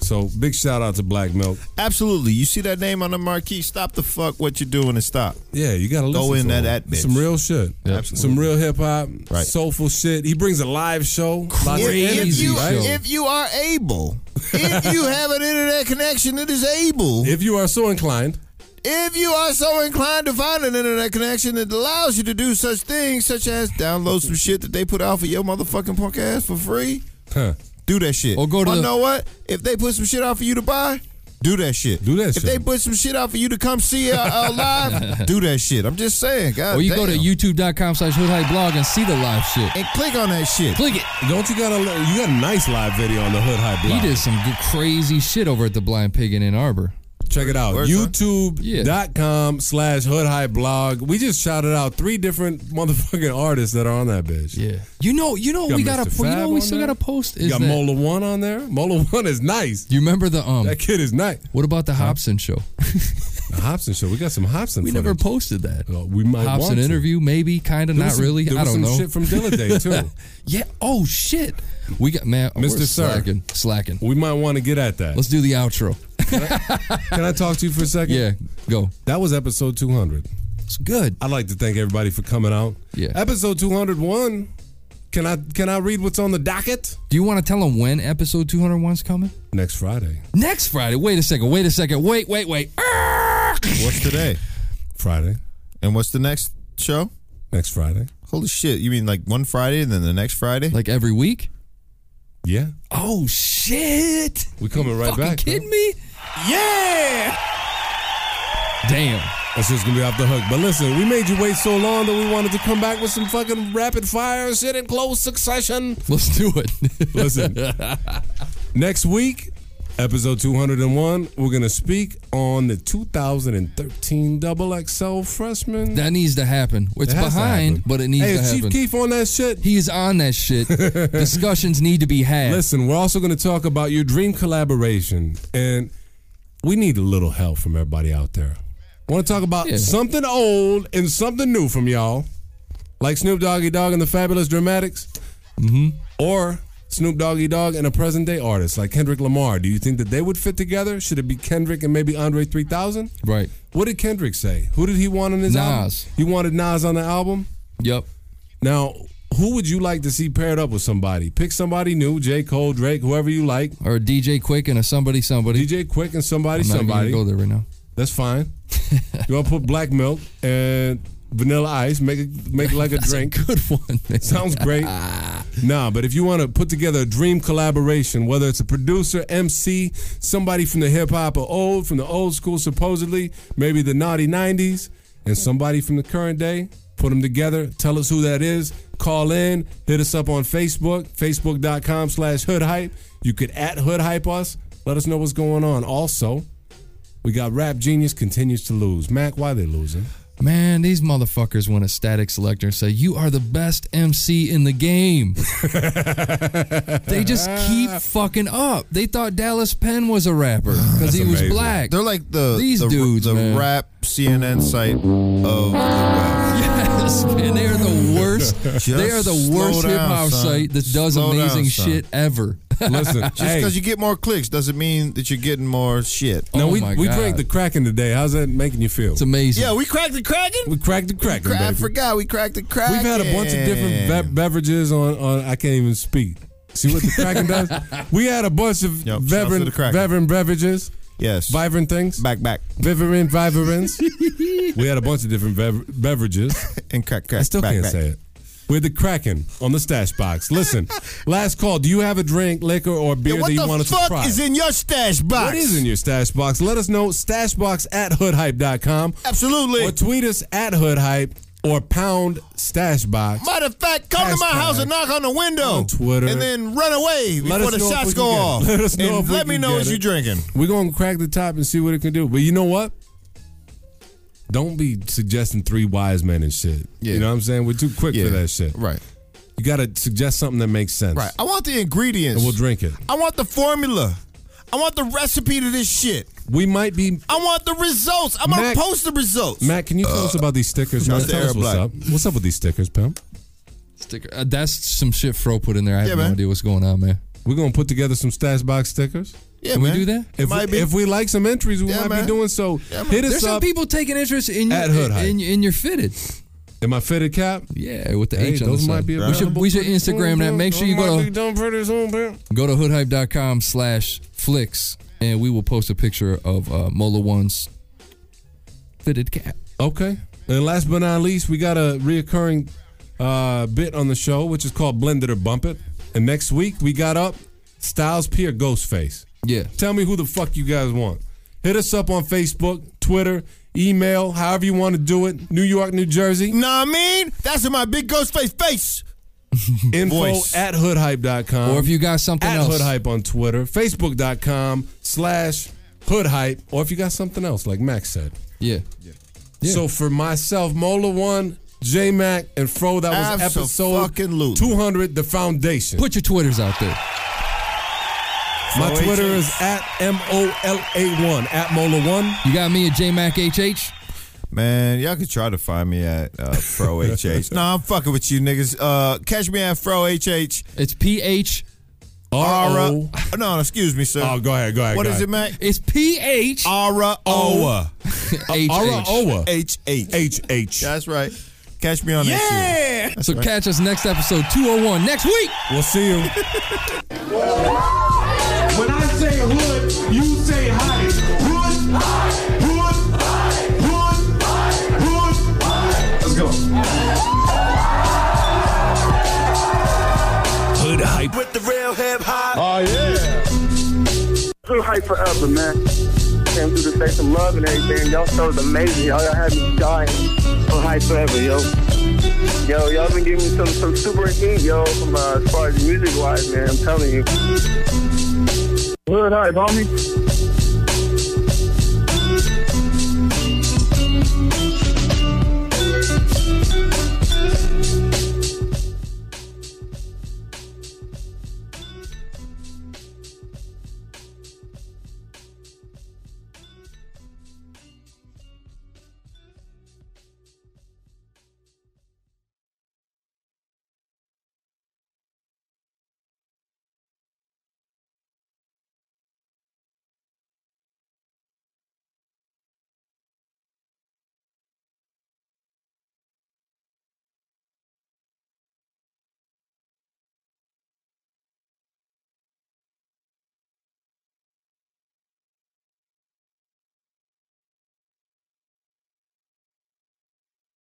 Speaker 4: So big shout out to Black Milk.
Speaker 3: Absolutely. You see that name on the marquee? Stop the fuck what you're doing and stop.
Speaker 4: Yeah, you gotta
Speaker 3: go
Speaker 4: listen
Speaker 3: in
Speaker 4: to
Speaker 3: that
Speaker 4: him.
Speaker 3: that bitch.
Speaker 4: Some real shit. Some real hip hop,
Speaker 3: Right.
Speaker 4: soulful shit. He brings a live show. Lots of
Speaker 3: If, if
Speaker 4: energy,
Speaker 3: you
Speaker 4: right?
Speaker 3: if you are able, if you have an internet connection that is able,
Speaker 4: if you are so inclined,
Speaker 3: if you are so inclined to find an internet connection that allows you to do such things, such as download some shit that they put out for your motherfucking punk ass for free,
Speaker 4: Huh.
Speaker 3: do that shit.
Speaker 4: Or go to
Speaker 3: Or
Speaker 4: the-
Speaker 3: know what? If they put some shit out for you to buy. Do that shit. Do that if
Speaker 4: shit.
Speaker 3: they put some shit out for you to come see uh, uh, live, do that shit. I'm just saying, God
Speaker 5: or you go
Speaker 3: damn.
Speaker 5: to youtube.com slash hood hype blog and see the live shit.
Speaker 3: and click on that shit.
Speaker 5: Click it.
Speaker 4: Don't you got a you got a nice live video on the hood hype blog.
Speaker 5: He did some good, crazy shit over at the Blind Pig in Ann Arbor.
Speaker 4: Check it out.
Speaker 5: Word, son.
Speaker 4: YouTube.com slash hood hype blog. We just shouted out three different motherfucking artists that are on that bitch. Yeah.
Speaker 5: You know, you know,
Speaker 4: You got
Speaker 5: we gotta,
Speaker 4: Mr.
Speaker 5: you know,
Speaker 4: Fab
Speaker 5: we
Speaker 4: on
Speaker 5: still
Speaker 4: there?
Speaker 5: gotta post.
Speaker 4: You
Speaker 5: Is
Speaker 4: got
Speaker 5: that-
Speaker 4: Mola One on there. Mola One is nice.
Speaker 5: You remember the um?
Speaker 4: That kid is nice.
Speaker 5: What about the Hobson show?
Speaker 4: The Hobson show. We got some Hobson.
Speaker 5: We never
Speaker 4: footage.
Speaker 5: posted that.
Speaker 4: Uh, we might
Speaker 5: Hobson
Speaker 4: want to.
Speaker 5: interview, maybe, kind of,
Speaker 4: There was
Speaker 5: not
Speaker 4: some-
Speaker 5: really.
Speaker 4: there
Speaker 5: I
Speaker 4: was
Speaker 5: don't
Speaker 4: some
Speaker 5: know.
Speaker 4: shit from Dilla Day, too.
Speaker 5: yeah. Oh shit. We got man,
Speaker 4: Mr.
Speaker 5: we're
Speaker 4: Sir.
Speaker 5: slacking, slacking.
Speaker 4: We might want to get at that.
Speaker 5: Let's do the outro.
Speaker 4: Can I talk to you for a second?
Speaker 5: Yeah, go.
Speaker 4: That was episode 200. It's
Speaker 5: good.
Speaker 4: I'd like to thank everybody for coming out.
Speaker 5: Yeah.
Speaker 4: Episode 201. Can I can I read what's on the docket?
Speaker 5: Do you want to tell them when episode 201's coming?
Speaker 4: Next Friday.
Speaker 5: Next Friday. Wait a second. Wait a second. Wait, wait, wait.
Speaker 3: What's today?
Speaker 4: Friday.
Speaker 3: And what's the next show?
Speaker 4: Next Friday.
Speaker 3: Holy shit. You mean like one Friday and then the next Friday?
Speaker 5: Like every week?
Speaker 4: Yeah.
Speaker 5: Oh shit.
Speaker 4: We coming right
Speaker 5: Fucking
Speaker 4: back.
Speaker 5: kidding me? Yeah. Damn.
Speaker 4: That's just gonna be off the hook. But listen, we made you wait so long that we wanted to come back with some fucking rapid fire shit in close succession.
Speaker 5: Let's do it.
Speaker 4: Listen. Next week, episode 201, we're gonna speak on the 2013 double XL freshman.
Speaker 5: That needs to happen. It's
Speaker 4: It has to
Speaker 5: behind,
Speaker 4: happen.
Speaker 5: but it needs
Speaker 4: Hey,
Speaker 5: to
Speaker 4: is
Speaker 5: happen.
Speaker 4: Chief Keef on that shit.
Speaker 5: He is on that shit. Discussions need to be had.
Speaker 4: Listen, we're also going to talk about your dream collaboration, and we need a little help from everybody out there. want to talk about
Speaker 5: Yeah.
Speaker 4: something old and something new from y'all, like Snoop Doggy Dogg and the Fabulous Dramatics, mm-hmm. or Snoop Doggy Dogg and a present day artist like Kendrick Lamar. Do you think that they would fit together? Should it be Kendrick and maybe Andre 3000?
Speaker 5: Right.
Speaker 4: What did Kendrick say? Who did he want on his album?
Speaker 5: Nas.
Speaker 4: He wanted Nas on the album.
Speaker 5: Yep.
Speaker 4: Now, who would you like to see paired up with somebody? Pick somebody new, J. Cole, Drake, whoever you like.
Speaker 5: Or DJ Quick and a somebody somebody.
Speaker 4: DJ Quick and somebody
Speaker 5: I'm not even gonna
Speaker 4: somebody.
Speaker 5: go there right now.
Speaker 4: That's fine. you want to put black milk and vanilla ice, make it make it like a drink.
Speaker 5: good one.
Speaker 4: Sounds great. nah, but if you want to put together a dream collaboration, whether it's a producer, MC, somebody from the hip hop or old, from the old school supposedly, maybe the naughty 90s, and somebody from the current day, put them together. Tell us who that is. Call in. Hit us up on Facebook, facebook.com slash hood hype. You could at hood hype us. Let us know what's going on. Also, we got Rap Genius continues to lose. Mac, why they losing?
Speaker 5: Man, these motherfuckers want a static selector and say, You are the best MC in the game. they just keep fucking up. They thought Dallas Penn was a rapper because he was
Speaker 3: amazing.
Speaker 5: black.
Speaker 3: They're like the
Speaker 5: These
Speaker 3: the,
Speaker 5: dudes,
Speaker 3: the
Speaker 5: man.
Speaker 3: rap CNN site of the web.
Speaker 5: Yes, man. They are the worst.
Speaker 3: Just
Speaker 5: they are the
Speaker 3: slow
Speaker 5: worst
Speaker 3: down,
Speaker 5: hip hop
Speaker 3: son.
Speaker 5: site that does
Speaker 3: Slow down,
Speaker 5: amazing
Speaker 3: son.
Speaker 5: shit ever.
Speaker 3: just because you get more clicks doesn't mean that you're getting more shit.
Speaker 4: No, we,
Speaker 5: Oh
Speaker 4: we drank the Kraken today. How's that making you feel? It's
Speaker 5: amazing.
Speaker 3: Yeah, we cracked the Kraken.
Speaker 4: We cracked the Kraken.
Speaker 3: Cra- I
Speaker 4: baby.
Speaker 3: forgot we cracked the Kraken.
Speaker 4: We've had a bunch of different be- beverages on, on. I can't even speak. See what the Kraken does? We had a bunch of
Speaker 3: Yo, shout out to
Speaker 4: vibrant,
Speaker 3: the Kraken.
Speaker 4: vibrant beverages.
Speaker 3: Yes.
Speaker 4: Vibrant things.
Speaker 3: Back, back.
Speaker 4: Vibrant, vibrants. we had a bunch of different bev- beverages.
Speaker 3: and crack, crack.
Speaker 4: I still
Speaker 3: back,
Speaker 4: can't
Speaker 3: back.
Speaker 4: say it. with the Kraken on the stash box. Listen, last call. Do you have a drink, liquor, or beer
Speaker 3: what
Speaker 4: that you
Speaker 3: the
Speaker 4: want us to
Speaker 3: fuck
Speaker 4: try?
Speaker 3: is in your stash box?
Speaker 4: What is in your stash box? Let us know. Stashbox at hoodhype.com. Absolutely. Or tweet us at hoodhype or pound stashbox.
Speaker 3: Matter of fact, come to my
Speaker 4: Hashtag
Speaker 3: house and knock on the window
Speaker 4: on Twitter.
Speaker 3: and then run away
Speaker 4: Let
Speaker 3: before
Speaker 4: us
Speaker 3: the
Speaker 4: know if
Speaker 3: shots
Speaker 4: we can
Speaker 3: go
Speaker 4: get it.
Speaker 3: off.
Speaker 4: Let us know
Speaker 3: and
Speaker 4: if we
Speaker 3: let me
Speaker 4: can
Speaker 3: know
Speaker 4: get
Speaker 3: what
Speaker 4: it.
Speaker 3: you're drinking.
Speaker 4: We're gonna crack the top and see what it can do. But you know what? Don't be suggesting three wise men and shit. You know what I'm saying? We're too quick for that shit. Right. You gotta suggest something that makes sense.
Speaker 3: Right. I want the ingredients.
Speaker 4: And we'll drink it.
Speaker 3: I want the formula. I want the recipe to this shit.
Speaker 4: We might be.
Speaker 3: I want the results. I'm
Speaker 4: Mac-
Speaker 3: gonna post the results.
Speaker 4: Matt, can you tell us about these stickers, man?
Speaker 3: not the
Speaker 4: Tell us
Speaker 3: Arab
Speaker 4: what's
Speaker 3: Uh, Black.
Speaker 4: up. What's up with these stickers, Pam?
Speaker 5: Sticker. Uh, that's some shit Fro put in there. I have
Speaker 4: Yeah,
Speaker 5: no
Speaker 4: man.
Speaker 5: idea what's going on, man.
Speaker 4: We're gonna put together some stash box stickers.
Speaker 5: Yeah, Can we man. do that? It
Speaker 4: If
Speaker 5: might be.
Speaker 4: we, if we like some entries, we might be doing so. Hit us
Speaker 5: There's some
Speaker 4: up.
Speaker 5: people taking interest in your
Speaker 4: At Hood Hype.
Speaker 5: in, in your fitted.
Speaker 4: In my fitted cap?
Speaker 5: Yeah, with the
Speaker 4: Hey,
Speaker 5: H on
Speaker 4: those
Speaker 5: the
Speaker 4: might
Speaker 5: side.
Speaker 4: be
Speaker 5: we should we should Instagram that. Make sure you go to go to hoodhype.com slash flicks and we will post a picture of uh, Mola One's fitted cap.
Speaker 4: Okay. And last but not least, we got a reoccurring uh, bit on the show, which is called Blend It or Bump It. And next week, we got up Styles P or Ghostface.
Speaker 5: Yeah.
Speaker 4: Tell me who the fuck you guys want. Hit us up on Facebook, Twitter, email, however you want to do it. New York, New Jersey.
Speaker 3: Nah, I mean, that's in my big ghost face face.
Speaker 4: Info
Speaker 3: Voice.
Speaker 4: at hoodhype.com.
Speaker 5: Or if you got something
Speaker 4: at
Speaker 5: else.
Speaker 4: hoodhype on Twitter, facebook.com slash hoodhype. Or if you got something else, like Max said.
Speaker 5: Yeah.
Speaker 4: So for myself, Mola One, J Mac, and Fro, that was episode 200, The Foundation.
Speaker 5: Put your Twitters out there.
Speaker 4: My
Speaker 5: Fro
Speaker 4: Twitter
Speaker 5: 18.
Speaker 4: is at M O L A 1, at Mola One.
Speaker 5: You got me at JMac HH.
Speaker 3: Man, y'all can try to find me at uh, Fro HH. nah, I'm fucking with you niggas. Uh, catch me at Fro HH.
Speaker 5: It's P H
Speaker 3: R. No, excuse me, sir. Oh,
Speaker 4: go ahead, go ahead.
Speaker 3: What
Speaker 4: go
Speaker 3: is it,
Speaker 4: ahead.
Speaker 3: Mac?
Speaker 5: It's P H
Speaker 3: R O
Speaker 5: H
Speaker 4: Owa.
Speaker 3: H H
Speaker 4: H H.
Speaker 3: That's right. Catch me on that shit. That's
Speaker 5: So
Speaker 3: right.
Speaker 5: catch us next oh episode 201 next week.
Speaker 4: We'll see you.
Speaker 23: When I say hood, you say hype. Hood, hood, hood, hood. Let's go.
Speaker 24: Hood hype.
Speaker 23: With the real hip hop. Oh yeah.
Speaker 25: Hood hype forever, man. Came through to say some love and everything. Y'all shows amazing. Y'all, y'all had me dying. Hood hype forever, yo. Yo, y'all been giving me some some super heat, yo, from uh, as far as music wise, man. I'm telling you. Hood hype, homie.